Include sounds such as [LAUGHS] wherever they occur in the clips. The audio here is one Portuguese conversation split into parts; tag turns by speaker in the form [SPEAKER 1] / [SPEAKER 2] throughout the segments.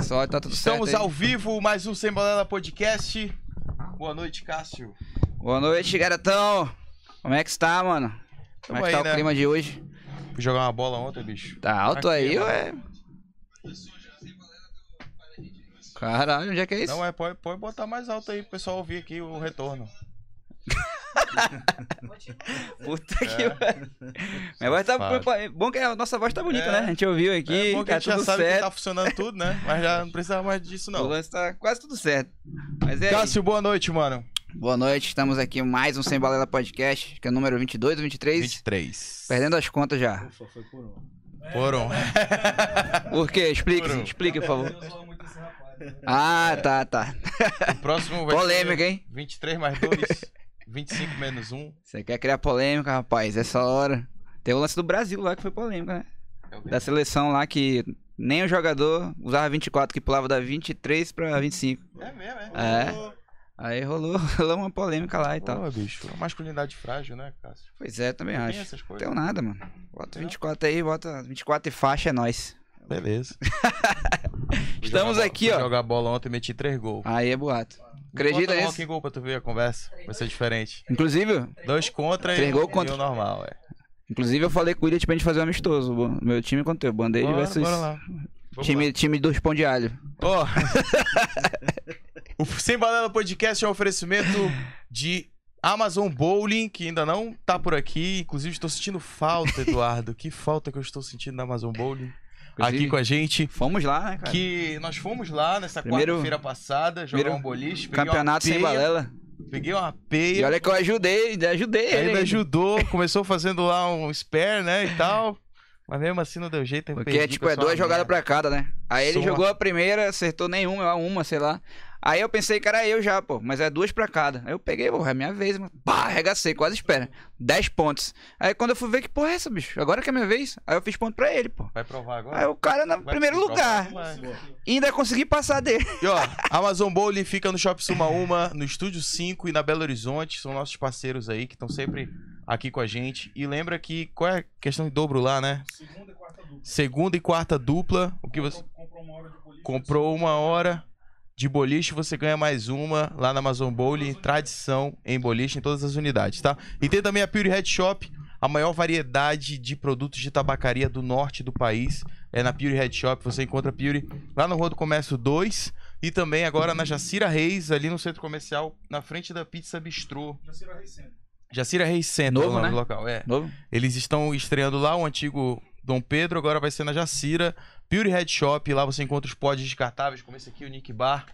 [SPEAKER 1] só, tá tudo certo.
[SPEAKER 2] Estamos
[SPEAKER 1] aí.
[SPEAKER 2] ao vivo, mais um Sem Banana Podcast. Boa noite, Cássio.
[SPEAKER 1] Boa noite, garotão. Como é que está, mano? Como
[SPEAKER 2] Tamo
[SPEAKER 1] é que
[SPEAKER 2] aí,
[SPEAKER 1] tá
[SPEAKER 2] né?
[SPEAKER 1] o clima de hoje?
[SPEAKER 2] Fui jogar uma bola ontem, bicho.
[SPEAKER 1] Tá alto
[SPEAKER 2] Aqui, né?
[SPEAKER 1] aí,
[SPEAKER 2] mano.
[SPEAKER 1] ué? Caralho, onde é que é isso?
[SPEAKER 2] Não, é, pode, pode botar mais alto aí pro pessoal ouvir aqui o retorno.
[SPEAKER 1] Puta
[SPEAKER 2] É.
[SPEAKER 1] que pariu. Minha voz tá
[SPEAKER 2] Safado.
[SPEAKER 1] bom que a nossa voz tá bonita,
[SPEAKER 2] É.
[SPEAKER 1] né? A gente ouviu
[SPEAKER 2] é
[SPEAKER 1] aqui,
[SPEAKER 2] bom que a
[SPEAKER 1] tá
[SPEAKER 2] gente já
[SPEAKER 1] tudo
[SPEAKER 2] sabe que tá
[SPEAKER 1] certo.
[SPEAKER 2] funcionando tudo, né? Mas já não precisava mais disso,
[SPEAKER 1] O
[SPEAKER 2] não.
[SPEAKER 1] lance tá quase tudo certo. Mas é aí.
[SPEAKER 2] Cássio, boa noite, mano.
[SPEAKER 1] Boa noite, estamos aqui em mais um Sem Balela Podcast, que é o número 22 ou 23.
[SPEAKER 2] 23.
[SPEAKER 1] Perdendo as contas já.
[SPEAKER 3] Ufa, foi por um.
[SPEAKER 2] Foram.
[SPEAKER 1] Por quê? Explica,
[SPEAKER 2] Por um.
[SPEAKER 1] explica, por favor.
[SPEAKER 3] zoa muito esse rapaz. né?
[SPEAKER 1] Ah, tá, tá.
[SPEAKER 2] [LAUGHS] O próximo vai
[SPEAKER 1] Polêmica,
[SPEAKER 2] ser
[SPEAKER 1] hein?
[SPEAKER 2] 23 mais 2, 25 menos 1.
[SPEAKER 1] Você quer criar polêmica, rapaz? Essa hora. Tem o lance do Brasil lá que foi polêmica, né?
[SPEAKER 2] É
[SPEAKER 1] Da seleção lá que nem o jogador usava 24, que pulava da 23 pra 25.
[SPEAKER 2] É mesmo,
[SPEAKER 1] É. Aí rolou, [LAUGHS] rolou uma polêmica lá e tal.
[SPEAKER 2] Pô, bicho, a masculinidade frágil, né, Cássio?
[SPEAKER 1] Pois é, também
[SPEAKER 2] Tem
[SPEAKER 1] acho.
[SPEAKER 2] essas
[SPEAKER 1] Não
[SPEAKER 2] coisas.
[SPEAKER 1] tenho nada, mano. Bota
[SPEAKER 2] Tem não?
[SPEAKER 1] 24 aí, bota 24 e faixa, é nóis.
[SPEAKER 2] [LAUGHS] Beleza.
[SPEAKER 1] Estamos aqui, ó.
[SPEAKER 2] Jogar bola ontem e meti três gols.
[SPEAKER 1] Aí é boato. Acredita
[SPEAKER 2] Bota
[SPEAKER 1] nisso?
[SPEAKER 2] Rock em gol pra tu ver a conversa. Vai ser diferente.
[SPEAKER 1] Inclusive,
[SPEAKER 2] Dois contra
[SPEAKER 1] Três
[SPEAKER 2] e,
[SPEAKER 1] gol
[SPEAKER 2] e
[SPEAKER 1] contra.
[SPEAKER 2] o normal, é.
[SPEAKER 1] inclusive eu falei com o William pra gente fazer um amistoso. bo- Meu time contra o Bandeira versus
[SPEAKER 2] bora lá. Vamos
[SPEAKER 1] time, time dos pão de alho. [LAUGHS]
[SPEAKER 2] Ó. o Sem Balela Podcast é um oferecimento de Amazon Bowling, que ainda não tá por aqui. Inclusive, estou sentindo falta, Eduardo. que falta que eu estou sentindo na Amazon Bowling.
[SPEAKER 1] Inclusive,
[SPEAKER 2] Aqui com a gente.
[SPEAKER 1] Fomos lá, né, cara?
[SPEAKER 2] Que nós fomos lá nessa
[SPEAKER 1] Primeiro-
[SPEAKER 2] quarta-feira passada jogar
[SPEAKER 1] primeiro
[SPEAKER 2] um boliche. peguei uma
[SPEAKER 1] Campeonato sem
[SPEAKER 2] peia,
[SPEAKER 1] balela.
[SPEAKER 2] Peguei uma
[SPEAKER 1] E
[SPEAKER 2] peia.
[SPEAKER 1] olha que eu ajudei, ainda ajudei.
[SPEAKER 2] Aí
[SPEAKER 1] ele
[SPEAKER 2] me
[SPEAKER 1] ainda. [LAUGHS]
[SPEAKER 2] ajudou, começou fazendo lá um spare, né, e tal. Mas mesmo assim não deu jeito. eu
[SPEAKER 1] Porque
[SPEAKER 2] perdi,
[SPEAKER 1] tipo, é
[SPEAKER 2] pessoal,
[SPEAKER 1] duas jogadas pra cada, né? Aí ele
[SPEAKER 2] Soma.
[SPEAKER 1] jogou a primeira, acertou nenhuma, eu uma, sei lá. Aí eu pensei que era eu já, pô, mas é duas pra cada. Aí eu peguei, pô, é minha vez, mano. Pá, arregacei, quase espera. Dez pontos. Aí quando eu fui ver, que porra é essa, bicho? Agora que é minha vez? Aí eu fiz ponto pra ele, pô.
[SPEAKER 2] Vai provar agora?
[SPEAKER 1] Aí o cara no
[SPEAKER 2] Vai
[SPEAKER 1] primeiro
[SPEAKER 2] provar.
[SPEAKER 1] lugar.
[SPEAKER 2] Vai.
[SPEAKER 1] E ainda consegui passar
[SPEAKER 2] [LAUGHS]
[SPEAKER 1] dele.
[SPEAKER 2] E ó, Amazon Bowling fica no Shopping Suma Uma, no Estúdio 5 e na Belo Horizonte. São nossos parceiros aí que estão sempre aqui com a gente. E lembra que qual é a questão de dobro lá, né?
[SPEAKER 3] Segunda e quarta dupla.
[SPEAKER 2] Segunda e quarta dupla. O que você
[SPEAKER 3] Comprou uma hora de bolinha.
[SPEAKER 2] comprou uma hora de boliche, você ganha mais uma lá na Amazon Bowling. Tradição em boliche em todas as unidades, tá? E tem também a Pure Head Shop, a maior variedade de produtos de tabacaria do norte do país. É na Pure Head Shop. Você encontra a Pure lá no Rua do Comércio 2 e também agora na Jacira Reis, ali no centro comercial, na frente da Pizza Bistrô.
[SPEAKER 3] Jacira Reisena.
[SPEAKER 2] Jacira Reis Centro, é o
[SPEAKER 1] Novo,
[SPEAKER 2] nome
[SPEAKER 1] né?
[SPEAKER 2] do local, é.
[SPEAKER 1] Novo?
[SPEAKER 2] Eles estão estreando lá o antigo Dom Pedro, agora vai ser na Jacira. Beauty Head Shop, lá você encontra os pods descartáveis, como esse aqui, o Nick Bar,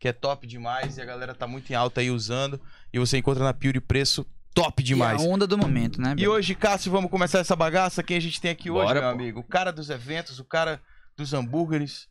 [SPEAKER 2] que é top demais e a galera tá muito em alta aí usando. E você encontra na Beauty preço top demais.
[SPEAKER 1] E a onda do momento, né?
[SPEAKER 2] E
[SPEAKER 1] Bia?
[SPEAKER 2] hoje, Cássio, vamos começar essa bagaça. Quem a gente tem aqui hoje,
[SPEAKER 1] Bora,
[SPEAKER 2] meu
[SPEAKER 1] pô.
[SPEAKER 2] amigo? O cara dos eventos, o cara dos hambúrgueres.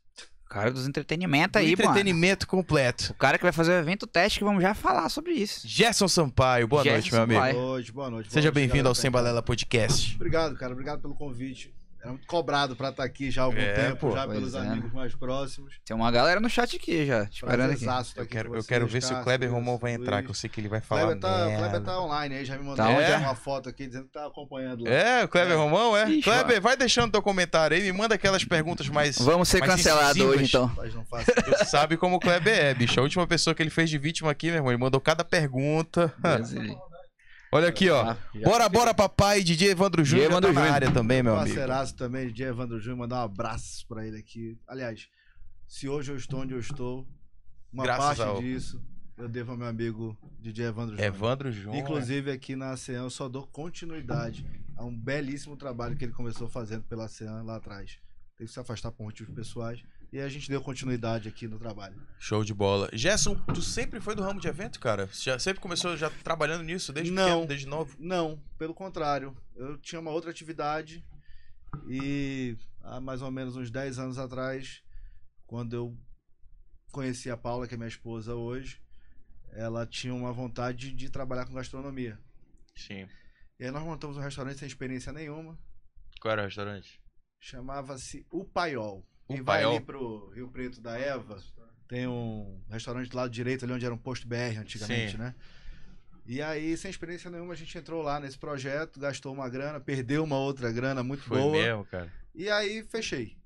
[SPEAKER 1] Cara dos entretenimentos
[SPEAKER 2] do
[SPEAKER 1] Tá aí, mano.
[SPEAKER 2] entretenimento completo.
[SPEAKER 1] O cara que vai fazer o evento teste que vamos já falar sobre isso.
[SPEAKER 2] Gerson Sampaio, boa
[SPEAKER 1] Gerson
[SPEAKER 2] noite, meu amigo.
[SPEAKER 1] Sampaio. Vai.
[SPEAKER 3] Boa noite, boa noite. boa
[SPEAKER 2] Seja
[SPEAKER 3] noite,
[SPEAKER 2] bem-vindo
[SPEAKER 3] galera.
[SPEAKER 2] ao Sem Balela Podcast.
[SPEAKER 3] Obrigado, cara. Obrigado pelo convite. Era muito cobrado pra estar aqui já há algum
[SPEAKER 2] É,
[SPEAKER 3] tempo,
[SPEAKER 2] pô.
[SPEAKER 3] já
[SPEAKER 1] Pois
[SPEAKER 3] pelos
[SPEAKER 1] é.
[SPEAKER 3] amigos mais próximos.
[SPEAKER 1] Tem uma galera no chat aqui já, te esperando aqui.
[SPEAKER 3] Prazerzaço estar
[SPEAKER 2] Eu
[SPEAKER 3] aqui
[SPEAKER 2] quero,
[SPEAKER 3] com
[SPEAKER 2] eu
[SPEAKER 3] vocês,
[SPEAKER 2] quero ver se o
[SPEAKER 3] Cássio,
[SPEAKER 2] Kleber
[SPEAKER 3] Luiz,
[SPEAKER 2] Romão vai entrar, que eu
[SPEAKER 3] Luiz.
[SPEAKER 2] sei que ele vai falar.
[SPEAKER 3] Kleber tá,
[SPEAKER 2] merda.
[SPEAKER 3] Kleber tá online aí, já me mandou
[SPEAKER 1] Tá
[SPEAKER 2] onde?
[SPEAKER 3] uma foto aqui dizendo que tá acompanhando lá.
[SPEAKER 2] É, o Kleber
[SPEAKER 3] É.
[SPEAKER 2] Romão, é?
[SPEAKER 1] Ixi,
[SPEAKER 2] Kleber, vai deixando teu comentário aí, me manda aquelas perguntas mais.
[SPEAKER 1] Vamos ser
[SPEAKER 2] Mas
[SPEAKER 1] cancelados
[SPEAKER 2] incisivas.
[SPEAKER 1] hoje, então.
[SPEAKER 3] Mas não faço.
[SPEAKER 2] Tu sabe como o Kleber é, bicho. A última pessoa que ele fez de vítima aqui, meu irmão, ele mandou cada pergunta. Olha aqui, ó. Bora, bora, papai, DJ Evandro Júnior
[SPEAKER 1] Evandro
[SPEAKER 2] tá na
[SPEAKER 1] Júnior.
[SPEAKER 2] área também, [LAUGHS] meu amigo.
[SPEAKER 3] parceiraço também, DJ Evandro Júnior, mandar um abraço pra ele aqui. Aliás, se hoje eu estou onde eu estou, uma
[SPEAKER 2] Graças
[SPEAKER 3] parte
[SPEAKER 2] ao-
[SPEAKER 3] disso eu devo ao meu amigo DJ Evandro Júnior.
[SPEAKER 2] Evandro Júnior.
[SPEAKER 3] Inclusive aqui na ASEAN eu só dou continuidade a um belíssimo trabalho que ele começou fazendo pela ASEAN lá atrás. Tem que se afastar por motivos pessoais. E a gente deu continuidade aqui no trabalho.
[SPEAKER 2] Show de bola. Gerson, tu sempre foi do ramo de evento, cara? Você Já, sempre começou já trabalhando nisso desde
[SPEAKER 3] Não.
[SPEAKER 2] pequeno, desde novo?
[SPEAKER 3] Não, pelo contrário. Eu tinha uma outra atividade e há mais ou menos uns 10 anos atrás, quando eu conheci a Paula, que é minha esposa hoje, ela tinha uma vontade de trabalhar com gastronomia.
[SPEAKER 2] Sim.
[SPEAKER 3] E aí nós montamos um restaurante sem experiência nenhuma,
[SPEAKER 2] Qual era o restaurante?
[SPEAKER 3] chamava-se O Paiol.
[SPEAKER 2] O
[SPEAKER 3] e vai
[SPEAKER 2] Paiol?
[SPEAKER 3] ali pro Rio Preto da Eva, tem um restaurante do lado direito ali onde era um posto BR antigamente,
[SPEAKER 2] Sim.
[SPEAKER 3] né? E aí, sem experiência nenhuma, a gente entrou lá nesse projeto, gastou uma grana, perdeu uma outra grana muito boa.
[SPEAKER 2] mesmo, cara.
[SPEAKER 3] E aí fechei.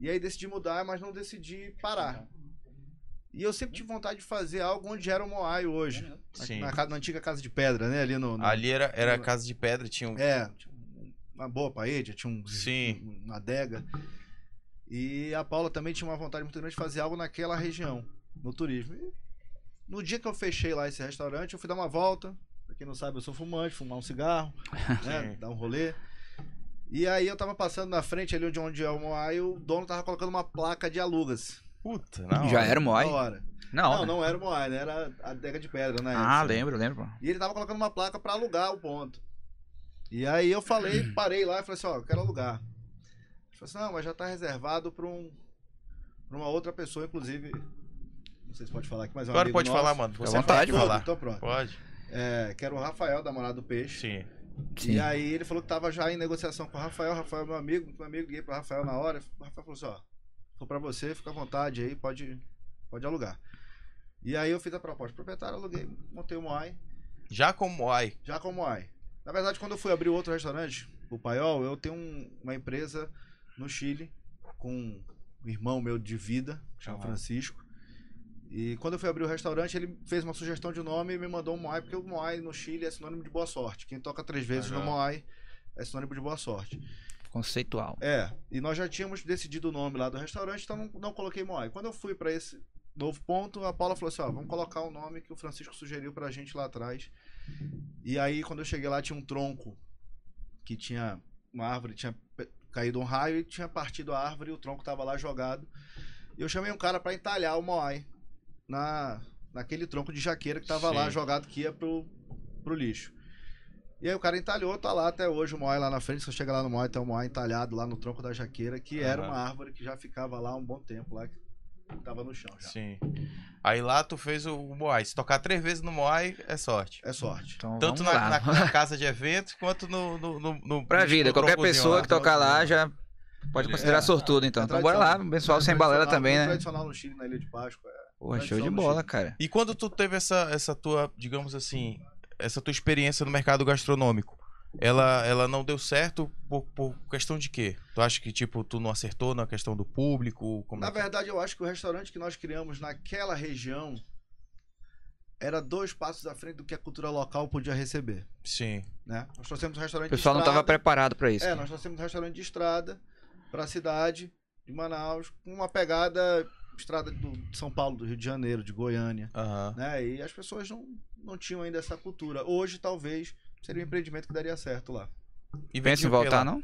[SPEAKER 3] E aí decidi mudar, mas não decidi parar. E eu sempre tive vontade de fazer algo onde era o Moai hoje. na-
[SPEAKER 2] Sim.
[SPEAKER 3] Na, ca- na antiga casa de pedra, né? Ali no. no-
[SPEAKER 2] Ali era, era casa de pedra, tinha um.
[SPEAKER 3] É, tinha uma boa parede, tinha um,
[SPEAKER 2] Sim.
[SPEAKER 3] uma adega. E a Paula também tinha uma vontade muito grande de fazer algo naquela região, no turismo. E no dia que eu fechei lá esse restaurante, eu fui dar uma volta. Pra quem não sabe, eu sou fumante, fumar um cigarro, né?
[SPEAKER 2] Sim.
[SPEAKER 3] dar um rolê. E aí eu tava passando na frente ali onde- onde é o Moai, o dono tava colocando uma placa de alugas.
[SPEAKER 2] Puta, na
[SPEAKER 1] Já
[SPEAKER 2] hora.
[SPEAKER 1] era o
[SPEAKER 3] Na
[SPEAKER 1] Moai?
[SPEAKER 3] hora.
[SPEAKER 1] Não,
[SPEAKER 3] Não,
[SPEAKER 1] né?
[SPEAKER 3] não era o Moai, né? Era a adega de pedra, né?
[SPEAKER 1] Ah, lembro, lembro.
[SPEAKER 3] E ele tava colocando uma placa pra alugar o ponto. E aí eu falei,
[SPEAKER 2] [CLEARS THROAT]
[SPEAKER 3] parei lá e falei assim, ó, eu quero alugar. Ele falou assim, não, mas já tá reservado pra, um, pra uma outra pessoa, inclusive. Não sei se pode falar aqui, mas é um
[SPEAKER 2] Agora
[SPEAKER 3] amigo
[SPEAKER 2] pode
[SPEAKER 3] nosso.
[SPEAKER 2] falar, mano. Você
[SPEAKER 1] vontade,
[SPEAKER 2] pode
[SPEAKER 3] Tudo,
[SPEAKER 2] falar.
[SPEAKER 3] Então pronto.
[SPEAKER 2] Pode.
[SPEAKER 3] É, que era o Rafael, da Morada do Peixe.
[SPEAKER 2] Sim.
[SPEAKER 1] Sim.
[SPEAKER 3] E aí ele falou que tava já em negociação com o Rafael, Rafael é meu amigo, meu amigo, liguei pro Rafael na hora, o Rafael falou assim, ó, vou pra você, fica à vontade aí, pode, pode alugar. E aí eu fiz a proposta pro proprietário, aluguei, montei um o Moai,
[SPEAKER 2] Já como ai.
[SPEAKER 3] já com o Moai. Na verdade, quando eu fui abrir outro restaurante, o Paiol, eu tenho um- uma empresa no Chile com um irmão meu de vida, que chama
[SPEAKER 2] Ah.
[SPEAKER 3] Francisco. E quando eu fui abrir o restaurante, ele fez uma sugestão de nome e me mandou um Moai, porque o Moai no Chile é sinônimo de boa sorte. Quem toca três vezes no
[SPEAKER 2] Legal.
[SPEAKER 3] Moai é sinônimo de boa sorte.
[SPEAKER 1] Conceitual.
[SPEAKER 3] É, e nós já tínhamos decidido o nome lá do restaurante, então não, não coloquei Moai. Quando eu fui pra esse novo ponto, a Paula falou assim: ó, vamos colocar o nome que o Francisco sugeriu pra gente lá atrás. E aí, quando eu cheguei lá, tinha um tronco que tinha uma árvore, tinha pe- caído um raio e tinha partido a árvore e o tronco tava lá jogado. E eu chamei um cara pra entalhar o Moai na, naquele tronco de jaqueira que tava lá
[SPEAKER 2] Sim.
[SPEAKER 3] jogado que ia pro, pro lixo. E aí o cara entalhou, tá lá até hoje o Moai lá na frente. Você chega lá no Moai, tem o Moai entalhado lá no tronco da jaqueira, que era
[SPEAKER 2] Aham.
[SPEAKER 3] uma árvore que já ficava lá um bom tempo, lá que tava no chão já.
[SPEAKER 2] Sim. Aí lá tu fez o o Moai. Se tocar três vezes no Moai, é sorte.
[SPEAKER 3] É sorte.
[SPEAKER 1] Então,
[SPEAKER 2] Tanto
[SPEAKER 1] vamos
[SPEAKER 2] na,
[SPEAKER 1] lá.
[SPEAKER 2] na- na casa de eventos quanto no. no, no, no
[SPEAKER 1] Pra
[SPEAKER 2] no
[SPEAKER 1] vida, qualquer
[SPEAKER 2] trombozinho
[SPEAKER 1] pessoa
[SPEAKER 2] lá.
[SPEAKER 1] que tocar lá já pode
[SPEAKER 2] Beleza.
[SPEAKER 1] considerar
[SPEAKER 3] É,
[SPEAKER 1] sortudo, então.
[SPEAKER 3] é
[SPEAKER 1] então bora lá,
[SPEAKER 3] tradicional.
[SPEAKER 1] o pessoal sem balela
[SPEAKER 3] Tradicional,
[SPEAKER 1] também,
[SPEAKER 3] muito
[SPEAKER 1] né?
[SPEAKER 3] Tradicional no Chile, na Ilha de Páscoa. é.
[SPEAKER 1] Porra, show de
[SPEAKER 3] tradição no
[SPEAKER 1] bola, cara.
[SPEAKER 2] E quando tu teve essa, essa tua, digamos assim, essa tua experiência no mercado gastronômico, ela, ela não deu certo por, por questão de quê? Tu acha que, tipo, tu não acertou na questão do público? Como
[SPEAKER 3] Na
[SPEAKER 2] é que-
[SPEAKER 3] verdade, eu acho que o restaurante que nós criamos naquela região era dois passos à frente do que a cultura local podia receber.
[SPEAKER 2] Sim.
[SPEAKER 3] Né? Nós trouxemos um restaurante
[SPEAKER 1] O pessoal
[SPEAKER 3] de
[SPEAKER 1] não tava
[SPEAKER 3] estrada.
[SPEAKER 1] preparado pra isso.
[SPEAKER 3] É, nós trouxemos um restaurante de estrada para a cidade de Manaus, com uma pegada estrada do, de São Paulo, do Rio de Janeiro, de Goiânia.
[SPEAKER 2] Aham.
[SPEAKER 3] Né? E as pessoas não, não tinham ainda essa cultura. Hoje, talvez, seria um empreendimento que daria certo lá.
[SPEAKER 2] E
[SPEAKER 1] Pensa
[SPEAKER 2] vendia
[SPEAKER 1] em
[SPEAKER 2] o quê lá?
[SPEAKER 1] voltar, não?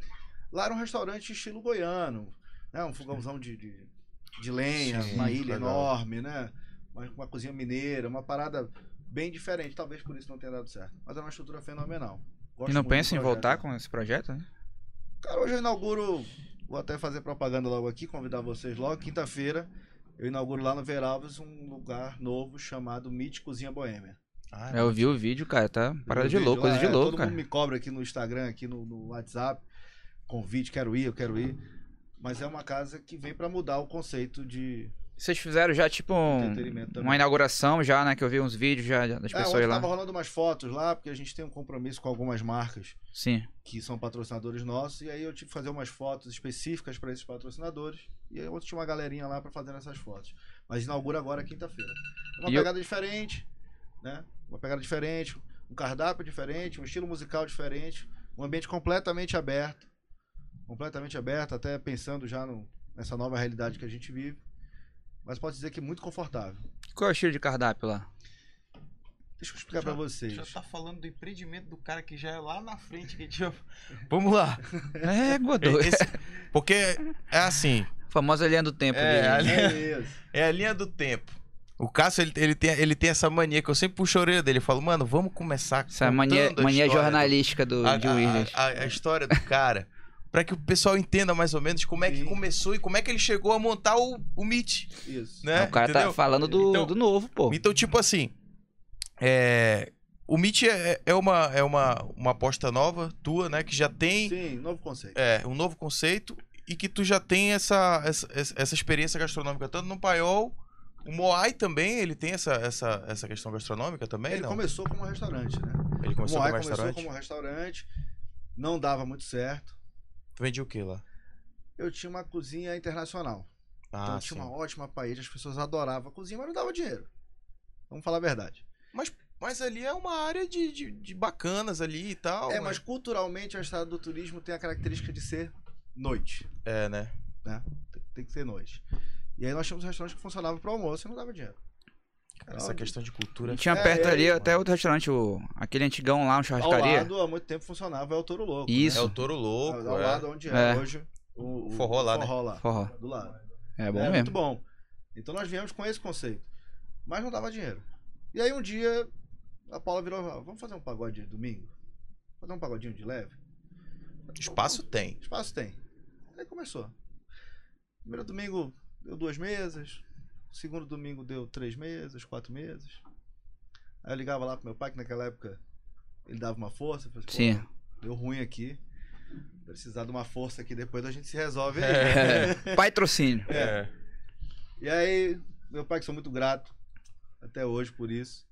[SPEAKER 3] Lá era um restaurante estilo goiano, né? Um fogãozão de, de, de lenha,
[SPEAKER 2] Sim,
[SPEAKER 3] uma ilha
[SPEAKER 2] legal.
[SPEAKER 3] enorme, né? Uma, uma cozinha mineira, uma parada bem diferente. Talvez por isso não tenha dado certo. Mas era uma estrutura fenomenal. Gosto
[SPEAKER 1] E não
[SPEAKER 3] muito do
[SPEAKER 1] pensa em
[SPEAKER 3] projeto.
[SPEAKER 1] voltar com esse projeto, né?
[SPEAKER 3] Cara, hoje eu inauguro. Vou até fazer propaganda logo aqui, convidar vocês logo. Quinta-feira eu inauguro lá no Veralves um lugar novo chamado Meet Cozinha Boêmia.
[SPEAKER 2] Ah,
[SPEAKER 1] É, Eu vi o vídeo, cara, tá parada
[SPEAKER 3] Meu
[SPEAKER 1] de
[SPEAKER 3] vídeo
[SPEAKER 1] louco,
[SPEAKER 3] lá,
[SPEAKER 1] coisa de
[SPEAKER 3] é,
[SPEAKER 1] louco,
[SPEAKER 3] Todo
[SPEAKER 1] cara.
[SPEAKER 3] mundo me cobra aqui no Instagram, aqui no, no WhatsApp. Convite, quero ir, eu quero ir. Mas é uma casa que vem pra mudar o conceito de
[SPEAKER 1] Vocês fizeram já, tipo, um-
[SPEAKER 3] entretenimento também.
[SPEAKER 1] uma inauguração já, né? Que eu vi uns vídeos já das
[SPEAKER 3] é,
[SPEAKER 1] pessoas
[SPEAKER 3] ontem
[SPEAKER 1] lá.
[SPEAKER 3] tava rolando umas fotos lá, porque a gente tem um compromisso com algumas marcas
[SPEAKER 1] Sim.
[SPEAKER 3] que são patrocinadores nossos. E aí eu tive que fazer umas fotos específicas pra esses patrocinadores. E aí ontem tinha uma galerinha lá pra fazer essas fotos. Mas inaugura agora quinta-feira. É Uma
[SPEAKER 1] E eu-
[SPEAKER 3] pegada diferente, né? Uma pegada diferente, um cardápio diferente, um estilo musical diferente, um ambiente completamente aberto. Completamente aberto, até pensando já no- nessa nova realidade que a gente vive. Mas posso dizer que muito confortável.
[SPEAKER 1] Qual é o estilo de cardápio lá?
[SPEAKER 3] Deixa eu explicar pra vocês.
[SPEAKER 4] Já tá falando do empreendimento do cara que já é lá na frente. Que tinha...
[SPEAKER 2] [LAUGHS] Vamos lá.
[SPEAKER 1] É, Godô.
[SPEAKER 2] Esse- [LAUGHS] porque é assim,
[SPEAKER 1] Famosa linha do tempo. né?
[SPEAKER 2] É,
[SPEAKER 1] dele.
[SPEAKER 2] ali-
[SPEAKER 3] É isso.
[SPEAKER 2] é a linha do tempo. O Cássio, ele, ele tem, ele tem essa mania que eu sempre puxo a orelha dele. Eu falo, mano, vamos começar
[SPEAKER 1] Essa
[SPEAKER 2] contando
[SPEAKER 1] mania,
[SPEAKER 2] a
[SPEAKER 1] mania
[SPEAKER 2] história do
[SPEAKER 1] jornalística do,
[SPEAKER 2] a,
[SPEAKER 1] de
[SPEAKER 2] a-
[SPEAKER 1] Williams.
[SPEAKER 2] a- a história do cara. Pra que o pessoal entenda mais ou menos como é que
[SPEAKER 3] Sim.
[SPEAKER 2] começou e como é que ele chegou a montar o, o Meet,
[SPEAKER 3] Isso.
[SPEAKER 2] né?
[SPEAKER 1] o cara
[SPEAKER 2] Entendeu?
[SPEAKER 1] tá falando do,
[SPEAKER 2] Então-
[SPEAKER 1] do novo, pô.
[SPEAKER 2] Então, tipo assim, é, o Meet é, é uma, é uma, uma aposta nova tua, né? Que já tem
[SPEAKER 3] Sim, novo conceito.
[SPEAKER 2] é, um novo conceito e que tu já tem essa, essa, essa- essa experiência gastronômica tanto no Paiol, o Moai também, ele tem essa, essa, essa questão gastronômica também,
[SPEAKER 3] Ele
[SPEAKER 2] não?
[SPEAKER 3] começou como um restaurante, né?
[SPEAKER 2] Ele
[SPEAKER 3] O
[SPEAKER 2] começou
[SPEAKER 3] Moai
[SPEAKER 2] com
[SPEAKER 3] começou
[SPEAKER 2] restaurante?
[SPEAKER 3] como um restaurante, não dava muito certo.
[SPEAKER 2] Tu vendia o que lá?
[SPEAKER 3] eu tinha uma cozinha internacional. Então
[SPEAKER 2] Ah,
[SPEAKER 3] tinha
[SPEAKER 2] sim.
[SPEAKER 3] uma ótima parede, as pessoas adoravam a cozinha, mas não dava dinheiro. Vamos falar a verdade.
[SPEAKER 2] Mas ali é uma área de, de, de bacanas ali e tal.
[SPEAKER 3] é,
[SPEAKER 2] né?
[SPEAKER 3] mas culturalmente a estrada do turismo tem a característica de ser noite.
[SPEAKER 2] É, né?
[SPEAKER 3] Tem- Tem que ser noite. E aí nós tínhamos restaurantes que funcionavam para almoço e não dava dinheiro. Era
[SPEAKER 2] Essa
[SPEAKER 3] óbvio.
[SPEAKER 2] questão de cultura.
[SPEAKER 1] Tinha
[SPEAKER 3] É,
[SPEAKER 1] perto
[SPEAKER 3] é,
[SPEAKER 1] ali
[SPEAKER 2] mano.
[SPEAKER 1] até outro restaurante, o, aquele antigão lá, uma
[SPEAKER 3] Ao
[SPEAKER 1] churrascaria.
[SPEAKER 3] lado, há muito tempo funcionava, é o Touro Louco.
[SPEAKER 1] Isso.
[SPEAKER 2] É o touro
[SPEAKER 3] Né?
[SPEAKER 2] louco.
[SPEAKER 3] Ao ao
[SPEAKER 2] é.
[SPEAKER 3] lado onde é,
[SPEAKER 1] É.
[SPEAKER 3] hoje. O,
[SPEAKER 2] O forró lá, né?
[SPEAKER 3] forró lá.
[SPEAKER 1] Forró.
[SPEAKER 3] Do lado.
[SPEAKER 1] É bom
[SPEAKER 3] é muito
[SPEAKER 1] mesmo.
[SPEAKER 3] bom. Então nós viemos com esse conceito. Mas não dava dinheiro. E aí um dia a Paula virou, "Ah, vamos fazer um pagode de domingo? Fazer um pagodinho de leve?
[SPEAKER 2] Espaço
[SPEAKER 3] [LAUGHS]
[SPEAKER 2] tem.
[SPEAKER 3] Espaço tem. Aí começou. Primeiro domingo deu duas mesas. Segundo domingo deu três mesas, quatro mesas. Aí eu ligava lá pro meu pai, que naquela época ele dava uma força. eu falei, "Pô,
[SPEAKER 1] Sim. [LAUGHS]
[SPEAKER 3] Deu ruim aqui. Precisar de uma força aqui depois a gente
[SPEAKER 1] [LAUGHS]
[SPEAKER 3] se resolve. aí."
[SPEAKER 1] É. Patrocínio.
[SPEAKER 2] É.
[SPEAKER 3] E aí, meu pai, que sou muito grato até hoje por isso,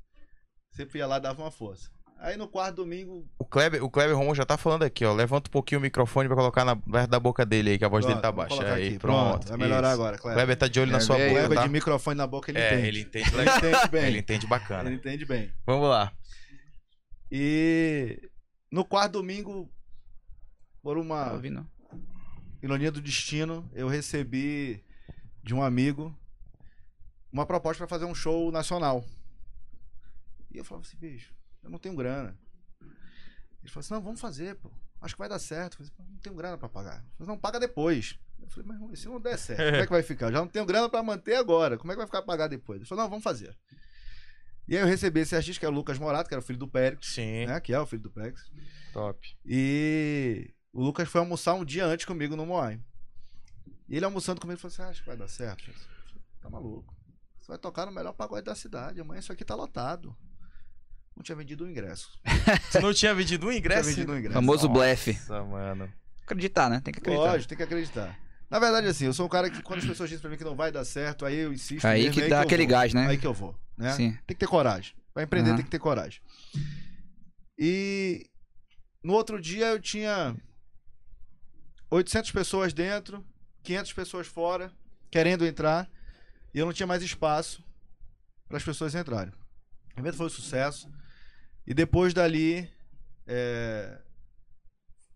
[SPEAKER 3] sempre ia lá e dava uma força. Aí no quarto domingo,
[SPEAKER 2] O Kleber, o Kleber Romão já tá falando aqui, ó. Levanta um pouquinho o microfone pra colocar na perto da boca dele aí, que a voz dele tá
[SPEAKER 3] vou
[SPEAKER 2] baixa.
[SPEAKER 3] colocar
[SPEAKER 2] Aí,
[SPEAKER 3] aqui.
[SPEAKER 2] pronto.
[SPEAKER 3] Vai melhorar
[SPEAKER 2] isso.
[SPEAKER 3] agora,
[SPEAKER 2] O
[SPEAKER 3] Cleber.
[SPEAKER 2] Kleber tá de olho na
[SPEAKER 1] Kleber
[SPEAKER 2] sua
[SPEAKER 1] aí,
[SPEAKER 2] boca,
[SPEAKER 3] Cleber
[SPEAKER 2] tá?
[SPEAKER 3] de microfone na boca, ele
[SPEAKER 2] é,
[SPEAKER 3] entende.
[SPEAKER 2] ele entende
[SPEAKER 3] Ele
[SPEAKER 2] legal.
[SPEAKER 3] entende bem.
[SPEAKER 2] Ele entende bacana.
[SPEAKER 3] Ele entende bem.
[SPEAKER 2] Vamos lá.
[SPEAKER 3] E no quarto domingo, por
[SPEAKER 1] Não
[SPEAKER 3] uma
[SPEAKER 1] ouvi, não.
[SPEAKER 3] ironia do destino, eu recebi de um amigo uma proposta para fazer um show nacional. E eu falava assim, bicho, eu não tenho grana. Ele falou assim, não, vamos fazer, pô. Acho que vai dar certo. Eu falei, assim, não tenho grana para pagar. Ele falou, assim, não, paga depois. Eu falei, mas e se não der certo, como é que vai ficar? Eu já não tenho grana para manter agora. Como é que vai ficar pagar depois? Ele falou, não, vamos fazer. E aí eu recebi esse artista, que é o Lucas Morato, que era o filho do Péricles,
[SPEAKER 2] Sim.
[SPEAKER 3] né? Que é o filho do Péricles.
[SPEAKER 2] Top.
[SPEAKER 3] E o Lucas foi almoçar um dia antes comigo no Moai. E ele almoçando comigo falou assim: "Ah, acho que vai dar certo. Eu falei, Tá maluco. Você vai tocar no melhor pagode da cidade. Amanhã isso aqui tá lotado. Não tinha vendido o ingresso.
[SPEAKER 2] Você não tinha vendido um
[SPEAKER 3] Não tinha
[SPEAKER 2] ingresso?
[SPEAKER 3] vendido o ingresso.
[SPEAKER 1] Famoso blefe.
[SPEAKER 2] Nossa, mano.
[SPEAKER 1] Acreditar, né? Tem que acreditar.
[SPEAKER 3] Lógico, tem que acreditar. Na verdade, assim, eu sou um cara que quando as pessoas dizem pra mim que não vai dar certo, aí eu insisto.
[SPEAKER 1] Tá Aí
[SPEAKER 3] mesmo,
[SPEAKER 1] que
[SPEAKER 3] é
[SPEAKER 1] dá
[SPEAKER 3] eu
[SPEAKER 1] aquele
[SPEAKER 3] vou.
[SPEAKER 1] gás, né?
[SPEAKER 3] Aí que eu vou. Né?
[SPEAKER 1] Sim.
[SPEAKER 3] Tem que ter coragem. Pra empreender
[SPEAKER 1] Aham.
[SPEAKER 3] tem que ter coragem. E no outro dia eu tinha 800 pessoas dentro, 500 pessoas fora, querendo entrar, e eu não tinha mais espaço para as pessoas entrarem. O evento foi um sucesso. E depois dali, é,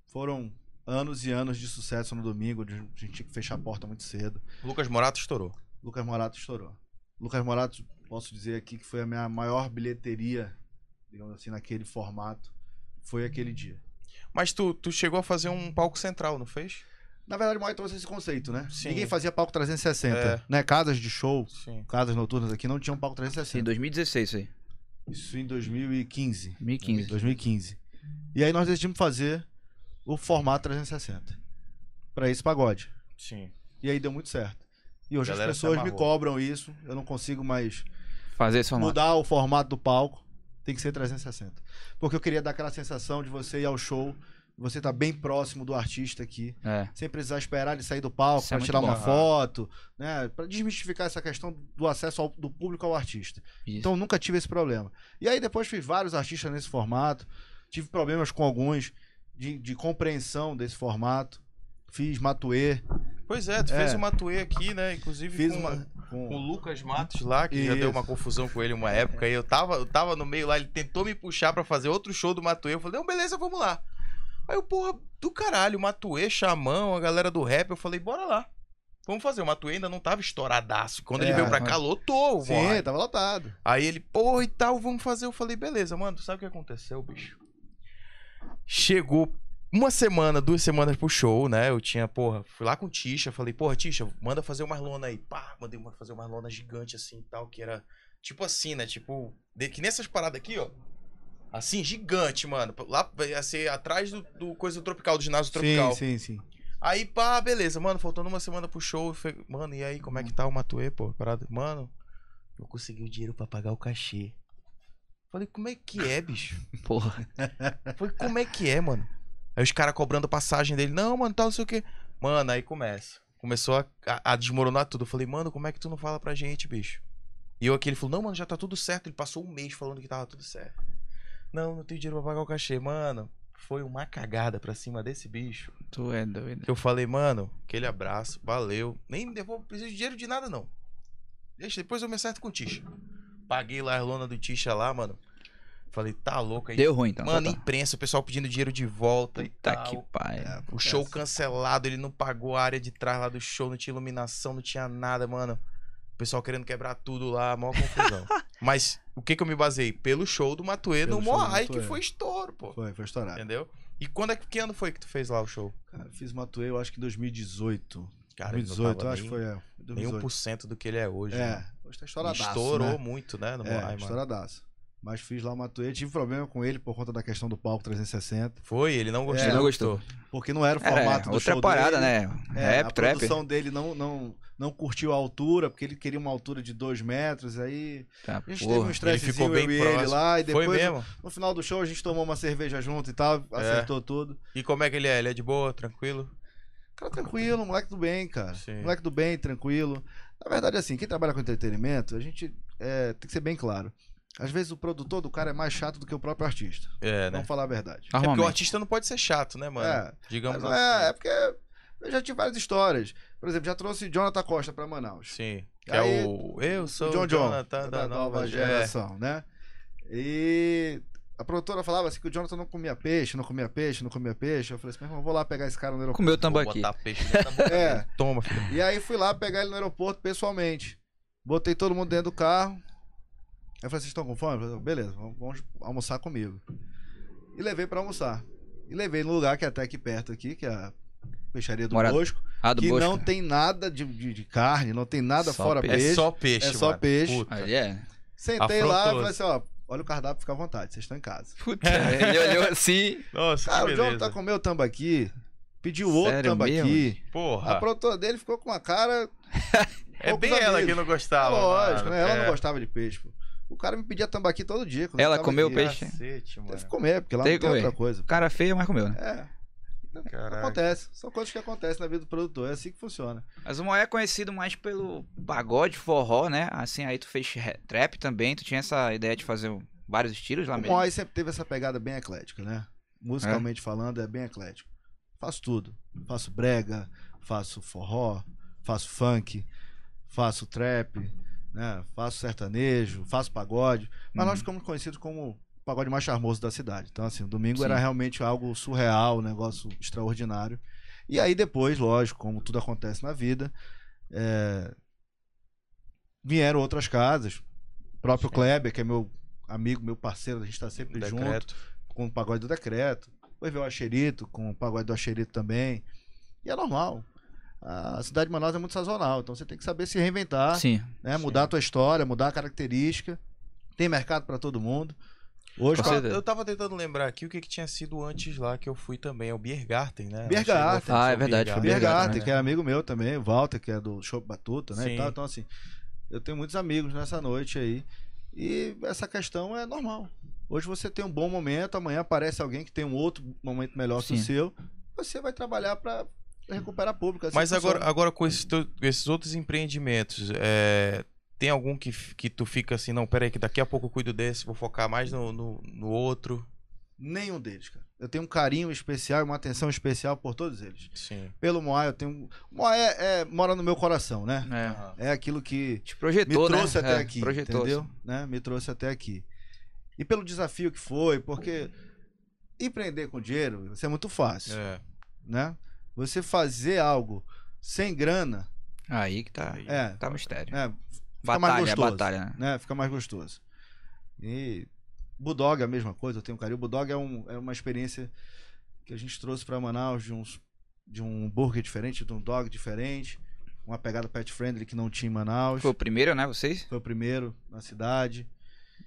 [SPEAKER 3] foram anos e anos de sucesso no domingo, de- a gente tinha que fechar a porta muito cedo.
[SPEAKER 2] Lucas Morato estourou.
[SPEAKER 3] Lucas Morato estourou. Lucas Morato, posso dizer aqui que foi a minha maior bilheteria, digamos assim, naquele formato, foi aquele dia.
[SPEAKER 2] Mas tu, tu chegou a fazer um palco central, não fez?
[SPEAKER 3] Na verdade, o Moai trouxe esse conceito, né?
[SPEAKER 2] Sim.
[SPEAKER 3] Ninguém fazia palco 360,
[SPEAKER 2] É.
[SPEAKER 3] né? Casas de show,
[SPEAKER 2] Sim.
[SPEAKER 3] casas noturnas aqui não tinham palco
[SPEAKER 1] Em
[SPEAKER 3] 360.
[SPEAKER 1] 2016 isso aí.
[SPEAKER 3] Isso em 2015.
[SPEAKER 1] 2015.
[SPEAKER 3] 2015. E aí nós decidimos fazer o formato 360 para esse pagode.
[SPEAKER 2] Sim.
[SPEAKER 3] E aí deu muito certo. E hoje
[SPEAKER 2] Galera
[SPEAKER 3] as
[SPEAKER 2] se
[SPEAKER 3] pessoas me
[SPEAKER 2] amarrou.
[SPEAKER 3] cobram isso, eu não consigo mais
[SPEAKER 1] Fazer esse formato.
[SPEAKER 3] mudar o formato do palco, tem que ser 360. Porque eu queria dar aquela sensação de você ir ao show, você tá bem próximo do artista aqui,
[SPEAKER 1] É.
[SPEAKER 3] sem precisar esperar ele sair do palco
[SPEAKER 1] Isso é
[SPEAKER 3] para
[SPEAKER 1] muito
[SPEAKER 3] tirar uma
[SPEAKER 2] bom.
[SPEAKER 3] foto, né, para desmistificar essa questão do acesso ao- do público ao artista.
[SPEAKER 1] Isso.
[SPEAKER 3] Então nunca tive esse problema. E aí depois fiz vários artistas nesse formato, tive problemas com alguns de, de compreensão desse formato. Fiz Matuê,
[SPEAKER 2] Pois é, tu
[SPEAKER 3] É.
[SPEAKER 2] fez uma tuê aqui, né? Inclusive
[SPEAKER 3] fiz
[SPEAKER 2] com,
[SPEAKER 3] uma
[SPEAKER 2] com o
[SPEAKER 3] com
[SPEAKER 2] Lucas Matos lá, que já
[SPEAKER 3] Isso.
[SPEAKER 2] deu uma confusão com ele uma época. E eu tava, eu tava no meio lá, ele tentou me puxar pra fazer outro show do Matuê. Eu falei, não, beleza, vamos lá. Aí eu, porra, do caralho, Matuê, Xamão, a galera do rap, eu falei, bora lá. Vamos fazer, o Matuê ainda não tava estouradaço. Quando ele
[SPEAKER 3] É,
[SPEAKER 2] veio pra
[SPEAKER 1] é.
[SPEAKER 2] cá, lotou o
[SPEAKER 3] Sim, tava lotado.
[SPEAKER 2] Aí ele, porra e tal, vamos fazer. Eu falei, beleza, mano, tu sabe o que aconteceu, bicho? Chegou uma semana, duas semanas pro show, né? Eu tinha, porra, fui lá com o Tisha, falei, porra, Tisha, manda fazer umas lona aí. Pá, mandei uma, fazer umas lona gigante assim e tal, que era tipo assim, né? Tipo, de- que nessas paradas aqui, ó. Assim, gigante, mano. Lá ia ser atrás do, do coisa tropical, do ginásio tropical.
[SPEAKER 3] Sim, sim, sim.
[SPEAKER 2] Aí, pá, beleza, mano, faltando uma semana pro show. eu falei, Mano, e aí, como é que tá o Matuê, pô? Parado. Mano, não consegui o dinheiro pra pagar o cachê. Falei, como é que é, bicho?
[SPEAKER 1] Porra.
[SPEAKER 2] Falei, como é que é, mano? Aí os caras cobrando a passagem dele, não, mano, tal, não sei o quê. Mano, aí começa. Começou a, a- a desmoronar tudo. Eu falei, mano, como é que tu não fala pra gente, bicho? E eu aqui, ele falou, não, mano, já tá tudo certo. Ele passou um mês falando que tava tudo certo. Não, não tenho dinheiro pra pagar o cachê, mano. foi uma cagada pra cima desse bicho.
[SPEAKER 1] Tu é doido.
[SPEAKER 2] Que eu falei, mano, aquele abraço, valeu. Nem me devolvo, preciso de dinheiro de nada, não. Deixa, depois eu me acerto com o Tisha. Paguei lá a lona do Tisha lá, mano. Falei, tá louco aí.
[SPEAKER 1] Deu ruim, então.
[SPEAKER 2] mano,
[SPEAKER 1] tá,
[SPEAKER 2] imprensa, o pessoal pedindo dinheiro de volta e
[SPEAKER 1] tá
[SPEAKER 2] tal.
[SPEAKER 1] que pai.
[SPEAKER 2] O show cancelado, ele não pagou a área de trás lá do show, não tinha iluminação, não tinha nada, mano. O pessoal querendo quebrar tudo lá, maior
[SPEAKER 1] [LAUGHS]
[SPEAKER 2] confusão. Mas o que que eu me basei? Pelo show do Matuê
[SPEAKER 3] Pelo
[SPEAKER 2] no
[SPEAKER 3] show do
[SPEAKER 2] Moai, que
[SPEAKER 3] Matuê.
[SPEAKER 2] foi estouro, pô.
[SPEAKER 3] Foi, foi estourado.
[SPEAKER 2] Entendeu? E quando é que, que ano foi que tu fez lá o show?
[SPEAKER 3] Cara, eu fiz Matuê, eu acho que em 2018.
[SPEAKER 2] Cara, ele não
[SPEAKER 3] 2018, eu
[SPEAKER 2] tava
[SPEAKER 3] acho que
[SPEAKER 2] nem- um
[SPEAKER 3] foi. É,
[SPEAKER 2] Nem
[SPEAKER 3] 2018.
[SPEAKER 2] 1% do que ele é hoje. né?
[SPEAKER 3] É, hoje tá estouradaço.
[SPEAKER 2] Estourou
[SPEAKER 3] né?
[SPEAKER 2] muito, né? No
[SPEAKER 3] é,
[SPEAKER 2] Moai, mano.
[SPEAKER 3] estouradaço. Mas fiz lá o Matuê, tive problema com ele por conta da questão do palco 360.
[SPEAKER 2] Foi, ele não gostou.
[SPEAKER 3] É,
[SPEAKER 1] não gostou.
[SPEAKER 3] Porque não era o
[SPEAKER 1] É,
[SPEAKER 3] formato do
[SPEAKER 1] outra
[SPEAKER 3] show
[SPEAKER 1] parada,
[SPEAKER 3] dele.
[SPEAKER 1] né?
[SPEAKER 3] É, a
[SPEAKER 1] Rap, trap.
[SPEAKER 3] produção dele não, não, não curtiu a altura, porque ele queria uma altura de 2 metros, aí
[SPEAKER 1] Tá,
[SPEAKER 3] a gente teve um
[SPEAKER 1] porra.
[SPEAKER 3] estressezinho,
[SPEAKER 2] ficou bem
[SPEAKER 3] eu e ele
[SPEAKER 2] próximo.
[SPEAKER 3] lá, e
[SPEAKER 2] Foi
[SPEAKER 3] depois
[SPEAKER 2] mesmo. É.
[SPEAKER 3] no final do show a gente tomou uma cerveja junto e tal, acertou tudo.
[SPEAKER 2] E como é que ele é? Ele é de boa, tranquilo?
[SPEAKER 3] Cara, tranquilo, moleque do bem, cara.
[SPEAKER 2] Sim.
[SPEAKER 3] Moleque do bem, tranquilo. Na verdade, assim, quem trabalha com entretenimento, a gente é, tem que ser bem claro. Às vezes o produtor do cara é mais chato do que o próprio artista.
[SPEAKER 2] É, né?
[SPEAKER 3] Vamos falar a verdade.
[SPEAKER 2] É porque o
[SPEAKER 1] Normalmente.
[SPEAKER 2] artista não pode ser chato, né, mano?
[SPEAKER 3] É.
[SPEAKER 2] Digamos
[SPEAKER 3] Mas,
[SPEAKER 2] assim.
[SPEAKER 3] é, é porque eu já tive várias histórias. Por exemplo, já trouxe Jonathan Costa pra Manaus.
[SPEAKER 2] Sim. Que
[SPEAKER 3] Aí,
[SPEAKER 2] é o. Eu sou
[SPEAKER 3] John
[SPEAKER 2] o
[SPEAKER 3] John, é
[SPEAKER 2] Jonathan
[SPEAKER 3] da nova geração, né? E a produtora falava assim que o Jonathan não comia peixe, não comia peixe, não comia peixe. Eu falei assim, meu irmão, vou lá pegar esse cara no aeroporto.
[SPEAKER 1] Comeu
[SPEAKER 2] É. Vou
[SPEAKER 1] tambaqui.
[SPEAKER 2] botar peixe dentro da
[SPEAKER 3] [LAUGHS]
[SPEAKER 2] boca
[SPEAKER 3] É.
[SPEAKER 2] dele. Toma, filho.
[SPEAKER 3] E aí fui lá pegar ele no aeroporto pessoalmente. Botei todo mundo dentro do carro. Aí eu falei, vocês estão com fome? Eu falei, Beleza, vamos, vamos almoçar comigo. E levei pra almoçar. E levei no lugar que é até aqui perto aqui, que é a peixaria do
[SPEAKER 1] Morada-
[SPEAKER 3] Bosco,
[SPEAKER 1] Ah, do
[SPEAKER 3] que
[SPEAKER 1] Bosco.
[SPEAKER 3] não tem nada de, de- de carne, não tem nada
[SPEAKER 1] Só
[SPEAKER 3] fora
[SPEAKER 1] peixe.
[SPEAKER 2] É
[SPEAKER 3] peixe.
[SPEAKER 2] só peixe,
[SPEAKER 3] É só
[SPEAKER 2] mano.
[SPEAKER 3] peixe.
[SPEAKER 2] Puta.
[SPEAKER 1] Aí é.
[SPEAKER 3] Sentei lá e falei
[SPEAKER 2] Afrontoso.
[SPEAKER 3] assim, ó, olha o cardápio, fica à vontade, vocês estão em casa.
[SPEAKER 1] Puta, é, ele olhou assim.
[SPEAKER 2] Nossa,
[SPEAKER 3] Cara,
[SPEAKER 2] que
[SPEAKER 3] o John tá
[SPEAKER 2] beleza.
[SPEAKER 3] comeu o tambaqui, pediu outro
[SPEAKER 1] Sério
[SPEAKER 3] tambaqui.
[SPEAKER 1] mesmo?
[SPEAKER 3] A
[SPEAKER 2] Porra.
[SPEAKER 3] produtora dele ficou com uma cara.
[SPEAKER 2] É bem
[SPEAKER 3] poucos
[SPEAKER 2] ela
[SPEAKER 3] amigos.
[SPEAKER 2] que não gostava. mano.
[SPEAKER 3] lógico, né? Ela
[SPEAKER 2] É.
[SPEAKER 3] não gostava de peixe, pô. O cara me pedia tambaqui todo dia. quando
[SPEAKER 1] Ela
[SPEAKER 3] eu tava
[SPEAKER 1] comeu
[SPEAKER 3] aqui.
[SPEAKER 1] peixe?
[SPEAKER 2] Cacete, mano.
[SPEAKER 3] Teve que comer, porque lá
[SPEAKER 1] Teve
[SPEAKER 3] não
[SPEAKER 1] que
[SPEAKER 3] tem
[SPEAKER 1] comer.
[SPEAKER 3] outra coisa.
[SPEAKER 1] Cara feio, mas comeu, né?
[SPEAKER 3] É.
[SPEAKER 2] Caraca.
[SPEAKER 3] Acontece. São coisas que acontecem na vida do produtor. É assim que funciona.
[SPEAKER 1] Mas o Moé é conhecido mais pelo pagode, forró, né? Assim, aí tu fez re- trap também, tu tinha essa ideia de fazer um- vários estilos lá
[SPEAKER 3] o
[SPEAKER 1] mesmo.
[SPEAKER 3] Moai sempre teve essa pegada bem eclética, né? Musicalmente falando, é bem eclético. Faço tudo. Faço brega, faço forró, faço funk, faço trap, né? Faço sertanejo, faço pagode. Mas
[SPEAKER 1] Uhum.
[SPEAKER 3] nós ficamos conhecidos como o pagode mais charmoso da cidade. Então, assim, o domingo
[SPEAKER 1] Sim.
[SPEAKER 3] era realmente algo surreal, um negócio extraordinário. E aí depois, lógico, como tudo acontece na vida, é, vieram outras casas. O próprio Kleber, que é meu amigo, meu parceiro, a gente está sempre junto
[SPEAKER 2] Um Decreto.
[SPEAKER 3] com o pagode do decreto. Depois veio o Axerito, com o pagode do Axerito também. E é normal. A cidade de Manaus é muito sazonal, então você tem que saber se reinventar
[SPEAKER 1] Sim.
[SPEAKER 3] né?
[SPEAKER 2] Sim.
[SPEAKER 3] Mudar a tua história, mudar a característica. Tem mercado pra todo mundo. Hoje,
[SPEAKER 1] Com
[SPEAKER 2] Tá,
[SPEAKER 1] certeza.
[SPEAKER 2] Eu tava tentando lembrar aqui o que, que tinha sido antes lá que eu fui também. É o Biergarten, né?
[SPEAKER 3] Biergarten.
[SPEAKER 2] Chegou a
[SPEAKER 1] Ah, é
[SPEAKER 2] fazer o
[SPEAKER 1] verdade, foi
[SPEAKER 3] o
[SPEAKER 1] Tá
[SPEAKER 3] Bergarten,
[SPEAKER 1] ligado,
[SPEAKER 3] que é amigo meu também, o Walter, que é do Show Batuta, né?
[SPEAKER 2] Sim.
[SPEAKER 3] e tal. Então, assim, eu tenho muitos amigos nessa noite aí. E essa questão é normal. Hoje você tem um bom momento, amanhã aparece alguém que tem um outro momento melhor que
[SPEAKER 1] Sim.
[SPEAKER 3] o seu. Você vai trabalhar pra recuperar público. é assim
[SPEAKER 2] Mas
[SPEAKER 3] que
[SPEAKER 2] agora,
[SPEAKER 3] funciona.
[SPEAKER 2] agora com esses, teu- esses outros empreendimentos, é, tem algum que, f- que tu fica assim, não, peraí, que daqui a pouco eu cuido desse, vou focar mais no, no, no outro.
[SPEAKER 3] Nenhum deles, cara. Eu tenho um carinho especial e uma atenção especial por todos eles.
[SPEAKER 2] Sim.
[SPEAKER 3] Pelo Moai, eu tenho. Moai é- é- mora no meu coração, né?
[SPEAKER 1] É.
[SPEAKER 2] Aham.
[SPEAKER 3] É aquilo que
[SPEAKER 1] Te
[SPEAKER 3] me
[SPEAKER 1] projetou, né?
[SPEAKER 3] trouxe até
[SPEAKER 1] É,
[SPEAKER 3] aqui,
[SPEAKER 1] projetou.
[SPEAKER 3] entendeu? Né? Me trouxe até aqui. E pelo desafio que foi, porque empreender com dinheiro, isso é muito fácil,
[SPEAKER 2] É.
[SPEAKER 3] né? Você fazer algo sem grana,
[SPEAKER 1] Aí que tá.
[SPEAKER 3] é,
[SPEAKER 1] Tá mistério.
[SPEAKER 3] né? Fica mais
[SPEAKER 1] Batalha,
[SPEAKER 3] gostoso.
[SPEAKER 1] batalha, né?
[SPEAKER 3] né? Fica mais gostoso. E Budog é a mesma coisa, eu tenho um carinho. Budog é, um, é uma experiência que a gente trouxe para Manaus de, uns, de um hambúrguer diferente, de um dog diferente, uma pegada pet friendly que não tinha em Manaus.
[SPEAKER 1] Foi o primeiro, né? Vocês?
[SPEAKER 3] Foi o primeiro na cidade.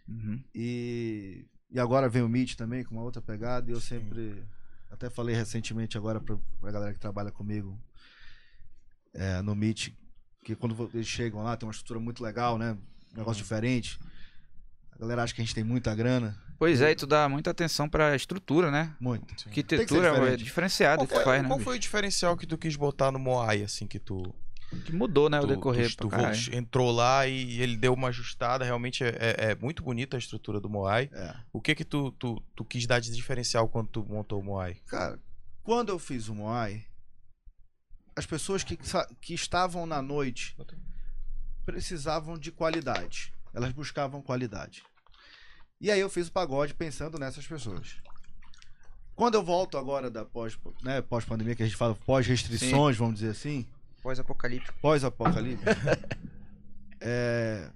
[SPEAKER 1] Uhum.
[SPEAKER 3] E, e agora vem o Meet também, com uma outra pegada. E eu
[SPEAKER 2] Sim.
[SPEAKER 3] sempre. Até falei recentemente agora pra, pra galera que trabalha comigo é, no Meet, que quando vo- eles chegam lá, tem uma estrutura muito legal, né? Um negócio diferente. A galera acha que a gente tem muita grana.
[SPEAKER 1] Pois é, e tu dá muita atenção pra estrutura, né?
[SPEAKER 3] Muito.
[SPEAKER 2] Sim.
[SPEAKER 1] Arquitetura é
[SPEAKER 3] diferente.
[SPEAKER 1] diferenciada
[SPEAKER 2] Qual
[SPEAKER 1] que tu
[SPEAKER 2] foi,
[SPEAKER 1] faz, né?
[SPEAKER 2] qual foi o diferencial que tu quis botar no Moai, assim, que tu.
[SPEAKER 1] Que mudou, né? O
[SPEAKER 2] do-
[SPEAKER 1] decorrer.
[SPEAKER 2] dos- do
[SPEAKER 1] pra caralho.
[SPEAKER 2] Volks. entrou lá e ele deu uma ajustada. Realmente é, é- é muito bonita a estrutura do Moai.
[SPEAKER 3] É.
[SPEAKER 2] O que que tu, tu, tu quis dar de diferencial quando tu montou o Moai?
[SPEAKER 3] Cara, quando eu fiz um o Moai, as pessoas que, sa- que estavam na noite precisavam de qualidade. Elas buscavam qualidade. E aí eu fiz o pagode pensando nessas pessoas. Quando eu volto agora da pós, né, pós-pandemia, que a gente fala pós-restrições, vamos dizer assim,
[SPEAKER 1] Pós-apocalíptico.
[SPEAKER 3] pós-apocalipse, [LAUGHS] é,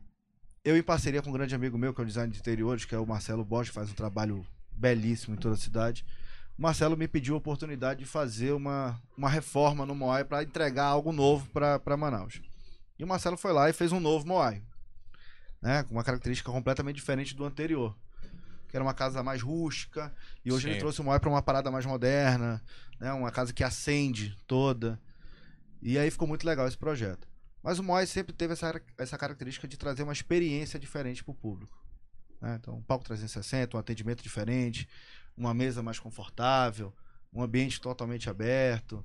[SPEAKER 3] eu em parceria com um grande amigo meu, que é o design de interiores, que é o Marcelo Borges, faz um trabalho belíssimo em toda a cidade. O Marcelo me pediu a oportunidade de fazer uma, uma reforma no Moai para entregar algo novo para Manaus. E o Marcelo foi lá e fez um novo Moai, né, com uma característica completamente diferente do anterior, que era uma casa mais rústica. E hoje ele
[SPEAKER 2] Sim.
[SPEAKER 3] trouxe o Moai para uma parada mais moderna, né, uma casa que acende toda. E aí ficou muito legal esse projeto. Mas o Moai sempre teve essa, essa característica de trazer uma experiência diferente para o público. né? Então, um palco 360, um atendimento diferente, uma mesa mais confortável, um ambiente totalmente aberto,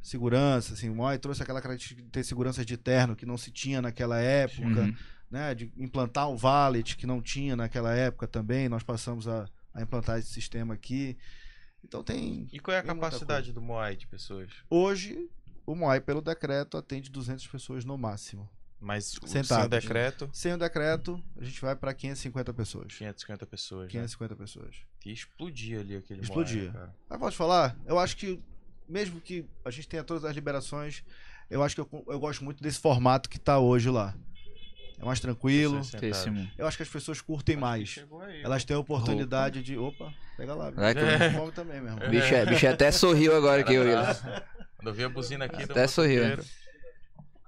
[SPEAKER 3] segurança. Assim, o Moai trouxe aquela característica de ter segurança de terno que não se tinha naquela época
[SPEAKER 1] Uhum.
[SPEAKER 3] né, de implantar o valet que não tinha naquela época também, nós passamos a, a implantar esse sistema aqui. Então tem
[SPEAKER 2] E qual é a
[SPEAKER 3] Tem muita
[SPEAKER 2] capacidade do Moai de pessoas?
[SPEAKER 3] hoje o Moai pelo decreto atende 200 pessoas no máximo.
[SPEAKER 2] Mas o- sem o
[SPEAKER 3] Sentados, né?
[SPEAKER 2] decreto,
[SPEAKER 3] Sem o decreto, a gente vai para 550 pessoas.
[SPEAKER 2] 550 pessoas. Né?
[SPEAKER 3] 550 pessoas.
[SPEAKER 2] Que explodia ali aquele
[SPEAKER 3] Explodia.
[SPEAKER 2] Moai, cara.
[SPEAKER 3] Mas posso falar? Eu acho que mesmo que a gente tenha todas as liberações, eu acho que eu, eu gosto muito desse formato que tá hoje lá. É mais tranquilo.
[SPEAKER 2] Pessoas sentadas.
[SPEAKER 1] Péssimo.
[SPEAKER 3] Eu acho que as pessoas curtem mais.
[SPEAKER 4] Chegou aí.
[SPEAKER 2] [LAUGHS]
[SPEAKER 3] Elas têm a oportunidade de. Opa, pega lá.
[SPEAKER 1] Vai que-
[SPEAKER 3] É. [LAUGHS] Fome também, meu irmão.
[SPEAKER 1] Bicho, é, bicho até sorriu agora que eu Willis.
[SPEAKER 2] Quando eu vi a buzina aqui,
[SPEAKER 1] Até sorriu. né?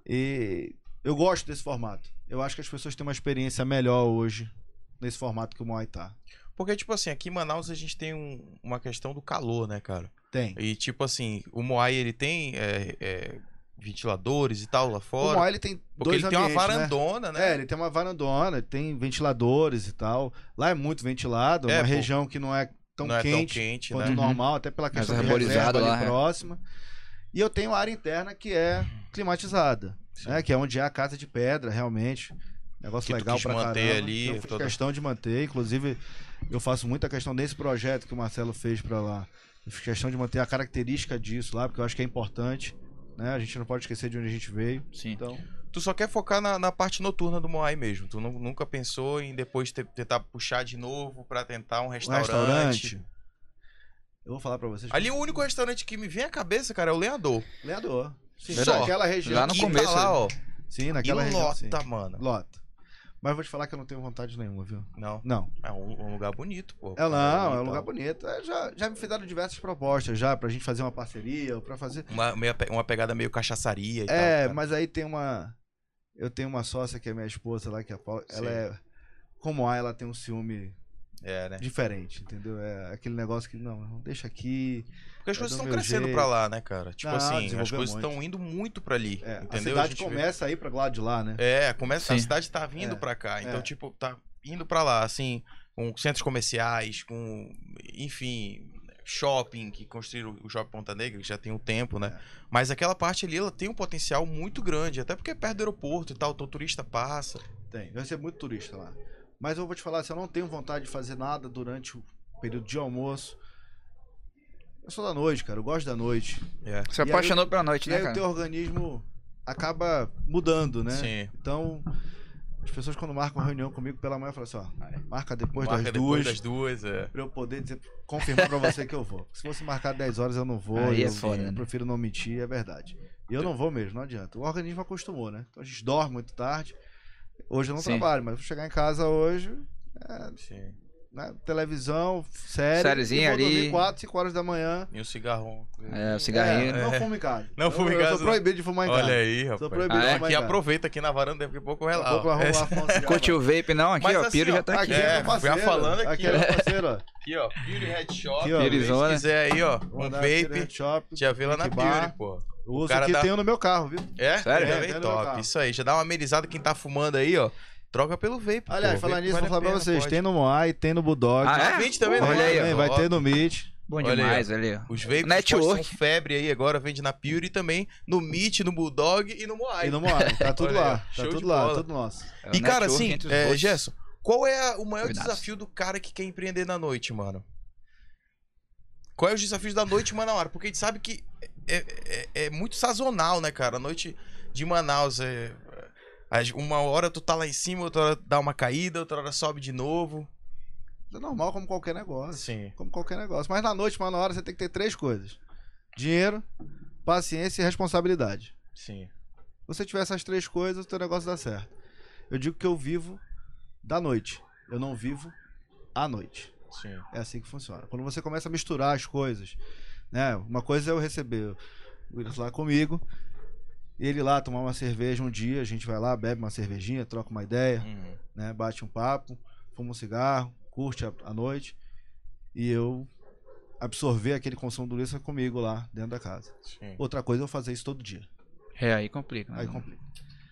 [SPEAKER 3] E eu gosto desse formato. Eu acho que as pessoas têm uma experiência melhor hoje nesse formato que o Muay tá.
[SPEAKER 2] Porque, tipo assim, aqui em Manaus a gente tem um- uma questão do calor, né, cara?
[SPEAKER 3] Tem.
[SPEAKER 2] E, tipo assim, o Moai, ele tem é, é, ventiladores e tal lá
[SPEAKER 3] O
[SPEAKER 2] fora.
[SPEAKER 3] Muay ele tem
[SPEAKER 2] porque
[SPEAKER 3] dois
[SPEAKER 2] ele tem
[SPEAKER 3] ambientes,
[SPEAKER 2] uma varandona, né?
[SPEAKER 3] Né? É, ele tem uma varandona, tem ventiladores e tal. Lá é muito ventilado, é
[SPEAKER 2] É,
[SPEAKER 3] uma
[SPEAKER 2] pô.
[SPEAKER 3] região que não é tão
[SPEAKER 2] não é tão
[SPEAKER 3] quente
[SPEAKER 2] quente,
[SPEAKER 3] quanto
[SPEAKER 2] né?
[SPEAKER 3] o normal, até pela questão
[SPEAKER 1] Mais
[SPEAKER 3] de reserva
[SPEAKER 1] Uhum. arborizado
[SPEAKER 3] ali
[SPEAKER 1] lá, é.
[SPEAKER 3] próxima. E eu tenho a área interna que é climatizada,
[SPEAKER 2] Sim.
[SPEAKER 3] né? Que é onde é a casa de pedra, realmente. Negócio
[SPEAKER 2] Que tu
[SPEAKER 3] legal
[SPEAKER 2] quis
[SPEAKER 3] pra
[SPEAKER 2] manter
[SPEAKER 3] caramba. Então,
[SPEAKER 2] ali,
[SPEAKER 3] eu fiz
[SPEAKER 2] toda-
[SPEAKER 3] questão de manter, inclusive eu faço muita questão desse projeto que o Marcelo fez pra lá. Eu fiz questão de manter a característica disso lá, porque eu acho que é importante, né? A gente não pode esquecer de onde a gente veio.
[SPEAKER 1] Sim.
[SPEAKER 3] Então,
[SPEAKER 2] Tu só quer focar na, na parte noturna do Moai mesmo. Tu nu- nunca pensou em depois te- tentar puxar de novo pra tentar um
[SPEAKER 3] um
[SPEAKER 2] restaurante.
[SPEAKER 3] restaurante. Eu vou falar pra vocês.
[SPEAKER 2] Ali o único restaurante que me vem à cabeça, cara, é o Lenhador.
[SPEAKER 3] Lenhador. Sim,
[SPEAKER 2] Verdade.
[SPEAKER 3] naquela região.
[SPEAKER 1] Lá no
[SPEAKER 2] Que
[SPEAKER 1] começo,
[SPEAKER 2] Tá lá, ó.
[SPEAKER 3] Sim,
[SPEAKER 2] E
[SPEAKER 3] naquela região. sim.
[SPEAKER 2] lota, mano.
[SPEAKER 3] Lota. Mas vou te falar que eu não tenho vontade nenhuma, viu?
[SPEAKER 2] Não,
[SPEAKER 3] Não.
[SPEAKER 2] é um, um lugar bonito, pô.
[SPEAKER 3] É não, é um
[SPEAKER 2] Então,
[SPEAKER 3] lugar bonito. É, já, já me fizeram diversas propostas já pra gente fazer uma parceria, ou pra fazer.
[SPEAKER 2] Uma, meia pe- uma pegada meio cachaçaria e tal.
[SPEAKER 3] É,
[SPEAKER 2] cara.
[SPEAKER 3] mas aí tem uma. Eu tenho uma sócia que é minha esposa lá, que é a Paula. Ela é. Como a, ela tem um ciúme
[SPEAKER 2] É, né?
[SPEAKER 3] diferente, entendeu? É aquele negócio que, não, não deixa aqui.
[SPEAKER 2] Porque as
[SPEAKER 3] É
[SPEAKER 2] coisas
[SPEAKER 3] do
[SPEAKER 2] estão
[SPEAKER 3] meu
[SPEAKER 2] crescendo
[SPEAKER 3] jeito.
[SPEAKER 2] pra lá, né, cara? Tipo
[SPEAKER 3] Não,
[SPEAKER 2] assim, as
[SPEAKER 3] desenvolveu
[SPEAKER 2] coisas
[SPEAKER 3] muito.
[SPEAKER 2] estão indo muito pra ali.
[SPEAKER 3] É,
[SPEAKER 2] entendeu?
[SPEAKER 3] a cidade
[SPEAKER 2] gente vê-
[SPEAKER 3] começa a ir pra lado de lá, né?
[SPEAKER 2] É, começa, a
[SPEAKER 1] Sim.
[SPEAKER 2] cidade tá vindo
[SPEAKER 3] É,
[SPEAKER 2] pra cá. Então,
[SPEAKER 3] é.
[SPEAKER 2] tipo, tá indo pra lá, assim, com centros comerciais, com, enfim, shopping, que construíram o Shopping Ponta Negra, que já tem um tempo, né?
[SPEAKER 3] É.
[SPEAKER 2] Mas aquela parte ali, ela tem um potencial muito grande, até porque é perto do aeroporto e tal, então o turista passa.
[SPEAKER 3] Tem. Eu recebo muito turista lá. Mas eu vou te falar, se eu não tenho vontade de fazer nada durante o período de almoço. Eu sou da noite, cara. Eu gosto da noite.
[SPEAKER 2] É.
[SPEAKER 1] Se
[SPEAKER 3] E aí
[SPEAKER 1] apaixonou pela noite,
[SPEAKER 3] E
[SPEAKER 1] né,
[SPEAKER 3] aí o
[SPEAKER 1] cara?
[SPEAKER 3] teu organismo acaba mudando, né?
[SPEAKER 2] Sim.
[SPEAKER 3] Então, as pessoas quando marcam reunião comigo pela manhã, falam assim, ó, marca depois
[SPEAKER 2] Marca
[SPEAKER 3] das
[SPEAKER 2] depois
[SPEAKER 3] duas,
[SPEAKER 2] das duas, é.
[SPEAKER 3] pra eu poder dizer, confirmar pra você que eu vou. Se você marcar 10 horas, eu não vou.
[SPEAKER 1] Aí é
[SPEAKER 3] eu,
[SPEAKER 1] foda,
[SPEAKER 3] eu
[SPEAKER 1] né?
[SPEAKER 3] prefiro não mentir, é verdade. E eu não vou mesmo, não adianta. O organismo acostumou, né? Então a gente dorme muito tarde. Hoje eu não
[SPEAKER 1] Sim.
[SPEAKER 3] trabalho, mas eu vou chegar em casa hoje,
[SPEAKER 2] Sim.
[SPEAKER 3] né? televisão, série.
[SPEAKER 1] Sériezinha
[SPEAKER 3] e vou dormir
[SPEAKER 1] ali.
[SPEAKER 3] 4, 5 horas da manhã.
[SPEAKER 2] E um cigarrão.
[SPEAKER 1] É, o cigarrinho.
[SPEAKER 3] É, não fumo em casa.
[SPEAKER 2] Não fumo em
[SPEAKER 3] Eu- Eu
[SPEAKER 2] casa.
[SPEAKER 3] sou proibido de fumar em casa.
[SPEAKER 2] Olha aí, rapaz.
[SPEAKER 3] Sou proibido
[SPEAKER 1] Ah,
[SPEAKER 3] de
[SPEAKER 1] é?
[SPEAKER 3] fumar
[SPEAKER 2] Aqui
[SPEAKER 3] em casa.
[SPEAKER 2] aproveita aqui na varanda, daqui a pouco eu
[SPEAKER 3] Daqui a pouco
[SPEAKER 2] relato.
[SPEAKER 3] nós vamos lá
[SPEAKER 2] É,
[SPEAKER 3] fumar um cigarro.
[SPEAKER 1] Curte o vape, não? Aqui,
[SPEAKER 2] Mas
[SPEAKER 1] ó. O
[SPEAKER 2] assim,
[SPEAKER 1] Piro
[SPEAKER 2] ó,
[SPEAKER 1] já tá
[SPEAKER 3] Aqui
[SPEAKER 1] aqui.
[SPEAKER 2] É,
[SPEAKER 3] é, meu
[SPEAKER 2] já
[SPEAKER 3] parceiro.
[SPEAKER 2] falando aqui,
[SPEAKER 3] aqui é meu
[SPEAKER 2] [LAUGHS]
[SPEAKER 3] parceiro. ó.
[SPEAKER 2] Aqui, ó. Beauty Head Shop.
[SPEAKER 3] Aqui, ó.
[SPEAKER 1] Piorizona.
[SPEAKER 2] Se quiser aí, ó.
[SPEAKER 3] Vou
[SPEAKER 2] Um
[SPEAKER 3] mandar aqui no
[SPEAKER 2] vape.
[SPEAKER 3] Shop.
[SPEAKER 2] Já vê lá na
[SPEAKER 3] Drink bar.
[SPEAKER 2] Beauty, pô.
[SPEAKER 3] Eu uso
[SPEAKER 2] cara tá
[SPEAKER 3] aqui
[SPEAKER 2] dá-
[SPEAKER 3] tenho no meu carro, viu?
[SPEAKER 2] É?
[SPEAKER 1] Sério?
[SPEAKER 2] É,
[SPEAKER 3] É,
[SPEAKER 2] bem
[SPEAKER 3] dentro do
[SPEAKER 2] top.
[SPEAKER 3] carro.
[SPEAKER 2] Isso aí. Já dá uma amenizada quem tá fumando aí, ó. Troca pelo vape.
[SPEAKER 3] Aliás,
[SPEAKER 2] pô.
[SPEAKER 3] falando
[SPEAKER 2] Vape
[SPEAKER 3] nisso,
[SPEAKER 2] vale
[SPEAKER 3] vou
[SPEAKER 2] a
[SPEAKER 3] falar pra
[SPEAKER 2] pena,
[SPEAKER 3] vocês:
[SPEAKER 2] pode.
[SPEAKER 3] tem no Moai, tem no Budog.
[SPEAKER 1] Ah,
[SPEAKER 2] Tem
[SPEAKER 1] é?
[SPEAKER 2] Meet também,
[SPEAKER 1] Olha
[SPEAKER 2] né?
[SPEAKER 1] aí, ó.
[SPEAKER 3] Também vai
[SPEAKER 2] Ó.
[SPEAKER 3] ter no Meet.
[SPEAKER 1] Bom
[SPEAKER 2] Olha aí,
[SPEAKER 1] demais, olha aí. ó.
[SPEAKER 2] Os veículos
[SPEAKER 1] Network.
[SPEAKER 2] são febre aí agora, vende na Pure e também no Meet, no Bulldog e no Moai.
[SPEAKER 3] E não mora, tá tudo
[SPEAKER 2] Olha aí,
[SPEAKER 3] lá.
[SPEAKER 2] ó, show
[SPEAKER 3] Tá
[SPEAKER 2] de
[SPEAKER 3] tudo lá,
[SPEAKER 2] bola.
[SPEAKER 3] tudo nosso.
[SPEAKER 1] É o
[SPEAKER 2] E cara,
[SPEAKER 1] network
[SPEAKER 2] assim,
[SPEAKER 1] entre os
[SPEAKER 2] é,
[SPEAKER 1] dois.
[SPEAKER 2] Gerson, qual é a- o maior
[SPEAKER 1] Cuidado.
[SPEAKER 2] desafio do cara que quer empreender na noite, mano? Qual é os desafios da noite em Manaus? Porque a gente sabe que é, é- é muito sazonal, né, cara? A noite de Manaus é. as- Uma hora tu tá lá em cima, outra hora dá uma caída, outra hora sobe de novo.
[SPEAKER 3] É normal como qualquer negócio.
[SPEAKER 2] Assim.
[SPEAKER 3] Como qualquer negócio. Mas na noite, mano, na hora você tem que ter três coisas: dinheiro, paciência e responsabilidade.
[SPEAKER 2] Sim.
[SPEAKER 3] Se você tiver essas três coisas, o teu negócio dá certo. Eu digo que eu vivo da noite. Eu não vivo à noite.
[SPEAKER 2] Sim.
[SPEAKER 3] É assim que funciona. Quando você começa a misturar as coisas, né? Uma coisa é eu receber o Willis lá comigo, e ele lá tomar uma cerveja um dia, a gente vai lá, bebe uma cervejinha, troca uma ideia,
[SPEAKER 2] Uhum.
[SPEAKER 3] né? Bate um papo, fuma um cigarro, curte a, a noite, e eu absorver aquele consumo do Willis comigo lá dentro da casa.
[SPEAKER 2] Sim.
[SPEAKER 3] Outra coisa é eu fazer isso todo dia.
[SPEAKER 1] É, aí complica. né?
[SPEAKER 3] Aí complica,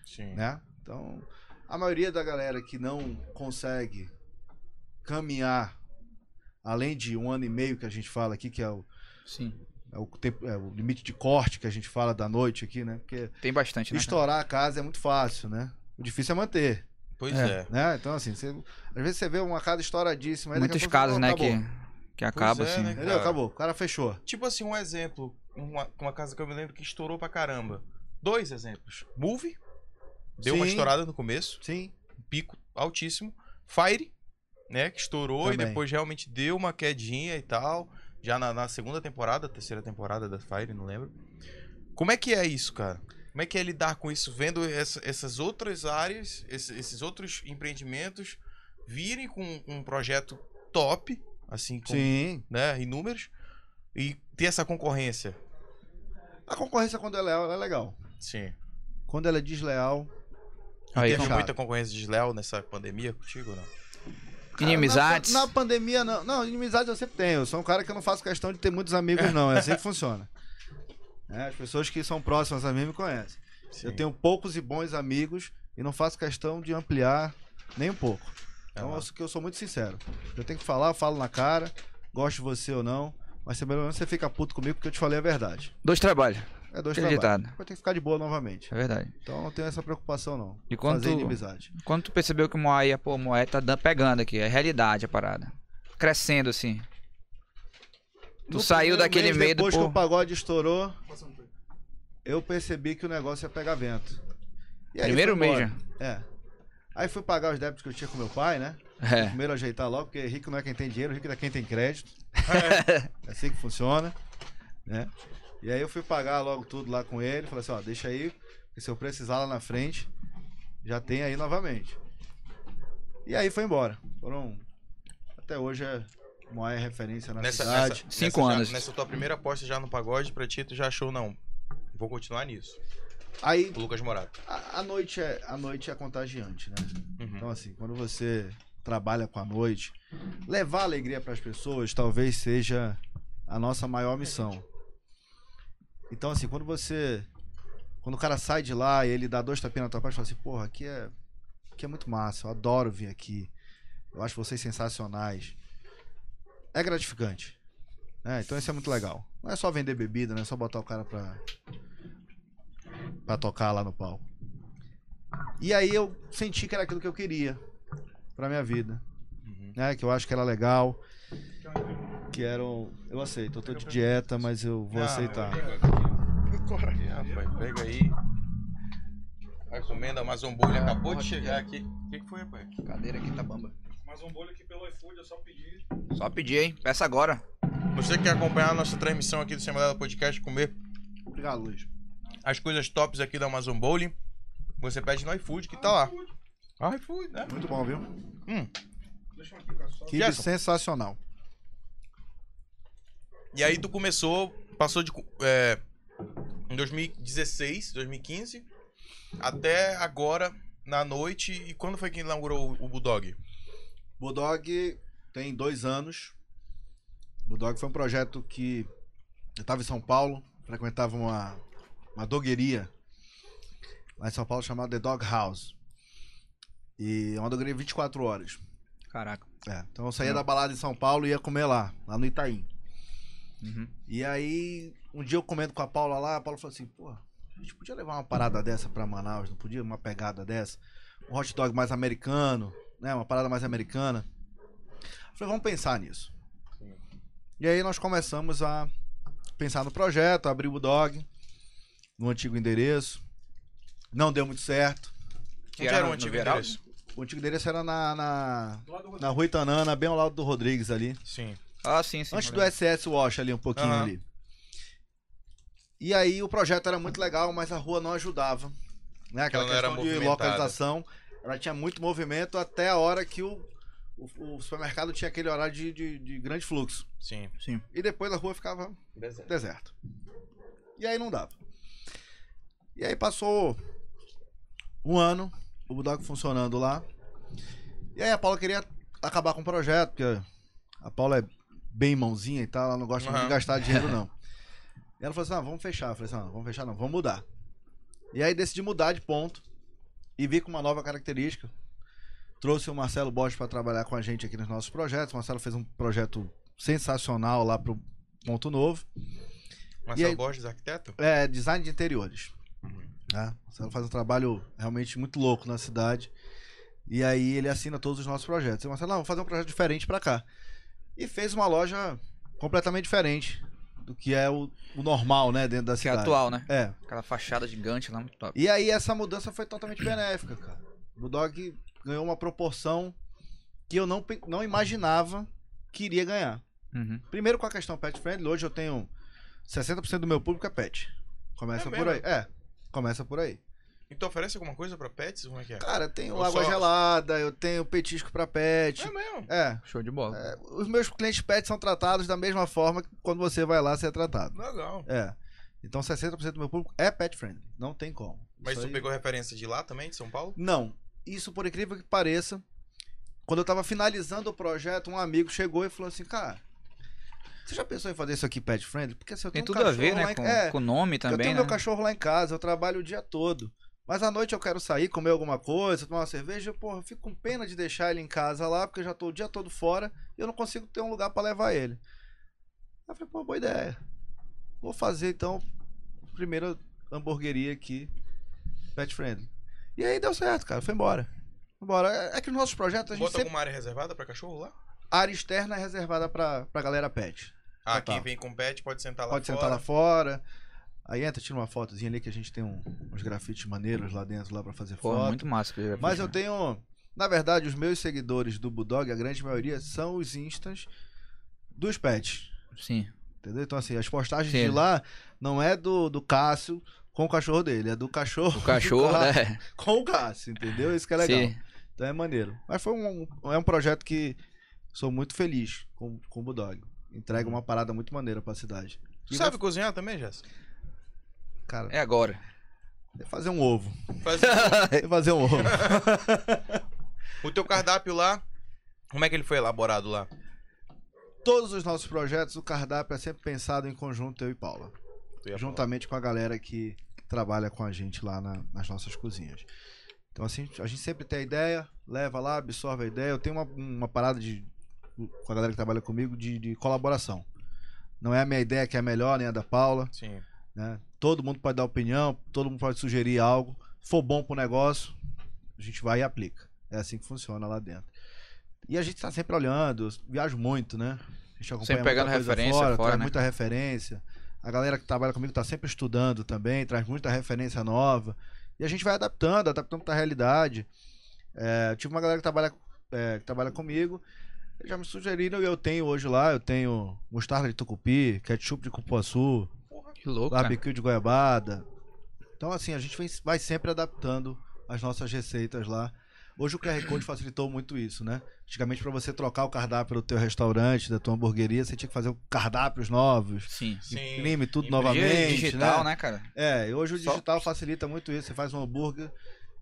[SPEAKER 2] Sim.
[SPEAKER 3] né? Então, a maioria da galera que não consegue caminhar além de um ano e meio que a gente fala aqui, que é o
[SPEAKER 1] Sim.
[SPEAKER 3] É o, tempo- é o limite de corte que a gente fala da noite aqui, né? Porque
[SPEAKER 1] Tem bastante, né? cara?
[SPEAKER 3] estourar a casa é muito fácil, né? O difícil é manter,
[SPEAKER 2] Pois
[SPEAKER 1] É.
[SPEAKER 2] é.
[SPEAKER 3] né? Então, assim, você- às vezes você vê uma casa estouradíssima. aí daqui a
[SPEAKER 1] Muitos
[SPEAKER 3] pouco,
[SPEAKER 1] casos,
[SPEAKER 3] "Não,
[SPEAKER 1] né,
[SPEAKER 3] acabou."
[SPEAKER 1] que, que acaba,
[SPEAKER 2] é,
[SPEAKER 1] assim.
[SPEAKER 2] né?
[SPEAKER 3] Entendeu? Acabou. O cara fechou.
[SPEAKER 2] Tipo assim, um exemplo, uma, uma casa que eu me lembro que estourou pra caramba. Dois exemplos. Move, deu uma
[SPEAKER 3] Sim.
[SPEAKER 2] estourada no começo,
[SPEAKER 3] Sim.
[SPEAKER 2] um pico altíssimo. Fire, né, que estourou e
[SPEAKER 3] Também.
[SPEAKER 2] depois realmente deu uma quedinha e tal. Já na, na segunda temporada, terceira temporada da Fire, não lembro. Como é que é isso, cara? Como é que é lidar com isso, vendo essa- essas outras áreas, esse- esses outros empreendimentos virem com um projeto top, assim, com
[SPEAKER 3] Sim.
[SPEAKER 2] né, inúmeros, e ter essa concorrência.
[SPEAKER 3] A concorrência, quando ela é, ela é legal.
[SPEAKER 2] Sim.
[SPEAKER 3] Quando ela é desleal.
[SPEAKER 1] Aí,
[SPEAKER 2] Teve
[SPEAKER 1] com-
[SPEAKER 3] complicado.
[SPEAKER 2] muita concorrência desleal nessa pandemia contigo, não?
[SPEAKER 3] cara,
[SPEAKER 1] Inimizades.
[SPEAKER 3] Na, na pandemia, não. Não, inimizades eu sempre tenho. Eu sou um cara que eu não faço questão de ter muitos amigos, não. É
[SPEAKER 1] [LAUGHS]
[SPEAKER 3] assim que funciona. Né? As pessoas que são próximas a mim me conhecem. Eu tenho poucos e bons amigos e não faço questão de ampliar nem um pouco.
[SPEAKER 1] É
[SPEAKER 3] Então,
[SPEAKER 2] Aham.
[SPEAKER 3] eu, sou- que eu sou muito sincero. Eu tenho que falar, eu falo na cara, gosto de você ou não, mas você, pelo menos você fica puto comigo porque eu te falei a verdade.
[SPEAKER 1] Dois trabalhos.
[SPEAKER 3] É dois
[SPEAKER 1] Aquele
[SPEAKER 3] trabalhos.
[SPEAKER 1] ditado.
[SPEAKER 3] Eu tenho que ficar de boa novamente.
[SPEAKER 1] É verdade.
[SPEAKER 3] Então, não tenho essa preocupação, não.
[SPEAKER 1] E quando
[SPEAKER 3] Fazer
[SPEAKER 1] tu-
[SPEAKER 3] inimizade.
[SPEAKER 1] Quando tu percebeu que o Moai, ia- pô, o Moai tá dan- pegando aqui, é realidade a parada. Crescendo assim. Tu
[SPEAKER 3] No
[SPEAKER 1] saiu
[SPEAKER 3] primeiro
[SPEAKER 1] daquele
[SPEAKER 3] mês,
[SPEAKER 1] medo,
[SPEAKER 3] Depois que
[SPEAKER 1] pô.
[SPEAKER 3] o pagode estourou, eu percebi que o negócio ia pegar vento. E aí
[SPEAKER 1] Primeiro
[SPEAKER 3] fui
[SPEAKER 1] mês
[SPEAKER 3] embora.
[SPEAKER 1] já.
[SPEAKER 3] É. Aí fui pagar os débitos que eu tinha com meu pai, né?
[SPEAKER 1] É.
[SPEAKER 3] Primeiro ajeitar logo, porque rico não é quem tem dinheiro, rico é quem tem crédito. [LAUGHS] É assim que funciona, né? E aí eu fui pagar logo tudo lá com ele, falei assim, ó, deixa aí, que se eu precisar lá na frente, já tem aí novamente. E aí foi embora. Foram até hoje é uma referência na cidade.
[SPEAKER 1] Cinco
[SPEAKER 2] nessa já-
[SPEAKER 1] anos.
[SPEAKER 2] nessa tua primeira aposta já no pagode pra ti, tu já achou, não. Vou continuar nisso.
[SPEAKER 3] Aí
[SPEAKER 2] O Lucas Morato.
[SPEAKER 3] a, a noite é a noite é contagiante, né?
[SPEAKER 2] Uhum.
[SPEAKER 3] Então, assim, quando você trabalha com a noite, levar alegria para as pessoas talvez seja a nossa maior missão. Então, assim, quando você. Quando o cara sai de lá e ele dá dois tapinhas na tua parte e fala assim: porra, aqui é, aqui é muito massa, eu adoro vir aqui, eu acho vocês sensacionais. É gratificante. né? Então, isso é muito legal. Não é só vender bebida, não é só botar o cara pra, pra tocar lá no palco. E aí eu senti que era aquilo que eu queria pra minha vida,
[SPEAKER 2] Uhum.
[SPEAKER 3] né? Que eu acho que era legal. Que eram. Eu aceito, eu tô de dieta, mas eu vou
[SPEAKER 2] Ah,
[SPEAKER 3] aceitar.
[SPEAKER 2] Ih, rapaz, pega aí. A encomenda Amazon Bolha um acabou de chegar aqui. O que, que foi, rapaz?
[SPEAKER 1] Cadeira aqui tá bamba.
[SPEAKER 5] Mais um bolho aqui pelo iFood, é só pedir.
[SPEAKER 1] Só pedir, hein? Peça agora.
[SPEAKER 2] Você que quer acompanhar a nossa transmissão aqui do Semanada Podcast, comer
[SPEAKER 3] Obrigado, Luiz.
[SPEAKER 2] as coisas tops aqui da Amazon Bowling, você pede no iFood que tá lá. Ah, iFood, né?
[SPEAKER 3] Muito bom, viu?
[SPEAKER 2] Hum.
[SPEAKER 5] Deixa eu aqui, cara. Só...
[SPEAKER 3] Que
[SPEAKER 2] Gerson.
[SPEAKER 3] sensacional.
[SPEAKER 2] E aí tu começou, passou de. cu- É, em 2016, 2015, até agora, na noite. E quando foi que inaugurou o Bulldog?
[SPEAKER 3] Bulldog tem dois anos. Bulldog foi um projeto que eu estava em São Paulo, frequentava uma, uma dogueria lá em São Paulo chamada The Dog House. E é uma dogueria 24 horas.
[SPEAKER 1] Caraca.
[SPEAKER 3] É, então eu saía da balada em São Paulo e ia comer lá, lá no Itaim.
[SPEAKER 1] Uhum.
[SPEAKER 3] E aí, um dia eu comento com a Paula lá, a Paula falou assim, pô, a gente podia levar uma parada dessa pra Manaus, não podia? Uma pegada dessa, um hot dog mais americano, né? Uma parada mais americana. Eu falei, vamos pensar nisso. E aí nós começamos a pensar no projeto, abrir o dog, no antigo endereço. Não deu muito certo.
[SPEAKER 1] Que
[SPEAKER 2] Onde era o
[SPEAKER 1] no
[SPEAKER 2] antigo
[SPEAKER 1] Veraldo?
[SPEAKER 2] endereço?
[SPEAKER 3] O antigo endereço era na, na,
[SPEAKER 5] Do lado do
[SPEAKER 3] na Rui Tanana, bem ao lado do Rodrigues ali.
[SPEAKER 2] Sim.
[SPEAKER 1] Ah, sim, sim.
[SPEAKER 3] Antes
[SPEAKER 1] tá
[SPEAKER 3] do
[SPEAKER 1] ligado.
[SPEAKER 3] SS Wash ali, um pouquinho
[SPEAKER 2] Aham.
[SPEAKER 3] ali. E aí o projeto era muito legal, mas a rua não ajudava. Né? Aquela
[SPEAKER 2] Ela não era
[SPEAKER 3] questão de
[SPEAKER 2] movimentada.
[SPEAKER 3] localização. Ela tinha muito movimento até a hora que o, o, o supermercado tinha aquele horário de, de- de grande fluxo.
[SPEAKER 2] Sim.
[SPEAKER 3] E depois a rua ficava deserto. E aí não dava. E aí passou um ano, o Budog funcionando lá. E aí a Paula queria acabar com o projeto, porque a Paula é bem mãozinha e tal, ela não gosta muito de
[SPEAKER 2] Aham.
[SPEAKER 3] gastar dinheiro, não. E ela falou assim: ah, vamos fechar. Eu falei assim: não, vamos fechar, não, vamos mudar. E aí decidi mudar de ponto e vir com uma nova característica. Trouxe o Marcelo Borges para trabalhar com a gente aqui nos nossos projetos. O Marcelo fez um projeto sensacional lá pro Ponto Novo. E
[SPEAKER 2] Marcelo
[SPEAKER 3] aí-
[SPEAKER 2] Borges, arquiteto?
[SPEAKER 3] É, design de interiores. Né? Ela faz um trabalho realmente muito louco na cidade. E aí ele assina todos os nossos projetos. Eu Marcelo, não, vou fazer um projeto diferente pra cá. E fez uma loja completamente diferente do que é o, o normal, né, dentro da
[SPEAKER 1] Que é
[SPEAKER 3] cidade.
[SPEAKER 1] atual, né?
[SPEAKER 3] É.
[SPEAKER 1] Aquela fachada gigante lá, muito top.
[SPEAKER 3] E aí essa mudança foi totalmente benéfica, cara. O Bulldog ganhou uma proporção que eu não, pe- não imaginava que iria ganhar.
[SPEAKER 1] Uhum.
[SPEAKER 3] Primeiro com a questão pet friendly, hoje eu tenho 60% do meu público é pet. Começa
[SPEAKER 2] É
[SPEAKER 3] por
[SPEAKER 2] mesmo?
[SPEAKER 3] aí. É, começa por aí.
[SPEAKER 2] E tu oferece alguma coisa pra pets? Como é que é?
[SPEAKER 3] Cara, eu tenho
[SPEAKER 2] Eu
[SPEAKER 3] água
[SPEAKER 2] só-
[SPEAKER 3] gelada, eu tenho petisco pra pet.
[SPEAKER 2] É mesmo.
[SPEAKER 3] É.
[SPEAKER 1] Show de bola.
[SPEAKER 3] é, os meus clientes pet são tratados da mesma forma que quando você vai lá ser tratado.
[SPEAKER 2] Legal.
[SPEAKER 3] É. Então 60% do meu público é pet friendly, não tem como.
[SPEAKER 2] Mas
[SPEAKER 3] Isso
[SPEAKER 2] tu
[SPEAKER 3] aí-
[SPEAKER 2] pegou referência de lá também, de São Paulo?
[SPEAKER 3] Não. Isso, por incrível que pareça, quando eu tava finalizando o projeto, um amigo chegou e falou assim, cara, você já pensou em fazer isso aqui pet friendly? Porque se eu
[SPEAKER 1] Tem
[SPEAKER 3] tenho um
[SPEAKER 1] tudo a ver,
[SPEAKER 3] cachorro lá
[SPEAKER 1] né?
[SPEAKER 3] em-
[SPEAKER 1] Com
[SPEAKER 3] É,
[SPEAKER 1] com o nome
[SPEAKER 3] eu
[SPEAKER 1] também,
[SPEAKER 3] tenho
[SPEAKER 1] né?
[SPEAKER 3] meu cachorro lá em casa, eu trabalho o dia todo. Mas à noite eu quero sair, comer alguma coisa, tomar uma cerveja, eu, porra, eu fico com pena de deixar ele em casa lá, porque eu já tô o dia todo fora e eu não consigo ter um lugar pra levar ele. Aí eu falei, pô, boa ideia. Vou fazer então a primeira hamburgueria aqui, pet friendly. E aí deu certo, cara, foi embora. Foi embora. É é que nos nossos projetos a gente
[SPEAKER 2] Bota
[SPEAKER 3] sempre.
[SPEAKER 2] alguma área reservada pra cachorro lá?
[SPEAKER 3] A área externa é reservada pra, pra galera pet.
[SPEAKER 2] Ah,
[SPEAKER 3] Total.
[SPEAKER 2] quem vem com pet pode sentar lá
[SPEAKER 3] Pode
[SPEAKER 2] fora.
[SPEAKER 3] sentar lá fora. Aí entra, tira uma fotozinha ali que a gente tem um- uns grafites maneiros lá dentro lá pra fazer
[SPEAKER 1] Pô,
[SPEAKER 3] foto.
[SPEAKER 1] muito massa. que ele já
[SPEAKER 3] Mas
[SPEAKER 1] fez,
[SPEAKER 3] eu
[SPEAKER 1] né?
[SPEAKER 3] tenho, na verdade, os meus seguidores do Budog, a grande maioria são os instas dos pets,
[SPEAKER 1] Sim.
[SPEAKER 3] entendeu? Então assim, as postagens
[SPEAKER 1] Sim.
[SPEAKER 3] de lá não é do, do Cássio com o cachorro dele, é do cachorro,
[SPEAKER 1] O cachorro,
[SPEAKER 3] do Cássio
[SPEAKER 1] né?
[SPEAKER 3] [LAUGHS] com o Cássio, entendeu? Isso que é legal.
[SPEAKER 1] Sim.
[SPEAKER 3] Então é maneiro. Mas foi um, é um projeto que sou muito feliz com, com o Budog. Entrega
[SPEAKER 1] Uhum.
[SPEAKER 3] uma parada muito maneira pra cidade.
[SPEAKER 2] Tu sabe cozinhar também, Jéssica?
[SPEAKER 3] Cara,
[SPEAKER 1] É agora.
[SPEAKER 3] é fazer um ovo.
[SPEAKER 2] Faz-
[SPEAKER 3] É fazer um ovo.
[SPEAKER 2] [LAUGHS] o teu cardápio lá, como é que ele foi elaborado lá?
[SPEAKER 3] Todos os nossos projetos, o cardápio é sempre pensado em conjunto, eu e Paula.
[SPEAKER 2] Tu ia falar.
[SPEAKER 3] juntamente com a galera que trabalha com a gente lá na- nas nossas cozinhas. Então, assim, a gente sempre tem a ideia, leva lá, absorve a ideia. Eu tenho uma, uma parada de, com a galera que trabalha comigo de, de colaboração. Não é a minha ideia que é a melhor, nem a da Paula.
[SPEAKER 2] Sim.
[SPEAKER 3] né? Todo mundo pode dar opinião, todo mundo pode sugerir algo. Se for bom pro negócio, a gente vai e aplica. É assim que funciona lá dentro. E a gente tá sempre olhando, eu viajo muito, né? A gente acompanha
[SPEAKER 1] Sempre pegando
[SPEAKER 3] muita coisa
[SPEAKER 1] referência
[SPEAKER 3] fora,
[SPEAKER 1] fora,
[SPEAKER 3] traz
[SPEAKER 1] né?
[SPEAKER 3] muita referência. A galera que trabalha comigo tá sempre estudando também, traz muita referência nova. E a gente vai adaptando, adaptando pra realidade. É, eu tive uma galera que trabalha, é, que trabalha comigo, eles já me sugeriram e eu tenho hoje lá, eu tenho mostarda de tucupi, ketchup de cupuaçu,
[SPEAKER 1] Que louco, cara.
[SPEAKER 3] barbecue de goiabada. Então, assim, a gente vem- vai sempre adaptando as nossas receitas lá. Hoje o QR Code facilitou muito isso, né? Antigamente, para você trocar o cardápio do teu restaurante, da tua hamburgueria, você tinha que fazer cardáprios novos,
[SPEAKER 1] Sim.
[SPEAKER 2] Sim.
[SPEAKER 3] imprime tudo
[SPEAKER 2] Imprimir
[SPEAKER 3] novamente,
[SPEAKER 1] Digital,
[SPEAKER 3] né?
[SPEAKER 1] né, cara?
[SPEAKER 3] É, e hoje o
[SPEAKER 1] Só-
[SPEAKER 3] digital facilita muito isso. Você faz um hambúrguer,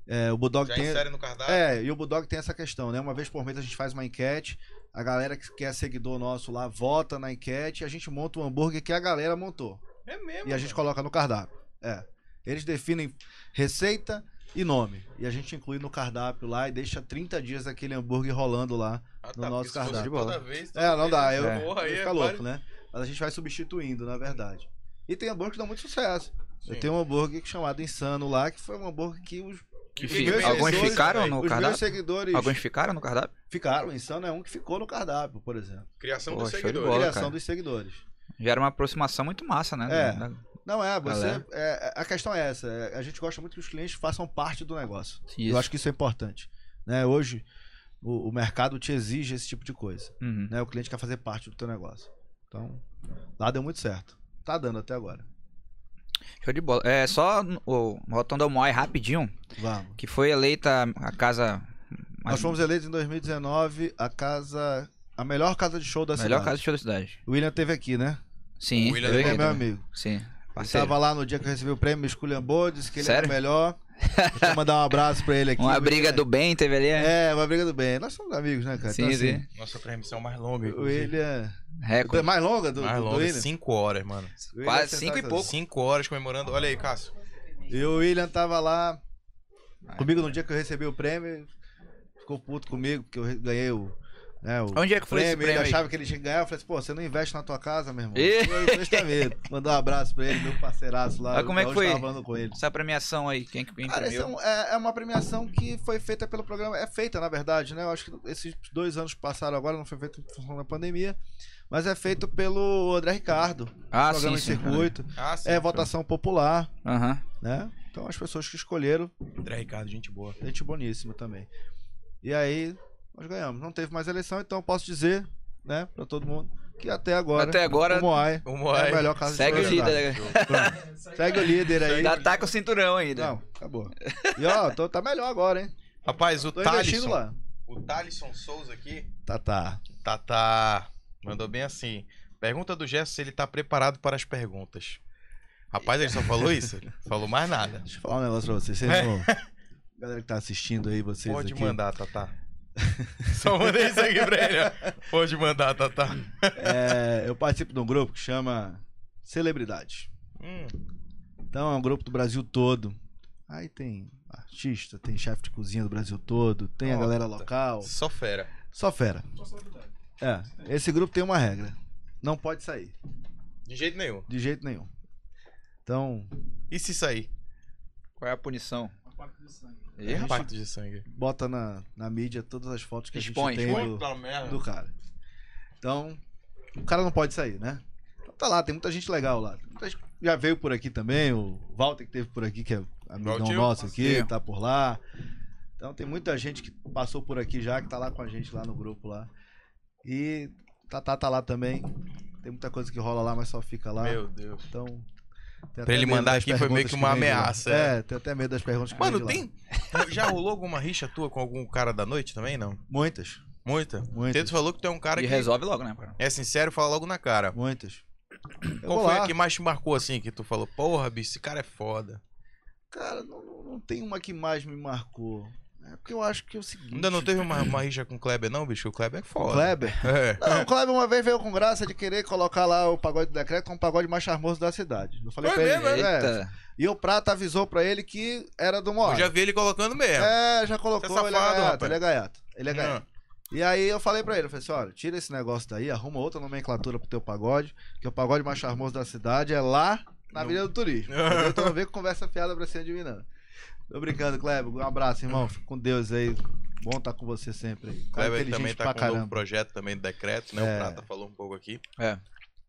[SPEAKER 3] é, o Bulldog
[SPEAKER 2] Já
[SPEAKER 3] tem...
[SPEAKER 2] insere no cardápio.
[SPEAKER 3] É, e o Bulldog tem essa questão, né? Uma vez por mês a gente faz uma enquete, a galera que que é seguidor nosso lá vota na enquete e a gente monta o hambúrguer que a galera montou.
[SPEAKER 2] É, mesmo.
[SPEAKER 3] E a gente
[SPEAKER 2] cara.
[SPEAKER 3] coloca no cardápio. É. Eles definem receita e nome. E a gente inclui no cardápio lá e deixa 30 dias aquele hambúrguer rolando lá.
[SPEAKER 2] Ah,
[SPEAKER 3] no nosso
[SPEAKER 2] porque se fosse
[SPEAKER 3] cardápio.
[SPEAKER 2] Toda vez,
[SPEAKER 3] É, não dá.
[SPEAKER 2] eu
[SPEAKER 3] Eu,
[SPEAKER 2] vou
[SPEAKER 3] eu
[SPEAKER 2] aí,
[SPEAKER 3] fica
[SPEAKER 2] é
[SPEAKER 3] louco, né? Mas a gente vai substituindo, na verdade. E tem hambúrguer que dá muito sucesso. Eu
[SPEAKER 2] Sim.
[SPEAKER 3] tenho um hambúrguer chamado Insano lá, que foi um hambúrguer que os,
[SPEAKER 1] Que
[SPEAKER 3] fi- meus
[SPEAKER 1] Alguns
[SPEAKER 3] seguidores,
[SPEAKER 1] ficaram no
[SPEAKER 3] os meus
[SPEAKER 1] cardápio?
[SPEAKER 3] seguidores
[SPEAKER 1] Alguns ficaram no cardápio?
[SPEAKER 3] ficaram. O Insano é um que ficou no cardápio, por exemplo.
[SPEAKER 6] Criação
[SPEAKER 1] Pô,
[SPEAKER 6] dos
[SPEAKER 1] show de
[SPEAKER 6] seguidores.
[SPEAKER 1] bola.
[SPEAKER 3] Criação
[SPEAKER 1] cara.
[SPEAKER 3] dos seguidores.
[SPEAKER 1] Já era uma aproximação muito massa, né?
[SPEAKER 3] É.
[SPEAKER 1] Da- da-
[SPEAKER 3] Não é, você.
[SPEAKER 1] Galera.
[SPEAKER 3] é, a questão é essa. é, a gente gosta muito que os clientes façam parte do negócio.
[SPEAKER 1] Isso.
[SPEAKER 3] Eu acho que isso é importante. Né? Hoje, o, o mercado te exige esse tipo de coisa.
[SPEAKER 1] Uhum.
[SPEAKER 3] Né? O cliente quer fazer parte do teu negócio. Então, lá deu muito certo. Tá dando até agora.
[SPEAKER 1] Show de bola. É, só no- o, voltando ao Moai rapidinho,
[SPEAKER 3] Vamos.
[SPEAKER 1] que foi eleita a casa...
[SPEAKER 3] Nós fomos eleitos em 2019 a casa. A melhor casa de show da
[SPEAKER 1] a melhor
[SPEAKER 3] cidade.
[SPEAKER 1] casa de show da cidade.
[SPEAKER 3] O William teve aqui, né?
[SPEAKER 1] Sim.
[SPEAKER 6] O William
[SPEAKER 1] eu
[SPEAKER 3] Ele é
[SPEAKER 1] errei
[SPEAKER 3] meu
[SPEAKER 1] também.
[SPEAKER 3] amigo.
[SPEAKER 1] Sim.
[SPEAKER 3] Ele
[SPEAKER 1] Parceiro.
[SPEAKER 3] tava lá no dia que eu recebi o prêmio, me esculhambou, disse que ele
[SPEAKER 1] Sério?
[SPEAKER 3] era o melhor. Deixa eu mandar um abraço pra ele aqui.
[SPEAKER 1] Uma briga do bem teve ali. É,
[SPEAKER 3] É, uma briga do bem. Nós somos amigos, né, cara?
[SPEAKER 1] sim,
[SPEAKER 3] Então, assim,
[SPEAKER 1] sim.
[SPEAKER 2] Nossa transmissão é mais longa.
[SPEAKER 3] O William. é
[SPEAKER 1] Recorde.
[SPEAKER 3] Mais longa do,
[SPEAKER 2] Mais
[SPEAKER 3] do, do
[SPEAKER 2] longa,
[SPEAKER 3] William?
[SPEAKER 2] 5 horas, mano.
[SPEAKER 3] O William
[SPEAKER 1] É Quase
[SPEAKER 3] é
[SPEAKER 1] cinco e
[SPEAKER 3] sensacional.
[SPEAKER 1] pouco.
[SPEAKER 2] 5 horas comemorando. Olha aí, Cássio.
[SPEAKER 3] E o William tava lá comigo no dia que eu recebi o prêmio. Ficou puto comigo, porque eu re- ganhei o. Né, o
[SPEAKER 1] Onde é que foi
[SPEAKER 3] prêmio,
[SPEAKER 1] esse prêmio
[SPEAKER 3] ele
[SPEAKER 1] aí?
[SPEAKER 3] achava que ele tinha que ganhar. Eu falei assim, pô, você não investe na tua casa, meu irmão.
[SPEAKER 1] Ih!
[SPEAKER 3] Eu investimento. Mandar um abraço pra ele, meu parceiraço lá.
[SPEAKER 1] Mas
[SPEAKER 3] eu
[SPEAKER 1] como é que
[SPEAKER 3] hoje
[SPEAKER 1] foi?
[SPEAKER 3] Tava falando com ele.
[SPEAKER 1] Essa premiação aí, quem que quem
[SPEAKER 3] Cara, esse é,
[SPEAKER 1] premiou?
[SPEAKER 3] um- é- é uma premiação que foi feita pelo programa. É feita, na verdade, né? Eu acho que esses dois anos que passaram agora, não foi feito em função da pandemia. Mas é feito pelo André Ricardo.
[SPEAKER 1] Ah, sim,
[SPEAKER 3] programa
[SPEAKER 1] sim.
[SPEAKER 3] em circuito.
[SPEAKER 2] Ah, sim.
[SPEAKER 3] É votação popular,
[SPEAKER 1] Aham.
[SPEAKER 3] né? Então as pessoas que escolheram,
[SPEAKER 2] André Ricardo, gente boa.
[SPEAKER 3] gente boníssima também. E aí, nós ganhamos. Não teve mais eleição, então eu posso dizer, né, pra todo mundo, que até agora,
[SPEAKER 1] Até agora,
[SPEAKER 3] o Moai
[SPEAKER 2] O
[SPEAKER 3] é
[SPEAKER 2] Moai.
[SPEAKER 3] a melhor casa
[SPEAKER 1] segue
[SPEAKER 3] de
[SPEAKER 1] o
[SPEAKER 3] show da cidade.
[SPEAKER 1] líder.
[SPEAKER 3] Pronto. Segue o líder aí.
[SPEAKER 1] Ainda tá com o cinturão ainda.
[SPEAKER 3] Não, acabou. E ó, tô, tá melhor agora, hein?
[SPEAKER 2] Rapaz, o
[SPEAKER 3] Tô investindo
[SPEAKER 2] Thalisson.
[SPEAKER 3] lá.
[SPEAKER 2] O Thalisson Souza aqui.
[SPEAKER 3] Tá, tá.
[SPEAKER 2] Tá, tá. Mandou bem assim. Pergunta do Gerson se ele tá preparado para as perguntas. Rapaz, ele só falou isso? Ele não falou mais nada.
[SPEAKER 3] Deixa eu falar um negócio pra vocês. Vocês não... Galera que tá assistindo aí, vocês
[SPEAKER 2] Pode
[SPEAKER 3] aqui.
[SPEAKER 2] mandar,
[SPEAKER 3] [LAUGHS]
[SPEAKER 2] Tatá. Só mandei isso aqui pra ele. ó. Pode mandar, Tatá.
[SPEAKER 3] É, eu participo de um grupo que chama Celebridade.
[SPEAKER 2] Hum,
[SPEAKER 3] Então é um grupo do Brasil todo. Aí tem artista, tem chefe de cozinha do Brasil todo, tem a
[SPEAKER 2] Nossa.
[SPEAKER 3] galera local.
[SPEAKER 2] só fera.
[SPEAKER 3] Só fera.
[SPEAKER 5] Só celebridade.
[SPEAKER 3] É, esse grupo tem uma regra. Não pode sair,
[SPEAKER 2] De jeito nenhum.
[SPEAKER 3] de jeito nenhum. Então,
[SPEAKER 2] E se sair?
[SPEAKER 1] Qual é a punição?
[SPEAKER 5] A parte do sangue.
[SPEAKER 1] Ih, rapaz.
[SPEAKER 2] Impacto de sangue.
[SPEAKER 3] bota na, na mídia todas as fotos que
[SPEAKER 1] Expõe,
[SPEAKER 3] a gente tem
[SPEAKER 1] expõe.
[SPEAKER 3] do-
[SPEAKER 4] Puta merda.
[SPEAKER 3] do cara. Então, o cara não pode sair, né? Então tá lá, tem muita gente legal lá. Tem muita gente que já veio por aqui também, o Walter que teve por aqui, que é amigão
[SPEAKER 2] Valtinho,
[SPEAKER 3] nosso aqui,
[SPEAKER 1] parceiro.
[SPEAKER 3] tá por lá. Então tem muita gente que passou por aqui já, que tá lá com a gente lá no grupo lá. E Tatá tá lá também. Tem muita coisa que rola lá, mas só fica lá.
[SPEAKER 2] Meu Deus.
[SPEAKER 3] Então. tem
[SPEAKER 2] Pra
[SPEAKER 3] até
[SPEAKER 2] ele
[SPEAKER 3] medo
[SPEAKER 2] mandar
[SPEAKER 3] das
[SPEAKER 2] aqui foi meio
[SPEAKER 3] perguntas
[SPEAKER 2] que uma
[SPEAKER 3] vem de lá.
[SPEAKER 2] ameaça,
[SPEAKER 3] É, tem até medo das perguntas que vem
[SPEAKER 2] Mano,
[SPEAKER 3] de lá.
[SPEAKER 2] tem. Já rolou alguma rixa tua com algum cara da noite também, não?
[SPEAKER 3] Muitas,
[SPEAKER 2] Muita.
[SPEAKER 3] muitas,
[SPEAKER 2] Teto falou que tu é um cara
[SPEAKER 1] E
[SPEAKER 2] que
[SPEAKER 1] resolve logo, né, cara?
[SPEAKER 2] é sincero e fala logo na cara.
[SPEAKER 3] muitas. Eu
[SPEAKER 2] Qual
[SPEAKER 3] vou
[SPEAKER 2] foi
[SPEAKER 3] lá.
[SPEAKER 2] a que mais te marcou assim? Que tu falou, porra, bicho, esse cara é foda.
[SPEAKER 3] Cara, não, não, não tem uma que mais me marcou. É porque eu acho que é o seguinte.
[SPEAKER 2] Ainda não teve uma, uma rixa com o Kleber, não, bicho? O Kleber é
[SPEAKER 3] O
[SPEAKER 2] foda.
[SPEAKER 3] Kleber?
[SPEAKER 2] [LAUGHS] É.
[SPEAKER 3] Não, o Kleber uma vez veio com graça de querer colocar lá o pagode do decreto como o pagode mais charmoso da cidade. Eu falei
[SPEAKER 2] Foi
[SPEAKER 3] pra ele. é.
[SPEAKER 1] Eita.
[SPEAKER 3] E o Prata avisou pra ele que era do Moab.
[SPEAKER 2] Eu já vi ele colocando mesmo.
[SPEAKER 3] É, já colocou,
[SPEAKER 2] Você é
[SPEAKER 3] ele é
[SPEAKER 2] safado,
[SPEAKER 3] gaiato,
[SPEAKER 2] rapaz. Hum.
[SPEAKER 3] ele é gaiato. Ele é gaiato.
[SPEAKER 2] Não.
[SPEAKER 3] E aí eu falei pra ele, eu falei assim, olha, tira esse negócio daí, arruma outra nomenclatura pro teu pagode, que é o pagode mais charmoso da cidade é lá na
[SPEAKER 2] Não.
[SPEAKER 3] Avenida
[SPEAKER 2] [LAUGHS]
[SPEAKER 3] do Turismo. entendeu? Então não vem com conversa fiada pra cima de mim, não. Tô brincando, Kleber. Um abraço, irmão. Fica com Deus aí. Bom estar com você sempre aí.
[SPEAKER 2] O
[SPEAKER 3] Cara é
[SPEAKER 2] Kleber
[SPEAKER 3] inteligente
[SPEAKER 2] também tá
[SPEAKER 3] pra
[SPEAKER 2] com um
[SPEAKER 3] caramba.
[SPEAKER 2] novo projeto também do decreto, né? O
[SPEAKER 3] É.
[SPEAKER 2] Prata falou um pouco aqui.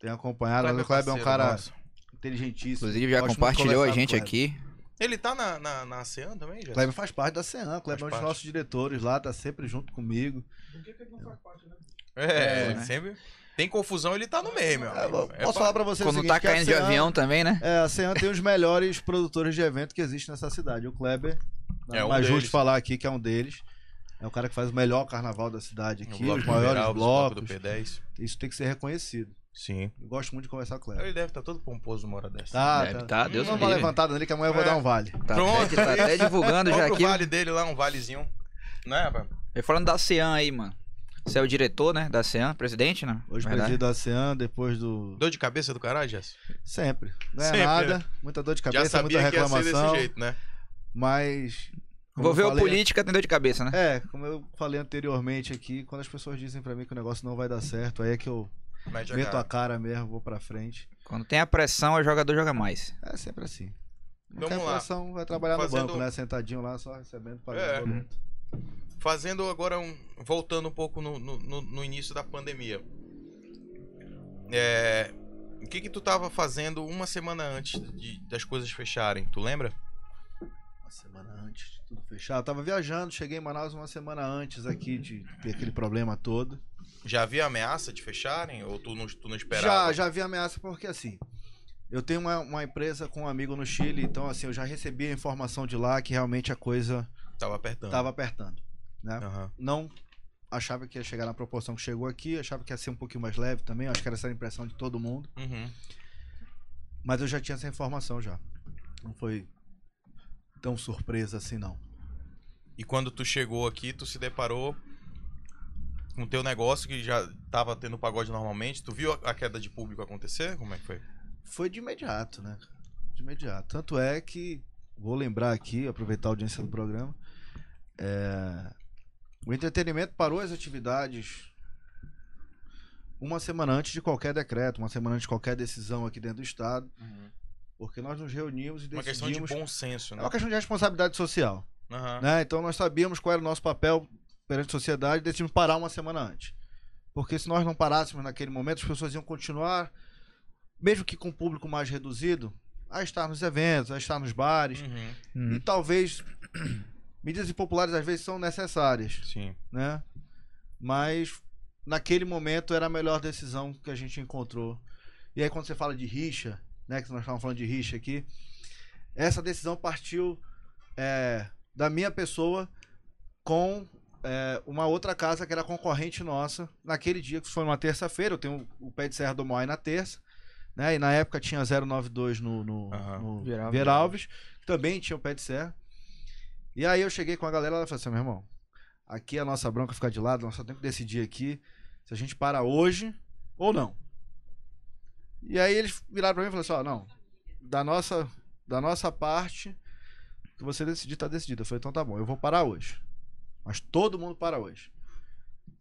[SPEAKER 3] Tenho acompanhado. mas O Kleber é um
[SPEAKER 2] parceiro
[SPEAKER 3] cara
[SPEAKER 2] nosso.
[SPEAKER 3] inteligentíssimo.
[SPEAKER 1] Inclusive já
[SPEAKER 3] Gosto muito de
[SPEAKER 1] compartilhou a
[SPEAKER 3] conversar com
[SPEAKER 1] gente
[SPEAKER 3] o Kleber.
[SPEAKER 1] aqui.
[SPEAKER 2] Ele tá na, na, na ASEAN também, já?
[SPEAKER 3] O Kleber faz parte da CEAN. O Kleber
[SPEAKER 2] é. Faz
[SPEAKER 3] é um dos
[SPEAKER 2] parte.
[SPEAKER 3] nossos diretores lá, tá sempre junto comigo.
[SPEAKER 5] Por que, que ele não faz parte, né?
[SPEAKER 2] É,
[SPEAKER 1] É,
[SPEAKER 2] ele
[SPEAKER 1] né?
[SPEAKER 2] sempre. Tem confusão, ele tá no meio, meu.
[SPEAKER 3] É,
[SPEAKER 2] amigo.
[SPEAKER 3] posso
[SPEAKER 2] É
[SPEAKER 3] falar pra você o
[SPEAKER 1] Quando
[SPEAKER 3] seguinte,
[SPEAKER 1] tá
[SPEAKER 3] que a
[SPEAKER 1] caindo de
[SPEAKER 3] CEAN
[SPEAKER 1] avião também, né?
[SPEAKER 3] É, a CEAN tem os melhores produtores de evento que existe nessa cidade. O Kleber,
[SPEAKER 2] É
[SPEAKER 3] é
[SPEAKER 2] um
[SPEAKER 3] mais
[SPEAKER 2] deles.
[SPEAKER 3] justo falar aqui que é um deles. É o cara que faz o melhor carnaval da cidade
[SPEAKER 2] O
[SPEAKER 3] aqui,
[SPEAKER 2] bloco
[SPEAKER 3] os maiores
[SPEAKER 2] liberal, os blocos
[SPEAKER 3] blocos.
[SPEAKER 2] do P10.
[SPEAKER 3] Isso tem que ser reconhecido.
[SPEAKER 2] Sim.
[SPEAKER 3] Eu gosto muito de conversar com o Kleber.
[SPEAKER 2] Ele deve estar todo pomposo numa hora dessa.
[SPEAKER 3] É. Tá,
[SPEAKER 1] Deve
[SPEAKER 3] tá.
[SPEAKER 1] tá, Deus
[SPEAKER 3] Não
[SPEAKER 1] me
[SPEAKER 3] dá uma
[SPEAKER 1] livre.
[SPEAKER 3] levantada nele que amanhã eu vou
[SPEAKER 2] É.
[SPEAKER 3] dar um vale.
[SPEAKER 1] Tá,
[SPEAKER 2] Pronto.
[SPEAKER 1] até, tá até
[SPEAKER 3] [LAUGHS]
[SPEAKER 1] divulgando já
[SPEAKER 2] Compra
[SPEAKER 1] aqui.
[SPEAKER 2] o vale dele lá, um valezinho. Né, rapaz?
[SPEAKER 1] E falando da CEAN aí, mano. Você é o diretor, né? Da CEAN, presidente, né?
[SPEAKER 3] Hoje
[SPEAKER 1] Verdade.
[SPEAKER 3] presido da CEAN, depois do.
[SPEAKER 2] Dor de cabeça do caralho, Jess?
[SPEAKER 3] Sempre. Não é
[SPEAKER 2] Sempre,
[SPEAKER 3] nada, muita dor de
[SPEAKER 2] Já
[SPEAKER 3] cabeça, é muita
[SPEAKER 2] sabia que ia ser desse
[SPEAKER 3] reclamação.
[SPEAKER 2] jeito, né?
[SPEAKER 3] Mas. como
[SPEAKER 1] Vou
[SPEAKER 3] eu
[SPEAKER 1] ver o
[SPEAKER 3] falei-
[SPEAKER 1] política tem dor de cabeça, né?
[SPEAKER 3] É, como eu falei anteriormente aqui, quando as pessoas dizem pra mim que o negócio não vai dar certo, aí é que eu
[SPEAKER 2] Mete a
[SPEAKER 3] meto
[SPEAKER 2] cara.
[SPEAKER 3] a cara mesmo, vou pra frente.
[SPEAKER 1] Quando tem a pressão, o jogador joga mais.
[SPEAKER 3] É sempre assim.
[SPEAKER 2] Vamos
[SPEAKER 3] Qualquer
[SPEAKER 2] lá.
[SPEAKER 3] inflação vai trabalhar
[SPEAKER 2] Fazendo-
[SPEAKER 3] no banco, né? Sentadinho lá, só recebendo, pagando
[SPEAKER 2] É.
[SPEAKER 3] boleto.
[SPEAKER 2] Fazendo agora um. Voltando um pouco no, no, no- no início da pandemia. É, o que que tu tava fazendo uma semana antes de- das coisas fecharem? Tu lembra?
[SPEAKER 3] Uma semana antes de tudo fechar. Eu tava viajando, cheguei em Manaus uma semana antes aqui de ter aquele problema todo.
[SPEAKER 2] Já havia ameaça de fecharem? Ou tu não, tu não
[SPEAKER 3] Já,
[SPEAKER 2] esperava?
[SPEAKER 3] já vi ameaça porque assim. Eu tenho uma, uma empresa com um amigo no Chile, então assim, eu já recebi a informação de lá que realmente a coisa
[SPEAKER 2] Tava apertando.
[SPEAKER 3] tava apertando. Né?
[SPEAKER 2] Aham.
[SPEAKER 3] Não achava que ia chegar na proporção que chegou aqui, achava que ia ser um pouquinho mais leve também, acho que era essa a impressão de todo mundo.
[SPEAKER 2] Uhum.
[SPEAKER 3] Mas eu já tinha essa informação já. Não foi tão surpresa assim, não.
[SPEAKER 2] E quando tu chegou aqui, tu se deparou com o teu negócio que já tava tendo pagode normalmente. Tu viu a, a queda de público acontecer? Como é que foi?
[SPEAKER 3] Foi de imediato, né? De imediato. Tanto é que, vou lembrar aqui, aproveitar a audiência do programa, é, o entretenimento parou as atividades uma semana antes de qualquer decreto, uma semana antes de qualquer decisão aqui dentro do Estado, porque nós nos reunimos e
[SPEAKER 2] Uhum. Uma
[SPEAKER 3] decidimos...
[SPEAKER 2] questão de bom senso,
[SPEAKER 3] É
[SPEAKER 2] né?
[SPEAKER 3] uma questão de responsabilidade social.
[SPEAKER 2] Aham.
[SPEAKER 3] né? Então nós sabíamos qual era o nosso papel perante a sociedade e decidimos parar uma semana antes. Porque se nós não parássemos naquele momento, as pessoas iam continuar, mesmo que com um público mais reduzido, a estar nos eventos, a estar nos bares.
[SPEAKER 2] Uhum.
[SPEAKER 1] Uhum.
[SPEAKER 3] E talvez [CLEARS THROAT] medidas impopulares às vezes são necessárias,
[SPEAKER 2] Sim.
[SPEAKER 3] né? Mas naquele momento era a melhor decisão que a gente encontrou. E aí quando você fala de rixa, né, que nós estávamos falando de rixa aqui, essa decisão partiu é, da minha pessoa com é, uma outra casa que era concorrente nossa naquele dia que foi uma terça-feira. Eu tenho o pé de serra do Moai na terça. Né? E na época tinha 092 no, no,
[SPEAKER 2] Aham.
[SPEAKER 3] no
[SPEAKER 1] Vieralves.
[SPEAKER 3] Vieralves, Também tinha o pé de serra. E aí eu cheguei com a galera e falei assim: meu irmão, aqui a nossa bronca fica de lado, nós só temos que decidir aqui se a gente para hoje ou não. E aí eles viraram pra mim e falaram assim: ó, não, da nossa, da nossa parte, o que você decidir tá decidido. Eu falei: então tá bom, eu vou parar hoje. Mas todo mundo para hoje.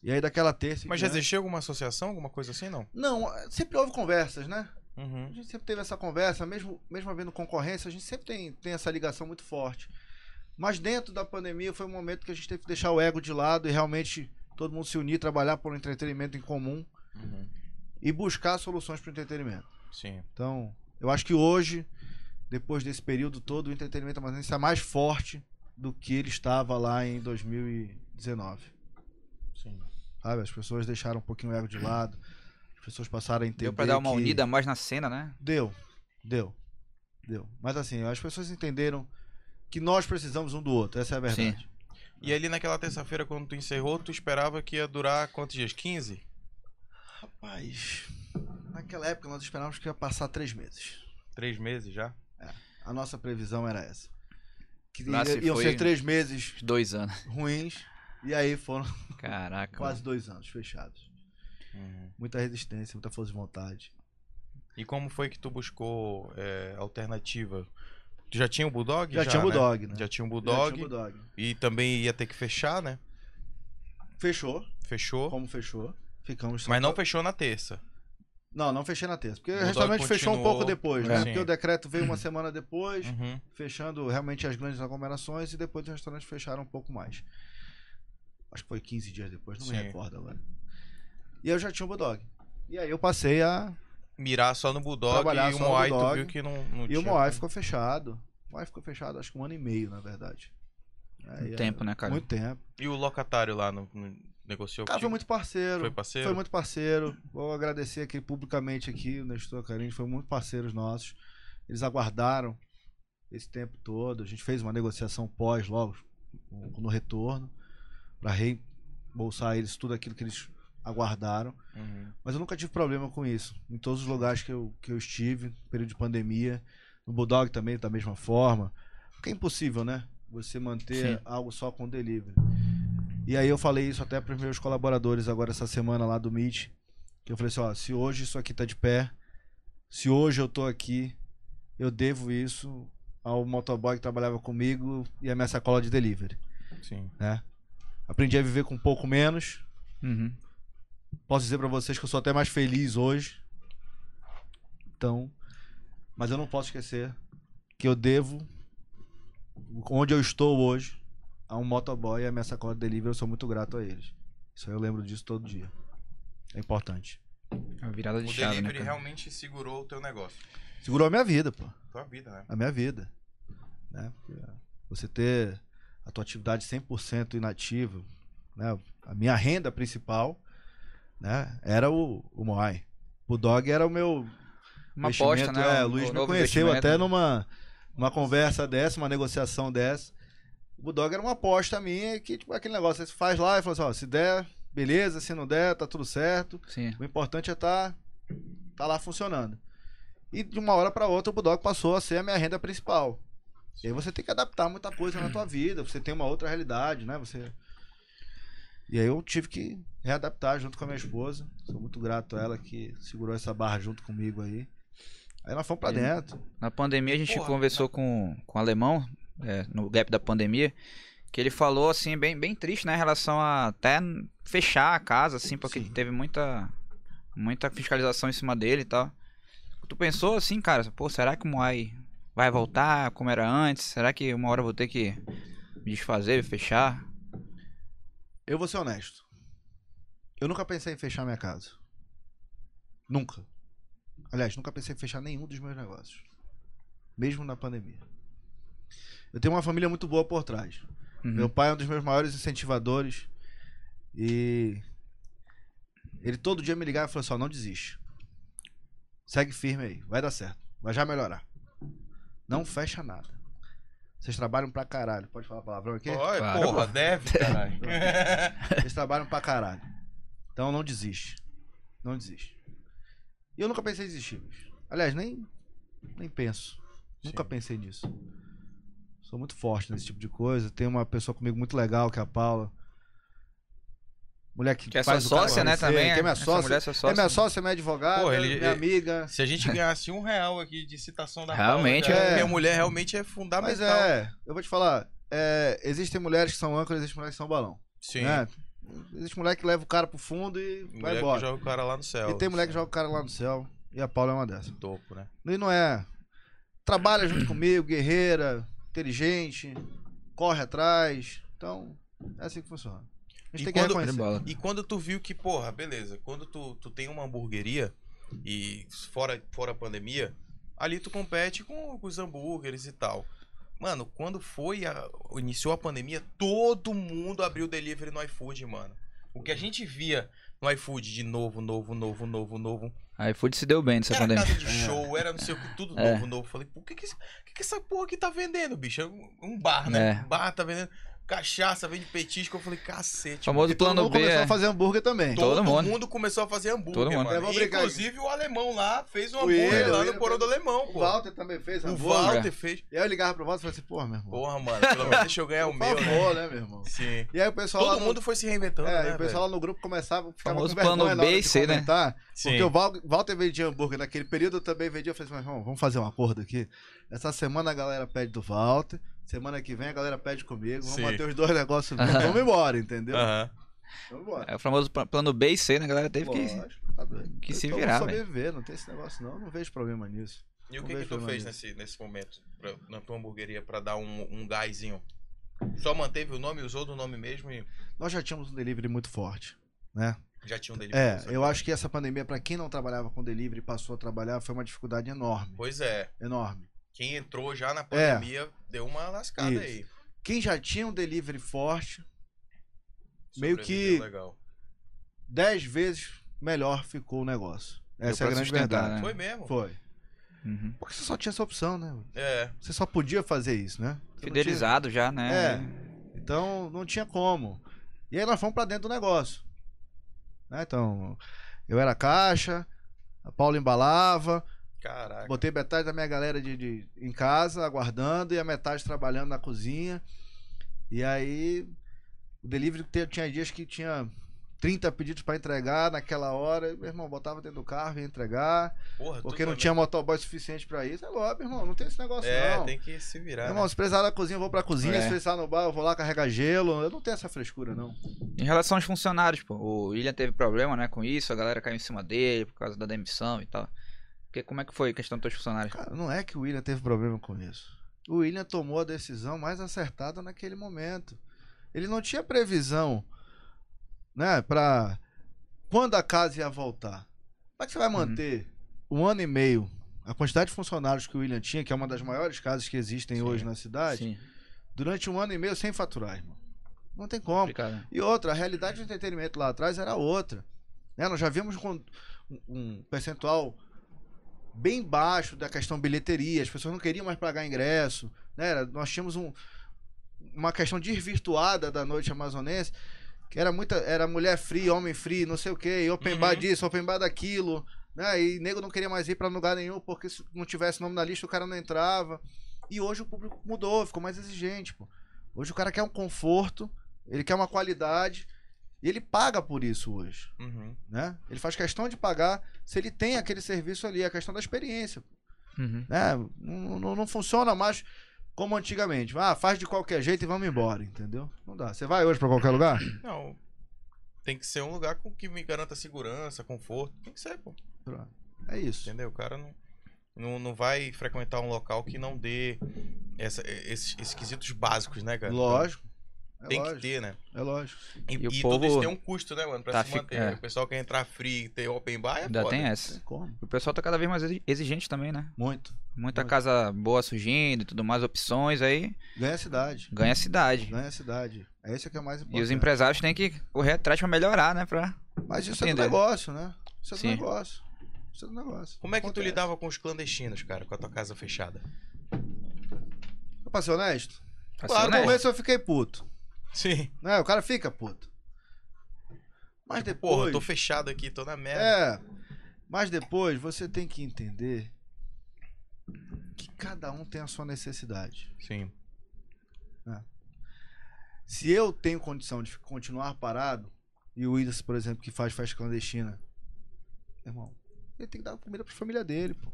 [SPEAKER 3] E aí daquela terça. em
[SPEAKER 2] Mas já
[SPEAKER 3] diante-
[SPEAKER 2] existia alguma associação, alguma coisa assim, não?
[SPEAKER 3] Não, sempre houve conversas, né? A
[SPEAKER 2] Uhum.
[SPEAKER 3] gente sempre teve essa conversa, mesmo, mesmo havendo concorrência, a gente sempre tem, tem essa ligação muito forte. Mas dentro da pandemia foi um momento que a gente teve que deixar o ego de lado e realmente todo mundo se unir, trabalhar por um entretenimento em comum
[SPEAKER 2] Uhum.
[SPEAKER 3] e buscar soluções para o entretenimento.
[SPEAKER 2] Sim.
[SPEAKER 3] Então, eu acho que hoje, depois desse período todo, o entretenimento amazonense está mais forte do que ele estava lá em 2019.
[SPEAKER 2] Sim.
[SPEAKER 3] Sabe? As pessoas deixaram um pouquinho o ego de lado, as pessoas passaram a entender.
[SPEAKER 1] Deu pra dar uma
[SPEAKER 3] que-
[SPEAKER 1] unida mais na cena, né?
[SPEAKER 3] Deu, deu, deu. Mas assim, as pessoas entenderam que nós precisamos um do outro, essa é a verdade.
[SPEAKER 2] E ali naquela terça-feira, quando tu encerrou, tu esperava que ia durar quantos dias? 15?
[SPEAKER 3] Rapaz, naquela época nós esperávamos que ia passar três meses.
[SPEAKER 2] Três meses já?
[SPEAKER 3] A nossa previsão era essa. Que
[SPEAKER 1] Lá se
[SPEAKER 3] ia- iam
[SPEAKER 1] foi-
[SPEAKER 3] ser três meses
[SPEAKER 1] Dois anos. [LAUGHS]
[SPEAKER 3] ruins, e aí
[SPEAKER 2] [LAUGHS]
[SPEAKER 3] foram
[SPEAKER 1] Caraca.
[SPEAKER 3] quase dois anos fechados.
[SPEAKER 2] Uhum.
[SPEAKER 3] Muita resistência, muita força de vontade.
[SPEAKER 2] E como foi que tu buscou é, alternativa? Tu já tinha o Bulldog?
[SPEAKER 3] Já, tinha o
[SPEAKER 2] né?
[SPEAKER 3] Bulldog, né?
[SPEAKER 2] Já tinha o
[SPEAKER 3] Já
[SPEAKER 2] Bulldog,
[SPEAKER 3] tinha o Bulldog.
[SPEAKER 2] E também ia ter que fechar, né?
[SPEAKER 3] Fechou,
[SPEAKER 2] Fechou.
[SPEAKER 3] como fechou. Ficamos só
[SPEAKER 2] Mas não fechou na terça.
[SPEAKER 3] Não, não fechei na terça. Porque o
[SPEAKER 2] Bulldog
[SPEAKER 3] restaurante fechou um
[SPEAKER 2] continuou.
[SPEAKER 3] pouco depois,
[SPEAKER 2] É.
[SPEAKER 3] né?
[SPEAKER 2] Sim.
[SPEAKER 3] Porque o decreto veio uma semana depois,
[SPEAKER 2] Uhum.
[SPEAKER 3] fechando realmente as grandes aglomerações e depois os restaurantes fecharam um pouco mais. Acho que foi 15 dias depois, não me
[SPEAKER 2] Sim.
[SPEAKER 3] recordo agora. E eu já tinha o Bulldog. E aí eu passei a.
[SPEAKER 2] Mirar só no Bulldog
[SPEAKER 3] Trabalhar
[SPEAKER 2] e o
[SPEAKER 3] só no
[SPEAKER 2] Moai tu
[SPEAKER 3] Bulldog.
[SPEAKER 2] viu que não, não
[SPEAKER 3] E
[SPEAKER 2] tinha.
[SPEAKER 3] o Moai ficou fechado. O Moai ficou fechado acho que um ano e meio, na verdade. Aí,
[SPEAKER 1] Um
[SPEAKER 3] é,
[SPEAKER 1] tempo, né, cara?
[SPEAKER 3] Muito tempo.
[SPEAKER 2] E o locatário lá no, no- negociou
[SPEAKER 3] O cara
[SPEAKER 2] contigo?
[SPEAKER 3] foi muito parceiro.
[SPEAKER 2] Foi parceiro?
[SPEAKER 3] Foi muito parceiro. Vou agradecer aqui publicamente aqui, o Nestor Carini, foi muito parceiros nossos. Eles aguardaram esse tempo todo. A gente fez uma negociação pós logo no retorno para reembolsar eles tudo aquilo que eles aguardaram.
[SPEAKER 2] Uhum.
[SPEAKER 3] Mas eu nunca tive problema com isso. Em todos os lugares que eu, que eu estive, período de pandemia, no Bulldog também, da mesma forma. Porque é impossível, né? Você manter
[SPEAKER 1] Sim.
[SPEAKER 3] algo só com delivery. E aí eu falei isso até para os meus colaboradores agora essa semana lá do Meet. Que eu falei assim, ó, se hoje isso aqui tá de pé, se hoje eu tô aqui, eu devo isso ao motoboy que trabalhava comigo e a minha sacola de delivery,
[SPEAKER 2] Sim.
[SPEAKER 3] né? Aprendi a viver com um pouco menos,
[SPEAKER 1] Uhum.
[SPEAKER 3] Posso dizer pra vocês que eu sou até mais feliz hoje. Então, mas eu não posso esquecer que eu devo onde eu estou hoje a um motoboy e a minha sacola de delivery, eu sou muito grato a eles. Isso aí eu lembro disso todo dia. É importante.
[SPEAKER 1] É uma virada de
[SPEAKER 2] O
[SPEAKER 1] chave, né,
[SPEAKER 2] delivery
[SPEAKER 1] cara?
[SPEAKER 2] realmente segurou o teu negócio.
[SPEAKER 3] Segurou a minha vida, pô.
[SPEAKER 2] Tua vida, né?
[SPEAKER 3] a minha vida. Né? Porque, ah, Você ter a tua atividade 100% inativa, né? a minha renda principal né? era o, o Moai. O Dog era o meu
[SPEAKER 1] Uma aposta,
[SPEAKER 3] investimento,
[SPEAKER 1] né?
[SPEAKER 3] É,
[SPEAKER 1] Um
[SPEAKER 3] o Luiz me
[SPEAKER 1] novo
[SPEAKER 3] conheceu
[SPEAKER 1] investimento. né?
[SPEAKER 3] até numa, numa conversa dessa, uma negociação dessa. O Bulldog era uma aposta minha que, tipo, aquele negócio, você faz lá e fala assim, ó, se der, beleza, se não der, tá tudo certo.
[SPEAKER 1] Sim.
[SPEAKER 3] O importante é estar tá lá funcionando. E de uma hora para outra o Bulldog passou a ser a minha renda principal. E aí você tem que adaptar muita coisa na tua vida, você tem uma outra realidade, né? Você E aí eu tive que readaptar junto com a minha esposa. Sou muito grato a ela que segurou essa barra junto comigo aí. Aí nós fomos pra
[SPEAKER 1] É.
[SPEAKER 3] dentro.
[SPEAKER 1] Na pandemia a gente
[SPEAKER 4] Porra,
[SPEAKER 1] conversou com, com o alemão, é, no gap da pandemia, que ele falou assim, bem, bem triste, né, em relação a até fechar a casa, assim, porque
[SPEAKER 3] Sim.
[SPEAKER 1] teve muita, muita fiscalização em cima dele e tal. Tu pensou assim, cara, pô, será que o Moai vai voltar como era antes? Será que uma hora eu vou ter que me desfazer, fechar?
[SPEAKER 3] Eu vou ser honesto. Eu nunca pensei em fechar minha casa. Nunca. Aliás, nunca pensei em fechar nenhum dos meus negócios. Mesmo na pandemia. Eu tenho uma família muito boa por trás.
[SPEAKER 1] Uhum.
[SPEAKER 3] Meu pai é um dos meus maiores incentivadores. E ele todo dia me ligava e falou assim: "Ó, não desiste. Segue firme aí, vai dar certo. Vai já melhorar. Não fecha nada. Vocês trabalham pra caralho. Pode falar palavrão aqui?
[SPEAKER 2] Olha,
[SPEAKER 1] Claro.
[SPEAKER 2] é, porra, deve, caralho.
[SPEAKER 3] [LAUGHS] Eles trabalham pra caralho. Então não desiste. Não desiste. E eu nunca pensei em desistir, bicho. Aliás, nem, nem penso. Nunca pensei nisso. Sou muito forte nesse tipo de coisa. Tem uma pessoa comigo muito legal, que é a Paula. Mulher que,
[SPEAKER 1] Que é sua
[SPEAKER 3] faz o cara
[SPEAKER 1] sócia, né,
[SPEAKER 3] aparecer,
[SPEAKER 1] também.
[SPEAKER 3] Que é minha
[SPEAKER 1] essa
[SPEAKER 3] sócia.
[SPEAKER 1] mulher é sua sócia.
[SPEAKER 3] É minha sócia, minha advogada,
[SPEAKER 2] Pô, ele-
[SPEAKER 3] minha amiga.
[SPEAKER 2] Se a gente ganhasse um real aqui de citação da
[SPEAKER 1] Realmente,
[SPEAKER 2] Paula, já-
[SPEAKER 3] é.
[SPEAKER 2] minha mulher realmente é
[SPEAKER 3] Mas
[SPEAKER 1] então.
[SPEAKER 2] fundamental.
[SPEAKER 3] é, eu vou te falar. é, existem mulheres que são âncoras, existem mulheres que são balão.
[SPEAKER 2] Sim.
[SPEAKER 3] né? Existe mulher que leva o cara pro fundo e vai
[SPEAKER 2] Mulher que
[SPEAKER 3] embora.
[SPEAKER 2] joga o cara lá no céu.
[SPEAKER 3] E tem mulher que joga o cara lá no céu. E a Paula é uma dessas.
[SPEAKER 2] no topo, né?
[SPEAKER 3] E não é. Trabalha junto comigo, guerreira, inteligente, corre atrás. Então, é assim que funciona. A gente
[SPEAKER 2] E
[SPEAKER 3] tem que
[SPEAKER 2] quando-
[SPEAKER 1] Show de
[SPEAKER 3] reconhecer.
[SPEAKER 1] bola.
[SPEAKER 2] E quando tu viu que, porra, beleza, quando tu, tu tem uma hamburgueria e fora, fora a pandemia, ali tu compete com, com os hambúrgueres e tal. Mano, quando foi a, iniciou a pandemia, todo mundo abriu delivery no iFood, mano. O que a gente via no iFood de novo, novo, novo, novo, novo,
[SPEAKER 1] A iFood se deu bem nessa
[SPEAKER 2] Era
[SPEAKER 1] pandemia.
[SPEAKER 2] casa de show, era não sei o que, tudo
[SPEAKER 1] É.
[SPEAKER 2] novo, novo. Falei, pô, o que que, esse- o que que essa porra aqui tá vendendo, bicho? É um, um bar, né?
[SPEAKER 1] É.
[SPEAKER 2] Um bar tá vendendo cachaça, vende petisco. Eu falei,
[SPEAKER 1] O
[SPEAKER 2] cacete.
[SPEAKER 1] famoso
[SPEAKER 3] E todo
[SPEAKER 1] plano
[SPEAKER 3] mundo
[SPEAKER 1] B
[SPEAKER 3] um começou
[SPEAKER 1] é...
[SPEAKER 3] a fazer hambúrguer também.
[SPEAKER 1] Todo mundo.
[SPEAKER 2] começou a fazer hambúrguer,
[SPEAKER 1] Todo mundo.
[SPEAKER 2] mano.
[SPEAKER 3] É, vamos brincar aí.
[SPEAKER 2] Inclusive, o alemão lá fez um
[SPEAKER 3] O
[SPEAKER 2] hambúrguer
[SPEAKER 3] Ira, o
[SPEAKER 2] lá
[SPEAKER 3] Ira
[SPEAKER 2] no porão do
[SPEAKER 3] fez-
[SPEAKER 2] alemão,
[SPEAKER 3] O
[SPEAKER 2] pô.
[SPEAKER 3] Walter também fez
[SPEAKER 2] O
[SPEAKER 3] hambúrguer.
[SPEAKER 2] Walter fez.
[SPEAKER 3] E aí eu ligava pro Walter e falei assim, porra, meu irmão.
[SPEAKER 2] Porra, mano, pelo menos deixa eu ganhar o
[SPEAKER 3] por
[SPEAKER 2] meu, né?
[SPEAKER 3] favor, né, meu irmão?
[SPEAKER 2] Sim.
[SPEAKER 3] E aí o pessoal lá
[SPEAKER 2] Todo
[SPEAKER 3] no-
[SPEAKER 2] mundo foi se reinventando,
[SPEAKER 3] É,
[SPEAKER 2] né,
[SPEAKER 3] e o pessoal lá no grupo começava, ficava
[SPEAKER 1] Famoso
[SPEAKER 3] com vergonha
[SPEAKER 1] plano
[SPEAKER 3] na
[SPEAKER 1] B
[SPEAKER 3] hora
[SPEAKER 1] e
[SPEAKER 3] de
[SPEAKER 1] C, né?
[SPEAKER 3] comentar.
[SPEAKER 2] velho?
[SPEAKER 3] Porque o
[SPEAKER 2] Sim.
[SPEAKER 3] Val- Walter vendia hambúrguer naquele período, eu também vendia. Eu falei assim, mas, irmão, vamos fazer um acordo aqui. Essa semana a galera pede do Walter, semana que vem a galera pede comigo. Vamos
[SPEAKER 2] Sim. Ah.
[SPEAKER 3] manter os dois
[SPEAKER 2] [LAUGHS]
[SPEAKER 3] negócios vivos. Vamos embora, entendeu?
[SPEAKER 2] Aham.
[SPEAKER 3] Vamos embora.
[SPEAKER 1] É o famoso pla- plano B e C, né, galera? Teve que...
[SPEAKER 3] Lógico, tá doido.
[SPEAKER 1] que se
[SPEAKER 3] Então,
[SPEAKER 1] virar, né?
[SPEAKER 3] vamos sobreviver, não tem esse negócio não. Eu Não vejo problema nisso.
[SPEAKER 2] E o
[SPEAKER 3] Um
[SPEAKER 2] que, que
[SPEAKER 3] beijo
[SPEAKER 2] tu
[SPEAKER 3] pra
[SPEAKER 2] fez
[SPEAKER 3] Maria.
[SPEAKER 2] nesse, nesse momento pra- na tua hamburgueria pra dar um, um gásinho? Só manteve o nome, usou do nome mesmo e
[SPEAKER 3] Nós já tínhamos um delivery muito forte, né?
[SPEAKER 2] já tinha um delivery.
[SPEAKER 3] É,
[SPEAKER 2] sabe?
[SPEAKER 3] eu acho que essa pandemia, pra quem não trabalhava com delivery e passou a trabalhar, foi uma dificuldade enorme.
[SPEAKER 2] Pois é.
[SPEAKER 3] Enorme.
[SPEAKER 2] Quem entrou já na pandemia deu uma lascada
[SPEAKER 3] É. Isso.
[SPEAKER 2] aí.
[SPEAKER 3] Quem já tinha um delivery forte, Meio
[SPEAKER 2] Sobreviveu
[SPEAKER 3] que-
[SPEAKER 2] legal.
[SPEAKER 3] 10 vezes melhor ficou o negócio. Essa é
[SPEAKER 1] pra
[SPEAKER 3] a grande
[SPEAKER 1] sustentar,
[SPEAKER 3] verdade.
[SPEAKER 1] né?
[SPEAKER 2] Foi mesmo?
[SPEAKER 3] Foi.
[SPEAKER 1] Uhum.
[SPEAKER 3] Porque você só tinha essa opção, né?
[SPEAKER 2] É.
[SPEAKER 3] Você só podia fazer isso, né? Você não
[SPEAKER 1] Fidelizado já,
[SPEAKER 3] É.
[SPEAKER 1] né?
[SPEAKER 3] tinha- Então não tinha como. E aí nós fomos pra dentro do negócio. Né? Então, eu era caixa, a Paula embalava,
[SPEAKER 2] Caraca.
[SPEAKER 3] botei metade da minha galera de, de- em casa, aguardando, e a metade trabalhando na cozinha. E aí, o delivery te- tinha dias que tinha 30 pedidos pra entregar naquela hora. E, Meu irmão, botava dentro do carro e ia entregar.
[SPEAKER 2] Porra,
[SPEAKER 3] Porque não
[SPEAKER 2] totalmente.
[SPEAKER 3] tinha motoboy suficiente pra isso. É lobby, irmão. Não tem esse negócio,
[SPEAKER 2] É,
[SPEAKER 3] não.
[SPEAKER 2] tem que se virar.
[SPEAKER 3] Meu
[SPEAKER 2] né?
[SPEAKER 3] irmão, se precisar da cozinha, eu vou pra cozinha.
[SPEAKER 1] É.
[SPEAKER 3] Se precisar no bar, eu vou lá carregar gelo. Eu não tenho essa frescura, não.
[SPEAKER 1] Em relação aos funcionários, pô, o William teve problema, né, com isso, a galera caiu em cima dele por causa da demissão e tal. Porque como é que foi a questão dos teus funcionários?
[SPEAKER 3] Cara, não é que o William teve problema com isso. O William tomou a decisão mais acertada naquele momento. Ele não tinha previsão, né, pra quando a casa ia voltar. Como é que você vai
[SPEAKER 1] Uhum.
[SPEAKER 3] manter um ano e meio a quantidade de funcionários que o William tinha, que é uma das maiores casas que existem
[SPEAKER 1] Sim.
[SPEAKER 3] hoje na cidade,
[SPEAKER 1] Sim,
[SPEAKER 3] durante um ano e meio sem faturar, irmão? Não tem como.
[SPEAKER 1] complicado. né?
[SPEAKER 3] E outra, a realidade do entretenimento lá atrás era outra. Né? Nós já vimos com um- um percentual bem baixo da questão bilheteria, as pessoas não queriam mais pagar ingresso. né? Era- Nós tínhamos um- uma questão desvirtuada da noite amazonense, que era muita. Era mulher free, homem free, não sei o quê, e open bar disso, open bar daquilo. Né? E nego não queria mais ir para lugar nenhum, porque se não tivesse nome na lista, o cara não entrava. E hoje o público mudou, ficou mais exigente. Pô. Hoje o cara quer um conforto, ele quer uma qualidade e ele paga por isso hoje,
[SPEAKER 2] Uhum.
[SPEAKER 3] né? Ele faz questão de pagar se ele tem aquele serviço ali, é a questão da experiência,
[SPEAKER 1] Uhum.
[SPEAKER 3] né? Não, não- não funciona mais como antigamente. Ah, faz de qualquer jeito e vamos embora, entendeu? Não dá. Você vai hoje pra qualquer lugar?
[SPEAKER 2] Não. Tem que ser um lugar com que me garanta segurança, conforto. Tem que ser, pô.
[SPEAKER 3] Pronto. É isso.
[SPEAKER 2] Entendeu? O cara não, não, não vai frequentar um local que não dê essa- esses, esses quesitos básicos, né, cara?
[SPEAKER 3] Lógico. É
[SPEAKER 2] Então, Tem
[SPEAKER 3] lógico.
[SPEAKER 2] que ter, né?
[SPEAKER 3] É lógico.
[SPEAKER 2] E,
[SPEAKER 1] E o
[SPEAKER 2] e
[SPEAKER 1] povo
[SPEAKER 2] tudo isso tem um custo, né, mano? Pra
[SPEAKER 1] tá
[SPEAKER 2] se
[SPEAKER 1] fic-
[SPEAKER 2] manter.
[SPEAKER 1] é.
[SPEAKER 2] O pessoal quer entrar free e ter open bar é
[SPEAKER 1] Ainda
[SPEAKER 2] foda.
[SPEAKER 1] tem
[SPEAKER 3] Não
[SPEAKER 1] essa.
[SPEAKER 3] tem como.
[SPEAKER 1] O pessoal tá cada vez mais exi- exigente também, né?
[SPEAKER 3] Muito.
[SPEAKER 1] Muita
[SPEAKER 3] Muito.
[SPEAKER 1] casa boa surgindo e tudo mais, opções aí,
[SPEAKER 3] Ganha a cidade.
[SPEAKER 1] ganha a cidade.
[SPEAKER 3] Ganha a cidade. É isso que é o mais importante.
[SPEAKER 1] E os empresários têm que correr atrás pra melhorar, né? Pra...
[SPEAKER 3] Mas isso é do
[SPEAKER 1] Entender.
[SPEAKER 3] negócio, né? Isso é do
[SPEAKER 1] Sim.
[SPEAKER 3] negócio. Isso é do negócio.
[SPEAKER 2] Como é que tu
[SPEAKER 3] Acontece.
[SPEAKER 2] lidava com os clandestinos, cara, com a tua casa fechada?
[SPEAKER 3] Pra ser honesto?
[SPEAKER 1] pra ser
[SPEAKER 3] Claro, no
[SPEAKER 1] honesto.
[SPEAKER 3] começo eu fiquei puto.
[SPEAKER 2] Sim.
[SPEAKER 3] Né? O cara fica puto. Mas depois.
[SPEAKER 2] Tipo, Porra, eu tô fechado aqui, tô na merda.
[SPEAKER 3] É. Mas depois você tem que entender que cada um tem a sua necessidade.
[SPEAKER 2] Sim.
[SPEAKER 3] Se eu tenho condição de continuar parado, e o Willis, por exemplo, que faz festa clandestina, irmão, ele tem que dar comida pra família dele, pô.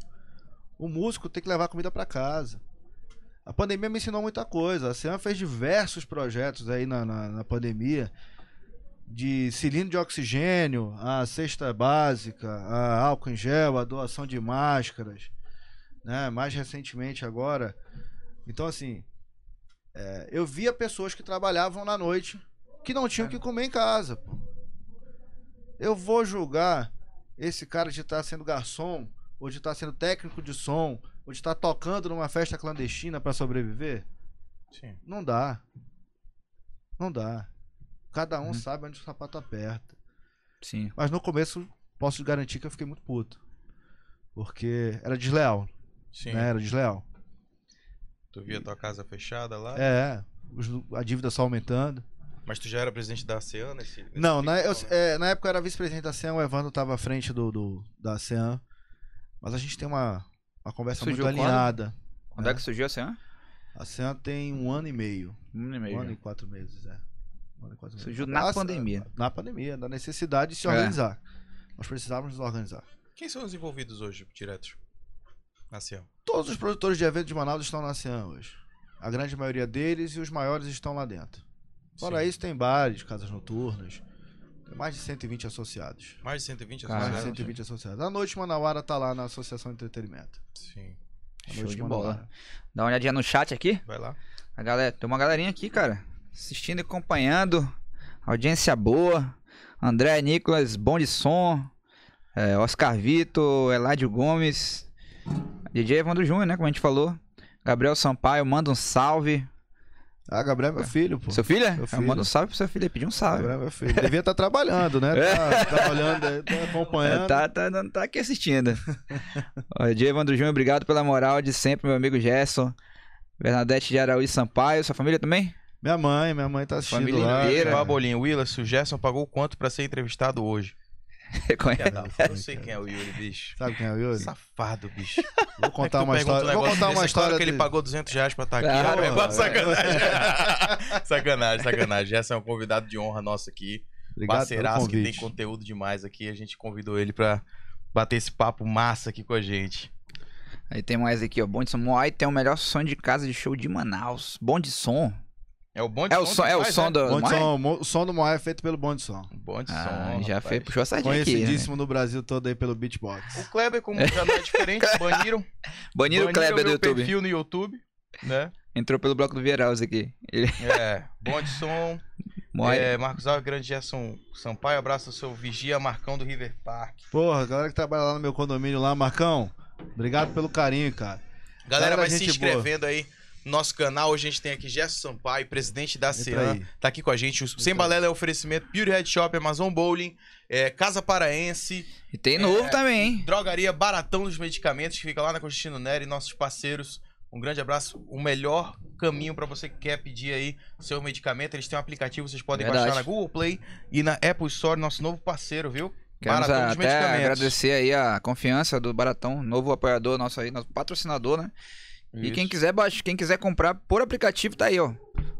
[SPEAKER 3] O músico tem que levar comida pra casa. A pandemia me ensinou muita coisa. A SEMA fez diversos projetos aí na, na, na pandemia. De cilindro de oxigênio, a cesta básica, a álcool em gel, a doação de máscaras, né? mais recentemente agora. Então, assim, é, eu via pessoas que trabalhavam na noite que não tinham o que comer em casa. pô. Eu vou julgar esse cara de estar sendo garçom, ou de estar sendo técnico de som, ou de estar tocando numa festa clandestina para sobreviver?
[SPEAKER 2] Sim.
[SPEAKER 3] Não dá. Não dá. Cada um
[SPEAKER 1] Uhum.
[SPEAKER 3] sabe onde o sapato aperta.
[SPEAKER 1] Sim.
[SPEAKER 3] Mas no começo, posso te garantir que eu fiquei muito puto. Porque era desleal,
[SPEAKER 2] Sim.
[SPEAKER 3] né? Era desleal.
[SPEAKER 2] Tu via tua casa fechada lá.
[SPEAKER 3] É, os- a dívida só aumentando.
[SPEAKER 2] Mas tu já era presidente da ASEAN nesse. nesse
[SPEAKER 3] Não,
[SPEAKER 2] tempo,
[SPEAKER 3] na, eu-
[SPEAKER 2] né?
[SPEAKER 3] é, na época eu era vice-presidente da CEAN, o Evandro estava à frente do, do- da CEAN. Mas a gente tem uma, uma conversa
[SPEAKER 1] Surgiu
[SPEAKER 3] muito
[SPEAKER 1] quando?
[SPEAKER 3] alinhada.
[SPEAKER 1] Quando é, que surgiu essa? Assim,
[SPEAKER 3] A CEAN tem um ano e meio.
[SPEAKER 1] um e meio.
[SPEAKER 3] Um ano e quatro meses, é. Um ano e quatro meses.
[SPEAKER 1] Surgiu na
[SPEAKER 3] Nossa,
[SPEAKER 1] pandemia.
[SPEAKER 3] Na pandemia, da necessidade de se
[SPEAKER 1] É.
[SPEAKER 3] organizar. Nós precisávamos nos organizar.
[SPEAKER 2] Quem são os envolvidos hoje, diretos? Na ASEAN.
[SPEAKER 3] Todos os produtores de eventos de Manaus estão na CEAN hoje. A grande maioria deles e os maiores estão lá dentro. Fora
[SPEAKER 2] Sim.
[SPEAKER 3] isso, tem bares, casas noturnas. Tem mais de 120 associados.
[SPEAKER 2] Mais de 120
[SPEAKER 1] Cara,
[SPEAKER 3] mais de
[SPEAKER 1] Caramba,
[SPEAKER 3] 120 associados. A Noite Manauara tá lá na Associação de Entretenimento.
[SPEAKER 2] Sim.
[SPEAKER 3] A
[SPEAKER 1] Show
[SPEAKER 3] Noite
[SPEAKER 1] de bola.
[SPEAKER 3] Manauara.
[SPEAKER 1] Dá uma olhadinha no chat aqui.
[SPEAKER 2] Vai lá.
[SPEAKER 1] A galera, tem uma galerinha aqui, cara. Assistindo e acompanhando. Audiência boa. André Nicolas, bom de som. É, Oscar Vitor, Eladio Gomes. DJ Evandro Júnior, né? Como a gente falou. Gabriel Sampaio, manda um salve.
[SPEAKER 3] Ah, Gabriel é meu filho, pô.
[SPEAKER 1] Seu filho? é?
[SPEAKER 3] Meu
[SPEAKER 1] Ah,
[SPEAKER 3] filho.
[SPEAKER 1] Manda um salve pro seu filho. Pediu um salve.
[SPEAKER 3] Gabriel é meu filho. Devia estar
[SPEAKER 1] [LAUGHS]
[SPEAKER 3] trabalhando, né? Tá, tá olhando, aí, tá acompanhando.
[SPEAKER 1] É, tá, tá, não tá aqui
[SPEAKER 3] [LAUGHS]
[SPEAKER 1] assistindo. Ó, DJ Evandro Júnior, obrigado pela moral de sempre, meu amigo Gerson. Bernadette de Araújo Sampaio, sua família também? [LAUGHS]
[SPEAKER 3] Minha mãe, minha mãe tá assistindo
[SPEAKER 1] Família
[SPEAKER 3] lá.
[SPEAKER 1] inteira.
[SPEAKER 3] cara.
[SPEAKER 2] Babolinho, Willis, o Gerson pagou quanto pra ser entrevistado hoje?
[SPEAKER 1] Reconhece.
[SPEAKER 2] Eu sei quem é o Yuri, bicho.
[SPEAKER 3] Sabe quem é o Yuri?
[SPEAKER 2] Safado, bicho.
[SPEAKER 3] Vou
[SPEAKER 2] Como é que
[SPEAKER 3] contar
[SPEAKER 2] tu
[SPEAKER 3] uma
[SPEAKER 2] pergunta
[SPEAKER 3] história.
[SPEAKER 2] um
[SPEAKER 3] Vou
[SPEAKER 2] negócio
[SPEAKER 3] contar
[SPEAKER 2] desse?
[SPEAKER 3] uma
[SPEAKER 2] É claro
[SPEAKER 3] história.
[SPEAKER 2] que ele
[SPEAKER 3] dele.
[SPEAKER 2] pagou 200 reais pra estar aqui.
[SPEAKER 1] Ah,
[SPEAKER 2] é um negócio [LAUGHS]
[SPEAKER 3] é.
[SPEAKER 2] sacanagem. sacanagem. Gerson é um convidado de honra nosso aqui.
[SPEAKER 3] Obrigado pelo
[SPEAKER 2] parceiraço que tem
[SPEAKER 3] convite.
[SPEAKER 2] conteúdo demais aqui. A gente convidou ele pra bater esse papo massa aqui com a gente.
[SPEAKER 1] Aí tem mais aqui, ó. Bom de som. Moai tem o melhor som de casa de show de Manaus. Bom de som.
[SPEAKER 2] É o bom de
[SPEAKER 1] É
[SPEAKER 2] som.
[SPEAKER 1] o som,
[SPEAKER 2] que
[SPEAKER 1] é o
[SPEAKER 2] faz,
[SPEAKER 1] som
[SPEAKER 2] né?
[SPEAKER 1] do
[SPEAKER 3] Bom de
[SPEAKER 1] Moai?
[SPEAKER 3] som, mo- o som do Moai é feito pelo Bom de Som.
[SPEAKER 2] Bom de som.
[SPEAKER 1] Ah, já
[SPEAKER 2] rapaz.
[SPEAKER 1] fez, puxou a sardinha aqui. né?
[SPEAKER 3] Conhecidíssimo no Brasil todo aí pelo Beatbox.
[SPEAKER 2] O Kleber, como já não é
[SPEAKER 1] [LAUGHS]
[SPEAKER 2] diferente, baniram.
[SPEAKER 1] Banido
[SPEAKER 2] baniram
[SPEAKER 1] Kleber do
[SPEAKER 2] meu
[SPEAKER 1] YouTube.
[SPEAKER 2] perfil no YouTube, né?
[SPEAKER 1] Entrou pelo bloco do Vieraus aqui. Ele...
[SPEAKER 2] É, bom de som.
[SPEAKER 1] Moai.
[SPEAKER 2] É, Marcos Alves, grande Gerson Sampaio, abraça o seu vigia Marcão do River Park.
[SPEAKER 3] Porra, a galera que trabalha lá no meu condomínio lá, Marcão, obrigado pelo carinho, cara.
[SPEAKER 2] Galera,
[SPEAKER 3] Galera,
[SPEAKER 2] vai se
[SPEAKER 3] gente
[SPEAKER 2] inscrevendo aí no nosso canal. Hoje a gente tem aqui Gerson Sampaio, presidente da
[SPEAKER 3] Entra
[SPEAKER 2] CEAN.
[SPEAKER 3] aí.
[SPEAKER 2] Tá aqui com a gente. O Sem
[SPEAKER 3] aí.
[SPEAKER 2] Balela é oferecimento Beauty Head Shop, Amazon Bowling, é, Casa Paraense,
[SPEAKER 1] E tem novo
[SPEAKER 2] É.
[SPEAKER 1] também, hein?
[SPEAKER 2] Drogaria Baratão dos Medicamentos, que fica lá na Constantino Neri, nossos parceiros. Um grande abraço. O melhor caminho para você que quer pedir aí seu medicamento. Eles têm um aplicativo, vocês podem
[SPEAKER 1] Verdade.
[SPEAKER 2] baixar na Google Play e na Apple Store, nosso novo parceiro, viu?
[SPEAKER 1] Queremos
[SPEAKER 2] Baratão um dos
[SPEAKER 1] até
[SPEAKER 2] medicamentos.
[SPEAKER 1] agradecer aí a confiança do Baratão, novo apoiador nosso aí, nosso patrocinador, né? E quem
[SPEAKER 2] Isso.
[SPEAKER 1] quiser, baixa, quem quiser comprar por aplicativo, tá aí, ó.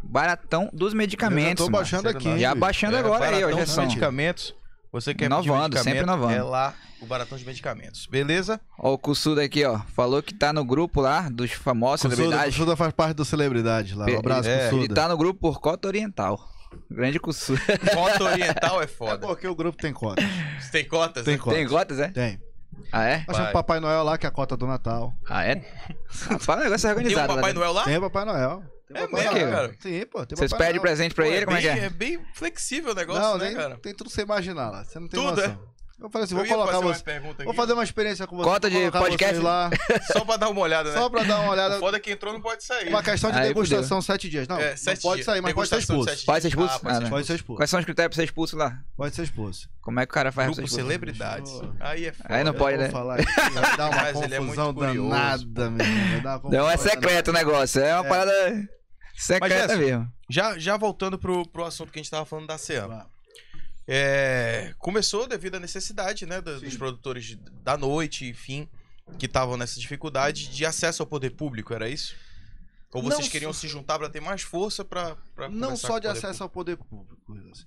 [SPEAKER 1] Baratão dos
[SPEAKER 3] Eu já
[SPEAKER 1] medicamentos.
[SPEAKER 3] tô
[SPEAKER 1] mano.
[SPEAKER 3] baixando
[SPEAKER 2] Parceiro
[SPEAKER 3] aqui.
[SPEAKER 2] nosso.
[SPEAKER 3] hein,
[SPEAKER 1] Já
[SPEAKER 3] bicho.
[SPEAKER 1] baixando
[SPEAKER 2] É,
[SPEAKER 1] agora aí, ó,
[SPEAKER 2] Baratão dos
[SPEAKER 1] Gerson.
[SPEAKER 2] medicamentos. Você quer pedir
[SPEAKER 1] Inovando,
[SPEAKER 2] medicamento,
[SPEAKER 1] sempre tá inovando.
[SPEAKER 2] É lá o Baratão dos Medicamentos. Beleza?
[SPEAKER 1] Ó, o Cussuda aqui, ó. Falou que tá no grupo lá dos famosos
[SPEAKER 3] Cussuda,
[SPEAKER 1] celebridades.
[SPEAKER 3] Cussuda faz parte do Celebridade lá.
[SPEAKER 1] Pe-
[SPEAKER 3] Um abraço,
[SPEAKER 2] é,
[SPEAKER 1] Ele
[SPEAKER 3] Cussuda.
[SPEAKER 1] tá no grupo por cota oriental. Grande Cussuda.
[SPEAKER 2] Cota oriental é
[SPEAKER 3] É
[SPEAKER 2] foda.
[SPEAKER 3] porque o grupo tem cota.
[SPEAKER 2] Você tem cotas?
[SPEAKER 3] Tem
[SPEAKER 2] né?
[SPEAKER 3] cota.
[SPEAKER 1] Tem cotas, é?
[SPEAKER 3] Tem.
[SPEAKER 1] Ah, é?
[SPEAKER 3] Nós temos
[SPEAKER 2] Vai.
[SPEAKER 3] o Papai Noel lá, que é a cota do Natal.
[SPEAKER 1] Ah, é? Rapaz, o negócio é
[SPEAKER 2] Tem um
[SPEAKER 1] organizado. lá
[SPEAKER 2] Papai
[SPEAKER 1] dentro.
[SPEAKER 2] Noel lá?
[SPEAKER 3] Tem o Papai Noel. Tem o
[SPEAKER 2] É
[SPEAKER 3] Papai
[SPEAKER 2] mesmo,
[SPEAKER 3] Noel.
[SPEAKER 2] cara?
[SPEAKER 3] Sim, pô. Tem o
[SPEAKER 1] Vocês
[SPEAKER 3] Papai
[SPEAKER 1] pedem
[SPEAKER 3] Noel.
[SPEAKER 1] presente pra
[SPEAKER 2] Pô,
[SPEAKER 1] ele? Como é que
[SPEAKER 2] bem,
[SPEAKER 1] é?
[SPEAKER 2] bem flexível o negócio,
[SPEAKER 3] Não,
[SPEAKER 2] né,
[SPEAKER 3] tem,
[SPEAKER 2] cara?
[SPEAKER 3] tem tudo que você imaginar lá. Você não tem
[SPEAKER 2] Tudo, é.
[SPEAKER 3] noção. Eu falei assim,
[SPEAKER 2] Eu
[SPEAKER 3] vou
[SPEAKER 2] ia
[SPEAKER 3] colocar
[SPEAKER 2] fazer uma
[SPEAKER 3] você.
[SPEAKER 2] pergunta
[SPEAKER 3] Vou
[SPEAKER 2] aqui,
[SPEAKER 3] fazer uma experiência com você.
[SPEAKER 1] Cota de
[SPEAKER 3] vou colocar
[SPEAKER 1] podcast?
[SPEAKER 2] [LAUGHS]
[SPEAKER 3] vocês lá,
[SPEAKER 2] só pra dar uma olhada, né?
[SPEAKER 3] só pra dar uma
[SPEAKER 2] O
[SPEAKER 3] olhada.
[SPEAKER 2] foda é que entrou não pode sair.
[SPEAKER 3] Uma questão de
[SPEAKER 1] Aí
[SPEAKER 3] degustação, sete dias. Não,
[SPEAKER 2] É,
[SPEAKER 3] não
[SPEAKER 2] sete
[SPEAKER 3] pode
[SPEAKER 2] dias.
[SPEAKER 3] sair, mas pode ser
[SPEAKER 2] Degustação de
[SPEAKER 3] expulso.
[SPEAKER 2] sete
[SPEAKER 1] Pode ser
[SPEAKER 2] dias.
[SPEAKER 1] expulso?
[SPEAKER 2] Ah, pode
[SPEAKER 1] Ah,
[SPEAKER 2] ser
[SPEAKER 1] né?
[SPEAKER 3] Pode ser expulso.
[SPEAKER 1] Quais são os critérios pra ser expulso lá?
[SPEAKER 3] Pode ser expulso.
[SPEAKER 1] Como é que o cara faz pra ser
[SPEAKER 2] Grupo
[SPEAKER 1] expulso?
[SPEAKER 2] Celebridades.
[SPEAKER 3] Deixa eu-
[SPEAKER 2] Aí é foda.
[SPEAKER 1] Aí não pode,
[SPEAKER 3] Eu vou
[SPEAKER 1] né?
[SPEAKER 3] falar aqui, vai dar uma
[SPEAKER 2] Mas ele é muito
[SPEAKER 3] confusão
[SPEAKER 2] curioso.
[SPEAKER 3] danada, meu irmão. Vai dar uma confusão
[SPEAKER 1] Não é secreto o
[SPEAKER 2] né?
[SPEAKER 1] negócio, é uma
[SPEAKER 3] É.
[SPEAKER 1] parada secreta
[SPEAKER 2] Gerson,
[SPEAKER 1] mesmo.
[SPEAKER 2] Já, já voltando pro, pro assunto que a gente tava falando da CEAM.
[SPEAKER 3] danada.
[SPEAKER 2] É, começou devido à necessidade, né, do- dos
[SPEAKER 5] Sim.
[SPEAKER 2] produtores de- da noite, enfim, que estavam nessa dificuldade de acesso ao poder público, era isso? Ou vocês
[SPEAKER 3] Não
[SPEAKER 2] queriam se juntar pra ter mais força pra pra
[SPEAKER 3] Não
[SPEAKER 2] conversar
[SPEAKER 3] só
[SPEAKER 2] com
[SPEAKER 3] de
[SPEAKER 2] o poder
[SPEAKER 3] acesso ao poder público. Wilson.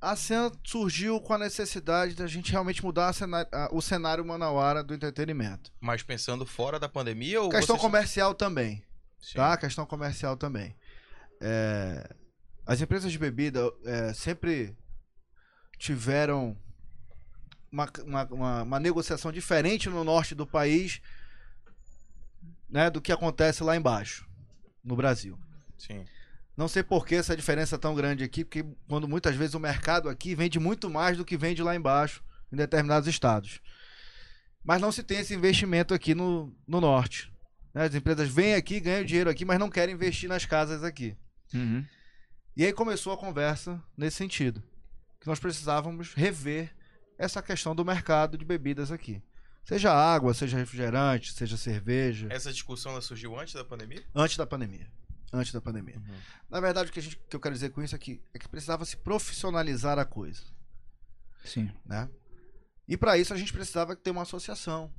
[SPEAKER 3] A CEN surgiu com a necessidade da gente realmente mudar a cena- a- o cenário manauara do entretenimento.
[SPEAKER 2] público? Mas pensando fora da pandemia ou
[SPEAKER 3] Questão
[SPEAKER 2] vocês...
[SPEAKER 3] comercial também.
[SPEAKER 2] Sim.
[SPEAKER 3] tá? Questão comercial também. É, as empresas de bebida é, sempre tiveram uma, uma, uma- uma negociação diferente no norte do país né, do que acontece lá embaixo, no Brasil.
[SPEAKER 2] Sim.
[SPEAKER 3] Não sei por que essa diferença tão grande aqui, porque quando muitas vezes o mercado aqui vende muito mais do que vende lá embaixo, em determinados estados. Mas não se tem esse investimento aqui no, no norte. né? As empresas vêm aqui, ganham dinheiro aqui, mas não querem investir nas casas aqui.
[SPEAKER 1] Uhum.
[SPEAKER 3] E aí começou a conversa nesse sentido. Que nós precisávamos rever essa questão do mercado de bebidas aqui. Seja água, seja refrigerante, seja cerveja.
[SPEAKER 2] Essa discussão ela surgiu antes da pandemia?
[SPEAKER 3] Antes da pandemia. Antes da pandemia. Na verdade, o que, a gente, que eu quero dizer com isso é que, é que precisava se profissionalizar a coisa,
[SPEAKER 1] Sim.
[SPEAKER 3] né? E para isso a gente precisava ter uma associação,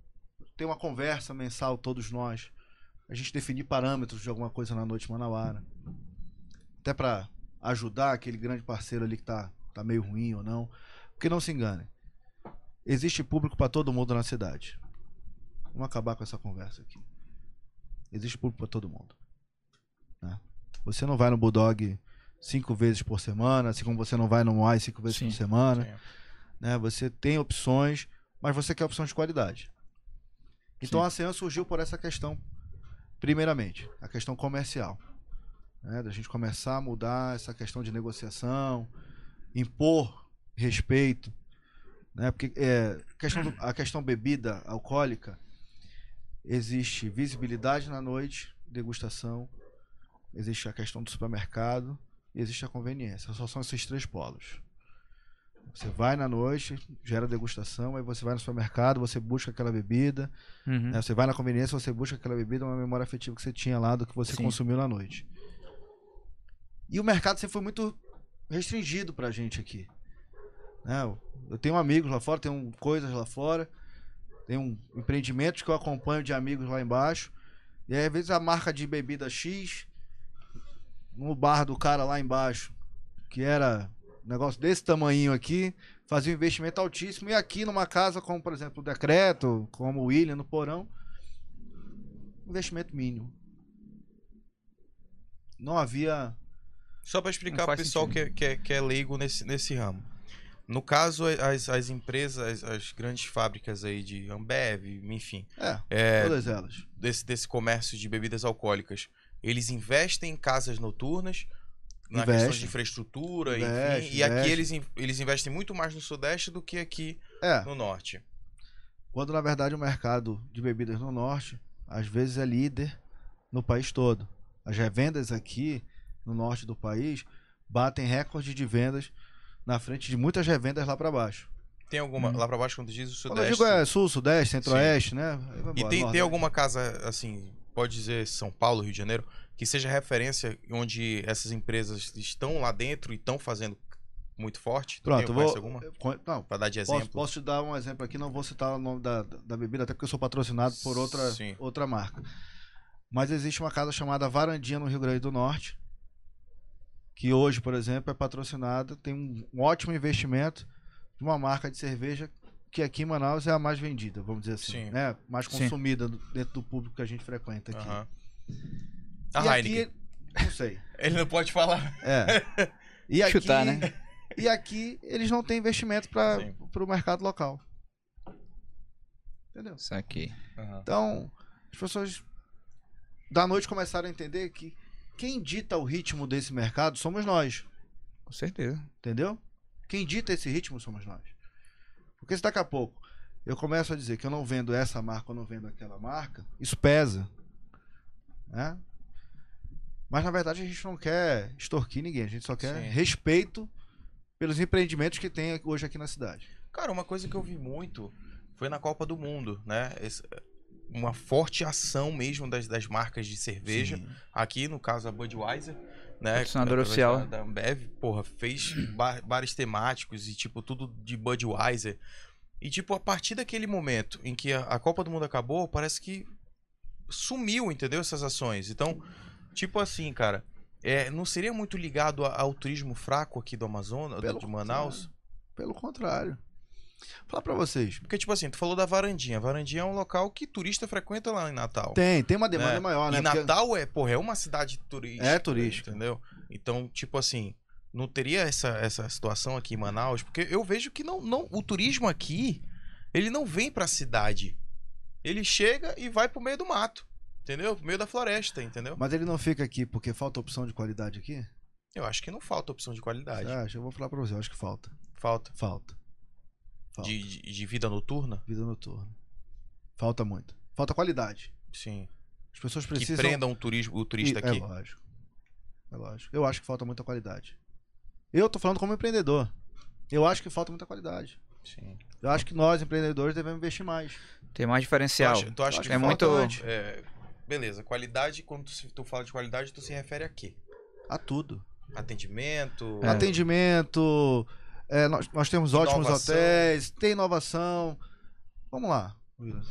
[SPEAKER 3] ter uma conversa mensal, todos nós. A gente definir parâmetros de alguma coisa na noite manauara. Até para ajudar aquele grande parceiro ali que tá, tá meio ruim ou não. Porque não se engane, existe público para todo mundo na cidade. Vamos acabar com essa conversa aqui. Existe público para todo mundo. né? Você não vai no Bulldog cinco vezes por semana, assim como você não vai no Moai cinco vezes
[SPEAKER 1] Sim,
[SPEAKER 3] por semana.
[SPEAKER 2] sim.
[SPEAKER 3] Né? Você tem opções, mas você quer opção de qualidade. Então a CEAN surgiu por essa questão, primeiramente, a questão comercial. Né? Da gente começar a mudar essa questão de negociação, impor respeito. Né? Porque é, questão do- a questão bebida alcoólica existe visibilidade na noite, degustação, existe a questão do supermercado e existe a conveniência. Só são esses três polos. Você vai na noite, gera degustação, aí você vai no supermercado, você busca aquela bebida,
[SPEAKER 1] Uhum.
[SPEAKER 3] né? você vai na conveniência, você busca aquela bebida, uma memória afetiva que você tinha lá do que você
[SPEAKER 1] Sim.
[SPEAKER 3] consumiu na noite. E o mercado sempre foi muito restringido pra gente aqui. Né? Eu- Eu tenho amigos lá fora, tenho coisas lá fora, tenho um empreendimentos que eu acompanho de amigos lá embaixo. E aí, às vezes a marca de bebida X, no bar do cara lá embaixo, que era um negócio desse tamanho aqui, fazia um investimento altíssimo. E aqui numa casa como, por exemplo, o Decreto, como o William no Porão, investimento mínimo. Não havia
[SPEAKER 2] Só para
[SPEAKER 1] Não
[SPEAKER 2] explicar pro
[SPEAKER 1] faz
[SPEAKER 2] pessoal que,
[SPEAKER 1] sentido.
[SPEAKER 2] é- que, é- que é leigo nesse, nesse ramo. No caso, as, as empresas, as, as grandes fábricas aí de Ambev, enfim,
[SPEAKER 3] é,
[SPEAKER 2] é,
[SPEAKER 3] todas elas.
[SPEAKER 2] desse, desse comércio de bebidas alcoólicas. Eles investem em casas noturnas, na questão
[SPEAKER 3] Investe.
[SPEAKER 2] de infraestrutura,
[SPEAKER 3] Investe,
[SPEAKER 2] enfim. E aqui
[SPEAKER 3] investe.
[SPEAKER 2] eles, in- eles investem muito mais no Sudeste do que aqui
[SPEAKER 3] É,
[SPEAKER 2] no Norte.
[SPEAKER 3] quando na verdade o mercado de bebidas no norte às vezes é líder no país todo. As revendas aqui no norte do país batem recorde de vendas na frente de muitas revendas lá para baixo.
[SPEAKER 2] Tem alguma.
[SPEAKER 1] Hum.
[SPEAKER 2] Lá pra baixo, quando diz o
[SPEAKER 3] Uhum. Quando eu
[SPEAKER 2] Sudeste.
[SPEAKER 3] digo é sul, sudeste, centro-oeste, né? Aí vai
[SPEAKER 2] E
[SPEAKER 3] embora,
[SPEAKER 2] tem, tem
[SPEAKER 3] nordeste.
[SPEAKER 2] alguma casa, assim, pode dizer São Paulo, Rio de Janeiro, que seja referência onde essas empresas estão lá dentro e estão fazendo muito forte? Tu
[SPEAKER 3] Pronto,
[SPEAKER 2] tem,
[SPEAKER 3] eu vou.
[SPEAKER 2] conhece alguma?
[SPEAKER 3] eu con- Não,
[SPEAKER 2] Pra dar de
[SPEAKER 3] posso,
[SPEAKER 2] exemplo?
[SPEAKER 3] posso te dar um exemplo aqui, não vou citar o nome da, da bebida, até porque eu sou patrocinado por outra,
[SPEAKER 2] Sim.
[SPEAKER 3] outra marca. Mas existe uma casa chamada Varandinha no Rio Grande do Norte, que hoje, por exemplo, é patrocinada, tem um, um ótimo investimento de uma marca de cerveja que aqui em Manaus é a mais vendida, vamos dizer assim,
[SPEAKER 2] Sim.
[SPEAKER 3] né? Mais
[SPEAKER 1] Sim.
[SPEAKER 3] consumida do- dentro do público que a gente frequenta aqui.
[SPEAKER 2] Aham.
[SPEAKER 3] E
[SPEAKER 2] A Heineken.
[SPEAKER 3] aqui, não sei.
[SPEAKER 2] Ele não pode falar.
[SPEAKER 3] É.
[SPEAKER 1] [LAUGHS]
[SPEAKER 3] E aqui,
[SPEAKER 1] Chutar, né?
[SPEAKER 3] E aqui eles não têm investimento para
[SPEAKER 2] Sim.
[SPEAKER 3] o mercado local. Entendeu?
[SPEAKER 1] Isso aqui.
[SPEAKER 3] Então, as pessoas da noite começaram a entender que quem dita o ritmo desse mercado somos nós.
[SPEAKER 1] Com certeza.
[SPEAKER 3] Entendeu? Quem dita esse ritmo somos nós. Porque se daqui a pouco eu começo a dizer que eu não vendo essa marca, eu não vendo aquela marca, isso pesa. Né? Mas na verdade a gente não quer extorquir ninguém, a gente só quer
[SPEAKER 2] Sim.
[SPEAKER 3] respeito pelos empreendimentos que tem hoje aqui na cidade.
[SPEAKER 2] Cara, uma coisa que eu vi muito foi na Copa do Mundo, né? Esse- uma forte ação mesmo das, das marcas de cerveja. Aqui, no caso, a Budweiser, né?
[SPEAKER 1] Patrocinadora
[SPEAKER 2] através
[SPEAKER 1] oficial.
[SPEAKER 2] Da, da Ambev, porra, fez ba- bares temáticos e, tipo, tudo de Budweiser. E, tipo, a partir daquele momento em que a, a Copa do Mundo acabou, parece que sumiu, entendeu? Essas ações. Então, tipo assim, cara, é, não seria muito ligado a- ao turismo fraco aqui do Amazonas,
[SPEAKER 3] Pelo
[SPEAKER 2] do- de Manaus?
[SPEAKER 3] Pelo contrário. Vou falar pra vocês.
[SPEAKER 2] Porque, tipo assim, tu falou da Varandinha. Varandinha é um local que turista frequenta lá em Natal.
[SPEAKER 3] Tem, tem uma demanda
[SPEAKER 2] É,
[SPEAKER 3] maior, né?
[SPEAKER 2] E
[SPEAKER 3] Porque-
[SPEAKER 2] Natal é, porra, é uma cidade turística.
[SPEAKER 3] É turística.
[SPEAKER 2] Entendeu? Então, tipo assim, não teria essa, essa situação aqui em Manaus, porque eu vejo que não, não o turismo aqui, ele não vem pra cidade. Ele chega e vai pro meio do mato. Entendeu? Pro meio da floresta, entendeu?
[SPEAKER 3] Mas ele não fica aqui porque falta opção de qualidade aqui?
[SPEAKER 2] Eu acho que não falta opção de
[SPEAKER 3] Você
[SPEAKER 2] qualidade.
[SPEAKER 3] acha? Eu vou falar pra você, eu acho que falta.
[SPEAKER 2] Falta.
[SPEAKER 3] Falta. Falta.
[SPEAKER 2] De, de, de vida noturna?
[SPEAKER 3] Vida noturna. Falta muito. Falta qualidade.
[SPEAKER 2] Sim.
[SPEAKER 3] As pessoas
[SPEAKER 2] Que
[SPEAKER 3] precisam.
[SPEAKER 2] prendam o, turismo, o turista
[SPEAKER 3] E-
[SPEAKER 2] aqui.
[SPEAKER 3] É lógico. É lógico. Eu acho que falta muita qualidade. Eu tô falando como empreendedor. Eu acho que falta muita qualidade.
[SPEAKER 2] Sim.
[SPEAKER 3] Eu acho que nós, empreendedores, devemos investir mais.
[SPEAKER 1] Tem mais
[SPEAKER 2] Tu
[SPEAKER 1] diferencial.
[SPEAKER 2] acha, tu acha
[SPEAKER 3] Eu
[SPEAKER 2] que
[SPEAKER 1] é
[SPEAKER 2] falta-
[SPEAKER 1] muito.
[SPEAKER 3] antes.
[SPEAKER 2] É, beleza, qualidade, quando tu, se- tu fala de qualidade, tu se refere a quê?
[SPEAKER 3] A tudo.
[SPEAKER 2] Atendimento?
[SPEAKER 3] É. Atendimento. é, nós, nós temos ótimos
[SPEAKER 2] É. Inovação.
[SPEAKER 3] hotéis, tem inovação. Vamos lá. Willian.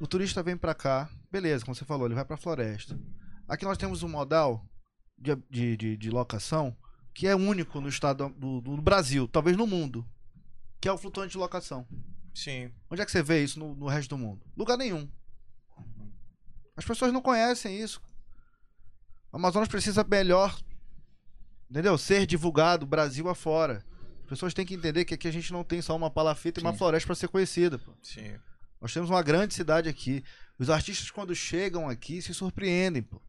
[SPEAKER 3] O turista vem pra cá, beleza, como você falou, ele vai pra floresta. Aqui nós temos um modal de, de, de- de locação que é único no estado do, do Brasil, talvez no mundo, que é o flutuante de locação.
[SPEAKER 2] Sim.
[SPEAKER 3] Onde é que você vê isso no, no resto do mundo? Lugar nenhum. As pessoas não conhecem isso. O Amazonas precisa melhor, entendeu? Ser divulgado Brasil afora. As pessoas têm que entender que aqui a gente não tem só uma palafita e uma
[SPEAKER 1] Sim.
[SPEAKER 3] floresta para ser conhecida. pô.
[SPEAKER 2] Sim.
[SPEAKER 3] Nós temos uma grande cidade aqui. Os artistas, quando chegam aqui, se surpreendem, pô.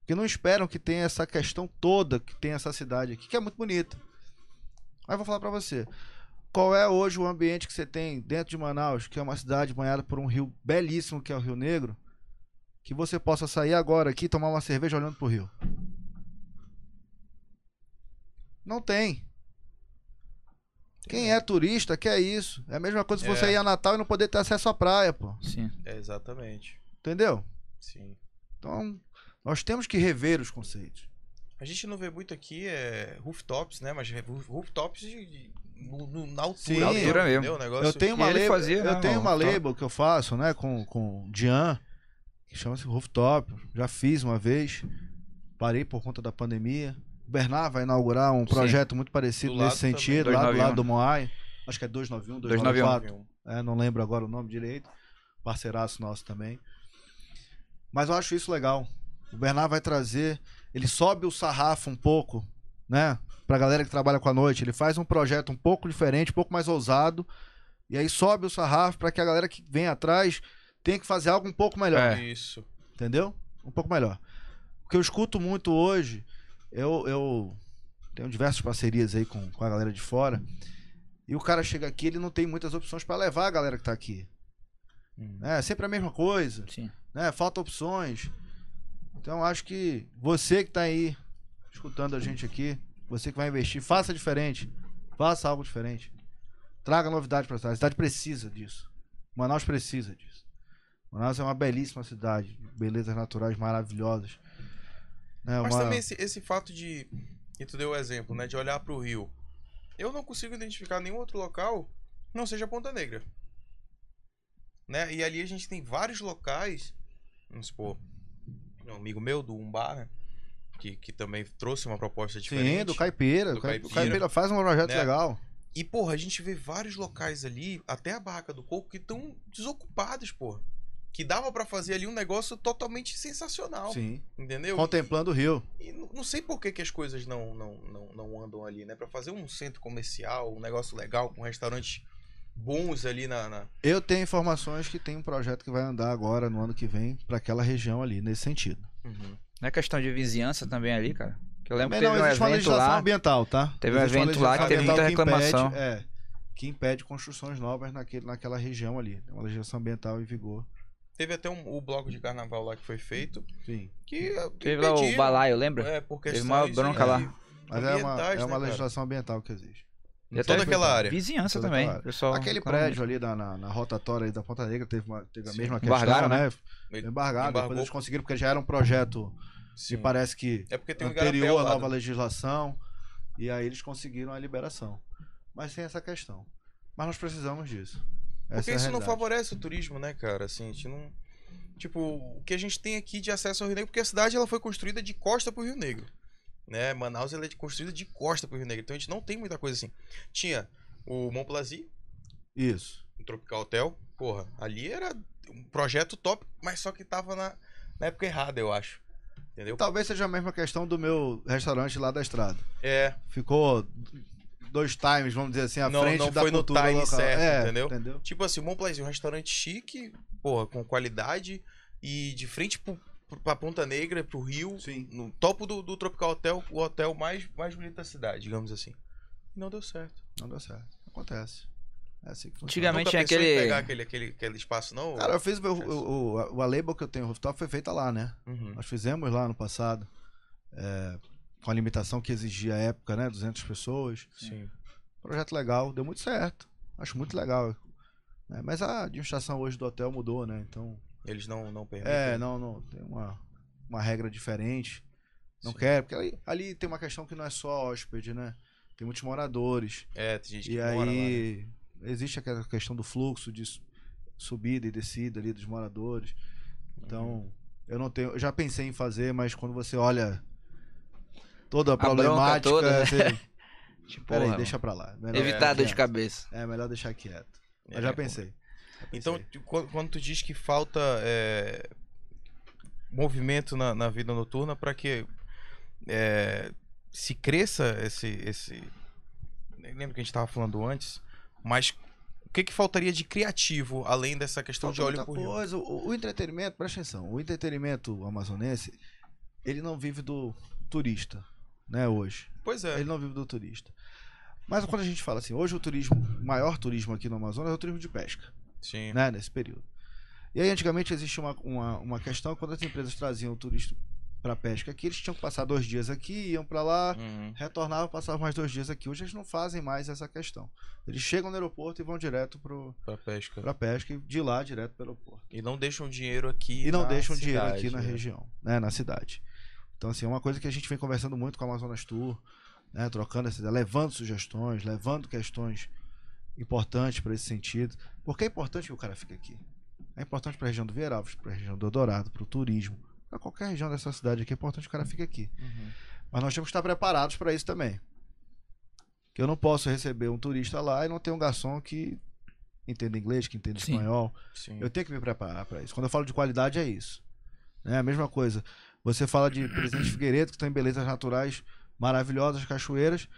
[SPEAKER 3] Porque não esperam que tenha essa questão toda que tem essa cidade aqui, que é muito bonita. Mas vou falar pra você. Qual é hoje o ambiente que você tem dentro de Manaus, que é uma cidade banhada por um rio belíssimo, que é o Rio Negro, que você possa sair agora aqui e tomar uma cerveja olhando pro rio? Não tem. Quem é turista quer isso. É a mesma coisa se você
[SPEAKER 2] É.
[SPEAKER 3] ir a Natal e não poder ter acesso à praia, pô.
[SPEAKER 1] Sim.
[SPEAKER 2] É, exatamente.
[SPEAKER 3] Entendeu?
[SPEAKER 2] Sim.
[SPEAKER 3] Então, nós temos que rever os conceitos.
[SPEAKER 2] A gente não vê muito aqui é, rooftops, né? Mas é roof- rooftops de- de- no- no- na altura.
[SPEAKER 3] Sim.
[SPEAKER 2] né?
[SPEAKER 3] Na
[SPEAKER 1] altura mesmo.
[SPEAKER 2] Entendeu? O negócio...
[SPEAKER 3] Eu tenho
[SPEAKER 1] E
[SPEAKER 3] uma
[SPEAKER 1] ele
[SPEAKER 3] label,
[SPEAKER 1] fazia,
[SPEAKER 3] eu
[SPEAKER 1] né,
[SPEAKER 3] tenho
[SPEAKER 1] o
[SPEAKER 3] uma
[SPEAKER 1] rooftop.
[SPEAKER 3] label que eu faço, né, com com o Jean, que chama-se Rooftop. Já fiz uma vez, parei por conta da pandemia, Bernard vai inaugurar um
[SPEAKER 2] Sim.
[SPEAKER 3] projeto muito parecido
[SPEAKER 2] Do
[SPEAKER 3] nesse
[SPEAKER 2] lado
[SPEAKER 3] sentido,
[SPEAKER 1] também.
[SPEAKER 3] lá do
[SPEAKER 1] 291.
[SPEAKER 3] lado do Moai. Acho que é 291, 294.
[SPEAKER 1] 291.
[SPEAKER 3] É, não lembro agora o nome direito. Parceiraço nosso também. Mas eu acho isso legal. O Bernard vai trazer. Ele sobe o sarrafo um pouco, né? Pra galera que trabalha com a noite. Ele faz um projeto um pouco diferente, um pouco mais ousado. E aí sobe o sarrafo pra que a galera que vem atrás tenha que fazer algo um pouco melhor.
[SPEAKER 1] É.
[SPEAKER 2] Isso.
[SPEAKER 3] Entendeu? Um pouco melhor. O que eu escuto muito hoje, eu, eu tenho diversas parcerias aí com, com a galera de fora. E o cara chega aqui, ele não tem muitas opções para levar a galera que tá aqui.
[SPEAKER 1] Hum.
[SPEAKER 3] É sempre a mesma coisa,
[SPEAKER 1] Sim.
[SPEAKER 3] né? Falta opções. Então acho que você que tá aí escutando a gente aqui, você que vai investir, faça diferente. Faça algo diferente. Traga novidade para cidade. A cidade precisa disso. Manaus precisa disso. Manaus é uma belíssima cidade, belezas naturais maravilhosas. É
[SPEAKER 2] Mas
[SPEAKER 3] uma-
[SPEAKER 2] também esse, esse fato de. E tu deu o exemplo, né? De olhar pro rio. Eu não consigo identificar nenhum outro local que não seja Ponta Negra. Né? E ali a gente tem vários locais. Vamos supor. Um amigo meu, do Umbar, né? Que, que também trouxe uma proposta diferente.
[SPEAKER 3] Sim, do Caipira.
[SPEAKER 2] Do
[SPEAKER 3] o Caipira.
[SPEAKER 2] Caipira.
[SPEAKER 3] faz um projeto
[SPEAKER 2] Né?
[SPEAKER 3] legal.
[SPEAKER 2] E, porra, a gente vê vários locais ali, até a Barraca do Coco, que estão desocupados, porra. Que dava pra fazer ali um negócio totalmente sensacional.
[SPEAKER 3] Sim.
[SPEAKER 2] Entendeu?
[SPEAKER 3] Contemplando o Rio.
[SPEAKER 2] E não não sei por que, que as coisas não, não, não, não andam ali, né? Pra fazer um centro comercial, um negócio legal, com restaurantes bons ali na. na-
[SPEAKER 3] Eu tenho informações que tem um projeto que vai andar agora no ano que vem para aquela região ali, nesse sentido.
[SPEAKER 1] Não é questão de vizinhança também ali, cara? Que eu lembro
[SPEAKER 3] Também
[SPEAKER 1] que teve um evento lá.
[SPEAKER 3] ambiental, tá?
[SPEAKER 1] Teve um
[SPEAKER 3] Existe uma
[SPEAKER 1] evento lá que teve
[SPEAKER 3] legislação
[SPEAKER 1] muita
[SPEAKER 3] ambiental que
[SPEAKER 1] reclamação.
[SPEAKER 3] impede- é, que impede construções novas naquele, naquela região ali. É uma legislação ambiental em vigor.
[SPEAKER 2] Teve até um, o bloco de carnaval lá que foi feito,
[SPEAKER 3] Sim.
[SPEAKER 2] que. eh,
[SPEAKER 1] Teve lá o
[SPEAKER 2] impediram,
[SPEAKER 1] balaio, lembra?
[SPEAKER 2] É, por
[SPEAKER 1] Teve
[SPEAKER 2] questões
[SPEAKER 1] uma bronca
[SPEAKER 2] de-
[SPEAKER 1] lá.
[SPEAKER 3] Mas é uma,
[SPEAKER 2] ambientais,
[SPEAKER 3] é
[SPEAKER 2] né,
[SPEAKER 3] uma
[SPEAKER 2] cara?
[SPEAKER 3] legislação ambiental que existe.
[SPEAKER 2] Em toda aquela área.
[SPEAKER 1] Vizinhança
[SPEAKER 3] Toda
[SPEAKER 1] também.
[SPEAKER 3] aquela área.
[SPEAKER 1] Pessoal, é
[SPEAKER 3] Aquele
[SPEAKER 1] falando.
[SPEAKER 3] prédio ali na, na, na rotatória aí da Ponta Negra teve, uma, teve a
[SPEAKER 2] Sim.
[SPEAKER 3] mesma questão,
[SPEAKER 1] Embargaram,
[SPEAKER 3] né?
[SPEAKER 2] Ele-
[SPEAKER 3] Embargado.
[SPEAKER 2] embargou.
[SPEAKER 3] Depois eles conseguiram, porque já era um projeto que
[SPEAKER 2] Sim.
[SPEAKER 3] parece que
[SPEAKER 2] É porque tem um igarapé ao
[SPEAKER 3] anterior à
[SPEAKER 2] lado.
[SPEAKER 3] nova legislação. E aí eles conseguiram a liberação. Mas tem essa questão. Mas nós precisamos disso. Essa
[SPEAKER 2] Porque
[SPEAKER 3] é a
[SPEAKER 2] isso não
[SPEAKER 3] realidade.
[SPEAKER 2] favorece o turismo, né, cara? Assim, a gente não. Tipo, o que a gente tem aqui de acesso ao Rio Negro, porque a cidade ela foi construída de costa pro Rio Negro. Né? Manaus ela é de- construída de costa pro Rio Negro. Então a gente não tem muita coisa assim. Tinha o Mont Plaisir,
[SPEAKER 3] Isso.
[SPEAKER 2] um Tropical Hotel. Porra, ali era um projeto top, mas só que tava na, na época errada, eu acho. Entendeu?
[SPEAKER 3] Talvez seja a mesma questão do meu restaurante lá da estrada.
[SPEAKER 2] É,
[SPEAKER 3] Ficou dois times, vamos dizer assim, à
[SPEAKER 2] Não-
[SPEAKER 3] frente
[SPEAKER 2] não
[SPEAKER 3] da
[SPEAKER 2] foi no
[SPEAKER 3] cultura
[SPEAKER 2] time
[SPEAKER 3] local.
[SPEAKER 2] certo,
[SPEAKER 3] é,
[SPEAKER 2] entendeu?
[SPEAKER 3] entendeu?
[SPEAKER 2] tipo assim, o Mont Plaisir, um restaurante chique, porra, com qualidade e de frente pro, pro- pra Ponta Negra, pro Rio,
[SPEAKER 3] Sim.
[SPEAKER 2] no topo do, do Tropical Hotel, o hotel mais, mais bonito da cidade, digamos assim. Não deu certo.
[SPEAKER 3] Não deu certo. Acontece. É assim que funciona.
[SPEAKER 1] Antigamente
[SPEAKER 2] Nunca
[SPEAKER 1] tinha
[SPEAKER 2] pensou em
[SPEAKER 1] aquele.
[SPEAKER 2] pegar aquele, aquele, aquele espaço, não?
[SPEAKER 3] Cara, eu fiz o, o, o, a label que eu tenho, o rooftop, foi feita lá, né?
[SPEAKER 2] Uhum.
[SPEAKER 3] Nós fizemos lá no passado, é, com a limitação que exigia a época, né? 200 pessoas.
[SPEAKER 2] Sim.
[SPEAKER 3] Projeto legal, deu muito certo. Acho muito legal. né? mas a administração hoje do hotel mudou, né? Então,
[SPEAKER 2] Eles não, não permitem.
[SPEAKER 3] é, não, não, tem uma, uma regra diferente. Não
[SPEAKER 2] Sim.
[SPEAKER 3] quero, porque ali, ali tem uma questão que não é só hóspede, né? Tem muitos moradores.
[SPEAKER 2] É, tem gente que
[SPEAKER 3] E
[SPEAKER 2] mora lá. né?
[SPEAKER 3] aí existe aquela questão do fluxo de su- subida e descida ali dos moradores. Então, eu não tenho, eu já pensei em fazer, mas quando você olha toda a,
[SPEAKER 1] bronca
[SPEAKER 3] problemática,
[SPEAKER 1] toda, né?
[SPEAKER 3] você,
[SPEAKER 1] Tipo,
[SPEAKER 3] peraí,
[SPEAKER 1] porra,
[SPEAKER 3] deixa pra lá. Melhor
[SPEAKER 1] evitar a
[SPEAKER 3] deixar
[SPEAKER 1] dor de
[SPEAKER 3] quieto.
[SPEAKER 1] cabeça.
[SPEAKER 3] É melhor deixar quieto. Mas
[SPEAKER 2] É,
[SPEAKER 3] já
[SPEAKER 2] pô.
[SPEAKER 3] pensei. Já pensei.
[SPEAKER 2] Então, tu- quando quando tu diz que falta é, movimento na, na vida noturna para que é, se cresça esse, esse. nem Lembro que a gente estava falando antes, mas o que, que faltaria de criativo além dessa questão de
[SPEAKER 3] Falta
[SPEAKER 2] óleo
[SPEAKER 3] muita
[SPEAKER 2] por rio?
[SPEAKER 3] coisa. O, o entretenimento, presta atenção, o entretenimento amazonense, ele não vive do turista, né, hoje.
[SPEAKER 2] Pois é.
[SPEAKER 3] Ele não vive do turista. Mas quando a gente fala assim, hoje o turismo, o maior turismo aqui no Amazonas é o turismo de pesca,
[SPEAKER 2] Sim.
[SPEAKER 3] né, nesse período. E aí antigamente existia uma, uma, uma questão, quando as empresas traziam o turista para pesca aqui, eles tinham que passar dois dias aqui, iam para lá,
[SPEAKER 2] Uhum.
[SPEAKER 3] retornavam, passavam mais dois dias aqui. Hoje eles não fazem mais essa questão. Eles chegam no aeroporto e vão direto
[SPEAKER 2] Pra pesca.
[SPEAKER 3] para pesca e de lá direto para o aeroporto.
[SPEAKER 2] E não deixam dinheiro aqui.
[SPEAKER 3] E não
[SPEAKER 2] na
[SPEAKER 3] deixam dinheiro
[SPEAKER 2] cidade,
[SPEAKER 3] aqui na
[SPEAKER 2] né?
[SPEAKER 3] região, né, na cidade. Então, assim, é uma coisa que a gente vem conversando muito com a Amazonas Tour, né, trocando essas, levando sugestões, levando questões importantes para esse sentido. Porque é importante que o cara fique aqui. É importante para a região do Vieralves, para a região do Eldorado, para o turismo, para qualquer região dessa cidade aqui, é importante que o cara fique aqui.
[SPEAKER 2] Uhum.
[SPEAKER 3] Mas nós temos que estar preparados para isso também. Que eu não posso receber um turista lá e não ter um garçom que entenda inglês, que entenda
[SPEAKER 1] Sim.
[SPEAKER 3] espanhol.
[SPEAKER 2] Sim.
[SPEAKER 3] Eu tenho que me preparar para isso. Quando eu falo de qualidade, é isso. É a mesma coisa. Você fala de Presidente Figueiredo, que tem belezas naturais maravilhosas, cachoeiras,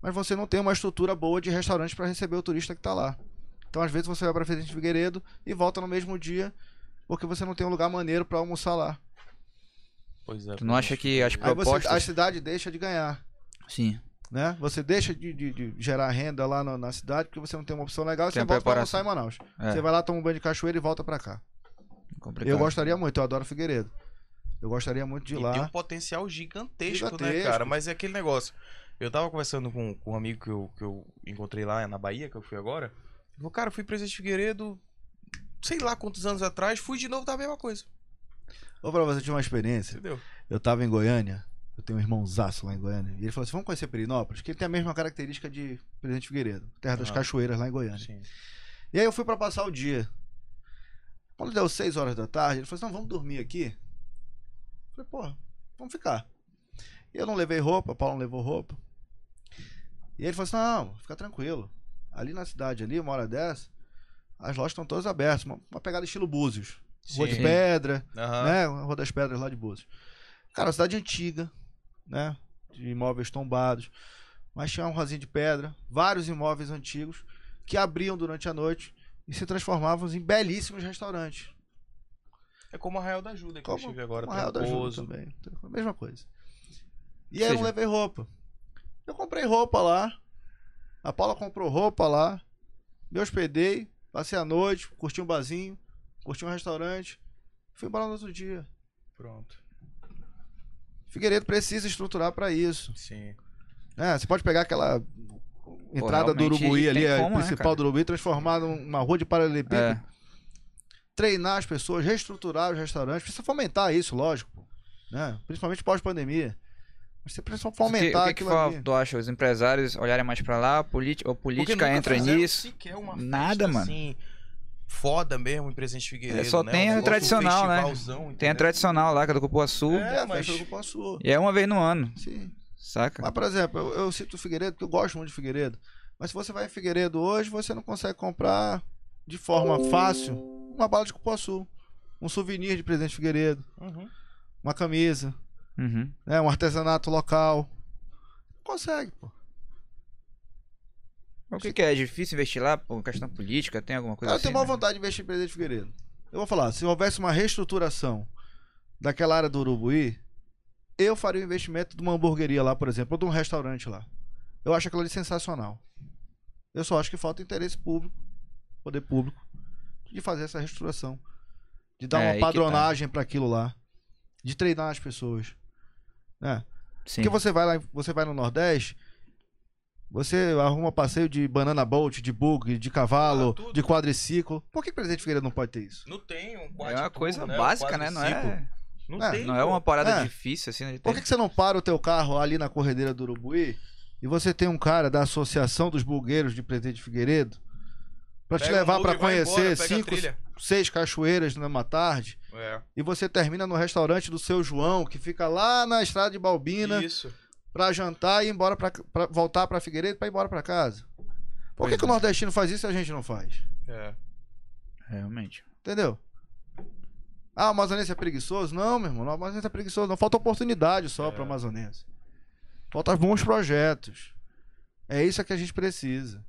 [SPEAKER 3] mas você não tem uma estrutura boa de restaurante para receber o turista que está lá. Então, às vezes, você vai para Presidente Figueiredo e volta no mesmo dia, porque você não tem um lugar maneiro para almoçar lá.
[SPEAKER 2] Pois é.
[SPEAKER 1] Tu não acha que as
[SPEAKER 3] Aí você,
[SPEAKER 1] propostas.
[SPEAKER 3] a cidade deixa de ganhar.
[SPEAKER 1] Sim.
[SPEAKER 3] Né? Você deixa de, de- de gerar renda lá na- na cidade porque você não tem uma opção legal e
[SPEAKER 1] Tem
[SPEAKER 3] você volta para
[SPEAKER 1] preparação.
[SPEAKER 3] almoçar em Manaus.
[SPEAKER 1] É.
[SPEAKER 3] Você vai lá, toma um banho de cachoeira e volta para cá.
[SPEAKER 1] Complicado.
[SPEAKER 3] Eu gostaria muito, eu adoro Figueiredo. Eu gostaria muito de ir
[SPEAKER 2] E
[SPEAKER 3] lá.
[SPEAKER 2] tem um potencial gigantesco, né,
[SPEAKER 3] Gigantesco.
[SPEAKER 2] cara? Mas é aquele negócio. Eu tava conversando com, com um amigo que eu, que eu encontrei lá na Bahia, que eu fui agora. Ele falou, cara, eu fui presidente Figueiredo, sei lá quantos anos atrás, fui de novo, tá a mesma coisa.
[SPEAKER 3] Vou pra você, eu tive uma experiência.
[SPEAKER 2] Entendeu?
[SPEAKER 3] Eu tava em Goiânia, eu tenho um irmãozaço lá em Goiânia. E ele falou assim: vamos conhecer Perinópolis, que ele tem a mesma característica de Presidente Figueiredo, Terra das
[SPEAKER 2] Ah.
[SPEAKER 3] Cachoeiras, lá em Goiânia. E aí eu fui pra passar o dia. Quando deu 6 horas da tarde, ele falou assim: não, vamos dormir aqui. Eu falei, porra, vamos ficar. E eu não levei roupa, o Paulo não levou roupa. E ele falou assim: não, fica tranquilo. Ali na cidade, ali, uma hora dessa, as lojas estão todas abertas. Uma, uma pegada estilo Búzios. Rua de
[SPEAKER 2] Sim.
[SPEAKER 3] pedra,
[SPEAKER 2] Aham.
[SPEAKER 3] né? A Rua das Pedras lá de Búzios. Cara, uma cidade antiga, né? De imóveis tombados. Mas tinha um rosinho de pedra, vários imóveis antigos que abriam durante a noite e se transformavam em belíssimos restaurantes.
[SPEAKER 2] É como a Real da Ajuda que eu
[SPEAKER 3] Como
[SPEAKER 2] estive agora.
[SPEAKER 3] uma Real da Ajuda
[SPEAKER 2] Trancoso.
[SPEAKER 3] também. Então, a mesma coisa. E
[SPEAKER 1] Ou
[SPEAKER 3] aí eu não
[SPEAKER 1] seja-
[SPEAKER 3] levei roupa. Eu comprei roupa lá. A Paula comprou roupa lá. Me hospedei, passei a noite, curti um barzinho, curti um restaurante. Fui embora no outro dia.
[SPEAKER 2] Pronto.
[SPEAKER 3] Figueiredo precisa estruturar para isso.
[SPEAKER 2] Sim.
[SPEAKER 3] né? você pode pegar aquela entrada do
[SPEAKER 1] realmente
[SPEAKER 3] Urubuí ali,
[SPEAKER 1] tem
[SPEAKER 3] a
[SPEAKER 1] como, né,
[SPEAKER 3] principal
[SPEAKER 1] cara?
[SPEAKER 3] do Urubuí, transformar numa rua de paralelepípedo,
[SPEAKER 1] É,
[SPEAKER 3] treinar as pessoas, reestruturar os restaurantes, precisa fomentar isso, lógico, pô, né? Principalmente pós-pandemia. Mas você precisa
[SPEAKER 1] o
[SPEAKER 3] fomentar
[SPEAKER 1] que, o que, que
[SPEAKER 3] aquilo
[SPEAKER 1] fa-
[SPEAKER 3] ali.
[SPEAKER 1] tu acha? Os empresários olharem mais pra lá, a, politi- a política
[SPEAKER 2] nunca
[SPEAKER 1] entra
[SPEAKER 2] fizeram
[SPEAKER 3] assim.
[SPEAKER 1] nisso.
[SPEAKER 4] sequer uma
[SPEAKER 1] Nada,
[SPEAKER 4] festa,
[SPEAKER 1] mano.
[SPEAKER 2] Assim, foda mesmo em Presidente Figueiredo.
[SPEAKER 1] É, só
[SPEAKER 2] né?
[SPEAKER 1] tem a
[SPEAKER 2] negócio,
[SPEAKER 1] tradicional, né?
[SPEAKER 2] festivalzão,
[SPEAKER 1] Tem a
[SPEAKER 2] entendeu?
[SPEAKER 1] tradicional lá, que é do Cupuaçu.
[SPEAKER 2] É,
[SPEAKER 3] É,
[SPEAKER 2] mas-
[SPEAKER 3] mas eu posso.
[SPEAKER 1] E é uma vez no ano,
[SPEAKER 3] Sim.
[SPEAKER 1] saca?
[SPEAKER 3] Mas, por exemplo, eu, eu cito o Figueiredo, porque eu gosto muito de Figueiredo. Mas se você vai em Figueiredo hoje, você não consegue comprar de forma fácil uma bala de cupuaçu, um souvenir de Presidente Figueiredo,
[SPEAKER 2] Uhum.
[SPEAKER 3] uma camisa.
[SPEAKER 1] Uhum.
[SPEAKER 3] né? Um artesanato local. Consegue, pô.
[SPEAKER 1] O que, que é? É difícil investir lá por questão política? Tem alguma coisa
[SPEAKER 3] eu
[SPEAKER 1] assim?
[SPEAKER 3] tenho maior
[SPEAKER 1] né?
[SPEAKER 3] vontade de investir em Presidente Figueiredo. Eu vou falar, se houvesse uma reestruturação daquela área do Urubuí, eu faria o investimento de uma hamburgueria lá, por exemplo, ou de um restaurante lá. Eu acho aquilo ali sensacional. Eu só acho que falta interesse público, poder público, de fazer essa reestruturação. De dar
[SPEAKER 1] É, aí
[SPEAKER 3] uma
[SPEAKER 1] que tá.
[SPEAKER 3] padronagem para aquilo lá. De treinar as pessoas. Né?
[SPEAKER 1] Sim.
[SPEAKER 3] Porque você vai lá, você vai no Nordeste, você arruma passeio de banana boat, de bug, de
[SPEAKER 2] Ah,
[SPEAKER 3] cavalo,
[SPEAKER 2] tudo.
[SPEAKER 3] de quadriciclo. Por que Presidente Figueiredo não pode ter isso?
[SPEAKER 2] Não tem um
[SPEAKER 1] É uma coisa
[SPEAKER 2] quadriciclo,
[SPEAKER 1] básica, né?
[SPEAKER 2] Um
[SPEAKER 1] Não é,
[SPEAKER 2] quadriciclo. Não,
[SPEAKER 3] É,
[SPEAKER 2] tem,
[SPEAKER 1] não é uma parada
[SPEAKER 3] É.
[SPEAKER 1] difícil assim. né, de
[SPEAKER 3] Por
[SPEAKER 1] ter.
[SPEAKER 3] que, que você não para o teu carro ali na corredeira do Urubuí e você tem um cara da Associação dos Bulgueiros de Presidente Figueiredo para
[SPEAKER 2] um
[SPEAKER 3] te levar para conhecer cinco, seis cachoeiras numa tarde e você termina no restaurante do seu João que fica lá na estrada de Balbina
[SPEAKER 2] É, Isso.
[SPEAKER 3] para jantar e ir embora pra, pra- voltar para Figueiredo para ir embora para casa. Por
[SPEAKER 1] Pois
[SPEAKER 3] que, que o
[SPEAKER 1] é.
[SPEAKER 3] nordestino faz isso e a gente não faz?
[SPEAKER 2] É.
[SPEAKER 1] Realmente.
[SPEAKER 3] Entendeu? Ah, o amazonense é preguiçoso? Não, meu irmão, o amazonense é preguiçoso. Não falta oportunidade só
[SPEAKER 2] É.
[SPEAKER 3] para para amazonense. Falta bons projetos. É isso que a gente precisa.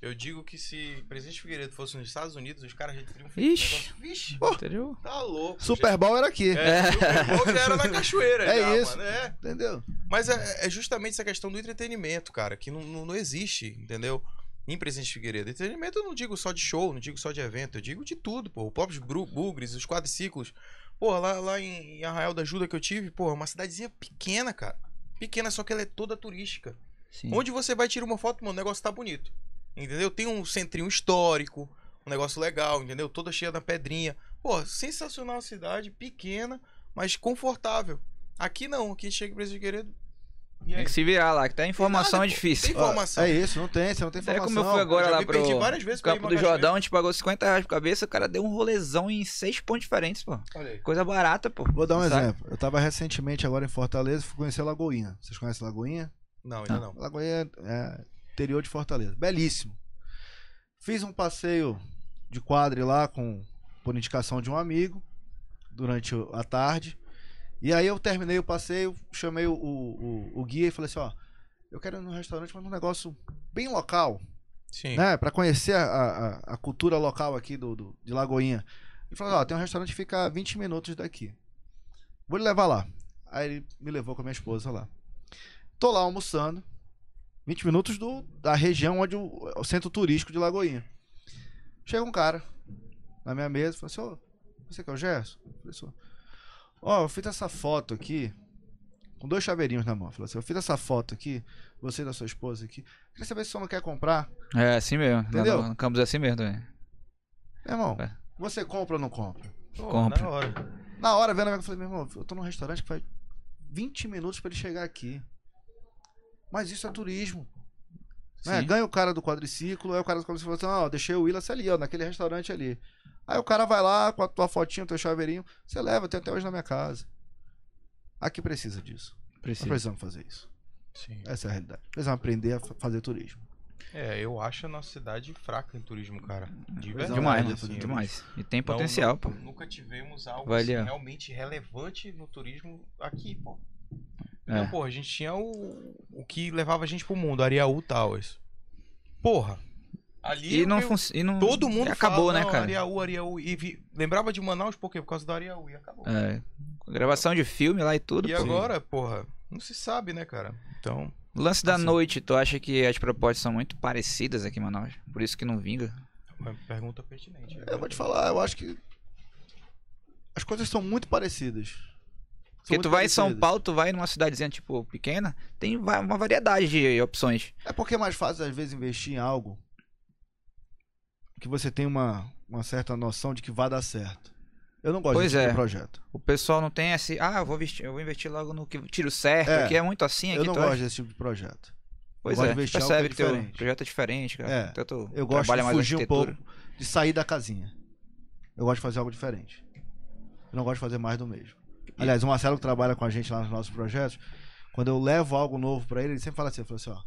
[SPEAKER 2] Eu digo que se Presidente Figueiredo fosse nos Estados Unidos, os caras já teriam
[SPEAKER 1] Ixi.
[SPEAKER 2] um negócio- Vixe,
[SPEAKER 1] Entendeu?
[SPEAKER 2] tá louco.
[SPEAKER 3] Super Bowl era aqui,
[SPEAKER 2] já- É, Super Bowl já era na cachoeira,
[SPEAKER 3] [LAUGHS] É
[SPEAKER 2] já,
[SPEAKER 3] isso.
[SPEAKER 2] mano. É.
[SPEAKER 3] entendeu?
[SPEAKER 2] Mas é, é justamente essa questão do entretenimento, cara, que não, não, não existe, entendeu? Em Presidente Figueiredo. Entretenimento eu não digo só de show, não digo só de evento, eu digo de tudo, pô. Os próprios bru- bugres, os quadriciclos. Porra, lá, lá em, em Arraial da Ajuda que eu tive, porra, uma cidadezinha pequena, cara. Pequena, só que ela é toda turística.
[SPEAKER 1] Sim.
[SPEAKER 2] Onde você vai tirar uma foto, mano, o negócio tá bonito. Entendeu? Tem um centrinho histórico, um negócio legal, entendeu? Toda cheia da pedrinha. Pô, sensacional a cidade, pequena, mas confortável. Aqui não, aqui chega em Presidente Figueiredo,
[SPEAKER 4] E
[SPEAKER 1] é? Tem
[SPEAKER 4] aí?
[SPEAKER 1] que se virar lá, que até a informação
[SPEAKER 2] nada,
[SPEAKER 1] é
[SPEAKER 2] pô.
[SPEAKER 1] difícil.
[SPEAKER 2] Tem informação.
[SPEAKER 3] Ó, É isso, não tem, você não tem
[SPEAKER 1] É
[SPEAKER 3] informação.
[SPEAKER 1] como eu fui agora
[SPEAKER 2] já
[SPEAKER 1] lá
[SPEAKER 2] me
[SPEAKER 1] pro
[SPEAKER 2] perdi várias vezes pra ir
[SPEAKER 1] Campo
[SPEAKER 2] pra
[SPEAKER 1] do
[SPEAKER 2] Cachoeira.
[SPEAKER 1] Jordão, a gente pagou 50 reais por cabeça, o cara deu um rolezão em seis pontos diferentes, pô.
[SPEAKER 4] Olha aí.
[SPEAKER 1] Coisa barata, pô.
[SPEAKER 3] Vou dar um
[SPEAKER 1] Saca?
[SPEAKER 3] exemplo. Eu tava recentemente agora em Fortaleza, fui conhecer Lagoinha. Vocês conhecem Lagoinha?
[SPEAKER 2] Não,
[SPEAKER 1] Tá.
[SPEAKER 2] ainda não.
[SPEAKER 3] Lagoinha é interior de Fortaleza. Belíssimo. Fiz um passeio de quadre lá com por indicação de um amigo durante o- a tarde. E aí eu terminei o passeio, chamei o, o, o- o guia e falei assim, ó, eu quero ir num restaurante, mas num negócio bem local,
[SPEAKER 2] Sim.
[SPEAKER 3] né? Pra conhecer a, a- a cultura local aqui do, do- de Lagoinha. Ele falou, ó, tem um restaurante que fica a 20 minutos daqui. Vou lhe levar lá. Aí ele me levou com a minha esposa lá. Tô lá almoçando. 20 minutos do, da região onde o, é o centro turístico de Lagoinha. Chega um cara na minha mesa e fala assim, ô, você que é o Gerson? Eu falei, "Sou." Ó, eu fiz essa foto aqui com dois chaveirinhos na mão. Falou assim, eu fiz essa foto aqui, você e da sua esposa aqui. Queria saber se você não quer comprar.
[SPEAKER 1] É, assim mesmo.
[SPEAKER 3] Entendeu?
[SPEAKER 1] Entendeu? No campus é assim mesmo também.
[SPEAKER 3] Meu irmão,
[SPEAKER 1] É.
[SPEAKER 3] você compra ou não compra?
[SPEAKER 2] Pô,
[SPEAKER 1] compra.
[SPEAKER 2] na hora.
[SPEAKER 3] Na hora, vendo, eu falei, meu irmão, eu tô num restaurante que faz 20 minutos pra ele chegar aqui. Mas isso é turismo. Né?
[SPEAKER 2] é
[SPEAKER 1] Sim.
[SPEAKER 3] Ganha o cara do quadriciclo, aí o cara do quadriciclo fala assim, ó, deixei o Willas ali, ó, naquele restaurante ali. Aí o cara vai lá com a tua fotinha, o teu chaveirinho, você leva, eu tenho até hoje na minha casa. Aqui precisa disso. Nós
[SPEAKER 1] Precisa.
[SPEAKER 3] precisamos fazer isso.
[SPEAKER 2] Sim.
[SPEAKER 3] Essa é a realidade. Precisamos aprender a fa- fazer turismo.
[SPEAKER 2] É, eu acho a nossa cidade fraca em turismo, cara. De verdade,
[SPEAKER 1] É Demais,
[SPEAKER 2] assim,
[SPEAKER 3] né?
[SPEAKER 2] eu
[SPEAKER 1] demais. E tem
[SPEAKER 2] não-
[SPEAKER 1] potencial,
[SPEAKER 2] Então, nu-
[SPEAKER 1] pô.
[SPEAKER 2] Nunca tivemos algo
[SPEAKER 1] Vai
[SPEAKER 2] assim,
[SPEAKER 1] ali, ó.
[SPEAKER 2] realmente relevante no turismo aqui, pô.
[SPEAKER 1] É.
[SPEAKER 2] Então, pô, a gente tinha o, o que levava a gente pro mundo, Ariaú Towers. Porra. Ali
[SPEAKER 1] E não,
[SPEAKER 2] eu-
[SPEAKER 1] func- e não
[SPEAKER 2] todo mundo
[SPEAKER 1] e acabou,
[SPEAKER 2] fala,
[SPEAKER 1] né,
[SPEAKER 2] "Não, é
[SPEAKER 1] cara?
[SPEAKER 2] Ariaú, Ariaú. E vi- lembrava de Manaus por quê? Por causa do Ariaú e acabou.
[SPEAKER 1] É, gravação de filme lá e tudo.
[SPEAKER 2] E
[SPEAKER 1] pô.
[SPEAKER 2] agora, porra, não se sabe, né, cara? Então,
[SPEAKER 1] O lance da
[SPEAKER 2] Assim.
[SPEAKER 1] noite, tu acha que as propostas são muito parecidas aqui em Manaus? Por isso que não vinga?
[SPEAKER 2] é uma pergunta pertinente. né?
[SPEAKER 3] Eu vou te falar, eu acho que as coisas são muito parecidas. São
[SPEAKER 1] Porque
[SPEAKER 3] muito
[SPEAKER 1] tu vai em São
[SPEAKER 3] parecidas.
[SPEAKER 1] Paulo, tu vai numa cidadezinha, tipo, pequena, tem va- uma variedade de opções.
[SPEAKER 3] É porque é mais fácil, às vezes, investir em algo que você tem uma, uma certa noção de que vai dar certo. Eu não gosto
[SPEAKER 1] Pois
[SPEAKER 3] desse
[SPEAKER 1] é.
[SPEAKER 3] tipo de projeto.
[SPEAKER 1] O pessoal não tem esse, ah, eu vou, vestir, eu vou investir logo no que tiro certo,
[SPEAKER 3] É.
[SPEAKER 1] aqui é muito assim, aqui
[SPEAKER 3] Eu não
[SPEAKER 1] tu
[SPEAKER 3] gosto
[SPEAKER 1] acha-
[SPEAKER 3] desse tipo de projeto.
[SPEAKER 1] Pois
[SPEAKER 3] gosto
[SPEAKER 1] é,
[SPEAKER 3] de
[SPEAKER 1] tu
[SPEAKER 3] investir em algo
[SPEAKER 1] percebe que
[SPEAKER 3] que é
[SPEAKER 1] teu
[SPEAKER 3] diferente.
[SPEAKER 1] projeto é diferente, cara.
[SPEAKER 3] É.
[SPEAKER 1] Então tu
[SPEAKER 3] Eu gosto
[SPEAKER 1] trabalha
[SPEAKER 3] de
[SPEAKER 1] mais
[SPEAKER 3] fugir um pouco,
[SPEAKER 1] arquitetura.
[SPEAKER 3] de sair da casinha. Eu gosto de fazer algo diferente. Eu não gosto de fazer mais do mesmo. Aliás, o Marcelo que trabalha com a gente lá nos nossos projetos, quando eu levo algo novo pra ele, ele sempre fala assim, ele fala assim, ó,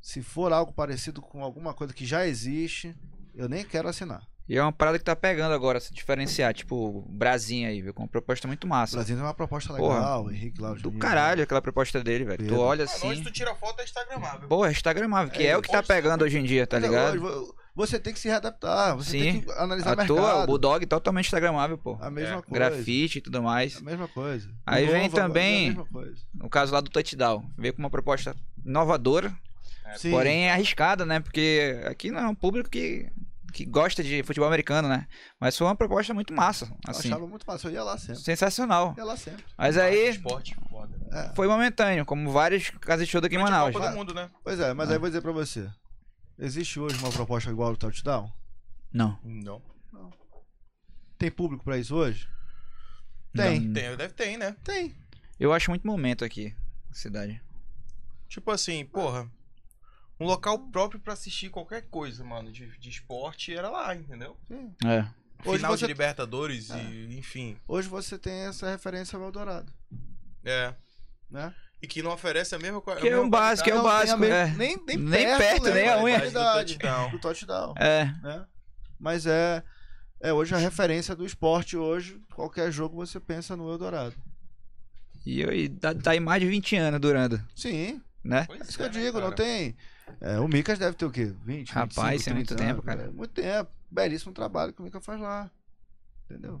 [SPEAKER 3] se for algo parecido com alguma coisa que já existe, eu nem quero assinar.
[SPEAKER 1] E é uma parada que tá pegando agora, se diferenciar, tipo, Brasinha aí, viu? Com uma proposta muito
[SPEAKER 3] O
[SPEAKER 1] massa.
[SPEAKER 3] Brasil é uma proposta
[SPEAKER 1] Porra,
[SPEAKER 3] legal, o Henrique lá, o
[SPEAKER 1] Do
[SPEAKER 3] Juninho,
[SPEAKER 1] caralho aquela proposta dele, velho. Tu
[SPEAKER 3] Pedro.
[SPEAKER 1] olha
[SPEAKER 4] Mano, hoje
[SPEAKER 1] assim.
[SPEAKER 4] tu tira foto é instagramável.
[SPEAKER 1] Porra, Instagramável, que é, o que tá
[SPEAKER 4] Hoje-
[SPEAKER 1] pegando hoje em dia, tá
[SPEAKER 3] Até
[SPEAKER 1] ligado?
[SPEAKER 3] hoje, vo- Você tem que se readaptar, você
[SPEAKER 1] Sim.
[SPEAKER 3] tem que analisar
[SPEAKER 1] A
[SPEAKER 3] mercado. Ah,
[SPEAKER 1] tua, o Bulldog totalmente Instagramável, pô.
[SPEAKER 3] A mesma coisa.
[SPEAKER 1] é, Grafite e tudo mais.
[SPEAKER 3] A mesma coisa.
[SPEAKER 1] Aí
[SPEAKER 3] O
[SPEAKER 1] vem
[SPEAKER 3] novo agora
[SPEAKER 1] também-
[SPEAKER 3] É a mesma coisa.
[SPEAKER 1] No caso lá do Touchdown, veio com uma proposta inovadora,
[SPEAKER 2] É,
[SPEAKER 3] Sim.
[SPEAKER 1] porém arriscada, né? Porque aqui não é um público que, que gosta de futebol americano, né? Mas foi uma proposta muito massa,
[SPEAKER 3] eu
[SPEAKER 1] assim.
[SPEAKER 3] achava muito fácil, eu ia lá sempre.
[SPEAKER 1] Sensacional.
[SPEAKER 3] Ia lá sempre.
[SPEAKER 1] Mas
[SPEAKER 2] Parte,
[SPEAKER 1] aí
[SPEAKER 2] Esporte, foda.
[SPEAKER 1] foi momentâneo, como vários casos de show daqui em Manaus.
[SPEAKER 3] tipo,
[SPEAKER 2] Copa do mundo, né?
[SPEAKER 3] Pois é,
[SPEAKER 1] Ah.
[SPEAKER 3] mas aí eu vou dizer pra você. Existe hoje uma proposta igual ao touchdown?
[SPEAKER 1] Não.
[SPEAKER 2] Não.
[SPEAKER 3] Tem público pra isso hoje?
[SPEAKER 1] Não. Hum.
[SPEAKER 3] Tem.
[SPEAKER 2] Tem, deve ter, né?
[SPEAKER 3] Tem.
[SPEAKER 1] Eu acho muito momento aqui, cidade.
[SPEAKER 2] Tipo assim, porra. Um local próprio pra assistir qualquer coisa, mano, de, de esporte era lá, entendeu?
[SPEAKER 1] É.
[SPEAKER 3] Hoje
[SPEAKER 2] Final de
[SPEAKER 3] você, tá- É.
[SPEAKER 2] Libertadores e, enfim.
[SPEAKER 3] hoje você tem essa referência ao Eldorado,
[SPEAKER 2] É.
[SPEAKER 3] né?
[SPEAKER 2] E que não oferece a mesma coisa.
[SPEAKER 1] Que
[SPEAKER 3] um
[SPEAKER 1] é o básico, que é o
[SPEAKER 3] Não, tem a
[SPEAKER 1] básico,
[SPEAKER 3] mesma-
[SPEAKER 1] é.
[SPEAKER 3] Nem, nem,
[SPEAKER 1] Nem perto,
[SPEAKER 3] né,
[SPEAKER 1] nem a
[SPEAKER 3] da
[SPEAKER 1] unha.
[SPEAKER 3] qualidade
[SPEAKER 2] Do touchdown.
[SPEAKER 3] Do touchdown,
[SPEAKER 1] É.
[SPEAKER 3] né? Mas é, é hoje a referência do esporte hoje. Qualquer jogo você pensa no Eldorado.
[SPEAKER 1] E, eu, e tá, tá aí mais de 20 anos durando,
[SPEAKER 3] Sim,
[SPEAKER 1] né?
[SPEAKER 3] é isso que eu digo, não tem... é, o Micas deve ter o quê? 20,
[SPEAKER 1] Rapaz,
[SPEAKER 3] 25,
[SPEAKER 1] tem muito
[SPEAKER 3] 30
[SPEAKER 1] tempo,
[SPEAKER 3] anos,
[SPEAKER 1] cara.
[SPEAKER 3] é, muito tempo. Belíssimo trabalho que o Micas faz lá. Entendeu?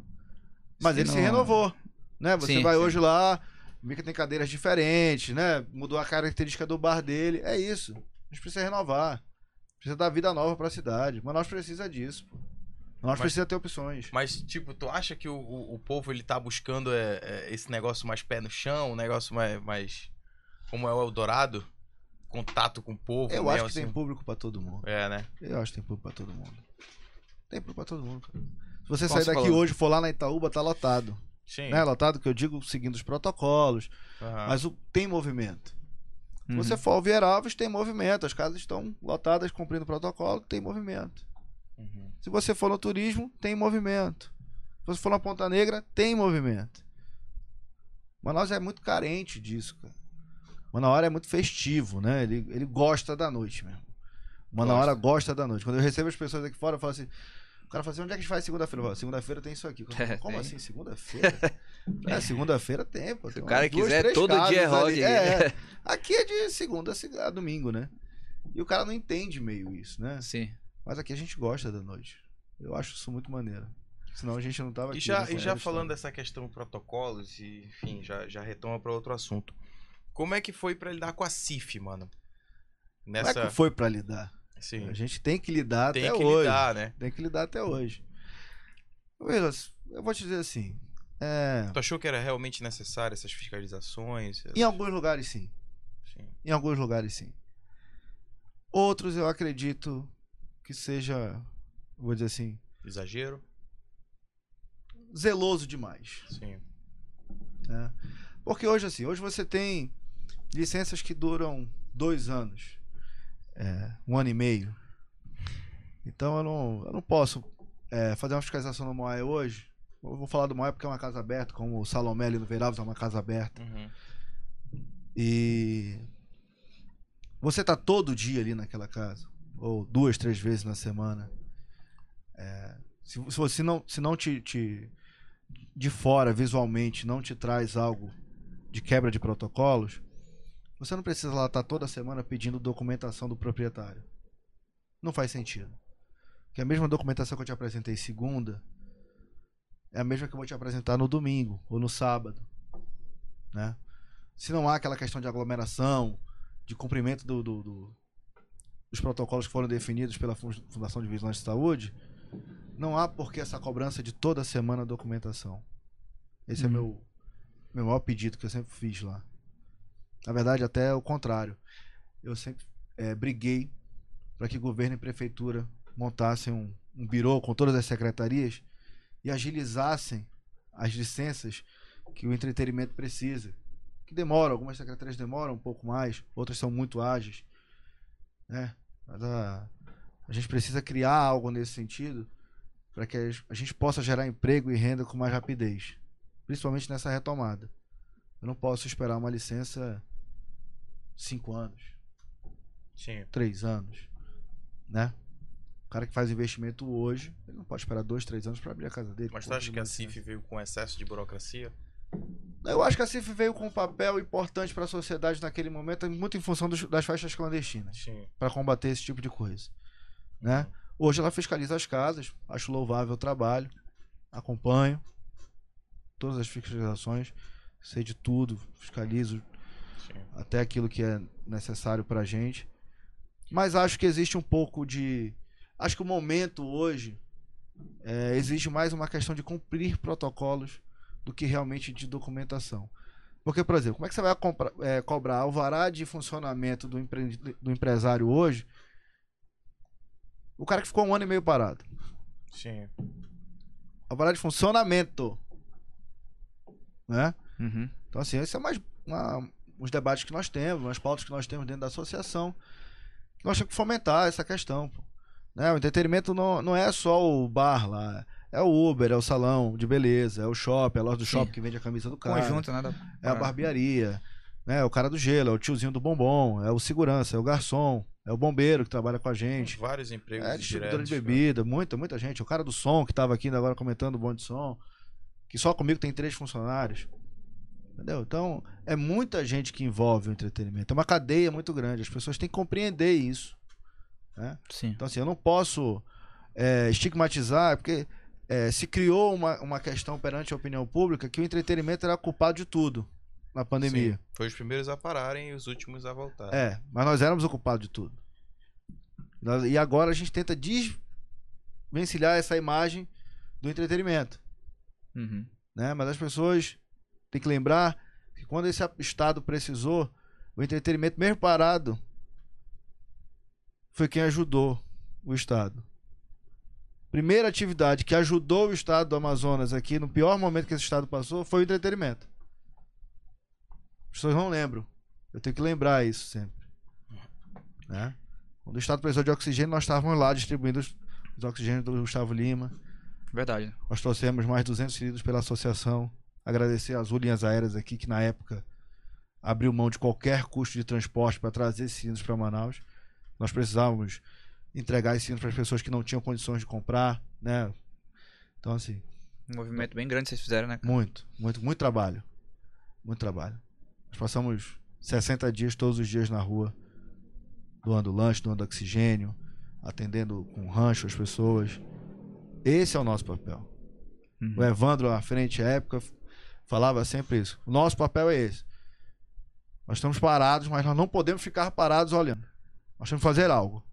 [SPEAKER 3] Mas
[SPEAKER 1] Se
[SPEAKER 3] ele se
[SPEAKER 1] não-
[SPEAKER 3] renovou, né? Você
[SPEAKER 1] Sim,
[SPEAKER 3] vai
[SPEAKER 1] sim.
[SPEAKER 3] hoje lá, o Mika tem cadeiras diferentes, né? Mudou a característica do bar dele. É isso. A gente precisa renovar. Precisa dar vida nova pra cidade. Manaus precisa disso. pô. Manaus
[SPEAKER 2] Mas-
[SPEAKER 3] precisa ter opções.
[SPEAKER 2] Mas, tipo, tu acha que o, o, o povo ele tá buscando é, é, esse negócio mais pé no chão, um negócio mais. mais como é o Eldorado? Contato com o povo.
[SPEAKER 3] Eu
[SPEAKER 2] mesmo, assim.
[SPEAKER 3] acho que
[SPEAKER 1] assim.
[SPEAKER 3] tem público pra todo mundo.
[SPEAKER 2] É, né?
[SPEAKER 3] Eu acho que tem público pra todo mundo. Tem público pra todo mundo, cara. Se você
[SPEAKER 1] Como
[SPEAKER 3] sair
[SPEAKER 1] você
[SPEAKER 3] daqui
[SPEAKER 1] falou.
[SPEAKER 3] hoje e for lá na Itaúba, tá lotado.
[SPEAKER 2] Sim.
[SPEAKER 1] Ah.
[SPEAKER 3] Né? Lotado, que eu digo seguindo os protocolos.
[SPEAKER 2] Aham.
[SPEAKER 3] Mas o- tem movimento. Se
[SPEAKER 1] Uhum.
[SPEAKER 3] você for ao Vieralves, tem movimento. As casas estão lotadas, cumprindo o protocolo, tem movimento.
[SPEAKER 1] Uhum.
[SPEAKER 3] Se você for no turismo, tem movimento. Se você for na Ponta Negra, tem movimento. Manaus é muito carente disso, cara. Manaus é muito festivo, né? Ele, ele gosta da noite mesmo. Manaus gosta. da noite. Quando eu recebo as pessoas aqui fora, eu falo assim. O cara fala assim, onde é que a gente faz segunda-feira? Eu falo, Segunda-feira tem isso
[SPEAKER 1] [LAUGHS]
[SPEAKER 3] aqui. Eu falo, Como
[SPEAKER 1] É, Tem.
[SPEAKER 3] assim, segunda-feira?
[SPEAKER 1] [LAUGHS]
[SPEAKER 3] É, segunda-feira tem, pô.
[SPEAKER 1] Se
[SPEAKER 3] Tem
[SPEAKER 1] o
[SPEAKER 3] umas
[SPEAKER 1] cara
[SPEAKER 3] duas,
[SPEAKER 1] quiser,
[SPEAKER 3] três
[SPEAKER 1] todo
[SPEAKER 3] casas
[SPEAKER 1] dia é
[SPEAKER 3] ali.
[SPEAKER 1] rock.
[SPEAKER 3] É, é. Aqui é de segunda a se- a domingo, né? E o cara não entende meio isso, né?
[SPEAKER 1] Sim.
[SPEAKER 3] Mas aqui a gente gosta da noite. Eu acho isso muito maneiro. Senão a gente não tava aqui.
[SPEAKER 2] E já,
[SPEAKER 3] né?
[SPEAKER 2] e
[SPEAKER 3] Essa
[SPEAKER 2] já
[SPEAKER 3] história.
[SPEAKER 2] falando dessa questão protocolos, e, enfim, já, já retoma pra outro assunto. Como é que foi pra lidar com a CIF, mano?
[SPEAKER 3] Como é
[SPEAKER 2] Nessa.
[SPEAKER 3] que foi pra lidar?
[SPEAKER 2] Sim,
[SPEAKER 3] A gente tem que lidar
[SPEAKER 2] tem
[SPEAKER 3] até
[SPEAKER 2] que
[SPEAKER 3] hoje.
[SPEAKER 2] lidar, né?
[SPEAKER 3] Tem que lidar até hoje. Willas, eu vou te dizer assim. é,
[SPEAKER 2] Tu achou que era realmente necessário essas fiscalizações?
[SPEAKER 3] Em alguns lugares sim.
[SPEAKER 2] Sim.
[SPEAKER 3] Em alguns lugares sim. Outros eu acredito que seja, vou dizer assim,
[SPEAKER 2] Exagero?
[SPEAKER 3] zeloso demais.
[SPEAKER 2] Sim.
[SPEAKER 3] né? Porque hoje, assim, hoje você tem licenças que duram dois anos, é, um ano e meio. Então eu não, eu não posso é, fazer uma fiscalização no Moai hoje. Eu vou falar do Moai porque é uma casa aberta, como o Salomé ali no Veiralves é uma casa aberta.
[SPEAKER 2] Uhum.
[SPEAKER 3] E você tá todo dia ali naquela casa, ou duas, três vezes na semana. É, se, se você não, se não te, te- de fora visualmente não te traz algo de quebra de protocolos, você não precisa lá estar toda semana pedindo documentação do proprietário. Não faz sentido. Porque a mesma documentação que eu te apresentei segunda é a mesma que eu vou te apresentar no domingo ou no sábado, né? se não há aquela questão de aglomeração, de cumprimento do- do- do- dos protocolos que foram definidos pela Fun- Fundação de Vigilância de Saúde, não há por que essa cobrança de toda semana documentação. Esse é
[SPEAKER 1] Uhum.
[SPEAKER 3] meu, meu maior pedido que eu sempre fiz lá. Na verdade, até o contrário. Eu sempre eh, briguei para que governo e prefeitura montassem um, um birô com todas as secretarias e agilizassem as licenças que o entretenimento precisa que demora, algumas secretarias demoram um pouco mais, outras são muito ágeis, né? Mas a, a gente precisa criar algo nesse sentido para que as- a gente possa gerar emprego e renda com mais rapidez, principalmente nessa retomada. Eu não posso esperar uma licença cinco anos,
[SPEAKER 2] Sim.
[SPEAKER 3] três anos, né? O cara que faz investimento hoje, ele não pode esperar dois, três anos para abrir a casa dele.
[SPEAKER 2] Mas tu
[SPEAKER 3] Pô,
[SPEAKER 2] acha que assim a
[SPEAKER 3] licença.
[SPEAKER 2] CIF veio com excesso de burocracia?
[SPEAKER 3] Eu acho que a CIF veio com um papel importante para a sociedade naquele momento, muito em função dos- das festas clandestinas,
[SPEAKER 2] Sim.
[SPEAKER 3] para combater esse tipo de coisa. Né? Hoje ela fiscaliza as casas, acho louvável o trabalho, acompanho todas as fiscalizações, sei de tudo, fiscalizo
[SPEAKER 2] Sim.
[SPEAKER 3] até aquilo que é necessário pra gente. Mas acho que existe um pouco de. Acho que o momento hoje é, exige mais uma questão de cumprir protocolos do que realmente de documentação. Porque, por exemplo, como é que você vai compra- é, cobrar alvará de funcionamento do, empre- do empresário hoje? O cara que ficou um ano e meio parado.
[SPEAKER 2] Sim.
[SPEAKER 3] Alvará de funcionamento. Né?
[SPEAKER 1] Uhum.
[SPEAKER 3] Então, assim, esse é mais uma, uns debates que nós temos, umas pautas que nós temos dentro da associação, que nós temos que fomentar essa questão. pô. Né? O entretenimento não, não é só o bar lá, é o Uber, é o salão de beleza, é o shopping, é a loja do
[SPEAKER 1] Sim.
[SPEAKER 3] shopping que vende a camisa do cara,
[SPEAKER 1] Conjunto, nada.
[SPEAKER 3] é a barbearia, né? é o cara do gelo, é o tiozinho do bombom, é o segurança, é o garçom, é o bombeiro que trabalha com a gente.
[SPEAKER 2] Vários empregos né?
[SPEAKER 3] É, distribuidor
[SPEAKER 2] diretos.
[SPEAKER 3] de bebida, muita, muita gente. O cara do som que tava aqui agora comentando o bom de som, que só comigo tem três funcionários. Entendeu? Então, é muita gente que envolve o entretenimento. É uma cadeia muito grande. As pessoas têm que compreender isso.
[SPEAKER 1] Sim.
[SPEAKER 3] Então, assim, eu não posso é, estigmatizar, porque é, se criou uma, uma questão perante a opinião pública que o entretenimento era culpado de tudo na pandemia.
[SPEAKER 2] Sim. Foi os primeiros a pararem e os últimos a voltar.
[SPEAKER 3] É, mas nós éramos o culpado de tudo. Nós- E agora a gente tenta desvencilhar essa imagem do entretenimento,
[SPEAKER 1] Uhum.
[SPEAKER 3] né? Mas as pessoas têm que lembrar que quando esse estado precisou, o entretenimento mesmo parado foi quem ajudou o estado. Primeira atividade que ajudou o estado do Amazonas aqui no pior momento que esse estado passou foi o entretenimento. As pessoas não lembram. Eu tenho que lembrar isso sempre. Né? Quando o Estado precisou de oxigênio, nós estávamos lá distribuindo os, os oxigênios do Gustavo Lima.
[SPEAKER 1] Verdade.
[SPEAKER 3] Nós trouxemos mais 200 feridos pela associação. Agradecer às Linhas Aéreas aqui, que na época abriu mão de qualquer custo de transporte para trazer esses cilindros para Manaus. Nós precisávamos entregar esses cilindros para as pessoas que não tinham condições de comprar, né? Então, assim,
[SPEAKER 1] Um movimento bem grande vocês fizeram, né? cara?
[SPEAKER 3] muito, muito, muito trabalho. Muito trabalho. Nós passamos 60 dias todos os dias na rua, doando lanche, doando oxigênio, atendendo com rancho as pessoas. Esse é o nosso papel.
[SPEAKER 1] Uhum.
[SPEAKER 3] O Evandro, à frente, à época, falava sempre isso. O nosso papel é esse. Nós estamos parados, mas nós não podemos ficar parados olhando. Nós temos que fazer algo.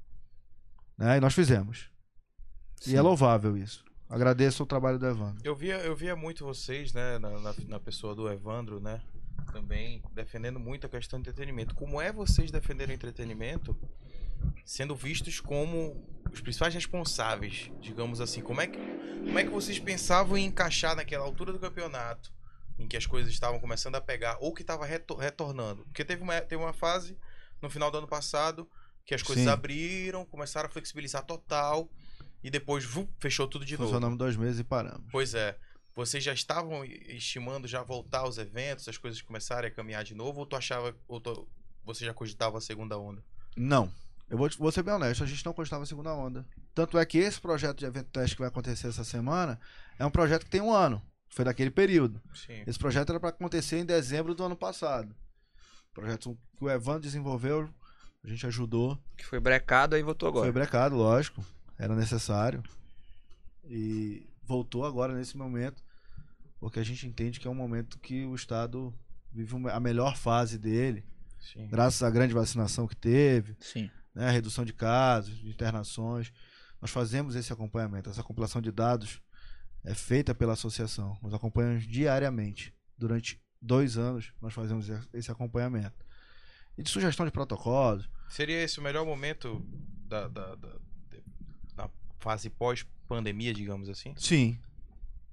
[SPEAKER 3] Né? E nós fizemos. E é louvável isso. Agradeço o trabalho do Evandro.
[SPEAKER 2] Eu via, eu via muito vocês, né, na, na, na pessoa do Evandro, né, também defendendo muito a questão do entretenimento. Como é vocês defenderem o entretenimento sendo vistos como os principais responsáveis, digamos assim? Como é que, como é que vocês pensavam em encaixar naquela altura do campeonato? Em que as coisas estavam começando a pegar, ou que estava reto- retornando. Porque teve uma, teve uma fase no final do ano passado que as coisas
[SPEAKER 3] Sim.
[SPEAKER 2] abriram, começaram a flexibilizar total, e depois vup, fechou tudo de novo.
[SPEAKER 3] Funcionamos dois meses e paramos.
[SPEAKER 2] Pois é. Vocês já estavam estimando já voltar aos eventos, as coisas começarem a caminhar de novo, ou tu achava. Ou tu- você já cogitava a segunda onda?
[SPEAKER 3] Não. Eu vou, te- vou ser bem honesto, a gente não constava a segunda onda. Tanto é que esse projeto de evento teste que vai acontecer essa semana é um projeto que tem um ano. Foi daquele período.
[SPEAKER 2] Sim.
[SPEAKER 3] Esse projeto era para acontecer em dezembro do ano passado. Projeto que o Evandro desenvolveu, a gente ajudou.
[SPEAKER 1] Que foi brecado aí voltou agora.
[SPEAKER 3] Foi brecado, lógico. Era necessário. E voltou agora nesse momento, porque a gente entende que é um momento que o Estado vive uma- a melhor fase dele,
[SPEAKER 2] Sim.
[SPEAKER 3] graças à grande vacinação que teve
[SPEAKER 1] Sim.
[SPEAKER 3] né, redução de casos, de internações. Nós fazemos esse acompanhamento. Essa compilação de dados é feita pela associação. Nós acompanhamos diariamente. Durante dois anos, nós fazemos esse acompanhamento. E de sugestão de protocolos,
[SPEAKER 2] Seria esse o melhor momento da, da- da- de- na fase pós-pandemia, digamos assim?
[SPEAKER 3] sim.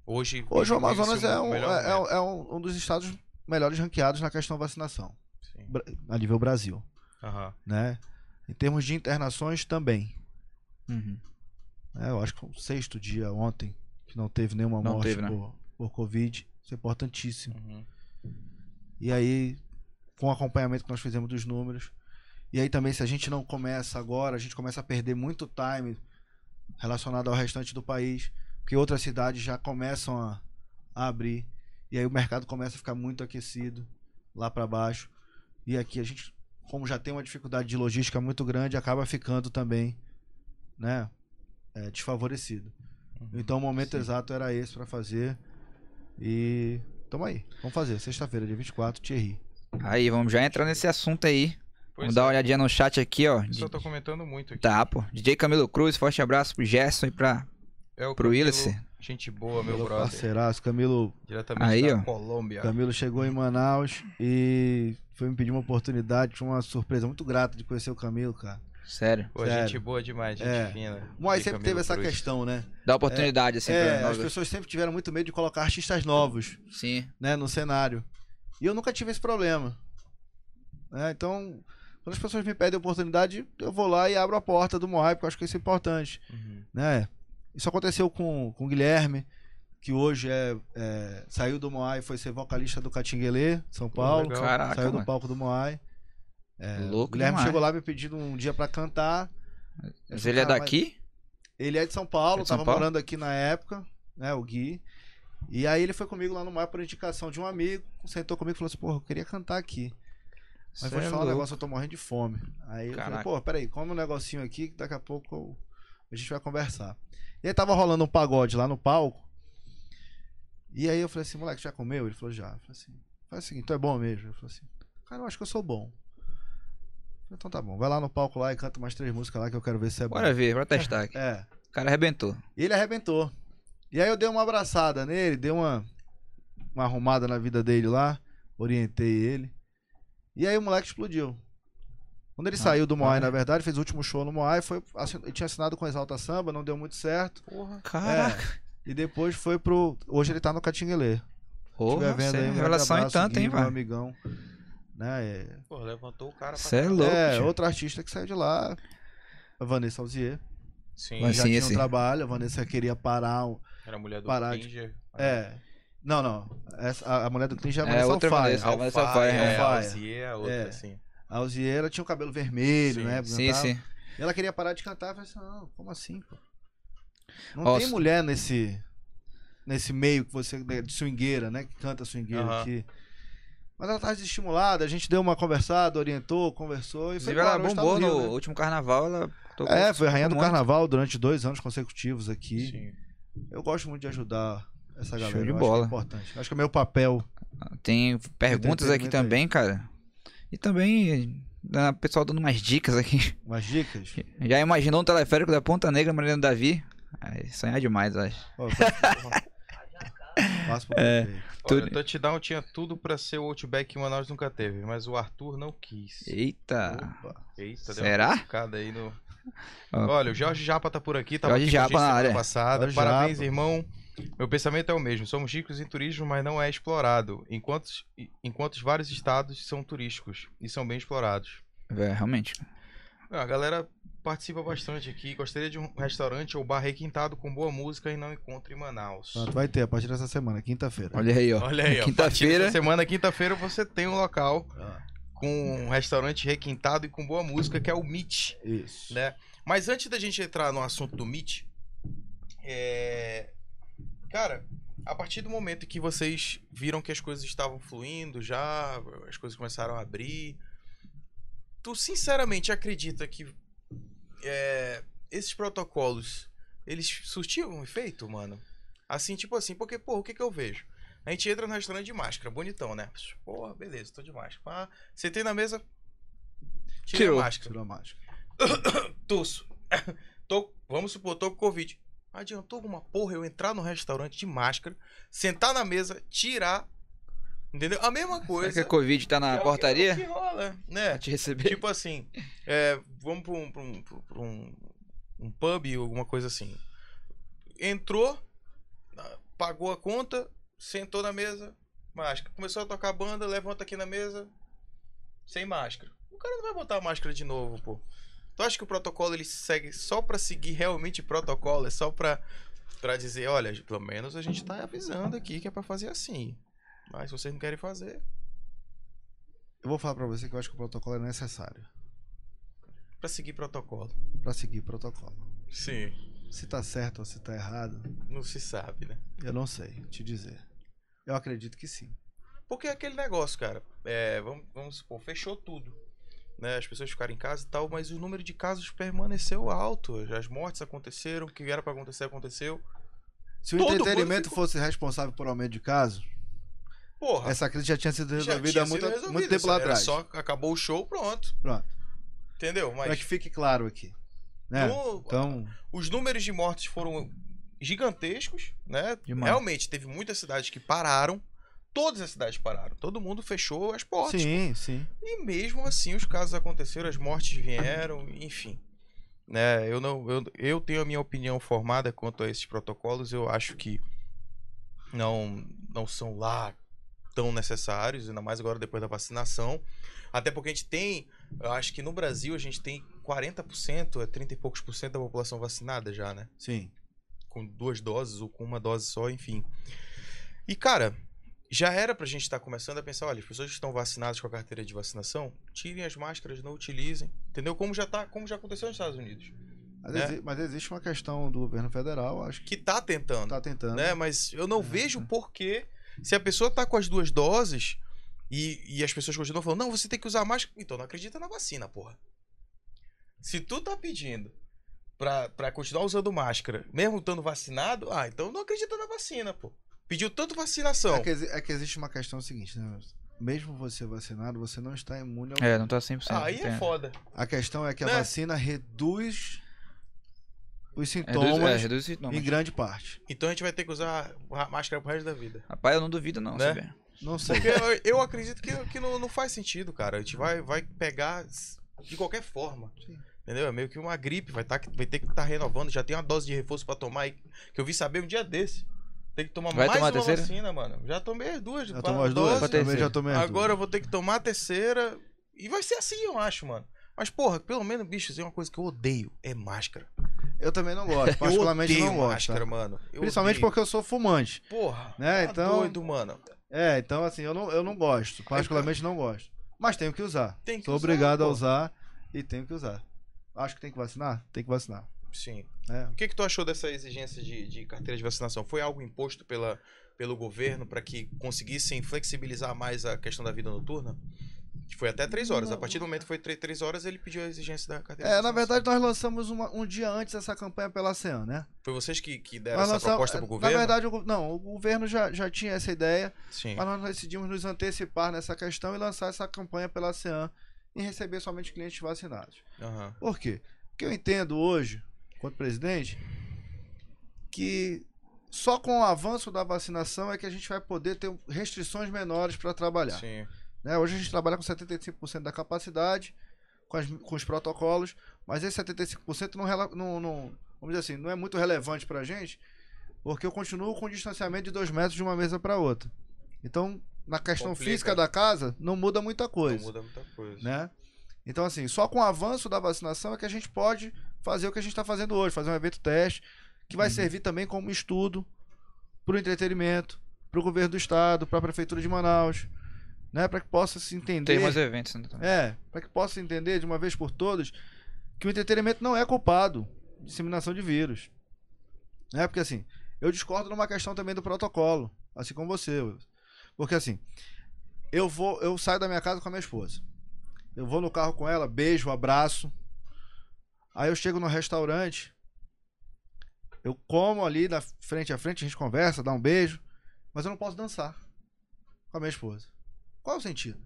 [SPEAKER 2] Hoje.
[SPEAKER 3] Hoje o
[SPEAKER 2] esse
[SPEAKER 3] Amazonas é, um,
[SPEAKER 2] melhor
[SPEAKER 3] é- é um-
[SPEAKER 2] momento.
[SPEAKER 3] é um- um dos estados melhores ranqueados na questão vacinação,
[SPEAKER 2] Sim.
[SPEAKER 3] bra- a nível Brasil.
[SPEAKER 2] Aham.
[SPEAKER 3] Né? Em termos de internações, também.
[SPEAKER 1] Uhum.
[SPEAKER 3] né? Eu acho que foi o sexto dia ontem que não teve nenhuma
[SPEAKER 1] Não
[SPEAKER 3] morte
[SPEAKER 1] teve, né?
[SPEAKER 3] por, por Covid. Isso é importantíssimo.
[SPEAKER 2] Uhum.
[SPEAKER 3] E aí, com o acompanhamento que nós fizemos dos números. E aí também, se a gente não começa agora, a gente começa a perder muito time relacionado ao restante do país, porque outras cidades já começam a, a abrir. E aí o mercado começa a ficar muito aquecido lá para baixo. E aqui a gente, como já tem uma dificuldade de logística muito grande, acaba ficando também, né, é, desfavorecido. Então o momento exato era esse para fazer. E tamo aí. Vamos fazer. Sexta-feira, dia 24, Thierry.
[SPEAKER 1] Aí, vamos já entrar nesse assunto aí.
[SPEAKER 2] Pois
[SPEAKER 1] vamos dar
[SPEAKER 2] é,
[SPEAKER 1] uma olhadinha no chat aqui, ó.
[SPEAKER 3] um
[SPEAKER 2] Isso eu tô comentando muito aqui.
[SPEAKER 1] Tá, pô. DJ Camilo Cruz, forte abraço pro Gerson e pra,
[SPEAKER 2] É o
[SPEAKER 1] pro
[SPEAKER 2] Camilo,
[SPEAKER 1] Willis.
[SPEAKER 2] Gente boa, meu
[SPEAKER 3] Camilo
[SPEAKER 2] brother.
[SPEAKER 3] Parceiraço, Camilo.
[SPEAKER 2] Diretamente
[SPEAKER 1] Aí,
[SPEAKER 2] da
[SPEAKER 1] ó.
[SPEAKER 2] Colômbia.
[SPEAKER 3] Camilo chegou em Manaus e foi me pedir uma oportunidade. Foi uma surpresa muito grata de conhecer o Camilo, cara.
[SPEAKER 1] Sério.
[SPEAKER 2] Pô,
[SPEAKER 3] Sério.
[SPEAKER 2] gente boa demais, gente
[SPEAKER 3] É.
[SPEAKER 2] fina.
[SPEAKER 3] Mas
[SPEAKER 2] De
[SPEAKER 3] sempre
[SPEAKER 2] Camilo
[SPEAKER 3] teve essa
[SPEAKER 2] Cruz.
[SPEAKER 3] questão, né?
[SPEAKER 1] Dá oportunidade, assim,
[SPEAKER 3] É,
[SPEAKER 1] pra
[SPEAKER 3] as
[SPEAKER 1] nós.
[SPEAKER 3] pessoas sempre tiveram muito medo de colocar artistas novos,
[SPEAKER 1] Sim.
[SPEAKER 3] né, no cenário. E eu nunca tive esse problema. né? então, quando as pessoas me pedem oportunidade, eu vou lá e abro a porta do Moai, porque eu acho que isso é importante.
[SPEAKER 2] Uhum.
[SPEAKER 3] né? Isso aconteceu com, com o Guilherme, que hoje é, é, saiu do Moai e foi ser vocalista do Catinguelê, São Paulo.
[SPEAKER 2] legal.
[SPEAKER 1] Caraca,
[SPEAKER 3] saiu do
[SPEAKER 1] mano.
[SPEAKER 3] palco do Moai. O
[SPEAKER 1] Louco
[SPEAKER 3] Guilherme
[SPEAKER 1] demais.
[SPEAKER 3] chegou lá me pedindo um dia pra cantar. Eu
[SPEAKER 1] Mas
[SPEAKER 3] falei,
[SPEAKER 1] ele é
[SPEAKER 3] "Cara, mas
[SPEAKER 1] daqui?
[SPEAKER 3] Ele é de São Paulo,
[SPEAKER 1] É de São
[SPEAKER 3] tava
[SPEAKER 1] Paulo?
[SPEAKER 3] morando aqui na época, né, o Gui. E aí ele foi comigo lá no Moai por indicação de um amigo, sentou comigo e falou assim, porra, eu queria cantar aqui. Mas
[SPEAKER 1] Cê
[SPEAKER 3] vou te
[SPEAKER 1] é
[SPEAKER 3] falar um
[SPEAKER 1] louco.
[SPEAKER 3] negócio, eu tô morrendo de fome. Aí eu
[SPEAKER 1] Caraca.
[SPEAKER 3] falei, pô, peraí, come um negocinho aqui que daqui a pouco eu- a gente vai conversar. E aí tava rolando um pagode lá no palco. E aí eu falei assim, moleque, já comeu? Ele falou, já. Eu falei assim, faz o seguinte, tu é bom mesmo? Ele falou assim, cara, eu acho que eu sou bom. Eu falei, então tá bom, vai lá no palco lá e canta mais três músicas lá que eu quero ver se é bom.
[SPEAKER 1] Bora ver, bora testar aqui.
[SPEAKER 3] É.
[SPEAKER 1] O cara arrebentou.
[SPEAKER 3] E ele arrebentou. E aí eu dei uma abraçada nele, dei uma, uma arrumada na vida dele lá, orientei ele. E aí o moleque explodiu. Quando ele
[SPEAKER 1] Ah,
[SPEAKER 3] saiu do Moai,
[SPEAKER 1] tá.
[SPEAKER 3] na verdade, fez o último show no Moai, foi, assin- ele tinha assinado com Exalta Samba, não deu muito certo.
[SPEAKER 1] Caraca.
[SPEAKER 3] E depois foi pro. Hoje ele tá no Catinguelê.
[SPEAKER 1] Porra,
[SPEAKER 3] Estiver
[SPEAKER 1] cê é
[SPEAKER 3] um grande
[SPEAKER 1] revelação em
[SPEAKER 3] abraço,
[SPEAKER 1] tanto,
[SPEAKER 3] Gui,
[SPEAKER 1] hein,
[SPEAKER 3] meu
[SPEAKER 1] mano.
[SPEAKER 3] amigão. né? É,
[SPEAKER 4] Pô, levantou o cara pra
[SPEAKER 1] Você é louco,
[SPEAKER 3] é,
[SPEAKER 1] tio.
[SPEAKER 3] outra artista que saiu de lá, a Vanessa Alzier.
[SPEAKER 4] Sim,
[SPEAKER 1] Mas-
[SPEAKER 3] já
[SPEAKER 1] sim,
[SPEAKER 3] tinha
[SPEAKER 1] esse.
[SPEAKER 3] um trabalho, a Vanessa queria parar. Um...
[SPEAKER 4] era a mulher do
[SPEAKER 3] Parar de-
[SPEAKER 4] Ninja.
[SPEAKER 3] É. Não, não. Essa- a, a mulher do Clint já é a
[SPEAKER 1] É,
[SPEAKER 3] Vanessa
[SPEAKER 1] outra
[SPEAKER 3] Alfaia.
[SPEAKER 1] Vanessa. mas essa um
[SPEAKER 4] Alfaia,
[SPEAKER 1] vai,
[SPEAKER 4] é,
[SPEAKER 3] Alfaia.
[SPEAKER 4] Alzier, a outra,
[SPEAKER 3] É.
[SPEAKER 4] assim.
[SPEAKER 3] A Alzier, ela tinha o cabelo vermelho,
[SPEAKER 4] Sim.
[SPEAKER 3] né?
[SPEAKER 1] Sim,
[SPEAKER 3] cantava.
[SPEAKER 1] sim.
[SPEAKER 3] E ela queria parar de cantar. Eu falei assim, não, como assim, pô? Não
[SPEAKER 1] Ó,
[SPEAKER 3] tem
[SPEAKER 1] se-
[SPEAKER 3] mulher nesse, nesse meio que você, né, de swingueira, né? Que canta swingueira
[SPEAKER 2] Aham.
[SPEAKER 3] aqui. Mas ela tava desestimulada, a gente deu uma conversada, orientou, conversou e foi
[SPEAKER 1] Inclusive, ela
[SPEAKER 3] embora. Hoje tá
[SPEAKER 1] bombou
[SPEAKER 3] Rio,
[SPEAKER 1] no
[SPEAKER 3] né?
[SPEAKER 1] último carnaval, ela tocou.
[SPEAKER 3] É, foi rainha do
[SPEAKER 1] muito.
[SPEAKER 3] carnaval durante dois anos consecutivos aqui.
[SPEAKER 4] Sim.
[SPEAKER 3] Eu gosto muito de ajudar essa galera.
[SPEAKER 1] Show de
[SPEAKER 3] eu
[SPEAKER 1] bola.
[SPEAKER 3] Acho que é importante. Acho que é meu papel.
[SPEAKER 1] Tem perguntas aqui
[SPEAKER 3] Entretenimento aí.
[SPEAKER 1] também, cara. E também ah, o pessoal dando umas dicas aqui. [LAUGHS]
[SPEAKER 3] Umas dicas.
[SPEAKER 1] Já imaginou um teleférico da Ponta Negra, Mariano Davi? Ai, sonhar demais, eu acho.
[SPEAKER 3] Ó, passa-
[SPEAKER 2] [LAUGHS]
[SPEAKER 3] Passa um pro
[SPEAKER 1] É.
[SPEAKER 3] prefeito.
[SPEAKER 1] Tudo-
[SPEAKER 2] Olha, Touchdown tinha tudo pra ser o Outback que o Manaus nunca teve, mas o Arthur não quis.
[SPEAKER 1] Eita.
[SPEAKER 3] Opa.
[SPEAKER 2] Eita, Tá deu
[SPEAKER 1] Será?
[SPEAKER 2] uma picada aí no...
[SPEAKER 1] Ó.
[SPEAKER 2] Olha, o Jorge Japa tá por aqui, tá
[SPEAKER 1] Ah. Jorge
[SPEAKER 2] aqui com
[SPEAKER 1] Japa na
[SPEAKER 2] a gente semana
[SPEAKER 1] área.
[SPEAKER 2] passada.
[SPEAKER 3] Jorge
[SPEAKER 2] Parabéns,
[SPEAKER 3] Japa.
[SPEAKER 2] irmão. Meu pensamento é o mesmo. Somos ricos em turismo, mas não é explorado. Enquanto, enquanto os vários estados são turísticos e são bem explorados.
[SPEAKER 1] É, realmente.
[SPEAKER 2] Ah, A galera participa bastante aqui. Gostaria de um restaurante ou bar requintado com boa música e não encontro em Manaus.
[SPEAKER 3] Pronto, vai ter a partir dessa semana, quinta-feira.
[SPEAKER 1] Olha aí, ó.
[SPEAKER 2] Olha aí, ó.
[SPEAKER 1] Quinta-feira.
[SPEAKER 2] Essa semana, quinta-feira, você tem um local
[SPEAKER 3] Ó,
[SPEAKER 2] com um restaurante requintado e com boa música, que é o Meet.
[SPEAKER 3] Isso.
[SPEAKER 2] né? Mas antes da gente entrar no assunto do Meet, é... cara, a partir do momento que vocês viram que as coisas estavam fluindo já, as coisas começaram a abrir, tu sinceramente acredita que é, esses protocolos eles surtiam um efeito, mano? Assim, tipo assim, porque, pô, o que que eu vejo? A gente entra no restaurante de máscara, bonitão, né? Porra, beleza, tô de máscara. Ah, sentei na mesa, tirei
[SPEAKER 1] Tirou.
[SPEAKER 2] a máscara
[SPEAKER 3] Tirou a máscara.
[SPEAKER 2] tuço. [COUGHS] tô, vamos supor, tô com Covid. Adiantou alguma porra eu entrar no restaurante de máscara, sentar na mesa, tirar. Entendeu? A mesma
[SPEAKER 1] Será que
[SPEAKER 2] coisa.
[SPEAKER 1] a Covid tá na
[SPEAKER 2] é o que- é o
[SPEAKER 1] portaria?
[SPEAKER 2] que rola, né?
[SPEAKER 1] Pra te receber.
[SPEAKER 2] Tipo assim, é, vamos pra um, pra um- pra um- um pub ou alguma coisa assim. Entrou, ah, pagou a conta, sentou na mesa, máscara. Começou a tocar a banda, levanta aqui na mesa, sem máscara. O cara não vai botar a máscara de novo, pô. Tu acha que o protocolo ele segue só pra seguir realmente protocolo? É só pra, pra dizer, olha, pelo menos a gente tá avisando aqui que é pra fazer assim. Mas se vocês não querem fazer,
[SPEAKER 3] Eu vou falar pra você que eu acho que o protocolo é necessário
[SPEAKER 2] pra seguir protocolo.
[SPEAKER 3] pra seguir o protocolo.
[SPEAKER 2] Sim.
[SPEAKER 3] Se tá certo ou se tá errado,
[SPEAKER 2] Não se sabe, né?
[SPEAKER 3] eu não sei te dizer. Eu acredito que sim.
[SPEAKER 2] Porque é aquele negócio, cara. É, vamos, vamos supor, fechou tudo. Né? As pessoas ficaram em casa e tal, mas o número de casos permaneceu alto. As mortes aconteceram, o que era pra acontecer, aconteceu.
[SPEAKER 3] Se o
[SPEAKER 2] Todo mundo
[SPEAKER 3] entretenimento
[SPEAKER 2] ficou-
[SPEAKER 3] fosse responsável por aumento de casos,
[SPEAKER 2] Porra,
[SPEAKER 3] essa crise já tinha sido
[SPEAKER 2] já
[SPEAKER 3] resolvida
[SPEAKER 2] tinha
[SPEAKER 3] há muito,
[SPEAKER 2] sido resolvido,
[SPEAKER 3] muito tempo lá
[SPEAKER 2] era
[SPEAKER 3] atrás.
[SPEAKER 2] Só acabou o show, pronto.
[SPEAKER 3] Pronto.
[SPEAKER 2] Entendeu?
[SPEAKER 3] Pra
[SPEAKER 2] Mas
[SPEAKER 3] que fique claro aqui. Né?
[SPEAKER 2] no-
[SPEAKER 3] Então,
[SPEAKER 2] os números de mortes foram gigantescos, né?
[SPEAKER 1] Demais.
[SPEAKER 2] Realmente, teve muitas cidades que pararam. Todas as cidades pararam. Todo mundo fechou as portas.
[SPEAKER 3] sim, sim.
[SPEAKER 2] E mesmo assim, os casos aconteceram, as mortes vieram, enfim. Né, eu não, eu, eu tenho a minha opinião formada quanto a esses protocolos. Eu acho que não, não são lá tão necessários, ainda mais agora depois da vacinação. Até porque a gente tem, eu acho que no Brasil a gente tem 40%, é 30 e poucos por cento da população vacinada já, né?
[SPEAKER 3] Sim.
[SPEAKER 2] com duas doses ou com uma dose só, enfim. E, cara, já era pra gente estar começando a pensar, olha, as pessoas que estão vacinadas com a carteira de vacinação, tirem as máscaras, não utilizem, entendeu? Como já tá, como já aconteceu nos Estados Unidos,
[SPEAKER 3] Mas,
[SPEAKER 2] né?
[SPEAKER 3] exi- mas existe uma questão do governo federal, acho
[SPEAKER 2] que
[SPEAKER 3] que
[SPEAKER 2] tá tentando,
[SPEAKER 3] está tentando.
[SPEAKER 2] né? Mas eu não vejo por que se a pessoa tá com as duas doses e, e as pessoas continuam falando, não, você tem que usar máscara, então não acredita na vacina, porra. Se tu tá pedindo pra, pra continuar usando máscara, mesmo estando vacinado, ah, então não acredita na vacina, pô. Pediu tanto
[SPEAKER 3] É
[SPEAKER 2] vacinação.
[SPEAKER 1] Então.
[SPEAKER 3] que, exi- é que existe uma questão seguinte, né? Mesmo você vacinado, você não está imune ao.
[SPEAKER 1] É, não tá 100%.
[SPEAKER 2] Aí é
[SPEAKER 1] entendo.
[SPEAKER 2] foda.
[SPEAKER 3] A questão é que a
[SPEAKER 2] Né?
[SPEAKER 3] vacina reduz os
[SPEAKER 1] Reduz, é,
[SPEAKER 3] sintomas
[SPEAKER 1] reduz os
[SPEAKER 3] em
[SPEAKER 1] sintomas.
[SPEAKER 3] grande parte.
[SPEAKER 2] Então a gente vai ter que usar a máscara pro resto da vida.
[SPEAKER 1] Rapaz, eu não duvido, não,
[SPEAKER 2] Né?
[SPEAKER 1] sabia?
[SPEAKER 3] Não sei.
[SPEAKER 2] Porque eu, eu acredito que, que não, não faz sentido, cara. A gente vai, vai pegar de qualquer forma.
[SPEAKER 3] Sim.
[SPEAKER 2] Entendeu? É meio que tá uma gripe, vai, tá, vai ter que estar renovando. Já tem uma dose de reforço pra tomar aí, que eu vi saber um dia desse. Tem que tomar
[SPEAKER 1] Vai
[SPEAKER 2] mais
[SPEAKER 1] tomar a
[SPEAKER 2] uma
[SPEAKER 1] terceira?
[SPEAKER 2] vacina, mano. Já tomei as duas.
[SPEAKER 3] Já
[SPEAKER 2] quatro
[SPEAKER 3] tomou as duas?
[SPEAKER 2] doses.
[SPEAKER 1] Pra
[SPEAKER 3] Também já tomei as duas.
[SPEAKER 2] Agora eu vou ter que tomar a terceira. E vai ser assim, eu acho, mano. Mas, porra, pelo menos, bicho, tem uma coisa que eu odeio. É máscara.
[SPEAKER 3] Eu também não
[SPEAKER 2] [LAUGHS]
[SPEAKER 3] gosto,
[SPEAKER 2] eu
[SPEAKER 3] particularmente
[SPEAKER 2] odeio
[SPEAKER 3] não gosto.
[SPEAKER 2] máscara,
[SPEAKER 3] tá?
[SPEAKER 2] mano. Eu
[SPEAKER 3] Principalmente
[SPEAKER 2] odeio.
[SPEAKER 3] porque eu sou fumante.
[SPEAKER 2] Porra,
[SPEAKER 3] Né,
[SPEAKER 2] tá
[SPEAKER 3] então-
[SPEAKER 2] doido, mano.
[SPEAKER 3] É, então assim, eu não, eu não gosto. Particularmente não gosto. Mas tenho que usar.
[SPEAKER 2] Tem que
[SPEAKER 3] sou
[SPEAKER 2] usar,
[SPEAKER 3] obrigado a
[SPEAKER 2] pô.
[SPEAKER 3] usar e tenho que usar. Acho que tem que vacinar? Tem que vacinar.
[SPEAKER 2] Sim.
[SPEAKER 3] É.
[SPEAKER 2] O que, que tu achou dessa exigência de, de carteira de vacinação? Foi algo imposto pela, pelo governo para que conseguissem flexibilizar mais a questão da vida noturna? Que Foi até três horas. A partir do momento que foi tre- três horas, ele pediu a exigência da carteira de
[SPEAKER 3] É, na
[SPEAKER 2] vacinação.
[SPEAKER 3] verdade, nós lançamos uma- um dia antes essa campanha pela CEAN, né?
[SPEAKER 2] Foi vocês que, que deram
[SPEAKER 3] Nós
[SPEAKER 2] essa
[SPEAKER 3] lançamos-
[SPEAKER 2] proposta pro governo?
[SPEAKER 3] Na verdade, o go- não, o governo já, já tinha essa ideia,
[SPEAKER 2] Sim.
[SPEAKER 3] mas nós decidimos nos antecipar nessa questão e lançar essa campanha pela CEAN e receber somente clientes vacinados.
[SPEAKER 2] Aham.
[SPEAKER 3] Por quê? Porque eu entendo hoje, enquanto presidente, que só com o avanço da vacinação é que a gente vai poder ter restrições menores para trabalhar.
[SPEAKER 2] Sim. então
[SPEAKER 3] né? Hoje a gente trabalha com 75% da capacidade, com, as- com os protocolos, mas esse 75% não, rela- não- não- vamos dizer assim, não é muito relevante para a gente, porque eu continuo com o distanciamento de 2 metros de uma mesa para outra. Então, na questão
[SPEAKER 2] Complica.
[SPEAKER 3] física da casa, não muda muita
[SPEAKER 2] Não
[SPEAKER 3] coisa,
[SPEAKER 2] muda muita coisa.
[SPEAKER 3] né? Então, assim, só com o avanço da vacinação é que a gente pode fazer o que a gente está fazendo hoje, fazer um evento teste, que vai servir também como estudo para o entretenimento, para o governo do estado, para a prefeitura de Manaus, né? Para que possa se entender.
[SPEAKER 1] Tem mais eventos. Né? também.
[SPEAKER 3] É, para que possa entender de uma vez por todas que o entretenimento não é culpado de disseminação de vírus. Né? Porque assim, eu discordo numa questão também do protocolo, assim como você. Wilson. Porque assim, eu vou, eu saio da minha casa com a minha esposa. Eu vou no carro com ela, beijo, abraço. Aí eu chego no restaurante, eu como ali na frente a frente, a gente conversa, dá um beijo, mas eu não posso dançar com a minha esposa. Qual é o sentido?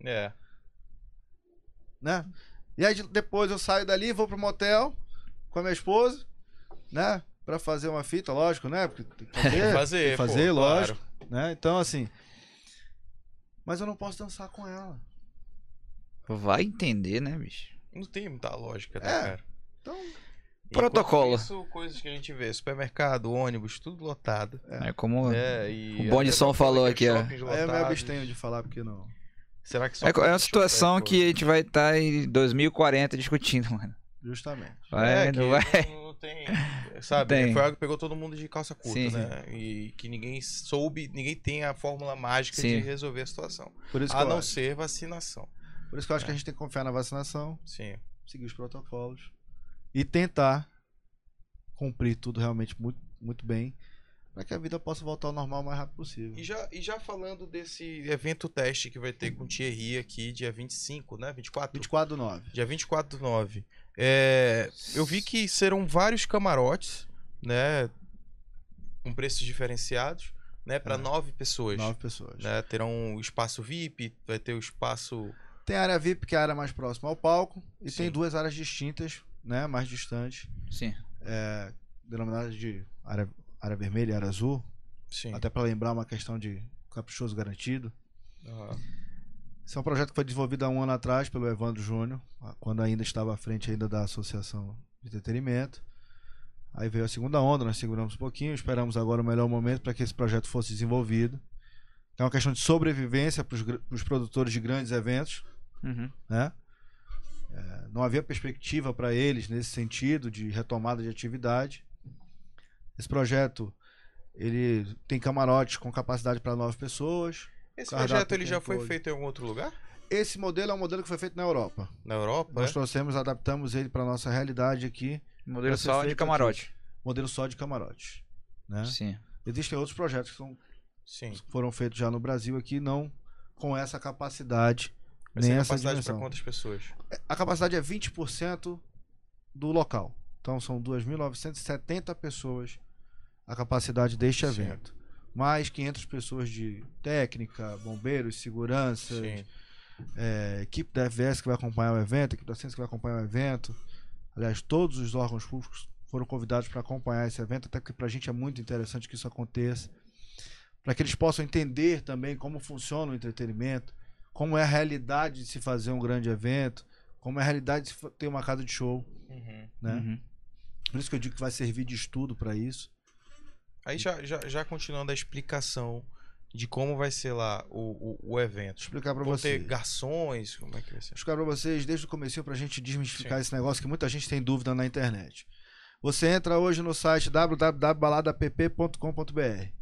[SPEAKER 2] É.
[SPEAKER 3] né? E aí de- depois eu saio dali, vou pro motel com a minha esposa, né? Pra fazer uma fita, lógico, né? Porque tem que
[SPEAKER 2] [LAUGHS]
[SPEAKER 3] fazer,
[SPEAKER 2] Fazer, pô,
[SPEAKER 3] fazer,
[SPEAKER 2] claro.
[SPEAKER 3] lógico, né? Então assim, mas eu não posso dançar com ela.
[SPEAKER 1] Vai entender, né, bicho?
[SPEAKER 2] Não tem muita lógica, né,
[SPEAKER 3] É.
[SPEAKER 2] cara?
[SPEAKER 3] Então,
[SPEAKER 2] Enquanto
[SPEAKER 1] Protocolo.
[SPEAKER 2] Isso, coisas que a gente vê. Supermercado, ônibus, tudo lotado.
[SPEAKER 1] É, como. É,
[SPEAKER 2] É, e
[SPEAKER 1] O Bonison
[SPEAKER 2] até
[SPEAKER 1] falou
[SPEAKER 2] shoppings
[SPEAKER 1] aqui, ó.
[SPEAKER 3] aí É, eu me
[SPEAKER 2] lotados.
[SPEAKER 3] abstenho de falar porque não.
[SPEAKER 2] Será que só
[SPEAKER 1] é uma
[SPEAKER 2] pode
[SPEAKER 1] situação
[SPEAKER 2] chover,
[SPEAKER 1] que a gente vai estar em 2040 discutindo, mano.
[SPEAKER 3] Justamente.
[SPEAKER 2] pô? É,
[SPEAKER 1] Vai,
[SPEAKER 2] que
[SPEAKER 1] não vai.
[SPEAKER 2] Não, não
[SPEAKER 1] [LAUGHS]
[SPEAKER 2] tem. Sabe?
[SPEAKER 1] Tem.
[SPEAKER 2] Foi algo que pegou todo mundo de calça curta,
[SPEAKER 1] Sim.
[SPEAKER 2] né? E que ninguém soube, ninguém tem a fórmula mágica
[SPEAKER 1] Sim.
[SPEAKER 2] de resolver a situação.
[SPEAKER 3] Por isso que,
[SPEAKER 2] A
[SPEAKER 3] eu,
[SPEAKER 2] não
[SPEAKER 3] acho,
[SPEAKER 2] ser vacinação.
[SPEAKER 3] por isso que eu acho que a gente tem que confiar na vacinação,
[SPEAKER 2] Sim.
[SPEAKER 3] seguir os protocolos e tentar cumprir tudo realmente muito, muito bem, para que a vida possa voltar ao normal o mais rápido possível.
[SPEAKER 2] E já, e já falando desse evento teste que vai ter com o Thierry aqui, dia 25, né? 24?
[SPEAKER 3] 24 do 9.
[SPEAKER 2] Dia 24 do 9. É, eu vi que serão vários camarotes, né? Com preços diferenciados, né? Para
[SPEAKER 3] É.
[SPEAKER 2] nove pessoas.
[SPEAKER 3] Nove pessoas.
[SPEAKER 2] Né, terão um espaço VIP, vai ter o espaço.
[SPEAKER 3] Tem a área VIP, que é a área mais próxima ao palco, e
[SPEAKER 2] Sim.
[SPEAKER 3] tem duas áreas distintas, né? Mais distantes, é,
[SPEAKER 1] Sim.
[SPEAKER 3] denominadas de área, área vermelha e área azul.
[SPEAKER 2] Sim.
[SPEAKER 3] Até para lembrar uma questão de caprichoso garantido.
[SPEAKER 2] Ah,
[SPEAKER 3] Esse é um projeto que foi desenvolvido há um ano atrás pelo Evandro Júnior, quando ainda estava à frente ainda da Associação de Entretenimento. Aí veio a segunda onda, nós seguramos um pouquinho, esperamos agora o melhor momento para que esse projeto fosse desenvolvido. É uma questão de sobrevivência para os produtores de grandes eventos.
[SPEAKER 1] Uhum.
[SPEAKER 3] né? É, não havia perspectiva para eles nesse sentido de retomada de atividade. Esse projeto ele tem camarotes com capacidade para nove pessoas.
[SPEAKER 2] Esse
[SPEAKER 3] Cardápio
[SPEAKER 2] projeto ele
[SPEAKER 3] o
[SPEAKER 2] já
[SPEAKER 3] tempo
[SPEAKER 2] foi
[SPEAKER 3] todo.
[SPEAKER 2] feito em algum outro lugar?
[SPEAKER 3] Esse modelo é um modelo que foi feito na Europa.
[SPEAKER 2] Na
[SPEAKER 1] Né?
[SPEAKER 2] Europa?
[SPEAKER 3] Nós
[SPEAKER 2] é?
[SPEAKER 3] trouxemos, adaptamos ele para nossa realidade aqui,
[SPEAKER 1] Modelo
[SPEAKER 3] ser
[SPEAKER 1] só de
[SPEAKER 3] feito
[SPEAKER 1] camarote.
[SPEAKER 3] modelo só de camarotes. né?
[SPEAKER 1] Sim.
[SPEAKER 3] Existem outros projetos que são-
[SPEAKER 2] Sim.
[SPEAKER 3] foram feitos já no Brasil aqui, não com essa capacidade,
[SPEAKER 2] Vai
[SPEAKER 3] nem
[SPEAKER 2] ser
[SPEAKER 3] essa
[SPEAKER 2] capacidade para
[SPEAKER 3] dimensão.
[SPEAKER 2] quantas pessoas?
[SPEAKER 3] a capacidade é 20% do local. Então são 2.970 pessoas a capacidade deste
[SPEAKER 2] Sim.
[SPEAKER 3] evento. Mais 500 pessoas de técnica, bombeiros, segurança,
[SPEAKER 2] Sim.
[SPEAKER 3] eh, equipe da FVS que vai acompanhar o evento, equipe da ciência que vai acompanhar o evento. Aliás, todos os órgãos públicos foram convidados para acompanhar esse evento, até porque para a gente é muito interessante que isso aconteça, para que eles possam entender também como funciona o entretenimento, como é a realidade de se fazer um grande evento, como é a realidade de se fa- ter uma casa de show,
[SPEAKER 2] Uhum.
[SPEAKER 3] né?
[SPEAKER 1] Uhum.
[SPEAKER 3] Por isso que eu digo que vai servir de estudo para isso.
[SPEAKER 2] Aí já, já, já continuando a explicação de como vai ser lá o, o, o evento.
[SPEAKER 3] explicar pra
[SPEAKER 2] Vão
[SPEAKER 3] você.
[SPEAKER 2] ter garçons, como é que vai ser?
[SPEAKER 3] explicar para vocês desde o comecinho para a gente desmistificar esse negócio que muita gente tem dúvida na internet. Você entra hoje no site www.baladapp.com.br,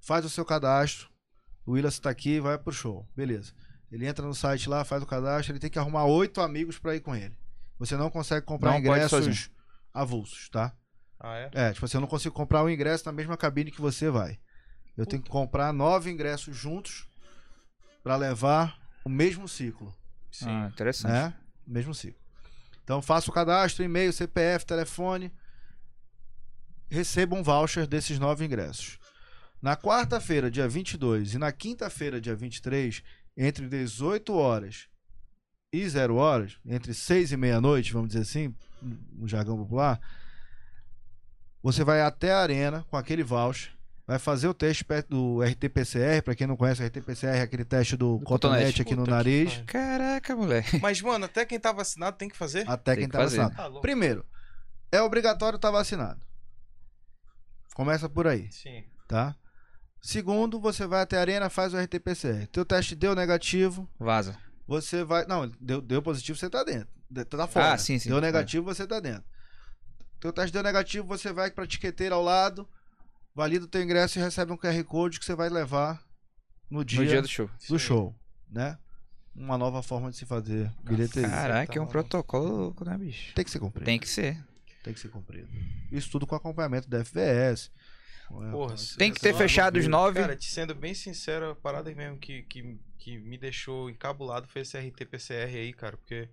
[SPEAKER 3] faz o seu cadastro, o Willis está aqui, vai pro show, beleza. Ele entra no site lá, faz o cadastro, ele tem que arrumar oito amigos para ir com ele. Você não consegue comprar
[SPEAKER 2] Não pode sozinho.
[SPEAKER 3] ingressos avulsos, tá?
[SPEAKER 2] Ah, é?
[SPEAKER 3] É, tipo assim, eu não consigo comprar um ingresso na mesma cabine que você vai. Eu tenho que comprar nove ingressos juntos para levar o mesmo ciclo
[SPEAKER 2] Sim.
[SPEAKER 1] Ah, interessante.
[SPEAKER 3] né? Mesmo ciclo. Então faça o cadastro, e-mail, CPF, telefone. Receba um voucher desses nove ingressos. Na quarta-feira, dia 22 e na quinta-feira, dia 23, entre 18 horas e 0 horas, entre 6 e meia-noite, vamos dizer assim, no jargão popular, você vai até a arena com aquele voucher, vai fazer o teste pe- do RT-PCR, para quem não conhece, o RT-PCR é aquele teste do,
[SPEAKER 1] cotonete.
[SPEAKER 3] cotonete, aqui no
[SPEAKER 2] Puta que
[SPEAKER 3] nariz.
[SPEAKER 2] pariu.
[SPEAKER 1] Caraca, moleque.
[SPEAKER 2] Mas, mano, até quem tá vacinado tem que fazer?
[SPEAKER 3] Até
[SPEAKER 1] Tem
[SPEAKER 3] quem
[SPEAKER 1] que
[SPEAKER 3] tá
[SPEAKER 1] fazer.
[SPEAKER 3] vacinado.
[SPEAKER 4] Tá louco.
[SPEAKER 3] Primeiro, é obrigatório estar vacinado. Começa por aí,
[SPEAKER 2] Sim.
[SPEAKER 3] tá? Segundo, você vai até a arena, faz o RT-PCR. Teu teste deu negativo,
[SPEAKER 1] Vaza.
[SPEAKER 3] você vai. Não, deu, deu positivo, você tá dentro. De- Tá fora.
[SPEAKER 1] Ah, sim, sim.
[SPEAKER 3] Deu negativo, você tá dentro. Teu teste deu negativo, você vai pra tiqueteira ao lado, valida o teu ingresso e recebe um QR Code que você vai levar no dia,
[SPEAKER 1] No dia do show.
[SPEAKER 3] do show, né? Uma nova forma de se fazer bilheteria.
[SPEAKER 1] Caraca, é um
[SPEAKER 2] Tá maluco.
[SPEAKER 1] protocolo louco, né, bicho?
[SPEAKER 3] Tem que ser cumprido.
[SPEAKER 1] Tem que ser.
[SPEAKER 3] Tem que ser cumprido. Isso tudo com acompanhamento da FVS.
[SPEAKER 2] Porra,
[SPEAKER 1] Tem que ter fechado os nove.
[SPEAKER 2] Cara, te sendo bem sincero, a parada mesmo que, que, que me deixou encabulado foi esse RT-PCR aí, cara, porque.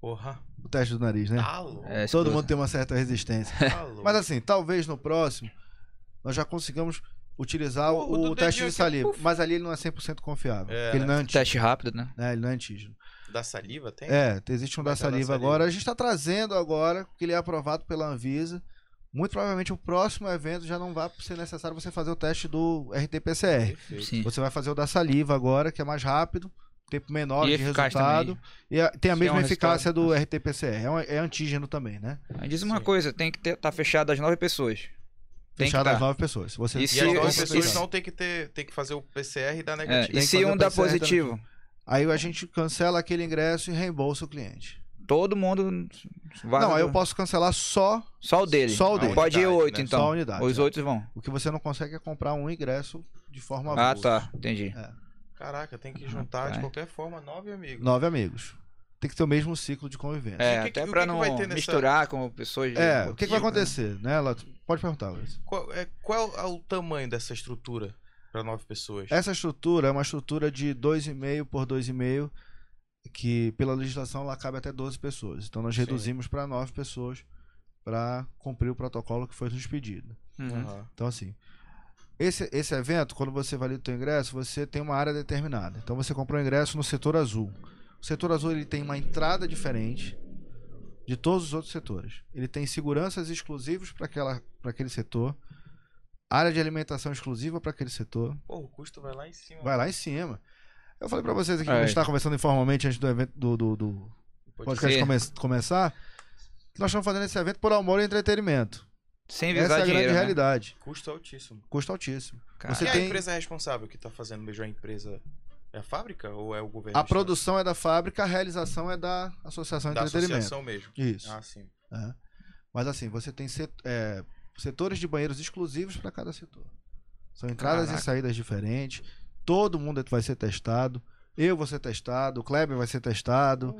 [SPEAKER 2] Porra,
[SPEAKER 3] O teste do nariz, né?
[SPEAKER 2] tá louco,
[SPEAKER 1] É,
[SPEAKER 3] Todo
[SPEAKER 1] escuta.
[SPEAKER 3] mundo tem uma certa resistência.
[SPEAKER 1] [LAUGHS]
[SPEAKER 2] tá louco.
[SPEAKER 3] Mas assim, talvez no próximo nós já consigamos utilizar
[SPEAKER 2] O- o
[SPEAKER 3] o,
[SPEAKER 2] do
[SPEAKER 3] teste
[SPEAKER 2] dedinho
[SPEAKER 3] de
[SPEAKER 2] aqui,
[SPEAKER 3] saliva. Mas ali ele não é 100% confiável.
[SPEAKER 2] É,
[SPEAKER 3] porque ele não é antígeno.
[SPEAKER 1] Teste rápido, né?
[SPEAKER 3] né? Ele não é antígeno.
[SPEAKER 2] Da saliva tem?
[SPEAKER 3] É, existe um
[SPEAKER 2] Vai
[SPEAKER 3] da
[SPEAKER 2] ter o da
[SPEAKER 3] saliva
[SPEAKER 2] saliva.
[SPEAKER 3] agora. A gente está trazendo agora, porque ele é aprovado pela Anvisa. Muito provavelmente o próximo evento já não vai ser necessário você fazer o teste do RT-PCR.
[SPEAKER 2] Perfeito.
[SPEAKER 1] Sim.
[SPEAKER 3] Você vai fazer o da saliva agora, que é mais rápido, tempo menor
[SPEAKER 1] E é
[SPEAKER 3] de
[SPEAKER 1] eficaz
[SPEAKER 3] resultado. E a- tem a
[SPEAKER 1] Se
[SPEAKER 3] mesma
[SPEAKER 1] é um
[SPEAKER 3] eficácia do RT-PCR. É, um- é antígeno também, né?
[SPEAKER 1] Mas diz uma
[SPEAKER 2] Sim.
[SPEAKER 1] coisa, tem que ter, tá fechado às nove pessoas. Tem que
[SPEAKER 3] Fechado às
[SPEAKER 1] tá.
[SPEAKER 3] nove pessoas. Se Você
[SPEAKER 1] E
[SPEAKER 2] E
[SPEAKER 1] se-
[SPEAKER 2] as
[SPEAKER 1] e
[SPEAKER 2] duas
[SPEAKER 1] se-
[SPEAKER 2] pessoas
[SPEAKER 1] e se-
[SPEAKER 2] não tem que, ter, tem que fazer o PCR e dar
[SPEAKER 1] É,
[SPEAKER 2] negativo.
[SPEAKER 1] e
[SPEAKER 3] que
[SPEAKER 1] se
[SPEAKER 3] fazer
[SPEAKER 1] um
[SPEAKER 3] o né?
[SPEAKER 1] dá
[SPEAKER 3] PCR
[SPEAKER 1] positivo,
[SPEAKER 3] Aí a gente cancela aquele ingresso e reembolsa o cliente.
[SPEAKER 1] todo mundo vaza.
[SPEAKER 3] não, aí
[SPEAKER 1] do-
[SPEAKER 3] eu posso cancelar só,
[SPEAKER 1] Só o dele.
[SPEAKER 3] só o
[SPEAKER 2] Ah,
[SPEAKER 3] dele.
[SPEAKER 1] Pode ir
[SPEAKER 2] Unidade,
[SPEAKER 1] oito,
[SPEAKER 2] né?
[SPEAKER 1] então.
[SPEAKER 3] Só a unidade,
[SPEAKER 1] Os
[SPEAKER 3] é.
[SPEAKER 1] oito vão.
[SPEAKER 3] O que você não consegue é comprar um ingresso de forma
[SPEAKER 1] Ah,
[SPEAKER 3] avulsa.
[SPEAKER 1] tá. Entendi.
[SPEAKER 2] Caraca, tem que juntar de
[SPEAKER 1] Rapaz.
[SPEAKER 2] qualquer forma nove amigos.
[SPEAKER 3] Nove amigos. Tem que ter o mesmo ciclo de convivência.
[SPEAKER 1] É,
[SPEAKER 2] o que que-
[SPEAKER 1] até
[SPEAKER 2] o
[SPEAKER 1] pra
[SPEAKER 2] que que
[SPEAKER 1] não
[SPEAKER 2] vai ter nessa-
[SPEAKER 1] misturar com pessoas. de-
[SPEAKER 3] É, o que, que vai
[SPEAKER 1] né?
[SPEAKER 3] acontecer, né? Lato? Pode perguntar, Luiz.
[SPEAKER 2] Qual é, qual é o tamanho dessa estrutura pra nove pessoas?
[SPEAKER 3] Essa estrutura é uma estrutura de 2,5 por 2,5, que pela legislação ela cabe até 12 pessoas. Então nós
[SPEAKER 2] Sim.
[SPEAKER 3] reduzimos para 9 pessoas para cumprir o protocolo que foi nos pedido.
[SPEAKER 1] Uhum.
[SPEAKER 2] Aham.
[SPEAKER 3] Então assim, esse, esse evento, quando você valida o seu ingresso, você tem uma área determinada. Então você comprou o ingresso no setor azul. O setor azul ele tem uma entrada diferente de todos os outros setores. Ele tem seguranças exclusivas para aquela para aquele setor, área de alimentação exclusiva para aquele setor.
[SPEAKER 2] Pô, o custo vai lá em cima.
[SPEAKER 3] Vai lá em cima. Eu falei pra vocês aqui, quando a
[SPEAKER 1] Aí.
[SPEAKER 3] gente tava conversando informalmente antes do evento do, do, do
[SPEAKER 2] Pode
[SPEAKER 3] podcast
[SPEAKER 1] ser.
[SPEAKER 3] come- começar, que nós estamos fazendo esse evento por amor e entretenimento.
[SPEAKER 1] Sem
[SPEAKER 3] Essa
[SPEAKER 1] visar
[SPEAKER 3] é a grande
[SPEAKER 1] dinheiro. né?
[SPEAKER 3] realidade.
[SPEAKER 2] Custo altíssimo.
[SPEAKER 3] Custo altíssimo.
[SPEAKER 1] Cara,
[SPEAKER 3] Você
[SPEAKER 2] e
[SPEAKER 3] tem-
[SPEAKER 2] a empresa responsável que tá fazendo mesmo? A empresa é a fábrica ou é o governo?
[SPEAKER 3] A
[SPEAKER 2] do estado?
[SPEAKER 3] produção é da fábrica, a realização é da Associação de
[SPEAKER 2] da
[SPEAKER 3] Entretenimento.
[SPEAKER 2] associação mesmo.
[SPEAKER 3] Isso.
[SPEAKER 2] Ah, sim.
[SPEAKER 3] É. Mas assim, você tem set- é, setores de banheiros exclusivos para cada setor. São entradas
[SPEAKER 1] Caraca.
[SPEAKER 3] e saídas diferentes. Todo mundo vai ser testado. Eu vou ser testado, o Kleber vai ser testado.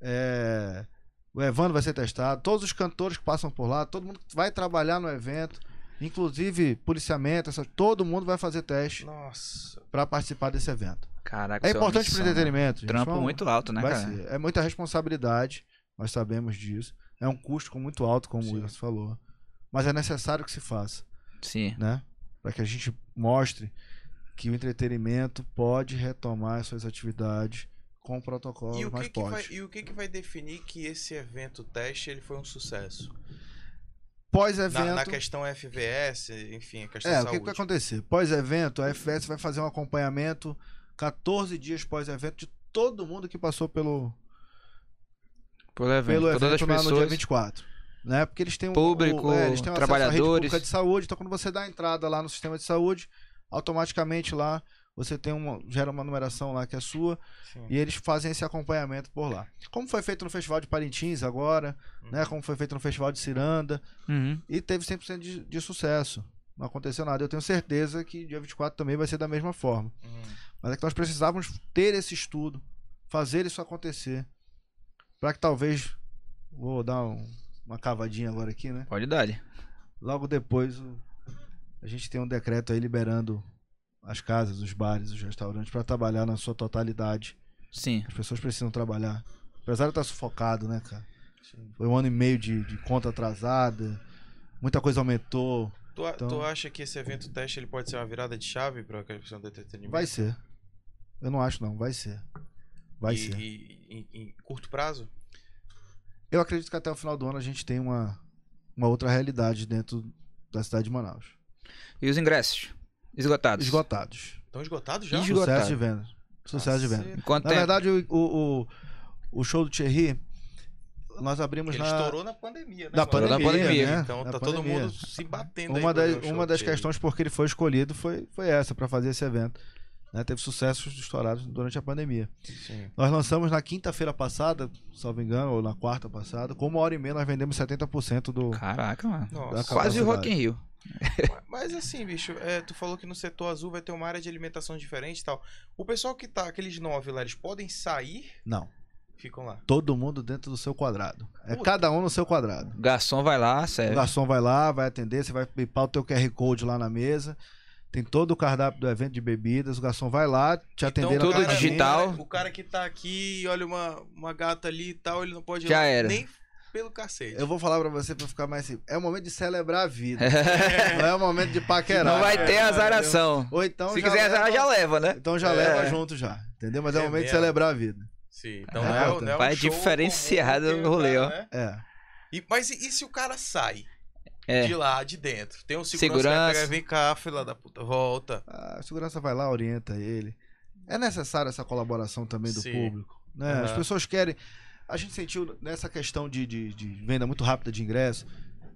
[SPEAKER 3] É, o Evandro vai ser testado, todos os cantores que passam por lá, todo mundo vai trabalhar no evento, inclusive policiamento, essa- todo mundo vai fazer teste
[SPEAKER 2] Nossa.
[SPEAKER 3] para participar desse evento.
[SPEAKER 1] Caraca,
[SPEAKER 3] É
[SPEAKER 1] isso uma
[SPEAKER 3] importante para
[SPEAKER 1] missão,
[SPEAKER 3] o
[SPEAKER 1] né?
[SPEAKER 3] entretenimento. gente,
[SPEAKER 1] Trampo
[SPEAKER 3] mas-
[SPEAKER 1] muito alto, né,
[SPEAKER 3] vai
[SPEAKER 1] cara?
[SPEAKER 3] ser. É muita responsabilidade, nós sabemos disso. É um custo com muito alto, como
[SPEAKER 2] Sim.
[SPEAKER 3] o Wilson falou, mas é necessário que se faça,
[SPEAKER 1] Sim.
[SPEAKER 3] né? Para que a gente mostre que o entretenimento pode retomar as suas atividades com protocolo,
[SPEAKER 2] E o,
[SPEAKER 3] mas
[SPEAKER 2] que que
[SPEAKER 3] pode.
[SPEAKER 2] vai, e o que que vai definir que esse evento teste ele foi um sucesso?
[SPEAKER 3] Pós-evento.
[SPEAKER 2] Na, na questão FVS, enfim, a questão
[SPEAKER 3] É, o que,
[SPEAKER 2] saúde.
[SPEAKER 3] que vai acontecer? Pós-evento, a FS vai fazer um acompanhamento 14 dias pós-evento de todo mundo que passou pelo,
[SPEAKER 1] Pelo evento.
[SPEAKER 3] pelo
[SPEAKER 1] Todas as
[SPEAKER 3] evento lá no dia
[SPEAKER 1] pessoas.
[SPEAKER 3] 24. né? Porque eles têm um
[SPEAKER 1] Público,
[SPEAKER 3] o- é, eles têm um acesso à rede
[SPEAKER 1] trabalhadores.
[SPEAKER 3] pública de saúde, então quando você dá a entrada lá no sistema de saúde, automaticamente lá você tem uma gera uma numeração lá que é sua
[SPEAKER 4] Sim.
[SPEAKER 3] e eles fazem esse acompanhamento por lá. Como foi feito no Festival de Parintins agora, né? Como foi feito no Festival de Ciranda
[SPEAKER 1] Uhum.
[SPEAKER 3] e um. teve 100% de, de sucesso. Não aconteceu nada. Eu tenho certeza que dia 24 também vai ser da mesma forma.
[SPEAKER 2] Hum,
[SPEAKER 3] Mas é que nós precisávamos ter esse estudo, fazer isso acontecer, para que talvez vou dar um- uma cavadinha agora aqui, né?
[SPEAKER 1] Pode dar. -lhe.
[SPEAKER 3] Logo depois o- a gente tem um decreto aí liberando as casas, os bares, os restaurantes para trabalhar na sua totalidade.
[SPEAKER 1] Sim.
[SPEAKER 3] As pessoas precisam trabalhar. O empresário tá sufocado, né, cara? Foi um ano e meio de, de conta atrasada, muita coisa aumentou.
[SPEAKER 2] Tu, a-
[SPEAKER 3] Então-
[SPEAKER 2] tu acha que esse evento teste ele pode ser uma virada de chave pra questão do entretenimento?
[SPEAKER 3] Vai ser. Eu não acho não, vai ser. Vai
[SPEAKER 2] e,
[SPEAKER 3] ser.
[SPEAKER 2] e- em, em curto prazo?
[SPEAKER 3] Eu acredito que até o final do ano a gente tem uma, uma outra realidade dentro da cidade de Manaus.
[SPEAKER 1] E os ingressos? Esgotados.
[SPEAKER 3] Esgotados.
[SPEAKER 2] Estão esgotados já?
[SPEAKER 1] Ih,
[SPEAKER 3] Sucesso
[SPEAKER 1] Esgotado.
[SPEAKER 3] de venda. Sucesso de venda.
[SPEAKER 2] Caceta.
[SPEAKER 1] Em quanto
[SPEAKER 3] Na
[SPEAKER 1] tempo?
[SPEAKER 3] verdade, o, o, o- o show do Thierry, nós abrimos
[SPEAKER 2] Ele
[SPEAKER 3] na,
[SPEAKER 2] estourou na pandemia, né?
[SPEAKER 3] da
[SPEAKER 2] mano?
[SPEAKER 1] Estourou
[SPEAKER 3] pandemia.
[SPEAKER 1] na pandemia,
[SPEAKER 3] né?
[SPEAKER 2] Então
[SPEAKER 3] Na
[SPEAKER 2] tá todo
[SPEAKER 3] pandemia.
[SPEAKER 2] mundo se batendo aí
[SPEAKER 3] Uma
[SPEAKER 2] pra ver
[SPEAKER 3] das,
[SPEAKER 2] o show
[SPEAKER 3] uma das
[SPEAKER 2] dele.
[SPEAKER 3] questões por que ele foi escolhido foi, foi essa, para fazer esse evento. né? Teve sucessos estourados durante a pandemia.
[SPEAKER 2] Sim.
[SPEAKER 3] Nós lançamos na quinta-feira passada, salvo engano, ou na quarta passada, com uma hora e meia nós vendemos 70% do.
[SPEAKER 1] Caraca, mano.
[SPEAKER 2] Nossa.
[SPEAKER 3] Acabou.
[SPEAKER 1] Quase o Rock in Rio.
[SPEAKER 2] Mas assim, bicho, é, tu falou que no setor azul vai ter uma área de alimentação diferente e tal. O pessoal que tá, aqueles nove lá, eles podem sair,
[SPEAKER 3] Não.
[SPEAKER 2] ficam lá.
[SPEAKER 3] Todo mundo dentro do seu quadrado. É
[SPEAKER 2] Puta.
[SPEAKER 3] cada um no seu quadrado.
[SPEAKER 1] O garçom vai lá,
[SPEAKER 3] O
[SPEAKER 1] serve.
[SPEAKER 3] garçom vai lá, vai atender, você vai pipar o teu QR Code lá na mesa. Tem todo o cardápio do evento de bebidas, o garçom vai lá, te atender
[SPEAKER 1] Então, tudo
[SPEAKER 3] na cara-
[SPEAKER 1] digital.
[SPEAKER 2] O cara que tá aqui e olha uma, uma gata ali e tal, ele não pode ir
[SPEAKER 1] Já
[SPEAKER 2] lá
[SPEAKER 1] era.
[SPEAKER 2] nem pelo cacete.
[SPEAKER 3] Eu vou falar pra você pra ficar mais simples. É o momento de celebrar
[SPEAKER 1] [LAUGHS]
[SPEAKER 3] a vida. não é o momento de paquerar.
[SPEAKER 1] Não vai ter
[SPEAKER 3] É, entendeu?
[SPEAKER 1] azaração.
[SPEAKER 3] Ou então
[SPEAKER 1] Se
[SPEAKER 3] já
[SPEAKER 1] quiser
[SPEAKER 3] leva,
[SPEAKER 1] azarar, já leva, né?
[SPEAKER 3] Então já
[SPEAKER 1] É.
[SPEAKER 3] leva junto já. Entendeu? Mas é,
[SPEAKER 2] É
[SPEAKER 3] o momento
[SPEAKER 2] mesmo.
[SPEAKER 3] de celebrar a vida.
[SPEAKER 2] Sim, então
[SPEAKER 3] É,
[SPEAKER 2] não é,
[SPEAKER 3] puta.
[SPEAKER 2] não é um
[SPEAKER 1] Vai
[SPEAKER 2] show
[SPEAKER 1] diferenciado
[SPEAKER 2] comum,
[SPEAKER 1] no rolê, ó.
[SPEAKER 2] cara, né?
[SPEAKER 3] É.
[SPEAKER 2] E, mas e, e se o cara sai
[SPEAKER 1] É.
[SPEAKER 2] de lá, de dentro? Tem um segurança, que vai
[SPEAKER 1] Segurança.
[SPEAKER 2] pegar, vem cá, filha da puta, volta.
[SPEAKER 3] A segurança vai lá, orienta ele. É necessária essa colaboração também do
[SPEAKER 2] Sim.
[SPEAKER 3] público. Né? As
[SPEAKER 2] Aham.
[SPEAKER 3] pessoas querem. A gente sentiu nessa questão de, de- de venda muito rápida de ingresso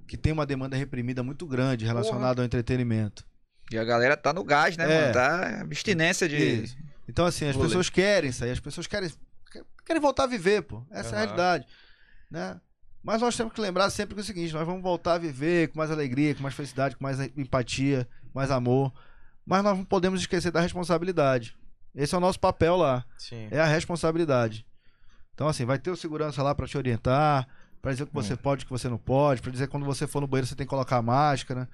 [SPEAKER 3] que tem uma demanda reprimida muito grande relacionada ao entretenimento.
[SPEAKER 1] E a galera tá no gás, né,
[SPEAKER 3] É.
[SPEAKER 1] mano? Tá abstinência de.
[SPEAKER 3] Isso. Então, assim, as
[SPEAKER 1] Vou ler.
[SPEAKER 3] pessoas querem sair, as pessoas querem, querem voltar a viver, pô. Essa é a
[SPEAKER 2] Aham.
[SPEAKER 3] realidade. Né? Mas nós temos que lembrar sempre que é o seguinte: nós vamos voltar a viver com mais alegria, com mais felicidade, com mais empatia, com mais amor. Mas nós não podemos esquecer da responsabilidade. Esse é o nosso papel lá.
[SPEAKER 2] Sim.
[SPEAKER 3] é a responsabilidade. Então, assim, vai ter o segurança lá pra te orientar, pra dizer o que você pode e o que você não pode, pra dizer que quando você for no banheiro você tem que colocar a máscara,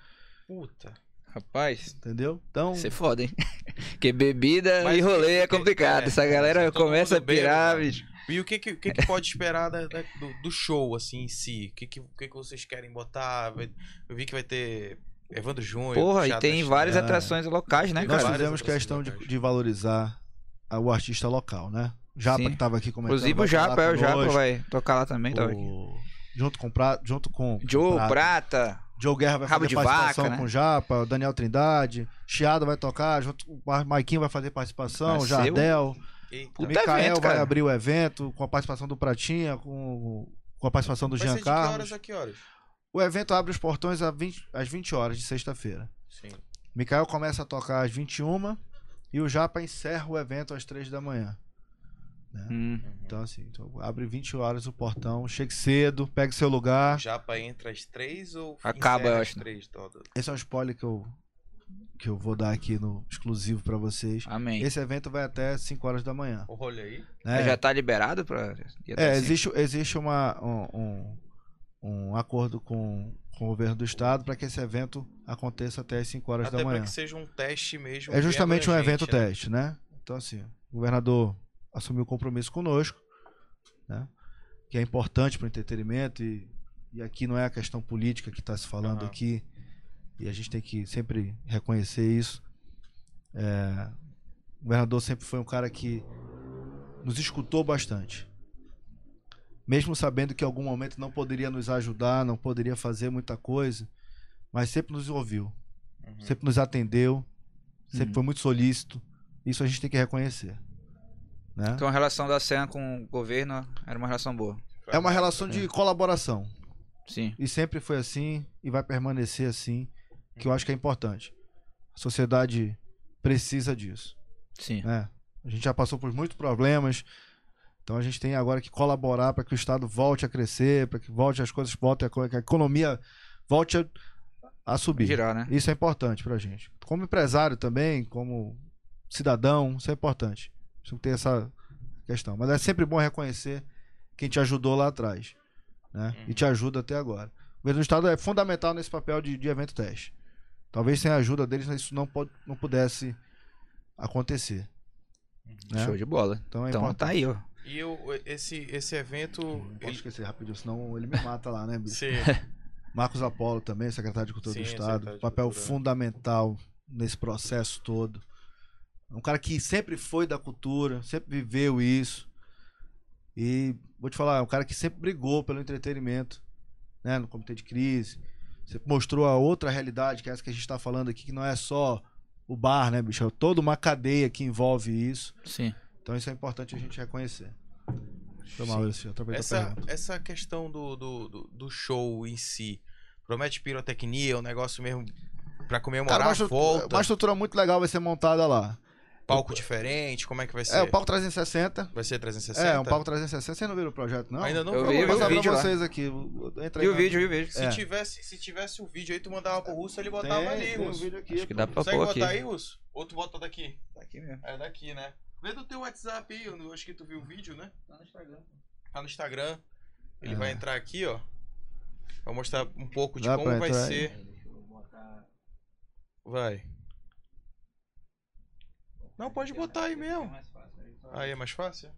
[SPEAKER 2] Puta.
[SPEAKER 1] Rapaz,
[SPEAKER 3] entendeu? Então,
[SPEAKER 1] você é foda, hein? [LAUGHS] Porque bebida
[SPEAKER 2] Mas
[SPEAKER 1] e rolê é
[SPEAKER 2] que- que-
[SPEAKER 1] complicado.
[SPEAKER 2] é,
[SPEAKER 1] Essa galera
[SPEAKER 2] todo
[SPEAKER 1] começa a
[SPEAKER 2] mundo bebe,
[SPEAKER 1] pirar,
[SPEAKER 2] mano.
[SPEAKER 1] bicho.
[SPEAKER 2] E o que que, o que que pode esperar da- da- do, do show, assim, em si? O que que, o que que vocês querem botar? Vai- Eu vi que vai ter Evandro Júnior.
[SPEAKER 1] Porra, e
[SPEAKER 2] Chata
[SPEAKER 1] tem
[SPEAKER 2] Chata.
[SPEAKER 1] várias
[SPEAKER 3] É.
[SPEAKER 1] atrações locais, né,
[SPEAKER 3] nós
[SPEAKER 2] várias
[SPEAKER 1] cara?
[SPEAKER 3] fizemos
[SPEAKER 2] outras
[SPEAKER 3] questão de,
[SPEAKER 2] cidades.
[SPEAKER 3] de valorizar a- o artista local, né? O Japa
[SPEAKER 1] Sim.
[SPEAKER 3] que tava aqui comentando.
[SPEAKER 1] Inclusive
[SPEAKER 3] vai
[SPEAKER 1] o Japa,
[SPEAKER 3] falar
[SPEAKER 1] é, o Japa
[SPEAKER 3] conosco,
[SPEAKER 1] vai tocar lá também, tava aqui.
[SPEAKER 3] o- Junto com, pra, junto com com
[SPEAKER 1] Joe,
[SPEAKER 3] Prata.
[SPEAKER 1] Prata.
[SPEAKER 3] Joe Guerra vai
[SPEAKER 1] Rabo
[SPEAKER 3] fazer
[SPEAKER 1] de
[SPEAKER 3] participação
[SPEAKER 1] vaca, né?
[SPEAKER 3] com o Japa, o Daniel Trindade, Chiado vai tocar, junto, o Maiquinho vai fazer participação, o
[SPEAKER 1] Nasceu.
[SPEAKER 3] Jardel.
[SPEAKER 2] Eita.
[SPEAKER 3] O
[SPEAKER 1] Puta
[SPEAKER 3] Mikael
[SPEAKER 1] evento,
[SPEAKER 3] vai
[SPEAKER 1] cara.
[SPEAKER 3] abrir o evento com a participação do Pratinha, com, com a participação do
[SPEAKER 2] Vai ser
[SPEAKER 3] Jean
[SPEAKER 2] de que horas
[SPEAKER 3] Carlos.
[SPEAKER 2] a que horas?
[SPEAKER 3] O evento abre os portões às 20, às 20 horas de sexta-feira.
[SPEAKER 2] Sim.
[SPEAKER 3] Mikael começa a tocar às 21 e o Japa encerra o evento às 3 da manhã.
[SPEAKER 1] Hum.
[SPEAKER 3] Então, assim, então abre 20 horas o portão, chegue cedo, pegue seu lugar.
[SPEAKER 2] Japa entra às três ou
[SPEAKER 1] Acaba,
[SPEAKER 2] encerra
[SPEAKER 1] eu
[SPEAKER 2] às
[SPEAKER 1] acho.
[SPEAKER 2] três? Todo?
[SPEAKER 3] Esse é um spoiler que eu, que eu vou dar aqui no exclusivo pra vocês.
[SPEAKER 1] Amém.
[SPEAKER 3] Esse evento vai até 5 horas da manhã.
[SPEAKER 2] O rolê aí?
[SPEAKER 3] né?
[SPEAKER 1] Já tá liberado pra. ia dar
[SPEAKER 3] É,
[SPEAKER 1] assim?
[SPEAKER 3] existe, existe uma, um, um, um acordo com, com o governo do estado para que esse evento aconteça até as 5 horas
[SPEAKER 2] Até
[SPEAKER 3] da
[SPEAKER 2] pra
[SPEAKER 3] manhã.
[SPEAKER 2] que seja um teste mesmo.
[SPEAKER 3] É justamente um
[SPEAKER 2] bem
[SPEAKER 3] evento
[SPEAKER 2] abrangente, né?
[SPEAKER 3] teste, né? Então, assim, o governador assumiu o compromisso conosco, né? que é importante para o entretenimento, e, e aqui não é a questão política que está se falando
[SPEAKER 2] Aham.
[SPEAKER 3] aqui, e a gente tem que sempre reconhecer isso. É, o governador sempre foi um cara que nos escutou bastante. Mesmo sabendo que em algum momento não poderia nos ajudar, não poderia fazer muita coisa, mas sempre nos ouviu
[SPEAKER 2] Uhum.
[SPEAKER 3] sempre nos atendeu, sempre
[SPEAKER 1] Uhum.
[SPEAKER 3] foi muito solícito. Isso a gente tem que reconhecer. né?
[SPEAKER 1] Então a relação da SEM com o governo era uma relação boa. é.
[SPEAKER 3] é uma relação de colaboração.
[SPEAKER 1] Sim.
[SPEAKER 3] E sempre foi assim e vai permanecer assim, que eu
[SPEAKER 1] Uhum.
[SPEAKER 3] acho que é importante. A sociedade precisa disso.
[SPEAKER 1] Sim.
[SPEAKER 3] né? A gente já passou por muitos problemas, então a gente tem agora que colaborar para que o Estado volte a crescer, para que volte as coisas voltem, a co- que a economia volte a, a subir.
[SPEAKER 1] Girar, né?
[SPEAKER 3] Isso é importante pra gente. Como empresário também, como cidadão, isso é importante. Isso tem essa questão. Mas é sempre bom reconhecer quem te ajudou lá atrás. Né?
[SPEAKER 1] Uhum.
[SPEAKER 3] E te ajuda até agora. O governo do Estado é fundamental nesse papel de, de evento teste. Talvez sem a ajuda deles isso não, pode, não pudesse acontecer. né?
[SPEAKER 1] Show de bola.
[SPEAKER 3] Então é
[SPEAKER 1] Então
[SPEAKER 3] importante.
[SPEAKER 1] tá aí, ó.
[SPEAKER 2] E eu, esse, esse evento.
[SPEAKER 3] Não Hum, pode
[SPEAKER 2] ele-
[SPEAKER 3] esquecer rapidinho, senão ele me mata lá, né, bicho?
[SPEAKER 2] Sim,
[SPEAKER 3] Marcos Apolo também, secretário de Cultura
[SPEAKER 2] Sim,
[SPEAKER 3] do
[SPEAKER 2] secretário
[SPEAKER 3] Estado.
[SPEAKER 2] de
[SPEAKER 3] Papel
[SPEAKER 2] Cultura.
[SPEAKER 3] fundamental nesse processo todo. É um cara que sempre foi da cultura, sempre viveu isso. E vou te falar, é um cara que sempre brigou pelo entretenimento, né? No comitê de crise. Sempre mostrou a outra realidade, que é essa que a gente está falando aqui, que não é só o bar, né, bicho? É toda uma cadeia que envolve isso.
[SPEAKER 1] Sim.
[SPEAKER 3] Então isso é importante a gente reconhecer. Foi mal, Maurício, atropelei a
[SPEAKER 2] essa,
[SPEAKER 3] pergunta.
[SPEAKER 2] essa questão do, do, do- do show em si. Promete pirotecnia, um negócio mesmo pra comemorar
[SPEAKER 3] Cara, uma
[SPEAKER 2] a
[SPEAKER 3] estrutura,
[SPEAKER 2] volta,
[SPEAKER 3] uma estrutura muito legal vai ser montada lá.
[SPEAKER 2] palco diferente, como é que vai ser?
[SPEAKER 3] É, o palco 360.
[SPEAKER 2] Vai ser 360?
[SPEAKER 3] É, um palco 360. Vocês não viram o projeto, não?
[SPEAKER 2] Ainda não
[SPEAKER 1] Eu
[SPEAKER 3] Eu
[SPEAKER 2] foi
[SPEAKER 1] vi,
[SPEAKER 3] vou
[SPEAKER 1] eu vi o
[SPEAKER 2] lançado.
[SPEAKER 3] passar
[SPEAKER 1] vídeo
[SPEAKER 3] pra
[SPEAKER 1] lá.
[SPEAKER 3] vocês aqui. Eu- Entra aí
[SPEAKER 1] E o
[SPEAKER 3] na-
[SPEAKER 1] vídeo, e o vídeo.
[SPEAKER 2] Se,
[SPEAKER 3] É.
[SPEAKER 2] tivesse, se tivesse o vídeo aí, tu mandava pro Russo, ele
[SPEAKER 3] Tem,
[SPEAKER 2] botava ali,
[SPEAKER 3] tem um
[SPEAKER 2] Russo.
[SPEAKER 3] vídeo aqui.
[SPEAKER 1] Acho que dá pra
[SPEAKER 2] Consegue
[SPEAKER 1] pôr
[SPEAKER 2] botar
[SPEAKER 1] Tá aqui.
[SPEAKER 2] aí, Russo? Ou tu bota daqui?
[SPEAKER 1] Tá aqui mesmo.
[SPEAKER 2] É daqui, né? Vê do teu WhatsApp aí, eu acho que tu viu o vídeo, né?
[SPEAKER 5] Tá no Instagram.
[SPEAKER 2] Tá no Instagram. Ele
[SPEAKER 3] É.
[SPEAKER 2] vai entrar aqui, ó. Vou mostrar um pouco de
[SPEAKER 3] Dá
[SPEAKER 2] como
[SPEAKER 3] pra
[SPEAKER 2] vai
[SPEAKER 3] entrar aí?
[SPEAKER 2] ser. Vai. Não, pode botar aí mesmo. Aí é mais fácil?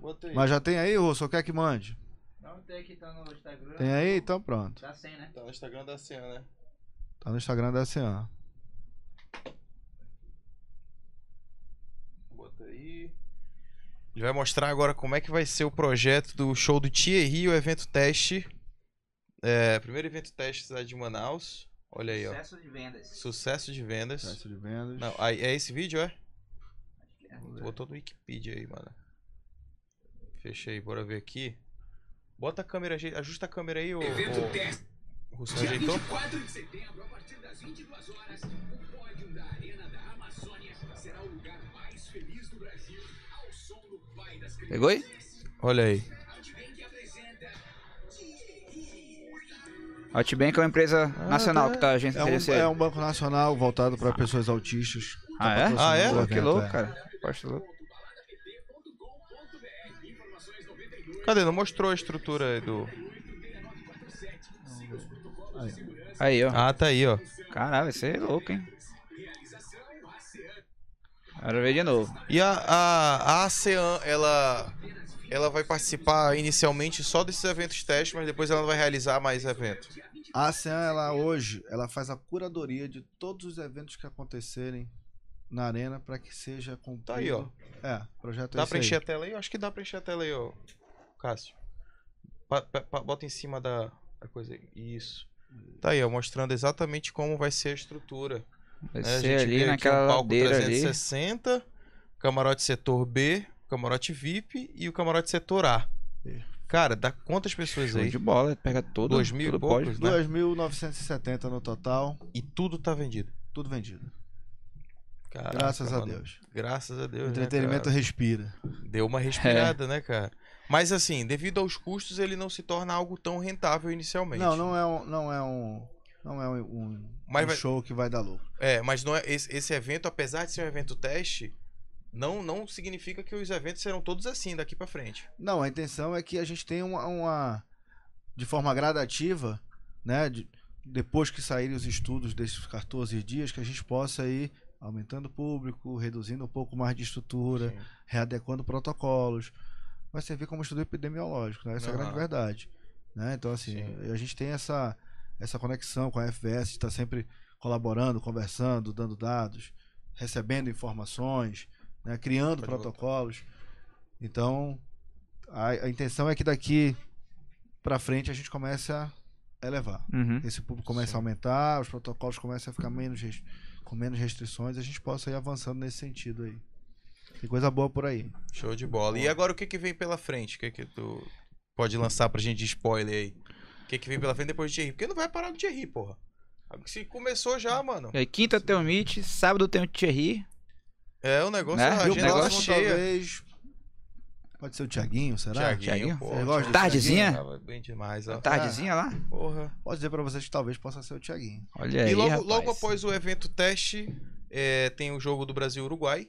[SPEAKER 2] Bota aí.
[SPEAKER 3] Mas já tem aí, Russo? Ou quer que mande?
[SPEAKER 5] Não tem que tá no Instagram.
[SPEAKER 3] Tem aí? Então pronto.
[SPEAKER 5] Dá 100, né?
[SPEAKER 2] Tá no Instagram da cena, né?
[SPEAKER 3] Tá no Instagram da CA.
[SPEAKER 2] Bota aí. Ele vai mostrar agora como é que vai ser o projeto do show do Thierry, o evento teste. É, primeiro evento teste da cidade de Manaus. Olha aí, ó.
[SPEAKER 5] Sucesso de vendas.
[SPEAKER 2] Sucesso de vendas. é.
[SPEAKER 3] Site de vendas.
[SPEAKER 2] Não, aí, é esse vídeo, é? Tu botou no Wikipedia aí, mano. Fecha aí, bora ver aqui. Bota a câmera, ajei- ajusta a câmera aí, ô. ô- O Russo ajeitou?
[SPEAKER 1] Pegou aí?
[SPEAKER 2] Olha aí.
[SPEAKER 1] A Outbank é uma empresa nacional
[SPEAKER 3] tá.
[SPEAKER 1] que tá agência
[SPEAKER 3] É um,
[SPEAKER 1] CDC.
[SPEAKER 3] é um banco nacional voltado para pessoas autistas. Tá
[SPEAKER 1] Ah, é?
[SPEAKER 3] patrocinando
[SPEAKER 2] Ah, é?
[SPEAKER 3] o
[SPEAKER 1] Pô,
[SPEAKER 3] evento,
[SPEAKER 1] que louco,
[SPEAKER 3] é.
[SPEAKER 1] cara. Poxa, louco.
[SPEAKER 2] Cadê? Não mostrou a estrutura aí do.
[SPEAKER 3] Aí.
[SPEAKER 1] Aí, ó.
[SPEAKER 2] Ah, tá aí, ó.
[SPEAKER 1] Caralho, vai ser louco, hein? Bora ver de novo.
[SPEAKER 2] E a, a, a ASEAN, ela, ela vai participar inicialmente só desses eventos teste, mas depois ela vai realizar mais eventos.
[SPEAKER 3] A ASEAN, ela hoje, ela faz a curadoria de todos os eventos que acontecerem na arena para que seja cumprido.
[SPEAKER 2] Tá aí, ó.
[SPEAKER 1] Uhum,
[SPEAKER 3] É, projeto é
[SPEAKER 2] Dá
[SPEAKER 3] esse
[SPEAKER 2] pra
[SPEAKER 3] aí.
[SPEAKER 2] encher a tela aí? Eu acho que dá pra encher a tela aí, ó. Cássio. Pa- pa- pa- bota em cima da, da coisa aí. Isso. Tá aí, ó, mostrando exatamente como vai ser a estrutura.
[SPEAKER 1] Vai
[SPEAKER 2] né? A
[SPEAKER 1] ser
[SPEAKER 2] gente vê
[SPEAKER 1] ali
[SPEAKER 2] aqui
[SPEAKER 1] naquela
[SPEAKER 2] um palco
[SPEAKER 1] ladeira ali.
[SPEAKER 2] 360, camarote setor B, camarote VIP e o camarote setor A.
[SPEAKER 3] É.
[SPEAKER 2] Cara, dá quantas pessoas
[SPEAKER 1] Show
[SPEAKER 2] aí?
[SPEAKER 1] de bola, pega todo,
[SPEAKER 2] Dois mil e
[SPEAKER 1] todo pódio.
[SPEAKER 2] poucos, né?
[SPEAKER 3] 2.970 no total,
[SPEAKER 2] E tudo tá vendido.
[SPEAKER 3] tudo vendido.
[SPEAKER 2] Caraca,
[SPEAKER 3] Graças a
[SPEAKER 2] mano.
[SPEAKER 3] Deus.
[SPEAKER 2] Graças a Deus.
[SPEAKER 3] O
[SPEAKER 2] né,
[SPEAKER 3] entretenimento É. respira.
[SPEAKER 2] cara? Deu
[SPEAKER 3] [LAUGHS]
[SPEAKER 2] uma respirada, né, cara? Mas assim, devido aos custos, ele não se torna algo tão rentável inicialmente.
[SPEAKER 3] Não, não é um. Não é um, não é um, um-
[SPEAKER 2] Mas
[SPEAKER 3] um
[SPEAKER 2] vai-
[SPEAKER 3] show que vai dar lucro.
[SPEAKER 2] É, mas não é esse, esse evento, apesar de ser um evento teste, não não significa que os eventos serão todos assim daqui pra frente.
[SPEAKER 3] Não, a intenção é que a gente tenha uma. uma- de forma gradativa, né? de- depois que saírem os estudos desses 14 dias, que a gente possa ir aumentando o público, reduzindo um pouco mais de estrutura,
[SPEAKER 2] Sim.
[SPEAKER 3] readequando protocolos. Vai servir como estudo epidemiológico, né? Essa é a grande
[SPEAKER 2] Aham.
[SPEAKER 3] verdade. Né? Então, assim,
[SPEAKER 2] Sim.
[SPEAKER 3] a gente tem essa, essa conexão com a FVS, está sempre colaborando, conversando, dando dados, recebendo informações, né? criando
[SPEAKER 2] Pode
[SPEAKER 3] protocolos. Então, a, a intenção é que daqui para frente a gente comece a elevar.
[SPEAKER 1] Uhum.
[SPEAKER 3] Esse público começa
[SPEAKER 2] Sim.
[SPEAKER 3] a aumentar, os protocolos começam a ficar menos res- com menos restrições, a gente possa ir avançando nesse sentido aí. Tem coisa boa por aí.
[SPEAKER 2] Show de bola. E agora o que, que vem pela frente? O que, que tu pode lançar pra gente de spoiler aí? O que, que vem pela frente depois do Thierry? Porque não vai parar do Thierry, porra. Sabe que Se começou
[SPEAKER 3] É.
[SPEAKER 2] já, mano.
[SPEAKER 1] E aí, quinta tem o Meet, sábado tem o Thierry.
[SPEAKER 2] É, o negócio
[SPEAKER 1] Né?
[SPEAKER 2] a
[SPEAKER 1] E o
[SPEAKER 2] agenda
[SPEAKER 1] negócio
[SPEAKER 2] tá cheia.
[SPEAKER 3] talvez. Pode ser o Tiaguinho, será?
[SPEAKER 1] Thiaguinho? Tá.
[SPEAKER 2] Thiaguinho, porra.
[SPEAKER 3] Você gosta do
[SPEAKER 1] Tardezinha?
[SPEAKER 2] Thiaguinho Tava bem demais, ó.
[SPEAKER 1] Tardezinha lá.
[SPEAKER 2] Porra.
[SPEAKER 3] Posso dizer pra vocês que talvez possa ser o Tiaguinho.
[SPEAKER 1] Olha aí.
[SPEAKER 2] e logo,
[SPEAKER 1] É, rapaz.
[SPEAKER 2] logo após o evento teste, é, tem o jogo do Brasil-Uruguai,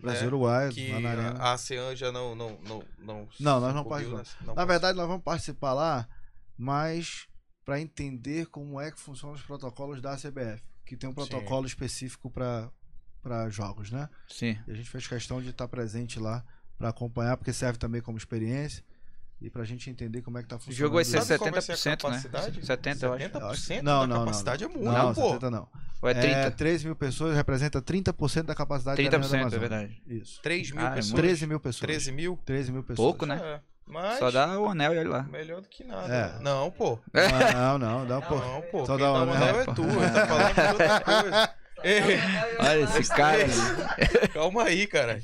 [SPEAKER 3] Brasil Uruguai,
[SPEAKER 2] É, que
[SPEAKER 3] É, lá na Arena.
[SPEAKER 2] a, a ASEAN já não... Não, não, não,
[SPEAKER 3] Não, nós não
[SPEAKER 2] sucumbiu, né? Não
[SPEAKER 3] Na
[SPEAKER 2] participamos.
[SPEAKER 3] verdade, nós vamos participar lá, mas para entender como é que funcionam os protocolos da CBF, que tem um protocolo específico para jogos, né?
[SPEAKER 1] Sim.
[SPEAKER 3] E a gente fez questão de estar presente lá para acompanhar, porque serve também como experiência e para a gente entender como é que tá
[SPEAKER 1] O
[SPEAKER 3] funcionando.
[SPEAKER 1] jogo vai ser
[SPEAKER 2] Sabe qual
[SPEAKER 1] 70%,
[SPEAKER 2] vai ser a
[SPEAKER 1] né?
[SPEAKER 2] capacidade?
[SPEAKER 1] 70, eu acho.
[SPEAKER 2] 70%
[SPEAKER 3] Não,
[SPEAKER 2] da
[SPEAKER 3] não,
[SPEAKER 2] capacidade é muito,
[SPEAKER 3] Não, não
[SPEAKER 2] pô.
[SPEAKER 3] 70 não.
[SPEAKER 1] Ou é 30?
[SPEAKER 3] É, 13 mil pessoas representa 30% da capacidade da Arena da
[SPEAKER 1] 30%, é
[SPEAKER 3] Amazônia.
[SPEAKER 1] verdade.
[SPEAKER 3] Isso.
[SPEAKER 2] 3 mil
[SPEAKER 1] Ah, é
[SPEAKER 2] pessoas.
[SPEAKER 3] 13 mil pessoas.
[SPEAKER 2] 13 mil?
[SPEAKER 3] 13 mil pessoas.
[SPEAKER 1] Pouco, né?
[SPEAKER 2] É, mas
[SPEAKER 1] Só dá o anel e olha lá.
[SPEAKER 2] melhor do que nada.
[SPEAKER 3] É.
[SPEAKER 2] né? Não, pô.
[SPEAKER 1] [LAUGHS]
[SPEAKER 3] Não, não, dá um pouco.
[SPEAKER 2] Não, pô.
[SPEAKER 3] Só
[SPEAKER 2] Quem dá
[SPEAKER 3] dá um
[SPEAKER 2] o anel é
[SPEAKER 1] anel,
[SPEAKER 2] tu.
[SPEAKER 1] pô.
[SPEAKER 2] Eu tô falando de outra
[SPEAKER 3] [LAUGHS]
[SPEAKER 2] coisa. Ei,
[SPEAKER 1] Olha esse cara.
[SPEAKER 2] calma aí, cara.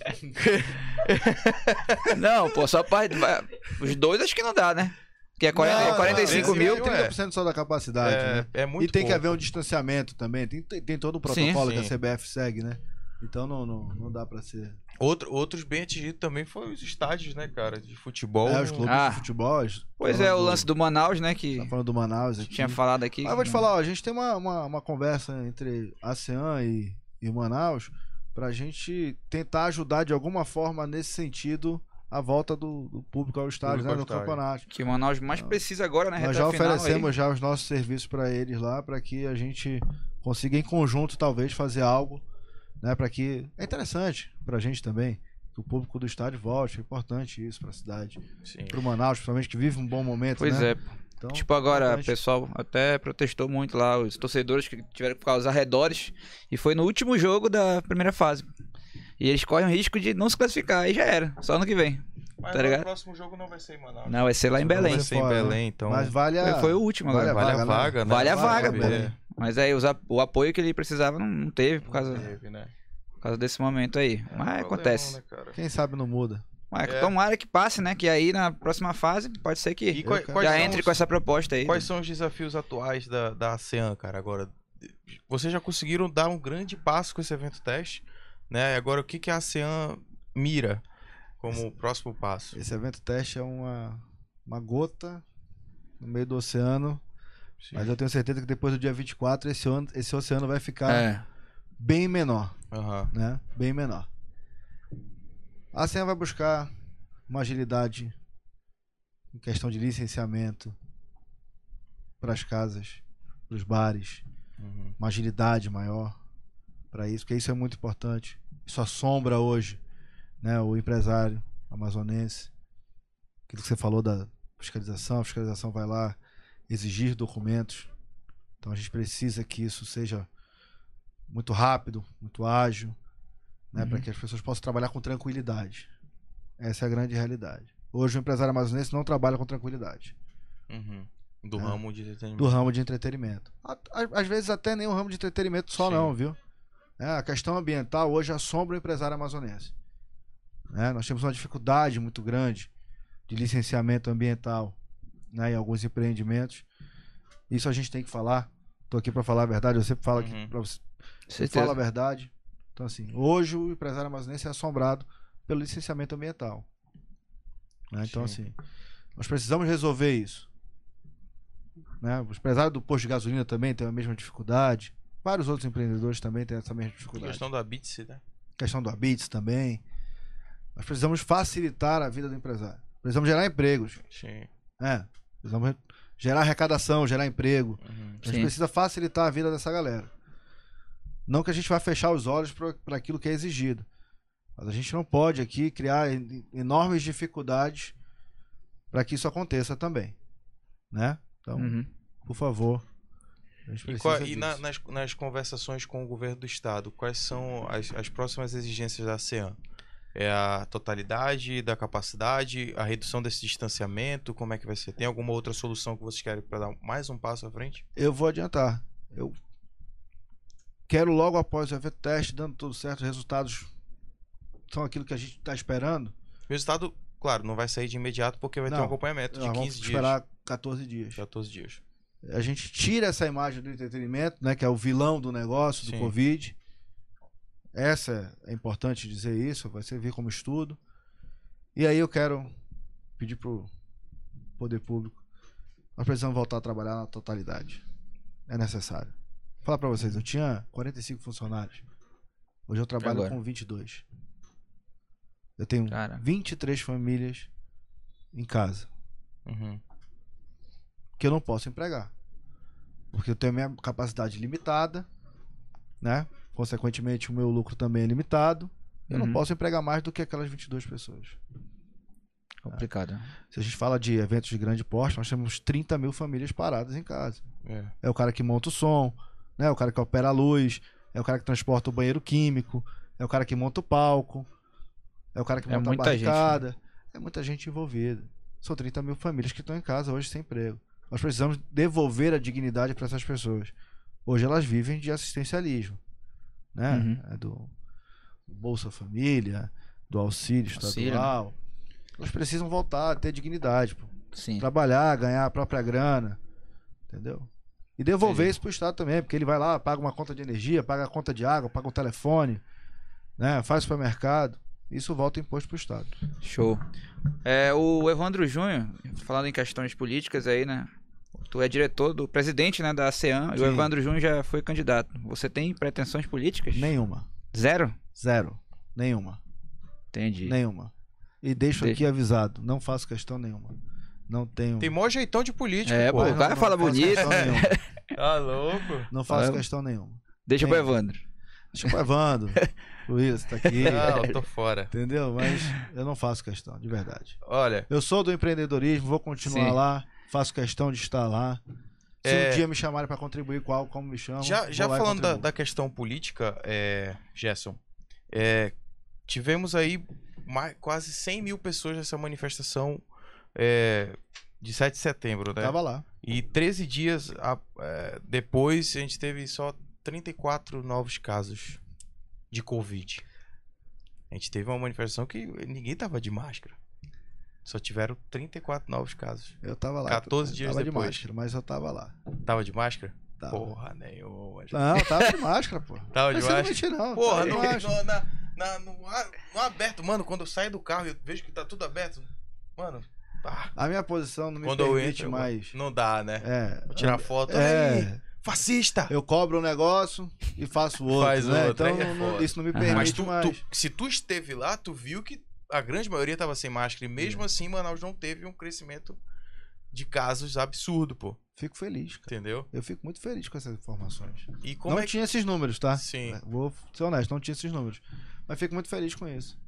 [SPEAKER 1] Não, pô, só pra... vai- Os dois acho que não dá, né? Que é, 40,
[SPEAKER 3] Não,
[SPEAKER 1] é 45
[SPEAKER 2] não,
[SPEAKER 1] mil.
[SPEAKER 2] esse-
[SPEAKER 3] 30% só da capacidade, né?
[SPEAKER 2] É, é muito
[SPEAKER 3] e tem que
[SPEAKER 2] pouco.
[SPEAKER 3] haver um distanciamento também. Tem, tem, tem todo o
[SPEAKER 1] Sim,
[SPEAKER 3] protocolo
[SPEAKER 2] sim.
[SPEAKER 3] que a CBF segue, né? Então não, não, não dá pra ser.
[SPEAKER 2] Outro, outros bem atingidos também foram os estádios, né, cara? De futebol.
[SPEAKER 3] É, os clubes
[SPEAKER 1] Ah.
[SPEAKER 3] de futebol. as-
[SPEAKER 1] Pois
[SPEAKER 3] falando
[SPEAKER 1] é, o
[SPEAKER 3] do-
[SPEAKER 1] lance do Manaus, né? Que
[SPEAKER 3] Tá falando do Manaus aqui.
[SPEAKER 1] tinha falado aqui.
[SPEAKER 3] Mas eu vou te falar, ó, a gente tem uma, uma, uma conversa entre a ASEAN e, e o Manaus pra gente tentar ajudar de alguma forma nesse sentido a volta do, do público ao estádio,
[SPEAKER 2] Público
[SPEAKER 3] né?
[SPEAKER 2] ao
[SPEAKER 3] No
[SPEAKER 2] estádio.
[SPEAKER 3] campeonato.
[SPEAKER 1] Que o Manaus mais precisa agora, né?
[SPEAKER 3] Nós
[SPEAKER 1] reta
[SPEAKER 3] já
[SPEAKER 1] final aí.
[SPEAKER 3] oferecemos já os nossos serviços para eles lá, para que a gente consiga em conjunto talvez fazer algo, né, para que é interessante para a gente também que o público do estádio volte, é importante isso para a cidade,
[SPEAKER 2] Sim.
[SPEAKER 3] para o Manaus, principalmente que vive um bom momento,
[SPEAKER 1] Pois
[SPEAKER 3] né?
[SPEAKER 1] é,
[SPEAKER 3] Então,
[SPEAKER 1] Tipo, agora, o
[SPEAKER 3] importante.
[SPEAKER 1] pessoal até protestou muito lá, os torcedores que tiveram que ficar aos arredores, e foi no último jogo da primeira fase. E eles correm o risco de não se classificar, aí já era, só ano que vem.
[SPEAKER 2] Mas
[SPEAKER 1] Tá
[SPEAKER 2] agora
[SPEAKER 1] ligado?
[SPEAKER 2] o próximo jogo não vai ser em Manaus.
[SPEAKER 1] Não, vai ser lá em Belém.
[SPEAKER 2] Vai ser em
[SPEAKER 3] Fora, né?
[SPEAKER 2] Belém, então.
[SPEAKER 3] mas vale a
[SPEAKER 1] Foi, foi o último
[SPEAKER 3] vale
[SPEAKER 1] agora.
[SPEAKER 2] Vale a
[SPEAKER 3] vaga, né?
[SPEAKER 2] vaga, né?
[SPEAKER 1] Vale a vaga,
[SPEAKER 2] É,
[SPEAKER 1] pô. Mas aí os a- o apoio que ele precisava não, não teve por causa,
[SPEAKER 3] É.
[SPEAKER 2] teve, né?
[SPEAKER 1] por causa desse momento aí.
[SPEAKER 2] É um
[SPEAKER 1] Mas
[SPEAKER 2] problemão,
[SPEAKER 1] acontece.
[SPEAKER 2] né, cara?
[SPEAKER 3] quem sabe não muda.
[SPEAKER 1] Mas
[SPEAKER 2] É.
[SPEAKER 1] tomara que passe, né? Que aí na próxima fase pode ser que
[SPEAKER 2] E quai-
[SPEAKER 3] cara.
[SPEAKER 2] quais
[SPEAKER 1] já
[SPEAKER 2] são
[SPEAKER 1] entre
[SPEAKER 2] os-
[SPEAKER 1] com essa proposta aí.
[SPEAKER 2] Quais são os desafios atuais da, da ASEAN, cara, agora? Vocês já conseguiram dar um grande passo com esse evento teste, né? Agora, o que, que a ASEAN mira como próximo passo?
[SPEAKER 3] Esse evento teste é uma, uma gota no meio do oceano,
[SPEAKER 2] Sim.
[SPEAKER 3] mas eu tenho certeza que depois do dia 24 esse, ano, esse oceano vai ficar
[SPEAKER 1] É.
[SPEAKER 2] Ah,
[SPEAKER 3] bem menor.
[SPEAKER 2] Aham.
[SPEAKER 3] né? Bem menor. A senha vai buscar uma agilidade em questão de licenciamento para as casas, para os bares,
[SPEAKER 2] Uhum.
[SPEAKER 3] uma agilidade maior para isso, porque isso é muito importante. Isso assombra hoje, né, o empresário amazonense. Aquilo que você falou da fiscalização, a fiscalização vai lá exigir documentos. Então a gente precisa que isso seja muito rápido, muito ágil, né, para que as pessoas possam trabalhar com tranquilidade. Essa é a grande realidade. Hoje o empresário amazonense não trabalha com tranquilidade
[SPEAKER 2] Uhum. Do
[SPEAKER 3] É.
[SPEAKER 2] ramo de entretenimento.
[SPEAKER 3] do ramo de entretenimento. A- a- Às vezes até nem o ramo de entretenimento só
[SPEAKER 2] Sim.
[SPEAKER 3] não, viu? É, a questão ambiental hoje assombra o empresário amazonense. Né? Nós temos uma dificuldade muito grande de licenciamento ambiental né, em alguns empreendimentos. Isso a gente tem que falar. Estou aqui para falar a verdade, eu sempre falo aqui
[SPEAKER 2] Uhum.
[SPEAKER 3] para você.
[SPEAKER 1] Certeza.
[SPEAKER 3] Fala a verdade. Então, assim, hoje o empresário amazonense é assombrado pelo licenciamento ambiental. Né? Então,
[SPEAKER 2] Sim.
[SPEAKER 3] assim, nós precisamos resolver isso. Né? Os empresários do posto de gasolina também têm a mesma dificuldade. Vários outros empreendedores também têm essa mesma
[SPEAKER 2] A
[SPEAKER 3] dificuldade.
[SPEAKER 2] questão da BITS, né?
[SPEAKER 3] Questão do habits também. Nós precisamos facilitar a vida do empresário. Precisamos gerar empregos.
[SPEAKER 2] Sim.
[SPEAKER 3] né? Precisamos re- gerar arrecadação, gerar emprego.
[SPEAKER 2] Uhum.
[SPEAKER 3] A gente
[SPEAKER 1] Sim.
[SPEAKER 3] precisa facilitar a vida dessa galera. Não que a gente vá fechar os olhos para aquilo que é exigido. Mas a gente não pode aqui criar en- enormes dificuldades para que isso aconteça também. Né? Então,
[SPEAKER 1] Uhum.
[SPEAKER 3] por favor. A gente
[SPEAKER 2] E,
[SPEAKER 3] precisa
[SPEAKER 2] qual- e na-
[SPEAKER 3] disso.
[SPEAKER 2] nas, nas conversações com o governo do estado, quais são as, as próximas exigências da ASEAN? É a totalidade da capacidade, a redução desse distanciamento, como é que vai ser? Tem alguma outra solução que vocês querem para dar mais um passo à frente?
[SPEAKER 3] Eu vou adiantar. Eu quero logo após o evento teste, dando tudo certo, os resultados são aquilo que a gente está esperando.
[SPEAKER 2] O resultado, claro, não vai sair de imediato porque vai ter
[SPEAKER 3] Não.
[SPEAKER 2] um acompanhamento de
[SPEAKER 3] Nós
[SPEAKER 2] 15
[SPEAKER 3] vamos
[SPEAKER 2] dias.
[SPEAKER 3] esperar 14 dias.
[SPEAKER 2] 14 dias.
[SPEAKER 3] A gente tira essa imagem do entretenimento, né? Que é o vilão do negócio, do
[SPEAKER 2] Sim.
[SPEAKER 3] Covid. Essa é importante dizer isso, vai servir como estudo. E aí eu quero pedir pro poder público. Nós precisamos voltar a trabalhar na totalidade. É necessário. Vou falar pra vocês, eu tinha 45 funcionários. Hoje eu trabalho
[SPEAKER 1] Agora.
[SPEAKER 3] com 22. Eu tenho
[SPEAKER 1] Cara.
[SPEAKER 3] 23 famílias em casa
[SPEAKER 2] Uhum.
[SPEAKER 3] que eu não posso empregar. Porque eu tenho a minha capacidade limitada, né? Consequentemente, o meu lucro também é limitado. Eu
[SPEAKER 1] Uhum.
[SPEAKER 3] não posso empregar mais do que aquelas 22 pessoas.
[SPEAKER 1] Complicado.
[SPEAKER 3] Se a gente fala de eventos de grande porte, nós temos 30 mil famílias paradas em casa.
[SPEAKER 2] É.
[SPEAKER 3] É o cara que monta o som, né? É o cara que opera a luz, é o cara que transporta o banheiro químico, é o cara que monta o palco, é o cara que
[SPEAKER 1] É
[SPEAKER 3] monta a
[SPEAKER 1] muita gente, né?
[SPEAKER 3] barricada. É muita gente envolvida. São 30 mil famílias que estão em casa hoje sem emprego. Nós precisamos devolver a dignidade para essas pessoas. Hoje elas vivem de assistencialismo, né?
[SPEAKER 1] Uhum.
[SPEAKER 3] É do Bolsa Família, do auxílio
[SPEAKER 1] Auxílio, né?
[SPEAKER 3] estadual. Elas precisam voltar a ter dignidade, pô
[SPEAKER 1] Sim.
[SPEAKER 3] trabalhar, ganhar a própria grana, entendeu? E devolver isso pro Estado também, porque ele vai lá, paga uma conta de energia, paga a conta de água, paga o telefone, né? Faz supermercado. Isso volta imposto pro Estado.
[SPEAKER 1] Show. É, o Evandro Júnior, falando em questões políticas aí, né? Tu é diretor do presidente né, da ASEAN e o
[SPEAKER 3] Sim.
[SPEAKER 1] Evandro Júnior já foi candidato. Você tem pretensões políticas?
[SPEAKER 3] Nenhuma.
[SPEAKER 1] Zero?
[SPEAKER 3] Zero. Nenhuma.
[SPEAKER 1] Entendi.
[SPEAKER 3] Nenhuma. E deixo
[SPEAKER 1] Deixa.
[SPEAKER 3] aqui avisado, não faço questão nenhuma. Não tenho.
[SPEAKER 2] Tem mó jeitão de político,
[SPEAKER 1] É,
[SPEAKER 2] pô.
[SPEAKER 1] pô. o cara fala
[SPEAKER 3] faço
[SPEAKER 1] bonito.
[SPEAKER 3] questão nenhuma.
[SPEAKER 2] Tá louco?
[SPEAKER 3] Não faço
[SPEAKER 1] Ah,
[SPEAKER 3] questão nenhuma.
[SPEAKER 1] Deixa pro
[SPEAKER 3] Tem.
[SPEAKER 1] Evandro.
[SPEAKER 3] Deixa eu
[SPEAKER 1] [LAUGHS]
[SPEAKER 3] levando. Luiz, tá aqui.
[SPEAKER 2] Não, eu tô fora.
[SPEAKER 3] Entendeu? Mas eu não faço questão, de verdade.
[SPEAKER 2] Olha,
[SPEAKER 3] Eu sou do empreendedorismo, vou continuar
[SPEAKER 1] Sim.
[SPEAKER 3] lá, faço questão de estar lá. Se
[SPEAKER 2] É.
[SPEAKER 3] um dia me chamarem para contribuir com algo, como me chamam.
[SPEAKER 2] já,
[SPEAKER 3] vou
[SPEAKER 2] já
[SPEAKER 3] lá e
[SPEAKER 2] falando da,
[SPEAKER 3] contribuo.
[SPEAKER 2] da questão política, é, Gerson, é, tivemos aí mais, quase 100 mil pessoas nessa manifestação é, de 7 de setembro, né?
[SPEAKER 3] Tava lá.
[SPEAKER 2] E 13 dias a- é, depois, a gente teve só 34 novos casos de Covid. A gente teve uma manifestação que ninguém tava de máscara. Só tiveram 34 novos casos.
[SPEAKER 3] Eu tava lá.
[SPEAKER 2] 14
[SPEAKER 3] Eu
[SPEAKER 2] dias
[SPEAKER 3] é, tava
[SPEAKER 2] depois.
[SPEAKER 3] de máscara, mas eu tava lá.
[SPEAKER 2] Tava de máscara?
[SPEAKER 3] Tava.
[SPEAKER 2] Porra nenhuma. gente.
[SPEAKER 3] Não, eu tava de máscara, pô. Não
[SPEAKER 2] Tava de
[SPEAKER 3] precisa
[SPEAKER 2] máscara?
[SPEAKER 3] mentir, não.
[SPEAKER 2] Porra, é.
[SPEAKER 3] tava de
[SPEAKER 2] no,
[SPEAKER 3] máscara.
[SPEAKER 2] no, na, na- no, ar- no aberto, mano, quando eu saio do carro e eu vejo que tá tudo aberto, mano, ah,
[SPEAKER 3] A minha posição não me
[SPEAKER 2] quando eu
[SPEAKER 3] permite
[SPEAKER 2] entro,
[SPEAKER 3] mais.
[SPEAKER 2] não dá, né?
[SPEAKER 3] É.
[SPEAKER 2] Vou tirar foto, olha aí,
[SPEAKER 3] É,
[SPEAKER 2] fascista!
[SPEAKER 3] eu cobro um negócio e faço outro,
[SPEAKER 2] Faz
[SPEAKER 3] né?
[SPEAKER 2] outro, aí
[SPEAKER 3] então
[SPEAKER 2] é
[SPEAKER 3] não-
[SPEAKER 2] foda.
[SPEAKER 3] isso não me
[SPEAKER 1] Aham.
[SPEAKER 3] permite
[SPEAKER 2] Mas tu,
[SPEAKER 3] mais.
[SPEAKER 2] tu- se tu esteve lá, tu viu que a grande maioria tava sem máscara. E mesmo assim, Manaus não teve um crescimento de casos absurdo, pô.
[SPEAKER 3] Fico feliz, cara.
[SPEAKER 2] Entendeu?
[SPEAKER 3] Eu fico muito feliz com essas informações.
[SPEAKER 2] E como
[SPEAKER 3] não
[SPEAKER 2] é que.
[SPEAKER 3] tinha esses números, tá?
[SPEAKER 2] Sim.
[SPEAKER 3] É, Vou ser honesto, não tinha esses números. Mas fico muito feliz com isso.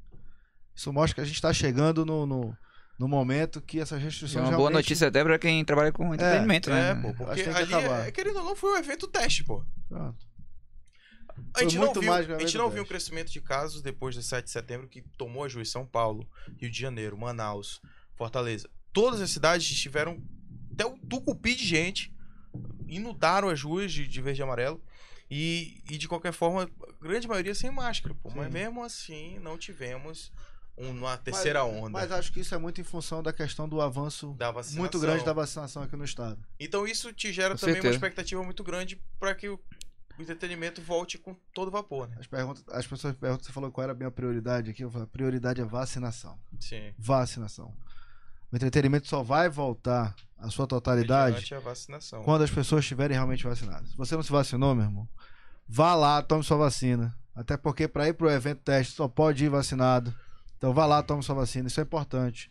[SPEAKER 3] Isso mostra que a gente está chegando no, no, no momento que essas
[SPEAKER 1] Isso é
[SPEAKER 3] restrições.
[SPEAKER 1] uma boa
[SPEAKER 3] realmente-
[SPEAKER 1] notícia até pra quem trabalha com entretenimento,
[SPEAKER 2] É,
[SPEAKER 1] né?
[SPEAKER 2] pô, porque
[SPEAKER 3] Acho que tem que
[SPEAKER 2] ali,
[SPEAKER 3] acabar.
[SPEAKER 2] é, querendo ou não, foi um evento teste, pô.
[SPEAKER 3] Pronto.
[SPEAKER 2] A gente
[SPEAKER 3] Foi
[SPEAKER 2] não
[SPEAKER 3] muito
[SPEAKER 2] viu,
[SPEAKER 3] mais que um
[SPEAKER 2] a gente
[SPEAKER 3] evento
[SPEAKER 2] não viu um
[SPEAKER 3] teste.
[SPEAKER 2] crescimento de casos depois do 7 de setembro que tomou a juiz São Paulo, Rio de Janeiro, Manaus, Fortaleza. Todas as cidades tiveram até o tucupi de gente, inundaram as ruas de, de verde e amarelo. E, e de qualquer forma, a grande maioria sem máscara, pô. Mas
[SPEAKER 3] Sim.
[SPEAKER 2] mesmo assim, não tivemos um- uma terceira onda
[SPEAKER 3] Mas acho que isso é muito em função da questão do avanço
[SPEAKER 2] da vacinação.
[SPEAKER 3] muito grande da vacinação aqui no estado.
[SPEAKER 2] Então isso te gera
[SPEAKER 1] Com
[SPEAKER 2] também uma
[SPEAKER 1] certeza.
[SPEAKER 2] expectativa muito grande para que o o entretenimento volte com todo vapor, né?
[SPEAKER 3] As, perguntas, as pessoas perguntam, você falou qual era a minha prioridade aqui. Eu falo, a prioridade é vacinação.
[SPEAKER 2] Sim.
[SPEAKER 3] Vacinação. O entretenimento só vai voltar à sua totalidade
[SPEAKER 2] Mediante a vacinação.
[SPEAKER 3] quando as pessoas estiverem realmente vacinadas. Se você não se vacinou, meu irmão, vá lá, tome sua vacina. Até porque para ir pro evento teste só pode ir vacinado. Então vá lá, tome sua vacina. Isso é importante.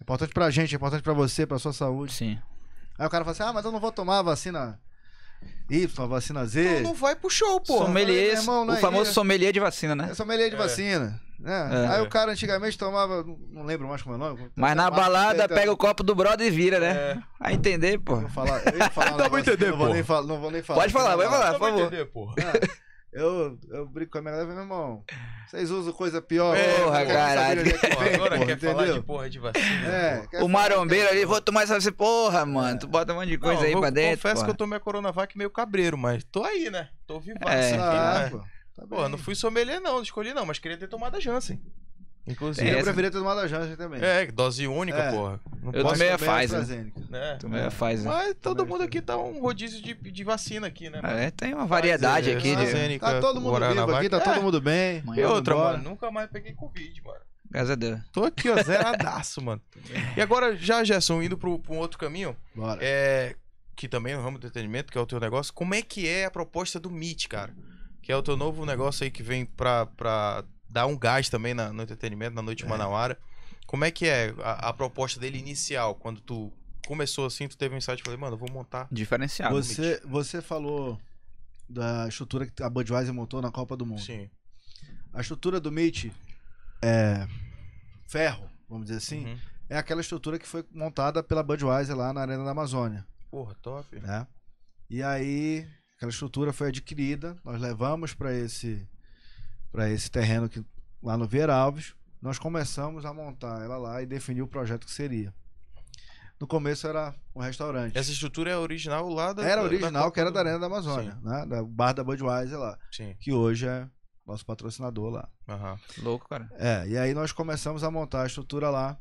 [SPEAKER 3] É importante pra gente, é importante pra você, pra sua saúde.
[SPEAKER 1] Sim.
[SPEAKER 3] Aí o cara fala assim: ah, mas eu não vou tomar a vacina Y, a vacina
[SPEAKER 2] Então
[SPEAKER 3] Z.
[SPEAKER 2] não vai pro show, pô.
[SPEAKER 3] falei,
[SPEAKER 1] sommelier,
[SPEAKER 3] meu irmão, não
[SPEAKER 1] o
[SPEAKER 3] é
[SPEAKER 1] famoso
[SPEAKER 3] isso.
[SPEAKER 1] sommelier de vacina, né?
[SPEAKER 3] É só meia de
[SPEAKER 2] É.
[SPEAKER 3] vacina.
[SPEAKER 1] É.
[SPEAKER 3] né? Aí o cara antigamente tomava, não- não lembro mais como é o nome.
[SPEAKER 1] Mas na balada pega o copo do brother e vira, né?
[SPEAKER 2] É.
[SPEAKER 1] A entender, pô.
[SPEAKER 3] Eu, vou falar, eu ia falar um
[SPEAKER 2] Dá pra
[SPEAKER 3] negócio que eu
[SPEAKER 2] entender,
[SPEAKER 3] não vou
[SPEAKER 2] pô.
[SPEAKER 3] nem falar- Não vou nem falar.
[SPEAKER 1] Pode falar, vai
[SPEAKER 3] Não,
[SPEAKER 1] falar, por
[SPEAKER 2] Dá pra
[SPEAKER 1] favor.
[SPEAKER 2] entender, [LAUGHS] porra.
[SPEAKER 3] Eu, eu brinco com a minha galera, meu irmão. Vocês usam coisa pior.
[SPEAKER 2] É,
[SPEAKER 3] eu
[SPEAKER 2] porra,
[SPEAKER 3] quero saber
[SPEAKER 1] caralho.
[SPEAKER 3] onde é que
[SPEAKER 2] Pô,
[SPEAKER 3] vem,
[SPEAKER 2] agora
[SPEAKER 3] porra,
[SPEAKER 2] quer falar de
[SPEAKER 3] entendeu?
[SPEAKER 2] porra de vacina. [LAUGHS]
[SPEAKER 3] É,
[SPEAKER 2] pô.
[SPEAKER 3] quer
[SPEAKER 1] O
[SPEAKER 3] saber-
[SPEAKER 1] marombeiro ali, vou tomar essa vacina. Porra, mano, tu bota um monte de coisa
[SPEAKER 2] Não,
[SPEAKER 1] aí
[SPEAKER 2] eu
[SPEAKER 1] pra dentro.
[SPEAKER 2] confesso
[SPEAKER 1] pô.
[SPEAKER 2] que eu tomei a Coronavac meio cabreiro, mas tô aí, né? Tô vivaço
[SPEAKER 1] É.
[SPEAKER 2] aqui,
[SPEAKER 3] Ah,
[SPEAKER 2] né?
[SPEAKER 3] pô, tá
[SPEAKER 2] Pô,
[SPEAKER 3] bem.
[SPEAKER 2] não fui sommelier não, não escolhi não, mas queria ter tomado a Janssen. Inclusive.
[SPEAKER 1] Tem
[SPEAKER 3] Eu
[SPEAKER 1] essa.
[SPEAKER 3] preferia ter tomado a Janssen também.
[SPEAKER 2] É, dose única,
[SPEAKER 3] É.
[SPEAKER 2] porra. Não
[SPEAKER 1] Eu
[SPEAKER 2] posso-
[SPEAKER 1] também- a Pfizer.
[SPEAKER 3] AstraZeneca.
[SPEAKER 2] né?
[SPEAKER 1] Também é Pfizer.
[SPEAKER 2] Mas todo
[SPEAKER 3] Também
[SPEAKER 2] mundo aqui tá um rodízio de, de vacina aqui, né? mano?
[SPEAKER 1] É, tem uma variedade
[SPEAKER 2] Pfizer,
[SPEAKER 1] aqui de.
[SPEAKER 2] AstraZeneca,
[SPEAKER 3] Tá todo mundo vivo aqui,
[SPEAKER 2] Guaranavac.
[SPEAKER 3] tá
[SPEAKER 2] É.
[SPEAKER 3] todo mundo bem.
[SPEAKER 1] Amanhã
[SPEAKER 2] E
[SPEAKER 3] Vamos
[SPEAKER 2] outra,
[SPEAKER 3] embora.
[SPEAKER 2] mano, nunca mais peguei Covid, mano.
[SPEAKER 1] Graças a Deus.
[SPEAKER 2] Tô aqui, ó, zeradaço, mano. E agora, já, Gerson, indo pro, pra um outro caminho,
[SPEAKER 3] Bora.
[SPEAKER 2] é, que também é no ramo do entretenimento, que é o teu negócio, como é que é a proposta do Meet, cara? Que é o teu novo negócio aí que vem pra, pra dar um gás também na- no entretenimento, na
[SPEAKER 3] É.
[SPEAKER 2] Noite Manauara. Como é que é a, a proposta dele inicial? Quando tu começou assim, tu teve um insight e falei, mano, eu vou montar.
[SPEAKER 1] Diferenciado.
[SPEAKER 3] Você, você falou da estrutura que a Budweiser montou na Copa do Mundo.
[SPEAKER 2] Sim.
[SPEAKER 3] A estrutura do Meet é ferro, vamos dizer assim,
[SPEAKER 2] Uhum.
[SPEAKER 3] é aquela estrutura que foi montada pela Budweiser lá na Arena da Amazônia,
[SPEAKER 2] Porra, top.
[SPEAKER 3] né? E aí aquela estrutura foi adquirida, nós levamos para esse para esse terreno que lá no Vieira Alves, nós começamos a montar ela lá e definir o projeto que seria. No começo era um restaurante.
[SPEAKER 2] Essa estrutura é original lá da.
[SPEAKER 3] Era
[SPEAKER 2] da- da
[SPEAKER 3] original,
[SPEAKER 2] Copa
[SPEAKER 3] que era
[SPEAKER 2] do-
[SPEAKER 3] da Arena da Amazônia, né? Da bar da Budweiser lá,
[SPEAKER 2] Sim.
[SPEAKER 3] que hoje é nosso patrocinador lá.
[SPEAKER 2] Aham.
[SPEAKER 1] Louco, cara.
[SPEAKER 3] É, e aí nós começamos a montar a estrutura lá.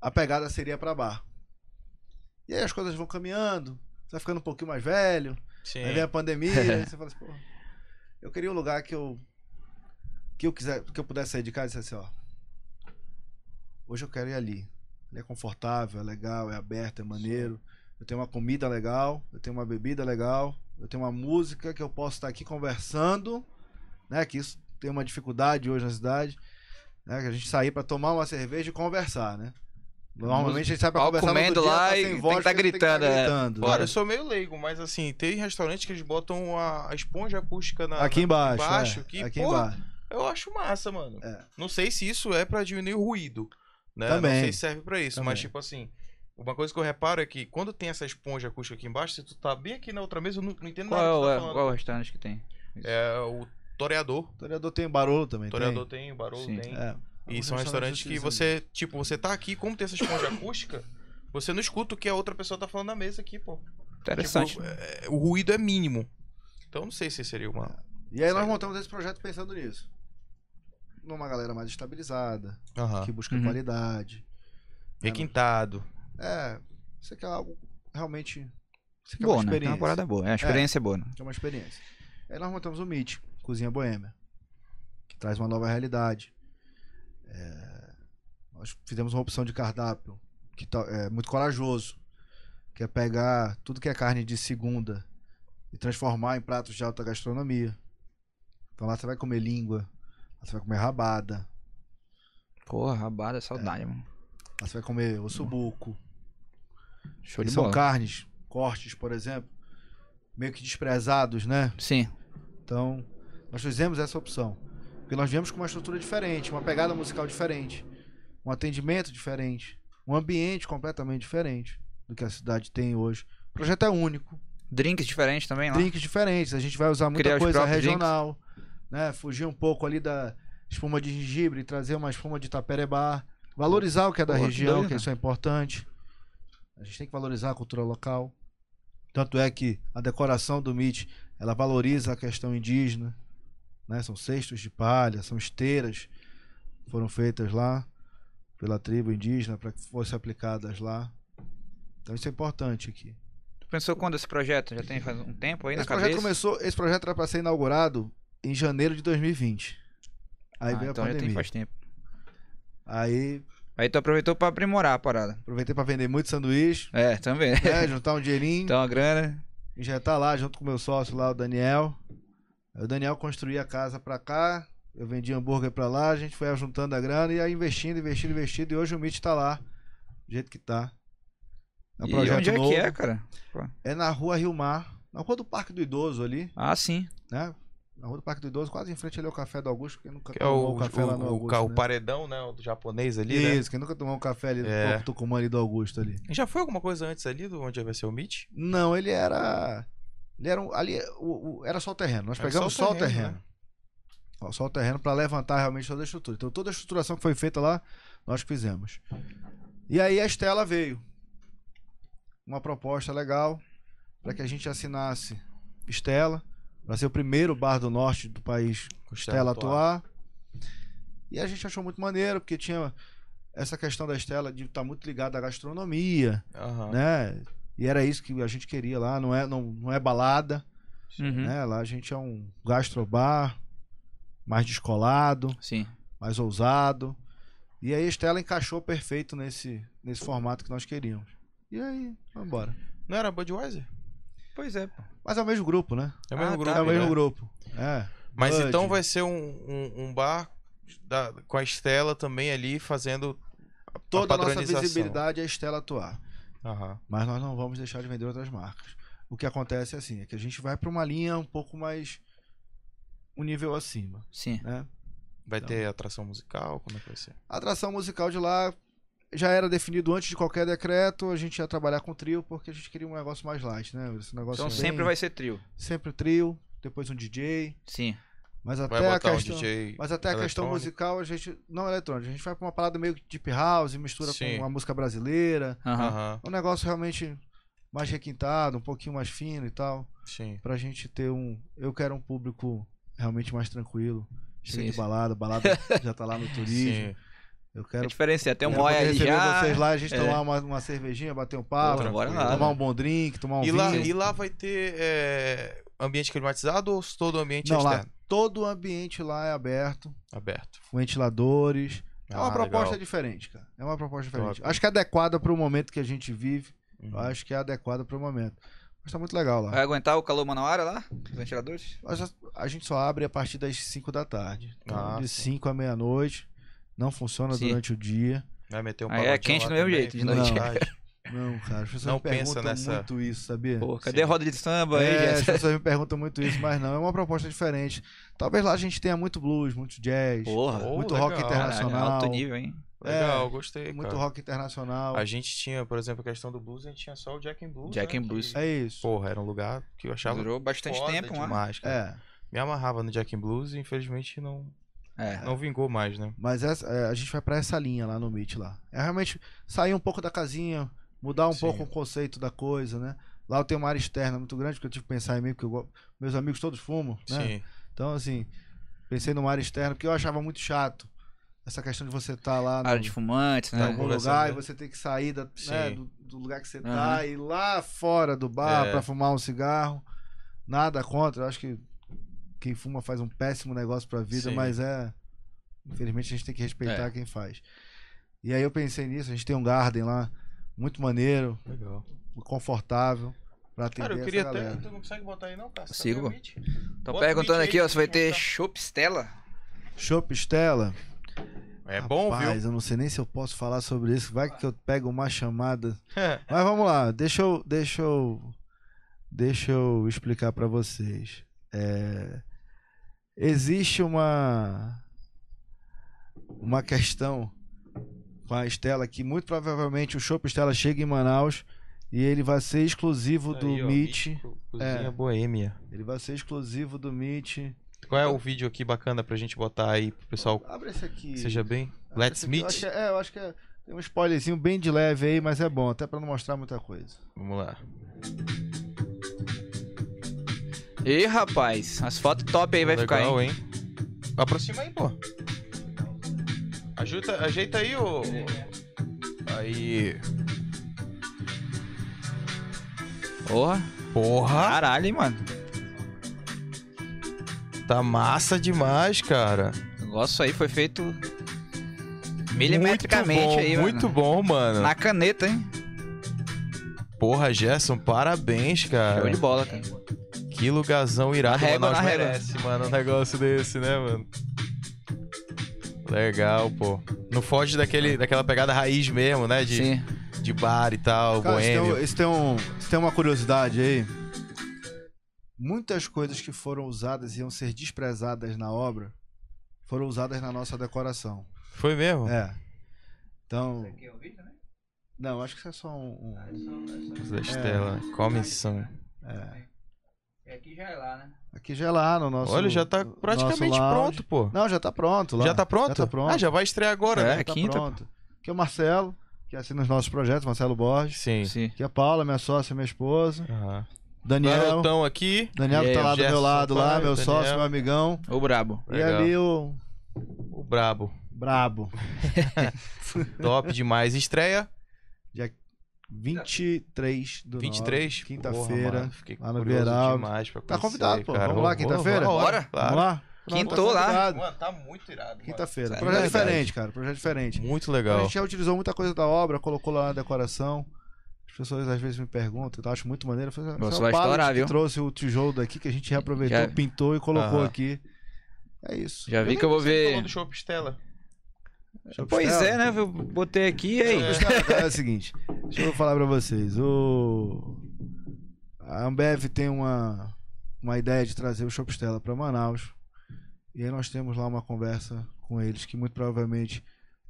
[SPEAKER 3] A pegada seria pra bar. E aí as coisas vão caminhando, você vai ficando um pouquinho mais velho,
[SPEAKER 2] Sim.
[SPEAKER 3] aí vem a pandemia,
[SPEAKER 1] [LAUGHS]
[SPEAKER 3] aí você fala assim, pô, eu queria um lugar que eu que eu quiser, que eu pudesse sair de casa e dissesse assim, ó, hoje eu quero ir ali. Ele é confortável, é legal, é aberto, é maneiro. Eu tenho uma comida legal, eu tenho uma bebida legal, eu tenho uma música que eu posso estar aqui conversando, né? Que isso tem uma dificuldade hoje na cidade, né? Que a gente sair pra tomar uma cerveja e conversar, né? Normalmente a gente sai pra
[SPEAKER 1] Ó,
[SPEAKER 3] conversar no
[SPEAKER 1] comendo
[SPEAKER 3] outro dia,
[SPEAKER 1] lá
[SPEAKER 3] tá
[SPEAKER 1] e
[SPEAKER 3] sem
[SPEAKER 1] tem
[SPEAKER 3] voz,
[SPEAKER 1] que tá
[SPEAKER 3] porque
[SPEAKER 1] gritando, é.
[SPEAKER 3] gritando, né?
[SPEAKER 2] Cara, eu sou meio leigo, mas assim, tem restaurantes que eles botam a, a esponja acústica na.
[SPEAKER 3] Aqui embaixo,
[SPEAKER 2] embaixo,
[SPEAKER 3] é.
[SPEAKER 2] que,
[SPEAKER 3] aqui
[SPEAKER 2] porra,
[SPEAKER 3] embaixo.
[SPEAKER 2] Eu acho massa, mano.
[SPEAKER 3] É.
[SPEAKER 2] Não sei se isso é pra diminuir o ruído. Né?
[SPEAKER 3] Também.
[SPEAKER 2] Não sei se serve pra isso,
[SPEAKER 3] Também.
[SPEAKER 2] mas tipo assim. Uma coisa que eu reparo é que quando tem essa esponja acústica aqui embaixo, se tu tá bem aqui na outra mesa, eu não, não entendo
[SPEAKER 1] Qual é
[SPEAKER 2] nada
[SPEAKER 1] o,
[SPEAKER 2] que tu tá
[SPEAKER 1] é,
[SPEAKER 2] falando.
[SPEAKER 1] qual é o restaurante que tem?
[SPEAKER 2] É o Toreador.
[SPEAKER 3] O Toreador tem barulho também.
[SPEAKER 2] O
[SPEAKER 3] tem.
[SPEAKER 2] Toreador tem, o Barolo
[SPEAKER 1] Sim.
[SPEAKER 2] tem.
[SPEAKER 3] É.
[SPEAKER 2] E são restaurantes que você, tipo, você tá aqui, como tem essa esponja acústica, você não escuta o que a outra pessoa tá falando na mesa aqui, pô.
[SPEAKER 1] Interessante.
[SPEAKER 2] Tipo, é, o ruído é mínimo. Então não sei se seria uma.
[SPEAKER 3] E aí nós montamos esse projeto pensando nisso. Numa galera mais estabilizada,
[SPEAKER 2] Aham.
[SPEAKER 3] É. que busca
[SPEAKER 1] Uhum.
[SPEAKER 3] qualidade.
[SPEAKER 2] Requintado.
[SPEAKER 3] É, você quer algo realmente. Você quer
[SPEAKER 1] boa,
[SPEAKER 3] uma
[SPEAKER 1] né? Tem
[SPEAKER 3] experiência.
[SPEAKER 1] uma parada boa. É, a experiência é boa, né?
[SPEAKER 3] Quer uma experiência. Aí nós montamos o Meet, Cozinha Boêmia, que traz uma nova realidade. É, nós fizemos uma opção de cardápio que tá- é muito corajoso, que é pegar tudo que é carne de segunda e transformar em pratos de alta gastronomia. Então lá você vai comer língua, lá você vai comer rabada,
[SPEAKER 1] Porra, rabada, saudade, mano.
[SPEAKER 3] lá você vai comer ossobuco.
[SPEAKER 1] Show
[SPEAKER 3] E
[SPEAKER 1] de
[SPEAKER 3] são
[SPEAKER 1] bola.
[SPEAKER 3] carnes, cortes, por exemplo, meio que desprezados, né?
[SPEAKER 1] Sim.
[SPEAKER 3] Então, nós fizemos essa opção. Porque nós viemos com uma estrutura diferente, uma pegada musical diferente, um atendimento diferente, um ambiente completamente diferente do que a cidade tem hoje. O projeto é único,
[SPEAKER 1] Drinks diferentes também lá.
[SPEAKER 3] drinks diferentes, a gente vai usar muita
[SPEAKER 1] Criar os
[SPEAKER 3] coisa
[SPEAKER 1] próprios
[SPEAKER 3] regional, né? Fugir um pouco ali da espuma de gengibre, e trazer uma espuma de taperebá, valorizar o que é da
[SPEAKER 1] Pô, que
[SPEAKER 3] região,
[SPEAKER 1] doido,
[SPEAKER 3] que
[SPEAKER 1] né?
[SPEAKER 3] isso é importante. A gente tem que valorizar a cultura local. Tanto é que a decoração do MIT, ela valoriza a questão indígena, né? São cestos de palha, são esteiras que foram feitas lá pela tribo indígena para que fossem aplicadas lá. Então isso é importante aqui.
[SPEAKER 1] Tu pensou quando esse projeto? Já tem faz um tempo aí na
[SPEAKER 3] Esse
[SPEAKER 1] cabeça?
[SPEAKER 3] projeto, começou, esse projeto era para ser inaugurado em janeiro de 2020. Aí
[SPEAKER 1] Ah,
[SPEAKER 3] veio
[SPEAKER 1] então
[SPEAKER 3] a
[SPEAKER 1] já tem
[SPEAKER 3] pandemia.
[SPEAKER 1] faz tempo.
[SPEAKER 3] Aí
[SPEAKER 1] Aí tu aproveitou pra aprimorar a parada.
[SPEAKER 3] aproveitei para vender
[SPEAKER 1] [LAUGHS]
[SPEAKER 3] muito sanduíche,
[SPEAKER 1] É, também.
[SPEAKER 3] né, juntar um dinheirinho,
[SPEAKER 1] Então a grana.
[SPEAKER 3] injetar lá junto com o meu sócio lá, o Daniel. Aí o Daniel construía a casa para cá, eu vendia hambúrguer para lá, a gente foi juntando a grana e aí investindo, investindo, investindo. E hoje o MIT está lá, do jeito que tá. É um
[SPEAKER 1] e
[SPEAKER 3] projeto
[SPEAKER 1] onde é
[SPEAKER 3] novo.
[SPEAKER 1] que é, cara?
[SPEAKER 3] É na rua Rio Mar, na rua do Parque do Idoso ali.
[SPEAKER 1] Ah, sim.
[SPEAKER 3] né? Na rua do Parque do Idoso, quase em frente ali ao café do Augusto, quem nunca
[SPEAKER 2] Que é
[SPEAKER 3] tomou
[SPEAKER 2] o,
[SPEAKER 3] um café lá
[SPEAKER 2] o-
[SPEAKER 3] no
[SPEAKER 2] o
[SPEAKER 3] Augusto.
[SPEAKER 2] ca- o
[SPEAKER 3] né?
[SPEAKER 2] paredão, né? O do japonês ali, né?
[SPEAKER 3] Isso, quem nunca tomou um café ali
[SPEAKER 2] É.
[SPEAKER 3] no no Tucumã ali do Augusto ali.
[SPEAKER 2] Já foi alguma coisa antes ali do onde vai ser o Meet?
[SPEAKER 3] Não, ele era. Ele era um- ali. o- o- era só o terreno. Nós
[SPEAKER 2] Era
[SPEAKER 3] pegamos
[SPEAKER 2] só o
[SPEAKER 3] só o terreno.
[SPEAKER 2] terreno, né?
[SPEAKER 3] Ó, Só o terreno para levantar realmente toda a estrutura. Então toda a estruturação que foi feita lá, nós que fizemos. E aí a Estela veio. Uma proposta legal para que a gente assinasse
[SPEAKER 2] Tá,
[SPEAKER 3] Estela, para ser o primeiro bar do norte do país
[SPEAKER 2] Com o
[SPEAKER 3] Estela atuar. E a gente achou muito maneiro, porque tinha essa questão da Estela de estar muito ligada à gastronomia,
[SPEAKER 2] Aham.
[SPEAKER 3] né? E era isso que a gente queria lá, não é, não, não é balada,
[SPEAKER 1] Uhum.
[SPEAKER 3] né? Lá a gente é um gastrobar mais descolado,
[SPEAKER 1] Sim.
[SPEAKER 3] mais ousado. E aí a Estela encaixou perfeito nesse, nesse formato que nós queríamos. E aí, vambora.
[SPEAKER 2] Não era Budweiser?
[SPEAKER 1] Pois é, pô.
[SPEAKER 3] Mas é o mesmo grupo, né?
[SPEAKER 2] É o
[SPEAKER 1] Ah,
[SPEAKER 2] mesmo
[SPEAKER 1] tá,
[SPEAKER 2] grupo.
[SPEAKER 3] É o mesmo
[SPEAKER 2] né?
[SPEAKER 3] grupo. É.
[SPEAKER 2] Mas
[SPEAKER 3] Bud.
[SPEAKER 2] então vai ser um, um, um bar da- com a Estela também ali fazendo a- a
[SPEAKER 3] Toda a nossa
[SPEAKER 2] padronização.
[SPEAKER 3] visibilidade é a Estela atuar.
[SPEAKER 2] Aham.
[SPEAKER 3] Mas nós não vamos deixar de vender outras marcas. O que acontece é assim, é que a gente vai para uma linha um pouco mais um nível acima,
[SPEAKER 1] Sim.
[SPEAKER 3] né?
[SPEAKER 2] Vai
[SPEAKER 3] Então.
[SPEAKER 2] ter atração musical? Como é que vai ser?
[SPEAKER 3] A atração musical de lá já era definido antes de qualquer decreto, a gente ia trabalhar com trio porque a gente queria um negócio mais light, né? Esse negócio
[SPEAKER 1] Então
[SPEAKER 3] bem-
[SPEAKER 1] sempre vai ser trio.
[SPEAKER 3] sempre o trio, depois um DJ,
[SPEAKER 1] Sim.
[SPEAKER 3] mas
[SPEAKER 2] Vai
[SPEAKER 3] até a
[SPEAKER 2] botar
[SPEAKER 3] questão
[SPEAKER 2] um DJ.
[SPEAKER 3] Mas até a questão
[SPEAKER 2] eletrônico?
[SPEAKER 3] musical, a gente não eletrônica, a gente vai para uma parada meio deep house, mistura
[SPEAKER 2] Sim.
[SPEAKER 3] com a música brasileira,
[SPEAKER 1] Aham.
[SPEAKER 2] Aham,
[SPEAKER 3] um negócio realmente mais requintado, um pouquinho mais fino e tal.
[SPEAKER 2] sim.
[SPEAKER 3] pra gente ter um. Eu quero um público realmente mais tranquilo. Cheio
[SPEAKER 1] Sim,
[SPEAKER 3] de
[SPEAKER 1] sim. [LAUGHS]
[SPEAKER 3] balada, balada já tá lá no turismo.
[SPEAKER 2] Sim.
[SPEAKER 3] Eu
[SPEAKER 1] É
[SPEAKER 3] quero.
[SPEAKER 1] diferenciar. Tem um
[SPEAKER 3] quero poder
[SPEAKER 1] boy ali
[SPEAKER 3] receber
[SPEAKER 1] já.
[SPEAKER 3] vocês lá, a gente
[SPEAKER 1] é.
[SPEAKER 3] tomar uma, uma cervejinha, bater um papo,
[SPEAKER 1] Outra, bora lá,
[SPEAKER 3] tomar
[SPEAKER 1] né?
[SPEAKER 3] um bom drink, tomar um
[SPEAKER 2] E
[SPEAKER 3] vinho.
[SPEAKER 2] lá, e lá vai ter é, ambiente climatizado ou todo o ambiente
[SPEAKER 3] Não, lá
[SPEAKER 2] externo?
[SPEAKER 3] todo o ambiente lá é aberto,
[SPEAKER 2] Aberto.
[SPEAKER 3] com ventiladores. É uma
[SPEAKER 2] Ah,
[SPEAKER 3] proposta
[SPEAKER 2] legal.
[SPEAKER 3] diferente, cara. É uma proposta diferente.
[SPEAKER 2] Top.
[SPEAKER 3] Acho que é adequada pro momento que a gente vive.
[SPEAKER 2] Uhum.
[SPEAKER 3] Eu acho que é adequada pro momento. Mas tá muito legal lá.
[SPEAKER 1] Vai aguentar o calor manauara lá? Os ventiladores?
[SPEAKER 3] Mas a- a gente só abre a partir das 5 da tarde. Então,
[SPEAKER 2] Ah,
[SPEAKER 3] de
[SPEAKER 2] sim.
[SPEAKER 3] 5 à meia-noite. Não funciona
[SPEAKER 1] Sim.
[SPEAKER 3] durante o dia.
[SPEAKER 2] Vai meter um
[SPEAKER 1] Aí é
[SPEAKER 2] pagodinho
[SPEAKER 1] quente
[SPEAKER 2] lá
[SPEAKER 1] do mesmo
[SPEAKER 2] também,
[SPEAKER 1] jeito, de
[SPEAKER 2] fica à
[SPEAKER 3] noite.
[SPEAKER 2] [LAUGHS] vontade.
[SPEAKER 3] Não, cara, as pessoas
[SPEAKER 2] Não
[SPEAKER 3] me perguntam
[SPEAKER 2] pensa nessa-
[SPEAKER 3] muito isso, sabia?
[SPEAKER 1] Pô, cadê a roda de samba aí,
[SPEAKER 3] é, as
[SPEAKER 1] gente?
[SPEAKER 3] pessoas me perguntam muito isso, mas não, é uma proposta diferente. Talvez lá a gente tenha muito blues, muito jazz,
[SPEAKER 1] Porra.
[SPEAKER 2] Ô,
[SPEAKER 3] muito rock
[SPEAKER 1] [LAUGHS]
[SPEAKER 2] legal.
[SPEAKER 1] Caralho, é
[SPEAKER 3] internacional, É,
[SPEAKER 1] alto nível, hein?
[SPEAKER 2] Legal, gostei.
[SPEAKER 3] muito
[SPEAKER 2] é, cara.
[SPEAKER 3] rock internacional. É
[SPEAKER 2] A gente tinha, por exemplo, a questão do blues, a gente tinha só o Jack and Blues.
[SPEAKER 1] Jack
[SPEAKER 2] né,
[SPEAKER 1] and
[SPEAKER 2] que-
[SPEAKER 1] Blues.
[SPEAKER 3] É isso.
[SPEAKER 2] Porra, era um lugar que eu achava
[SPEAKER 1] Durou bastante
[SPEAKER 2] foda
[SPEAKER 1] tempo né? lá.
[SPEAKER 2] demais, cara.
[SPEAKER 3] É,
[SPEAKER 2] Me amarrava no Jack and Blues e infelizmente não,
[SPEAKER 1] É.
[SPEAKER 2] não vingou mais, né?
[SPEAKER 3] mas essa- é, a gente vai pra essa linha lá no Meet lá. É realmente sair um pouco da casinha, mudar um
[SPEAKER 2] Sim.
[SPEAKER 3] pouco o conceito da coisa, né? Lá eu tenho uma área externa muito grande, porque eu tive que pensar em mim, porque eu go- meus amigos todos fumam, né?
[SPEAKER 2] Sim.
[SPEAKER 3] Então, assim, pensei numa área externa, porque eu achava muito chato essa questão de você estar lá no,
[SPEAKER 1] Área de fumantes,
[SPEAKER 3] em
[SPEAKER 1] né?
[SPEAKER 3] algum
[SPEAKER 2] conversando,
[SPEAKER 3] lugar e
[SPEAKER 2] né?
[SPEAKER 3] você tem que sair da- né,
[SPEAKER 2] Sim.
[SPEAKER 3] do, do lugar que você tá e ir lá fora do bar
[SPEAKER 2] É.
[SPEAKER 3] pra fumar um cigarro. Nada contra, eu acho que quem fuma faz um péssimo negócio pra vida,
[SPEAKER 2] Sim.
[SPEAKER 3] mas é. Infelizmente a gente tem que respeitar
[SPEAKER 1] É.
[SPEAKER 3] quem faz. E aí eu pensei nisso, a gente tem um garden lá, muito maneiro,
[SPEAKER 2] Legal.
[SPEAKER 3] confortável, pra atender
[SPEAKER 2] Cara, eu
[SPEAKER 3] essa
[SPEAKER 2] queria
[SPEAKER 3] galera.
[SPEAKER 2] até. Tu não consegue botar aí, não, cara? Você tá
[SPEAKER 1] Sigo,
[SPEAKER 2] meio
[SPEAKER 1] pô.
[SPEAKER 2] beat.
[SPEAKER 1] Estão
[SPEAKER 2] Bota o
[SPEAKER 1] perguntando
[SPEAKER 2] beat aí
[SPEAKER 1] aqui, ó, se vai
[SPEAKER 2] pra gente
[SPEAKER 1] ter Chopp Stella.
[SPEAKER 3] Chopp Stella.
[SPEAKER 2] É bom,
[SPEAKER 3] Rapaz, eu não sei nem se eu posso falar sobre isso. Vai que eu pego
[SPEAKER 2] [LAUGHS]
[SPEAKER 3] uma chamada.
[SPEAKER 2] viu?
[SPEAKER 3] Mas vamos lá, deixa eu, deixa eu, deixa eu explicar para vocês. É, existe uma uma questão com a Estela que muito provavelmente o Chopp Estela chega em Manaus e ele vai ser exclusivo do
[SPEAKER 2] Aí, ó,
[SPEAKER 3] Meet.
[SPEAKER 2] co- Cozinha
[SPEAKER 3] É.
[SPEAKER 2] Boêmia.
[SPEAKER 3] Ele vai ser exclusivo do Meet.
[SPEAKER 2] Qual é o vídeo aqui bacana pra gente botar aí pro pessoal?
[SPEAKER 3] Abre esse aqui.
[SPEAKER 2] Seja bem.
[SPEAKER 3] Abre
[SPEAKER 2] Let's
[SPEAKER 3] Tá. esse aqui.
[SPEAKER 2] meet.
[SPEAKER 3] Eu acho que é, é, eu acho que é, tem um spoilerzinho bem de leve aí, mas é bom, até para não mostrar muita coisa.
[SPEAKER 2] Vamos lá.
[SPEAKER 1] Ih, rapaz, as fotos top aí vai
[SPEAKER 3] Tá
[SPEAKER 2] Legal,
[SPEAKER 1] ficar, hein?
[SPEAKER 2] hein? Aproxima aí, pô. Ajuda, ajeita aí, ô. Aí.
[SPEAKER 1] Porra,
[SPEAKER 2] Porra!
[SPEAKER 1] caralho, hein, mano.
[SPEAKER 2] Tá massa demais, cara.
[SPEAKER 1] O negócio aí foi feito milimetricamente
[SPEAKER 2] muito bom,
[SPEAKER 1] é aí,
[SPEAKER 2] Muito
[SPEAKER 1] mano.
[SPEAKER 2] bom, mano.
[SPEAKER 1] Na caneta, hein?
[SPEAKER 2] Porra, Gerson, parabéns,
[SPEAKER 1] Show
[SPEAKER 2] cara.
[SPEAKER 1] de bola, cara.
[SPEAKER 2] Que lugarzão irado,
[SPEAKER 1] Na régua,
[SPEAKER 2] Manaus
[SPEAKER 1] na régua.
[SPEAKER 2] merece, mano, um negócio desse, né, mano? Legal, pô. Não foge daquele, daquela pegada raiz mesmo, né? De,
[SPEAKER 1] Sim.
[SPEAKER 2] de bar e tal,
[SPEAKER 3] Cara, isso tem,
[SPEAKER 2] boêmio.
[SPEAKER 3] um- isso tem um, isso tem uma curiosidade aí. Muitas coisas que foram usadas e iam ser desprezadas na obra foram usadas na nossa decoração.
[SPEAKER 2] Foi mesmo?
[SPEAKER 3] É. Então.
[SPEAKER 5] Aqui é o vídeo, né?
[SPEAKER 3] Não, acho que isso é só um.
[SPEAKER 5] Ah,
[SPEAKER 3] um-
[SPEAKER 5] é só- é só-
[SPEAKER 2] Da Estela, comissão.
[SPEAKER 3] é.
[SPEAKER 5] É aqui já é lá, né?
[SPEAKER 3] Aqui já é lá no nosso.
[SPEAKER 2] Olha, já tá
[SPEAKER 3] no
[SPEAKER 2] praticamente
[SPEAKER 3] nosso lounge.
[SPEAKER 2] pronto, pô.
[SPEAKER 3] Não, já tá pronto lá.
[SPEAKER 2] já tá pronto?
[SPEAKER 3] Já tá pronto. tá
[SPEAKER 2] Ah, já vai estrear agora,
[SPEAKER 1] É,
[SPEAKER 2] né?
[SPEAKER 1] é quinta,
[SPEAKER 3] pronto. Aqui é o Marcelo, que assina os nossos projetos, Marcelo Borges.
[SPEAKER 2] Sim.
[SPEAKER 1] Sim.
[SPEAKER 3] Aqui é a Paula, minha sócia, minha esposa.
[SPEAKER 2] Aham.
[SPEAKER 3] Daniel.
[SPEAKER 2] Garotão aqui.
[SPEAKER 3] Daniel que
[SPEAKER 1] E
[SPEAKER 3] tá
[SPEAKER 1] aí,
[SPEAKER 3] lá do meu
[SPEAKER 2] Gerson
[SPEAKER 3] lado lá,
[SPEAKER 2] Sampaio,
[SPEAKER 3] meu sócio,
[SPEAKER 2] Daniel.
[SPEAKER 3] meu amigão.
[SPEAKER 1] O brabo.
[SPEAKER 3] E
[SPEAKER 2] Legal.
[SPEAKER 3] ali o
[SPEAKER 2] O brabo.
[SPEAKER 3] Brabo.
[SPEAKER 2] Top demais.
[SPEAKER 3] [LAUGHS]
[SPEAKER 2] Estreia
[SPEAKER 3] 23 do
[SPEAKER 2] 23.
[SPEAKER 3] nove, Quinta-feira.
[SPEAKER 2] Porra, mano, Fiquei
[SPEAKER 3] lá no
[SPEAKER 2] curioso
[SPEAKER 3] Beraldo.
[SPEAKER 2] demais pra
[SPEAKER 3] Tá
[SPEAKER 2] conhecer,
[SPEAKER 3] convidado, pô.
[SPEAKER 2] cara.
[SPEAKER 3] Vamos lá,
[SPEAKER 2] Vou-
[SPEAKER 3] quinta-feira?
[SPEAKER 2] vou-
[SPEAKER 1] Bora.
[SPEAKER 2] claro.
[SPEAKER 3] Vamos lá?
[SPEAKER 1] Quintou lá.
[SPEAKER 3] convidado.
[SPEAKER 2] Mano, tá muito irado. mano.
[SPEAKER 3] Quinta-feira.
[SPEAKER 1] É
[SPEAKER 3] Projeto
[SPEAKER 2] verdade.
[SPEAKER 3] diferente, cara. Projeto diferente.
[SPEAKER 2] Muito Tá
[SPEAKER 3] A
[SPEAKER 2] legal.
[SPEAKER 3] gente já utilizou muita coisa da obra, colocou lá na decoração. As pessoas às vezes me perguntam, eu acho muito maneiro. Eu falo, "Essa
[SPEAKER 1] Você
[SPEAKER 3] é o
[SPEAKER 1] vai
[SPEAKER 3] pallet
[SPEAKER 1] estourar,
[SPEAKER 3] que
[SPEAKER 1] viu?"
[SPEAKER 3] trouxe o tijolo daqui que a gente reaproveitou,
[SPEAKER 1] Já-
[SPEAKER 3] pintou e colocou
[SPEAKER 2] Aham.
[SPEAKER 3] aqui. É isso.
[SPEAKER 1] Já vi que eu vou
[SPEAKER 2] Falou
[SPEAKER 1] ver.
[SPEAKER 2] do show Pistela.
[SPEAKER 3] Deixa eu
[SPEAKER 1] Pois
[SPEAKER 3] postar.
[SPEAKER 1] é, né? Eu botei aqui e aí.
[SPEAKER 3] Deixa eu postar, cara, É o seguinte, deixa eu falar pra vocês. O... A Ambev tem uma, uma ideia de trazer o Shopstella pra Manaus. E aí nós temos lá uma conversa com eles que muito provavelmente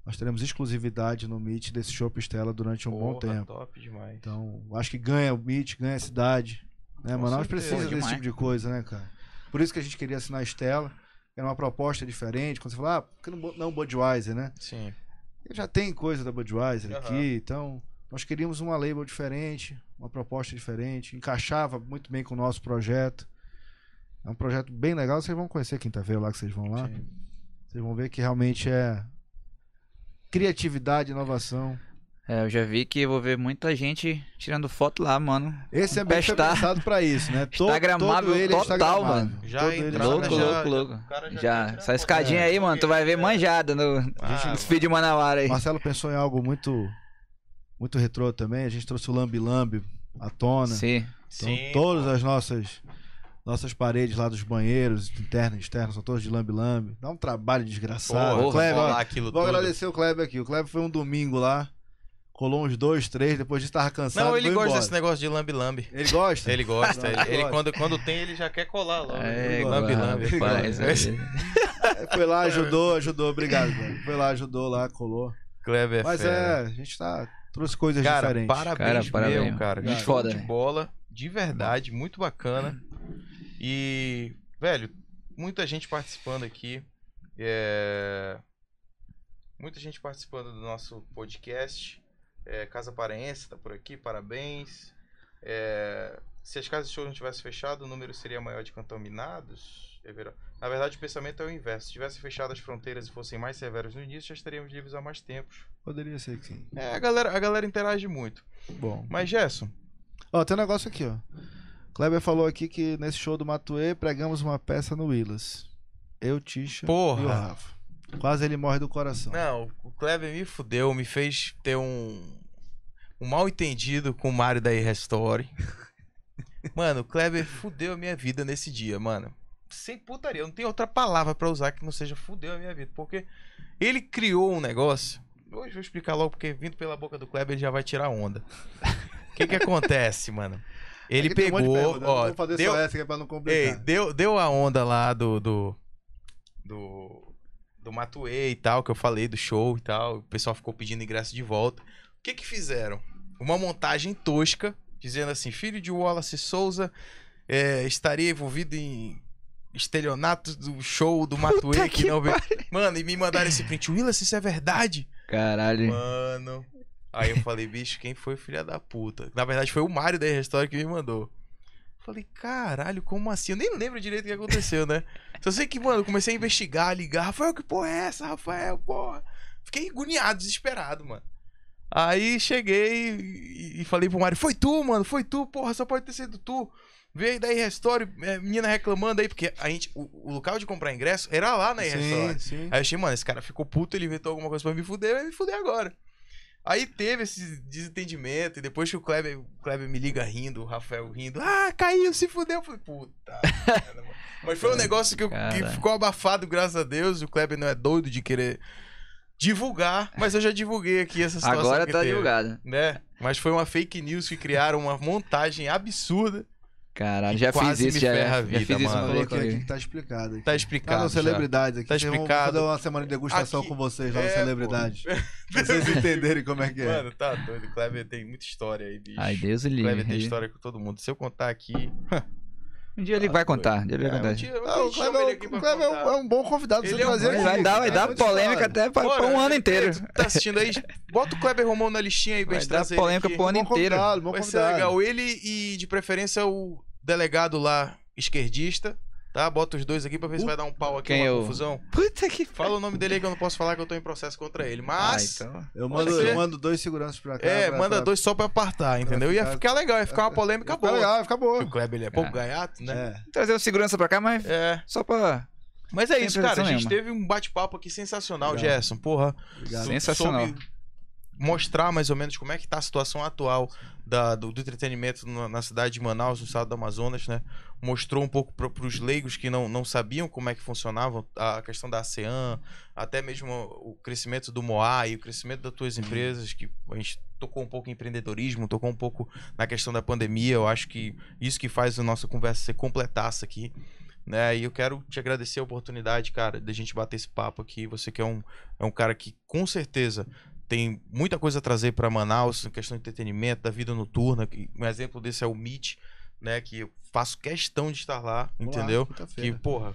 [SPEAKER 3] nós teremos exclusividade no Meet desse Shopstella durante um bom
[SPEAKER 2] Porra,
[SPEAKER 3] tempo.
[SPEAKER 2] Top demais.
[SPEAKER 3] Então, acho que ganha o Meet, ganha a cidade. Né?
[SPEAKER 2] Com
[SPEAKER 3] Manaus
[SPEAKER 2] certeza.
[SPEAKER 3] precisa
[SPEAKER 1] Pô,
[SPEAKER 3] desse
[SPEAKER 1] demais.
[SPEAKER 3] tipo de coisa, né, cara? Por isso que a gente queria assinar a Estela. Era uma proposta diferente. Quando você fala, ah, por que não Bo- não Budweiser, né?
[SPEAKER 2] Sim.
[SPEAKER 3] Ele já tem coisa da Budweiser
[SPEAKER 2] Aham.
[SPEAKER 3] aqui, então nós queríamos uma label diferente, uma proposta diferente, encaixava muito bem com o nosso projeto. É um projeto bem legal, vocês vão conhecer quinta-feira lá que vocês vão lá.
[SPEAKER 2] Sim.
[SPEAKER 3] Vocês vão ver que realmente é criatividade, inovação.
[SPEAKER 1] É, eu já vi que eu vou ver muita gente tirando foto lá, mano.
[SPEAKER 3] Esse é bem
[SPEAKER 1] Está-
[SPEAKER 3] pensado pra isso, né? To-
[SPEAKER 1] Instagramável
[SPEAKER 3] todo ele é
[SPEAKER 1] total,
[SPEAKER 3] instagramável.
[SPEAKER 1] mano.
[SPEAKER 2] Já
[SPEAKER 3] Todo ele é
[SPEAKER 2] entrou,
[SPEAKER 1] Louco,
[SPEAKER 2] né?
[SPEAKER 3] instagramável.
[SPEAKER 1] louco,
[SPEAKER 2] já-
[SPEAKER 1] louco.
[SPEAKER 2] o cara
[SPEAKER 1] Já,
[SPEAKER 2] já tem
[SPEAKER 1] essa
[SPEAKER 2] trampo,
[SPEAKER 1] escadinha
[SPEAKER 2] né?
[SPEAKER 1] aí, mano, tu vai ver manjada no [LAUGHS]
[SPEAKER 2] Ah,
[SPEAKER 1] feed de Manauara aí.
[SPEAKER 3] Marcelo pensou em algo muito muito retrô também. A gente trouxe o Lambi Lambi à tona.
[SPEAKER 1] Sim.
[SPEAKER 3] Então,
[SPEAKER 2] Sim,
[SPEAKER 3] todas as nossas nossas paredes lá dos banheiros, interna e externa, são todas de lambe-lambe. Dá um trabalho desgraçado.
[SPEAKER 2] Porra,
[SPEAKER 3] O Kleber,
[SPEAKER 2] rolar
[SPEAKER 3] ó,
[SPEAKER 2] aquilo
[SPEAKER 3] vou
[SPEAKER 2] tudo.
[SPEAKER 3] agradecer o Kleber aqui. O Kleber foi um domingo lá, colou uns dois, três, depois disso tava cansado.
[SPEAKER 2] Não, ele
[SPEAKER 3] foi
[SPEAKER 2] gosta
[SPEAKER 3] embora.
[SPEAKER 2] desse negócio de lambe-lambe.
[SPEAKER 3] Ele gosta?
[SPEAKER 2] Ele gosta.
[SPEAKER 3] Não,
[SPEAKER 2] ele, ele
[SPEAKER 3] gosta.
[SPEAKER 2] quando, quando tem, ele já quer colar logo.
[SPEAKER 1] É,
[SPEAKER 2] lambe,
[SPEAKER 1] guarda,
[SPEAKER 2] lambe.
[SPEAKER 1] rapaz,
[SPEAKER 2] Esse-
[SPEAKER 1] é.
[SPEAKER 2] [LAUGHS]
[SPEAKER 3] Foi
[SPEAKER 2] É.
[SPEAKER 3] lá, ajudou, ajudou. Obrigado, Kleber. Foi lá, ajudou lá, colou.
[SPEAKER 2] Kleber é
[SPEAKER 3] Mas é,
[SPEAKER 2] fera.
[SPEAKER 3] a gente tá, trouxe coisas
[SPEAKER 2] Cara,
[SPEAKER 3] diferentes.
[SPEAKER 2] parabéns
[SPEAKER 1] Cara, parabéns.
[SPEAKER 2] mesmo, cara.
[SPEAKER 1] Muito
[SPEAKER 2] Show
[SPEAKER 1] foda,
[SPEAKER 2] de
[SPEAKER 1] né?
[SPEAKER 2] bola, de verdade, muito bacana. E, velho, muita gente participando aqui. É, Muita gente participando do nosso podcast. É, Casa Paraense tá por aqui, parabéns. É, Se as casas de show não tivessem fechado, o número seria maior de contaminados? É verdade. Na verdade, o pensamento é o inverso. Se tivessem fechado as fronteiras e fossem mais severos no início, já estaríamos livres há mais tempos.
[SPEAKER 3] Poderia ser que sim.
[SPEAKER 2] É, a galera, a galera interage muito.
[SPEAKER 3] Bom.
[SPEAKER 2] Mas, Gerson,
[SPEAKER 3] Ó, tem um negócio aqui, ó. Kleber falou aqui que nesse show do Matuê pregamos uma peça no Willas. Eu, Tisha e o
[SPEAKER 2] porra.
[SPEAKER 3] Rafa. Quase ele morre do coração. É
[SPEAKER 2] Não, o Kleber me fudeu, me fez ter um, um mal entendido com o Mário da Irrestore. [LAUGHS] mano, o Kleber fudeu a minha vida nesse dia, mano. Sem putaria, eu não tem outra palavra pra usar que não seja fudeu a minha vida, porque ele criou um negócio. Hoje eu vou explicar logo, porque vindo pela boca do Kleber ele já vai tirar onda. O que que acontece, mano? Ele
[SPEAKER 3] Aqui tem um
[SPEAKER 2] pegou,
[SPEAKER 3] monte de pergunta, eu não
[SPEAKER 2] ó,
[SPEAKER 3] vou fazer
[SPEAKER 2] deu,
[SPEAKER 3] só essa que é pra não
[SPEAKER 2] Ei,
[SPEAKER 3] complicar.
[SPEAKER 2] deu, deu a onda lá do. Do. Do, do Matuê e tal, que eu falei, do show e tal. O pessoal ficou pedindo ingresso de volta. O que que fizeram? Uma montagem tosca, dizendo assim: filho de Wallace Souza é, estaria envolvido em estelionato do show do Matuê que,
[SPEAKER 1] que
[SPEAKER 2] não veio. Mano, e me mandaram esse print: Willis, isso é verdade?
[SPEAKER 1] Caralho.
[SPEAKER 2] Mano. Aí eu falei, bicho, quem foi o filho da puta? Na verdade, foi o Mário da Restore que me mandou. Falei, caralho, como assim? Eu nem lembro direito o que aconteceu, né? Só sei que, mano, eu comecei a investigar, ligar. Rafael, que porra é essa, Rafael? Porra. Fiquei agoniado, desesperado, mano. Aí cheguei e- e falei pro Mário, foi tu, mano, foi tu, porra, só pode ter sido tu. Veio aí da Irrestore, é, menina reclamando aí, porque a gente, o, o local de comprar ingresso era lá na Irrestore.
[SPEAKER 3] sim, sim.
[SPEAKER 2] Aí eu achei, mano, esse cara ficou puto, ele inventou alguma coisa pra me fuder, vai me fuder agora. Aí teve esse desentendimento, e depois que o Kleber, o Kleber me liga rindo, o Rafael rindo, ah, caiu, se fudeu. Eu falei, puta. [LAUGHS] merda, mano. Mas foi um negócio que, eu- que
[SPEAKER 1] Cara.
[SPEAKER 2] ficou abafado, graças a Deus. O Kleber não é doido de querer divulgar, mas eu já divulguei aqui essa situação.
[SPEAKER 1] Agora
[SPEAKER 2] que
[SPEAKER 1] tá
[SPEAKER 2] teve,
[SPEAKER 1] divulgado.
[SPEAKER 2] Né? Mas foi uma fake news que criaram uma montagem absurda.
[SPEAKER 1] Caralho,
[SPEAKER 2] E
[SPEAKER 1] já fiz
[SPEAKER 2] quase
[SPEAKER 1] isso,
[SPEAKER 2] me
[SPEAKER 1] já.
[SPEAKER 2] ferra a
[SPEAKER 1] Já
[SPEAKER 2] vida,
[SPEAKER 1] fiz isso
[SPEAKER 2] mano.
[SPEAKER 1] uma
[SPEAKER 3] Falou
[SPEAKER 1] vez
[SPEAKER 3] aqui, aqui
[SPEAKER 1] comigo.
[SPEAKER 3] que tá explicado. aqui.
[SPEAKER 2] Tá
[SPEAKER 3] Tá
[SPEAKER 1] Ah,
[SPEAKER 2] explicado.
[SPEAKER 3] no
[SPEAKER 2] já.
[SPEAKER 3] celebridades aqui.
[SPEAKER 2] Tá
[SPEAKER 3] Vocês vão
[SPEAKER 2] explicado.
[SPEAKER 3] fazer uma semana de degustação
[SPEAKER 2] Aqui-
[SPEAKER 3] com vocês lá no
[SPEAKER 2] É, [LAUGHS]
[SPEAKER 3] celebridades. Pra vocês entenderem como é que é.
[SPEAKER 2] Mano, tá doido. O Kleber tem muita história aí, bicho.
[SPEAKER 1] Ai, Deus o
[SPEAKER 2] Kleber tem
[SPEAKER 1] livre.
[SPEAKER 2] história com todo mundo. Se eu contar aqui.
[SPEAKER 1] Um dia ele vai contar. Um dia ele vai
[SPEAKER 2] É, um
[SPEAKER 1] contar.
[SPEAKER 2] dia- um dia
[SPEAKER 3] Ah,
[SPEAKER 2] eu chamo
[SPEAKER 3] o Kleber,
[SPEAKER 2] ele
[SPEAKER 3] é
[SPEAKER 2] aqui
[SPEAKER 3] um- o
[SPEAKER 2] pra
[SPEAKER 3] Kleber é um-
[SPEAKER 2] contar.
[SPEAKER 3] é um bom convidado pra
[SPEAKER 2] Ele
[SPEAKER 3] você
[SPEAKER 2] é um
[SPEAKER 3] trazer
[SPEAKER 2] bom-
[SPEAKER 3] aqui.
[SPEAKER 1] Vai dar, vai
[SPEAKER 3] cara,
[SPEAKER 1] dar
[SPEAKER 3] muita
[SPEAKER 1] polêmica
[SPEAKER 3] história.
[SPEAKER 1] até pra, pra
[SPEAKER 2] Bora,
[SPEAKER 1] um ano
[SPEAKER 2] é,
[SPEAKER 1] inteiro.
[SPEAKER 2] Tu [LAUGHS] tá assistindo aí? Bota o Kleber Romão na listinha aí pra
[SPEAKER 1] Vai
[SPEAKER 2] gente
[SPEAKER 1] dar
[SPEAKER 2] trazer ele
[SPEAKER 1] polêmica
[SPEAKER 2] aqui.
[SPEAKER 1] pro ano
[SPEAKER 3] Bom
[SPEAKER 1] inteiro.
[SPEAKER 3] convidado, bom
[SPEAKER 2] Vai ser
[SPEAKER 3] convidado.
[SPEAKER 2] legal. Ele e, de preferência, o delegado lá, esquerdista. Tá? Bota os dois aqui pra ver se vai dar um pau aqui,
[SPEAKER 1] Quem
[SPEAKER 2] uma
[SPEAKER 1] eu-
[SPEAKER 2] confusão.
[SPEAKER 1] Puta que
[SPEAKER 2] Fala o nome dele aí que eu não posso falar que eu tô em processo contra ele.
[SPEAKER 1] Ah,
[SPEAKER 2] Mas.
[SPEAKER 1] então.
[SPEAKER 3] Eu mando,
[SPEAKER 2] Pode ser.
[SPEAKER 3] eu mando dois seguranças pra cá.
[SPEAKER 2] É,
[SPEAKER 3] pra-
[SPEAKER 2] manda
[SPEAKER 3] pra-
[SPEAKER 2] dois só pra apartar, entendeu? Ia
[SPEAKER 3] ficar-
[SPEAKER 2] ficar legal, ia ficar uma polêmica
[SPEAKER 3] Acabou.
[SPEAKER 2] boa.
[SPEAKER 3] Legal, acabou.
[SPEAKER 2] Porque O Kleber ele é pouco gaiato, né?
[SPEAKER 3] É.
[SPEAKER 1] Trazer o segurança pra cá, mas
[SPEAKER 2] É.
[SPEAKER 1] só pra.
[SPEAKER 2] Mas é
[SPEAKER 1] Sem
[SPEAKER 2] isso, cara. A
[SPEAKER 1] pretensão
[SPEAKER 2] gente teve um bate-papo aqui sensacional,
[SPEAKER 3] Legal.
[SPEAKER 2] Gerson. Porra.
[SPEAKER 3] Obrigado.
[SPEAKER 2] Tu
[SPEAKER 1] Sensacional.
[SPEAKER 2] soube mostrar mais ou menos como é que tá a situação atual da- do, do entretenimento na, na cidade de Manaus, no estado do Amazonas, né? Mostrou um pouco pro, pros leigos que não, não sabiam como é que funcionava a questão da ASEAN, até mesmo o crescimento do Moai, o crescimento das tuas empresas, que a gente tocou um pouco em empreendedorismo, tocou um pouco na questão da pandemia. Eu acho que isso que faz a nossa conversa ser completaça aqui. Né? E eu quero te agradecer a oportunidade, cara, da gente bater esse papo aqui. Você que é um, é um cara que com certeza tem muita coisa a trazer para Manaus, em questão de entretenimento, da vida noturna. que- Um exemplo desse é o Meet, né? Que eu faço questão de estar lá,
[SPEAKER 3] Vamos lá,
[SPEAKER 2] entendeu? que,
[SPEAKER 3] quinta-feira.
[SPEAKER 2] porra,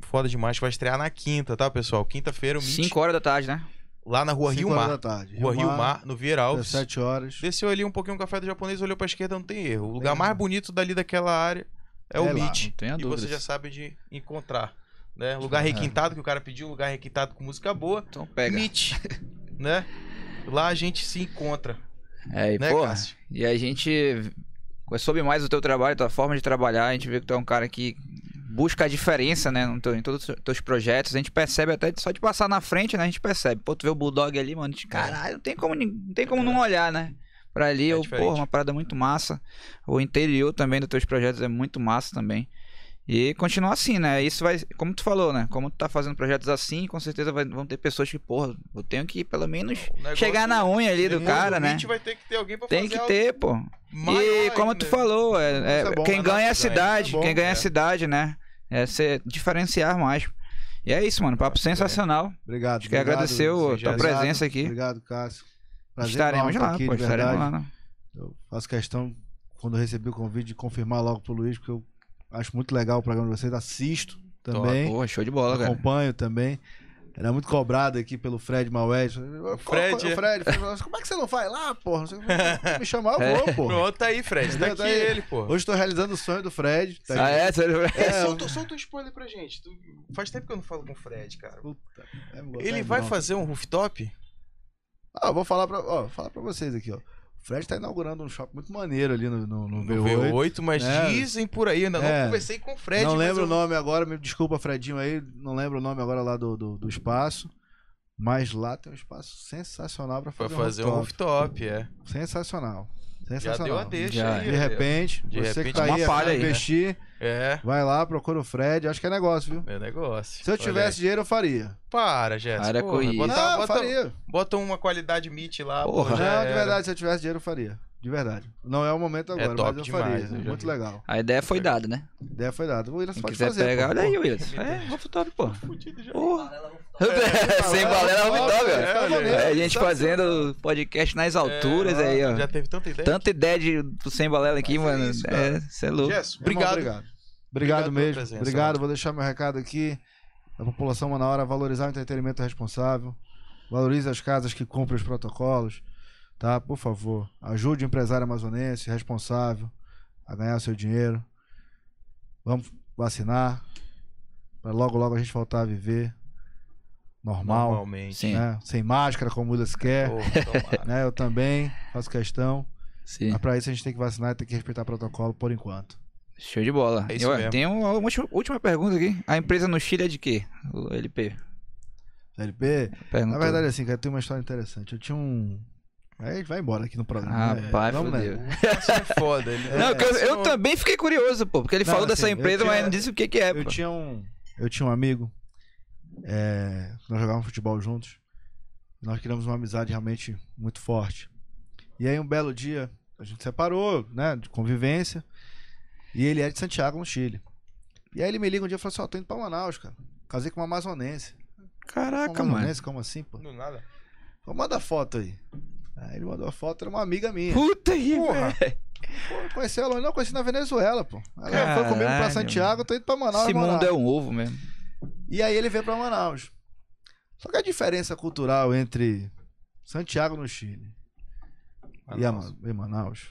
[SPEAKER 2] foda demais. Vai estrear na quinta, tá, pessoal? Quinta-feira o Meet
[SPEAKER 1] 5 horas da tarde, né?
[SPEAKER 2] lá na rua Rio
[SPEAKER 3] Cinco horas
[SPEAKER 2] Mar.
[SPEAKER 3] da tarde.
[SPEAKER 2] Rua Rio Mar, no Vieira Alves.
[SPEAKER 3] 17 horas.
[SPEAKER 2] Desceu ali um pouquinho o café do japonês, olhou pra esquerda, não tem erro. O lugar
[SPEAKER 3] Legal.
[SPEAKER 2] mais bonito dali daquela área é, o
[SPEAKER 3] É lá,
[SPEAKER 2] Meet.
[SPEAKER 1] não tenha
[SPEAKER 2] E você
[SPEAKER 1] dúvidas.
[SPEAKER 2] já sabe de encontrar. Né? Lugar requintado, que o cara pediu, lugar requintado com música boa.
[SPEAKER 1] Então pega. [LAUGHS]
[SPEAKER 2] Meet. né? Lá a gente se encontra.
[SPEAKER 1] É, e
[SPEAKER 2] né,
[SPEAKER 1] porra.
[SPEAKER 2] Cássio?
[SPEAKER 1] E a gente soube mais o teu trabalho, tua forma de trabalhar. A gente vê que tu é um cara que busca a diferença, né? no teu- em todos os teus projetos. A gente percebe até de- só de passar na frente, né? A gente percebe. Pô, tu vê o Bulldog ali, mano. a gente, Caralho, não tem como, nin- não, tem como não olhar, né? Pra ali,
[SPEAKER 2] É
[SPEAKER 1] eu,
[SPEAKER 2] diferente.
[SPEAKER 1] porra, uma parada muito massa. O interior também dos teus projetos é muito massa também. E continuar assim, né? Isso vai, como tu falou, né? Como tu tá fazendo projetos assim, com certeza vai- vão ter pessoas que, porra, eu tenho que pelo menos
[SPEAKER 2] O negócio- é
[SPEAKER 1] chegar na unha ali do
[SPEAKER 2] o
[SPEAKER 1] cara, né?
[SPEAKER 2] Meet vai ter que ter alguém pra
[SPEAKER 1] Tem
[SPEAKER 2] fazer
[SPEAKER 1] que
[SPEAKER 2] algo
[SPEAKER 1] ter, pô.
[SPEAKER 2] maior
[SPEAKER 1] e como
[SPEAKER 2] ainda.
[SPEAKER 1] tu falou, é- é-
[SPEAKER 3] Isso é bom,
[SPEAKER 1] quem
[SPEAKER 2] né?
[SPEAKER 1] ganha é a
[SPEAKER 2] Isso é
[SPEAKER 1] cidade,
[SPEAKER 3] bom,
[SPEAKER 1] quem ganha é
[SPEAKER 2] é.
[SPEAKER 1] a cidade, né? É se diferenciar mais. E é isso, mano. Papo sensacional.
[SPEAKER 3] Obrigado.
[SPEAKER 1] Acho que agradecer a tua
[SPEAKER 2] Zé.
[SPEAKER 1] presença aqui.
[SPEAKER 3] Obrigado, Cássio. Prazer
[SPEAKER 1] Estaremos
[SPEAKER 3] enorme estar
[SPEAKER 1] lá,
[SPEAKER 3] aqui,
[SPEAKER 1] pô.
[SPEAKER 3] de
[SPEAKER 1] Estaremos
[SPEAKER 3] verdade.
[SPEAKER 1] lá. né?
[SPEAKER 3] Eu faço questão, quando eu recebi o convite, de confirmar logo pro Luiz, porque eu acho muito legal o programa de vocês. Assisto também.
[SPEAKER 1] Pô, show de bola, cara.
[SPEAKER 3] acompanho também. Era muito cobrado aqui pelo Fred Maués. O
[SPEAKER 2] Fred,
[SPEAKER 3] O
[SPEAKER 2] é.
[SPEAKER 3] Fred, Fred, como é que você não vai lá, porra? Não sei como-
[SPEAKER 2] [LAUGHS]
[SPEAKER 3] Me chamar, eu vou, porra.
[SPEAKER 2] Pronto, tá aí, Fred. Tá
[SPEAKER 3] Entendeu?
[SPEAKER 2] aqui
[SPEAKER 3] Tá aí.
[SPEAKER 2] ele, pô.
[SPEAKER 3] Hoje estou realizando o sonho do Fred. Tá
[SPEAKER 1] Ah,
[SPEAKER 3] aqui.
[SPEAKER 1] é? Sério?
[SPEAKER 2] É,
[SPEAKER 3] É,
[SPEAKER 2] solta, solta um spoiler pra gente. Tu- Faz tempo que eu não falo com o Fred, cara.
[SPEAKER 3] Puta, vai me botar
[SPEAKER 2] Ele
[SPEAKER 3] em
[SPEAKER 2] vai
[SPEAKER 3] bronca.
[SPEAKER 2] fazer um rooftop?
[SPEAKER 3] Ah, eu vou falar pra, ó, vou falar pra vocês aqui, ó. O Fred tá inaugurando um shopping muito maneiro ali no, no, no
[SPEAKER 2] No
[SPEAKER 3] V8.
[SPEAKER 2] V8, Um mas
[SPEAKER 3] É.
[SPEAKER 2] dizem por aí, ainda
[SPEAKER 3] É.
[SPEAKER 2] não conversei com o Fred.
[SPEAKER 3] não
[SPEAKER 2] mas
[SPEAKER 3] lembro
[SPEAKER 2] eu-
[SPEAKER 3] o nome agora, me desculpa, Fredinho aí. Não lembro o nome agora lá do, do, do espaço. Mas lá tem um espaço sensacional pra
[SPEAKER 2] Foi
[SPEAKER 3] fazer,
[SPEAKER 2] fazer
[SPEAKER 3] um
[SPEAKER 2] um
[SPEAKER 3] rooftop.
[SPEAKER 2] rooftop, é.
[SPEAKER 3] Sensacional.
[SPEAKER 2] Já
[SPEAKER 3] Sensacional.
[SPEAKER 2] deu a deixa
[SPEAKER 1] Já.
[SPEAKER 2] aí.
[SPEAKER 3] De
[SPEAKER 2] ó.
[SPEAKER 3] repente,
[SPEAKER 2] De
[SPEAKER 3] você
[SPEAKER 2] repente,
[SPEAKER 3] que tá
[SPEAKER 1] uma
[SPEAKER 3] aí,
[SPEAKER 1] palha
[SPEAKER 3] afim de
[SPEAKER 1] aí, né?
[SPEAKER 3] investir,
[SPEAKER 2] É,
[SPEAKER 3] vai lá, procura o Fred. Acho que é negócio, viu?
[SPEAKER 2] é negócio.
[SPEAKER 3] Se eu
[SPEAKER 2] Olha
[SPEAKER 3] tivesse
[SPEAKER 2] aí.
[SPEAKER 3] dinheiro, eu faria.
[SPEAKER 2] Para, Jéssica.
[SPEAKER 1] Para
[SPEAKER 2] porra,
[SPEAKER 1] com isso.
[SPEAKER 2] Bota,
[SPEAKER 3] não, eu
[SPEAKER 2] bota- Ah, é.
[SPEAKER 3] faria.
[SPEAKER 2] bota uma qualidade meet lá.
[SPEAKER 1] Porra.
[SPEAKER 2] pô, já
[SPEAKER 3] Não, de
[SPEAKER 2] era.
[SPEAKER 3] verdade, se eu tivesse dinheiro, eu faria. De verdade. Não é o momento agora,
[SPEAKER 2] top
[SPEAKER 3] mas eu
[SPEAKER 2] demais, né,
[SPEAKER 3] faria.
[SPEAKER 2] eu já
[SPEAKER 3] Muito
[SPEAKER 2] vi.
[SPEAKER 3] legal.
[SPEAKER 1] A ideia foi dada, né?
[SPEAKER 3] A ideia foi dada. O Willis
[SPEAKER 1] Quem
[SPEAKER 3] pode
[SPEAKER 1] quiser
[SPEAKER 3] fazer.
[SPEAKER 1] pegar,
[SPEAKER 3] pô.
[SPEAKER 1] olha aí, Willis. É, rooftop, pô. Porra. [LAUGHS] Sem
[SPEAKER 3] É,
[SPEAKER 1] balela,
[SPEAKER 3] é,
[SPEAKER 1] rooftop,
[SPEAKER 3] é,
[SPEAKER 1] velho.
[SPEAKER 3] tá
[SPEAKER 2] olha aí.
[SPEAKER 3] maneiro.
[SPEAKER 1] É, a gente fazendo podcast nas alturas aí, ó.
[SPEAKER 2] Já teve tanta ideia.
[SPEAKER 1] Tanta ideia de, do Sem Balela aqui,
[SPEAKER 2] Mas é
[SPEAKER 1] mano.
[SPEAKER 2] isso, cara.
[SPEAKER 1] É, você é louco.
[SPEAKER 2] Jéssica,
[SPEAKER 3] Irmão,
[SPEAKER 2] obrigado.
[SPEAKER 3] Obrigado,
[SPEAKER 2] Obrigado
[SPEAKER 3] obrigado
[SPEAKER 2] pela
[SPEAKER 3] mesmo.
[SPEAKER 2] presença,
[SPEAKER 3] obrigado.
[SPEAKER 2] mano.
[SPEAKER 3] Vou deixar meu recado aqui. A população Manaus valorizar o entretenimento responsável. Valorize as casas que cumprem os protocolos. Tá? Por favor. Ajude o empresário amazonense responsável a ganhar seu dinheiro. Vamos vacinar. Para logo, logo a gente voltar a viver normal.
[SPEAKER 2] Normalmente.
[SPEAKER 1] Sim,
[SPEAKER 3] né? Sem máscara, como o Willis quer.
[SPEAKER 2] Porra,
[SPEAKER 3] [LAUGHS]
[SPEAKER 2] tomara.
[SPEAKER 3] Né? Eu também faço questão.
[SPEAKER 1] sim.
[SPEAKER 3] Mas para isso a gente tem que vacinar e tem que respeitar protocolo por enquanto.
[SPEAKER 1] Show de bola.
[SPEAKER 2] É isso
[SPEAKER 1] Eu-
[SPEAKER 2] mesmo.
[SPEAKER 1] Tem uma última, última pergunta aqui. A empresa no Chile é de quê? O LP.
[SPEAKER 3] LP,
[SPEAKER 1] Perguntou.
[SPEAKER 3] Na verdade, assim, cara, tem uma história interessante. Eu tinha um. Aí vai embora aqui no programa. né?
[SPEAKER 1] Rapaz,
[SPEAKER 3] Vamos nessa.
[SPEAKER 1] fodeu.
[SPEAKER 2] Isso é foda. Ele...
[SPEAKER 1] Não, que eu, eu também fiquei curioso, pô. Porque ele
[SPEAKER 3] é Não,
[SPEAKER 1] falou dessa
[SPEAKER 3] assim, eu
[SPEAKER 1] empresa,
[SPEAKER 3] tinha-
[SPEAKER 1] mas não disse o que que [LAUGHS] é, pô.
[SPEAKER 3] Eu tinha um. Eu tinha um amigo. é, nós jogávamos futebol juntos. Nós criamos uma amizade realmente muito forte. E aí um belo dia, a gente separou, né? De convivência. E ele é de Santiago, no Chile. E aí ele me liga um dia e fala assim, ó, tô indo pra Manaus, cara. Casei com uma amazonense.
[SPEAKER 1] Caraca,
[SPEAKER 3] uma
[SPEAKER 1] mano.
[SPEAKER 3] amazonense, como assim, pô?
[SPEAKER 2] Não, é nada.
[SPEAKER 3] Falei, Manda a foto aí. Aí ele mandou a foto, era uma amiga minha.
[SPEAKER 1] Puta que
[SPEAKER 3] assim, Porra. tá
[SPEAKER 1] velho.
[SPEAKER 3] Pô, conheci ela, não, conheci na Venezuela, pô. Ela
[SPEAKER 1] Caralho,
[SPEAKER 3] foi comigo pra Santiago, eu tô indo pra Manaus.
[SPEAKER 1] Esse
[SPEAKER 3] morar.
[SPEAKER 1] mundo é um ovo mesmo.
[SPEAKER 3] E aí ele veio pra Manaus. Só que a diferença cultural entre Santiago no Chile e,
[SPEAKER 2] Manaus.
[SPEAKER 3] Ama- e Manaus,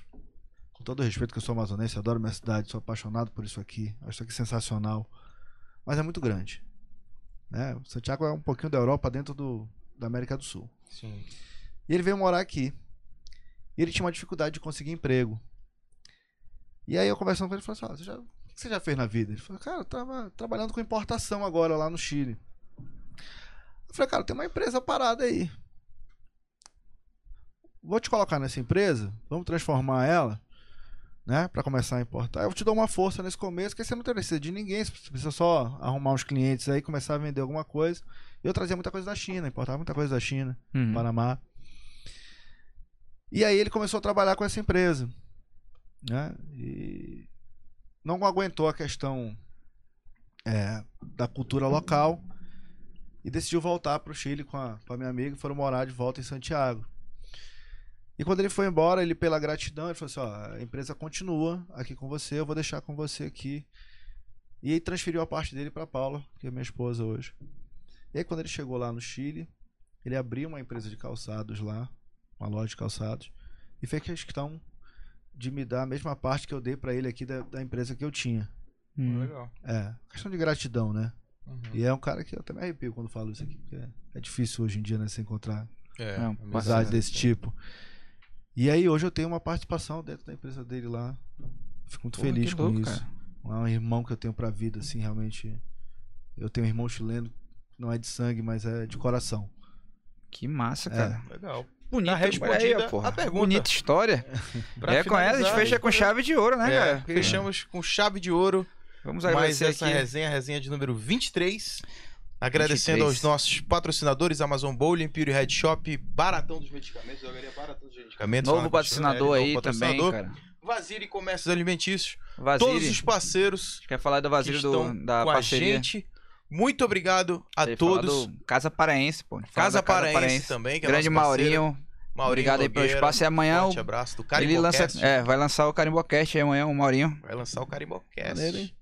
[SPEAKER 3] com todo o respeito que eu sou amazonense, adoro minha cidade, sou apaixonado por isso aqui, acho isso aqui sensacional. mas é muito grande. Né? Santiago é um pouquinho da Europa dentro do, da América do Sul.
[SPEAKER 2] Sim.
[SPEAKER 3] E ele veio morar aqui. E ele tinha uma dificuldade de conseguir emprego. E aí eu conversando com ele, falei assim, "Ah, você já, o que você já fez na vida? Ele falou, cara, eu tava trabalhando com importação agora lá no Chile. Eu falei, cara, tem uma empresa parada aí. Vou te colocar nessa empresa, vamos transformar ela, né, Pra começar a importar. Eu te dou uma força nesse começo, porque você não precisa de ninguém, você precisa só arrumar uns clientes aí, começar a vender alguma coisa. Eu trazia muita coisa da China, importava muita coisa da China.
[SPEAKER 1] Uhum.
[SPEAKER 3] Panamá. E aí ele começou a trabalhar com essa empresa. Né? E não aguentou a questão é, da cultura local e decidiu voltar para o Chile com a, com a minha amiga e foram morar de volta em Santiago. E quando ele foi embora, ele, pela gratidão, ele falou assim: ó, a empresa continua aqui com você, eu vou deixar com você aqui. E aí transferiu a parte dele para Paula, que é minha esposa hoje. E aí quando ele chegou lá no Chile, ele abriu uma empresa de calçados lá, uma loja de calçados, e fez questão de me dar a mesma parte que eu dei pra ele aqui da, da empresa que eu tinha.
[SPEAKER 2] Pô,
[SPEAKER 1] Uhum.
[SPEAKER 2] legal.
[SPEAKER 3] É, questão de gratidão, né?
[SPEAKER 2] Uhum.
[SPEAKER 3] E é um cara que eu até me arrepio quando falo isso aqui, porque é, é difícil hoje em dia, né, você encontrar
[SPEAKER 2] É,
[SPEAKER 1] Não,
[SPEAKER 2] amizade
[SPEAKER 3] amizade desse tipo. E aí hoje eu tenho uma participação dentro da empresa dele lá. Fico muito
[SPEAKER 1] Pô,
[SPEAKER 3] feliz
[SPEAKER 1] que
[SPEAKER 3] com
[SPEAKER 1] louco,
[SPEAKER 3] isso.
[SPEAKER 1] cara.
[SPEAKER 3] É um irmão que eu tenho pra vida, assim, realmente. Eu tenho um irmão chileno, não é de sangue, mas é de coração.
[SPEAKER 1] Que
[SPEAKER 3] É.
[SPEAKER 1] massa, cara.
[SPEAKER 2] Legal.
[SPEAKER 1] Bonito,
[SPEAKER 2] Tá respondida
[SPEAKER 1] olha aí, ó,
[SPEAKER 2] a pergunta.
[SPEAKER 1] Bonita história. é com ela, a gente
[SPEAKER 2] finalizar,
[SPEAKER 1] fecha com chave de ouro, né,
[SPEAKER 2] é,
[SPEAKER 1] cara? Porque-
[SPEAKER 2] Fechamos com chave de ouro
[SPEAKER 1] Vamos
[SPEAKER 2] mais
[SPEAKER 1] agradecer
[SPEAKER 2] essa
[SPEAKER 1] aqui.
[SPEAKER 2] resenha, a resenha de número 23.
[SPEAKER 1] 23.
[SPEAKER 2] Agradecendo aos nossos patrocinadores, Amazon Bowling, Pure Head Shop, Baratão dos Medicamentos, Drogaria Baratão dos Medicamentos.
[SPEAKER 1] Novo
[SPEAKER 2] Farmácia
[SPEAKER 1] patrocinador
[SPEAKER 2] Costinelli,
[SPEAKER 1] aí
[SPEAKER 2] novo
[SPEAKER 1] também,
[SPEAKER 2] patrocinador.
[SPEAKER 1] cara.
[SPEAKER 2] Vazir e Comércios Alimentícios, todos os
[SPEAKER 1] Vaziri.
[SPEAKER 2] parceiros
[SPEAKER 1] Quer falar do
[SPEAKER 2] que
[SPEAKER 1] Vaziri
[SPEAKER 2] estão
[SPEAKER 1] do, da
[SPEAKER 2] com
[SPEAKER 1] parceria?
[SPEAKER 2] a gente. Muito obrigado a
[SPEAKER 1] Tem que falar
[SPEAKER 2] todos.
[SPEAKER 1] do Casa Paraense, pô. Falar
[SPEAKER 2] Casa
[SPEAKER 1] da
[SPEAKER 2] Paraense, também, que é
[SPEAKER 1] Grande
[SPEAKER 2] nosso parceiro.
[SPEAKER 1] Maurinho. Obrigado aí pelo
[SPEAKER 2] Nogueira,
[SPEAKER 1] espaço. E amanhã
[SPEAKER 2] Forte
[SPEAKER 1] o-
[SPEAKER 2] abraço do
[SPEAKER 1] ele lança,
[SPEAKER 2] Carimbocast.
[SPEAKER 1] é, vai lançar o Carimbocast aí amanhã, o Maurinho.
[SPEAKER 2] Vai lançar o Carimbocast.
[SPEAKER 3] Maneiro, hein?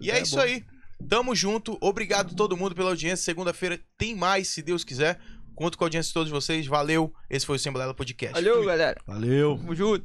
[SPEAKER 2] E é, isso
[SPEAKER 3] bom.
[SPEAKER 2] aí. Tamo junto. Obrigado todo mundo pela audiência. Segunda-feira tem mais, se Deus quiser. Conto com a audiência de todos vocês. Valeu. Esse foi o Assembleia Podcast.
[SPEAKER 1] Valeu, galera.
[SPEAKER 3] Valeu!
[SPEAKER 1] Tamo junto.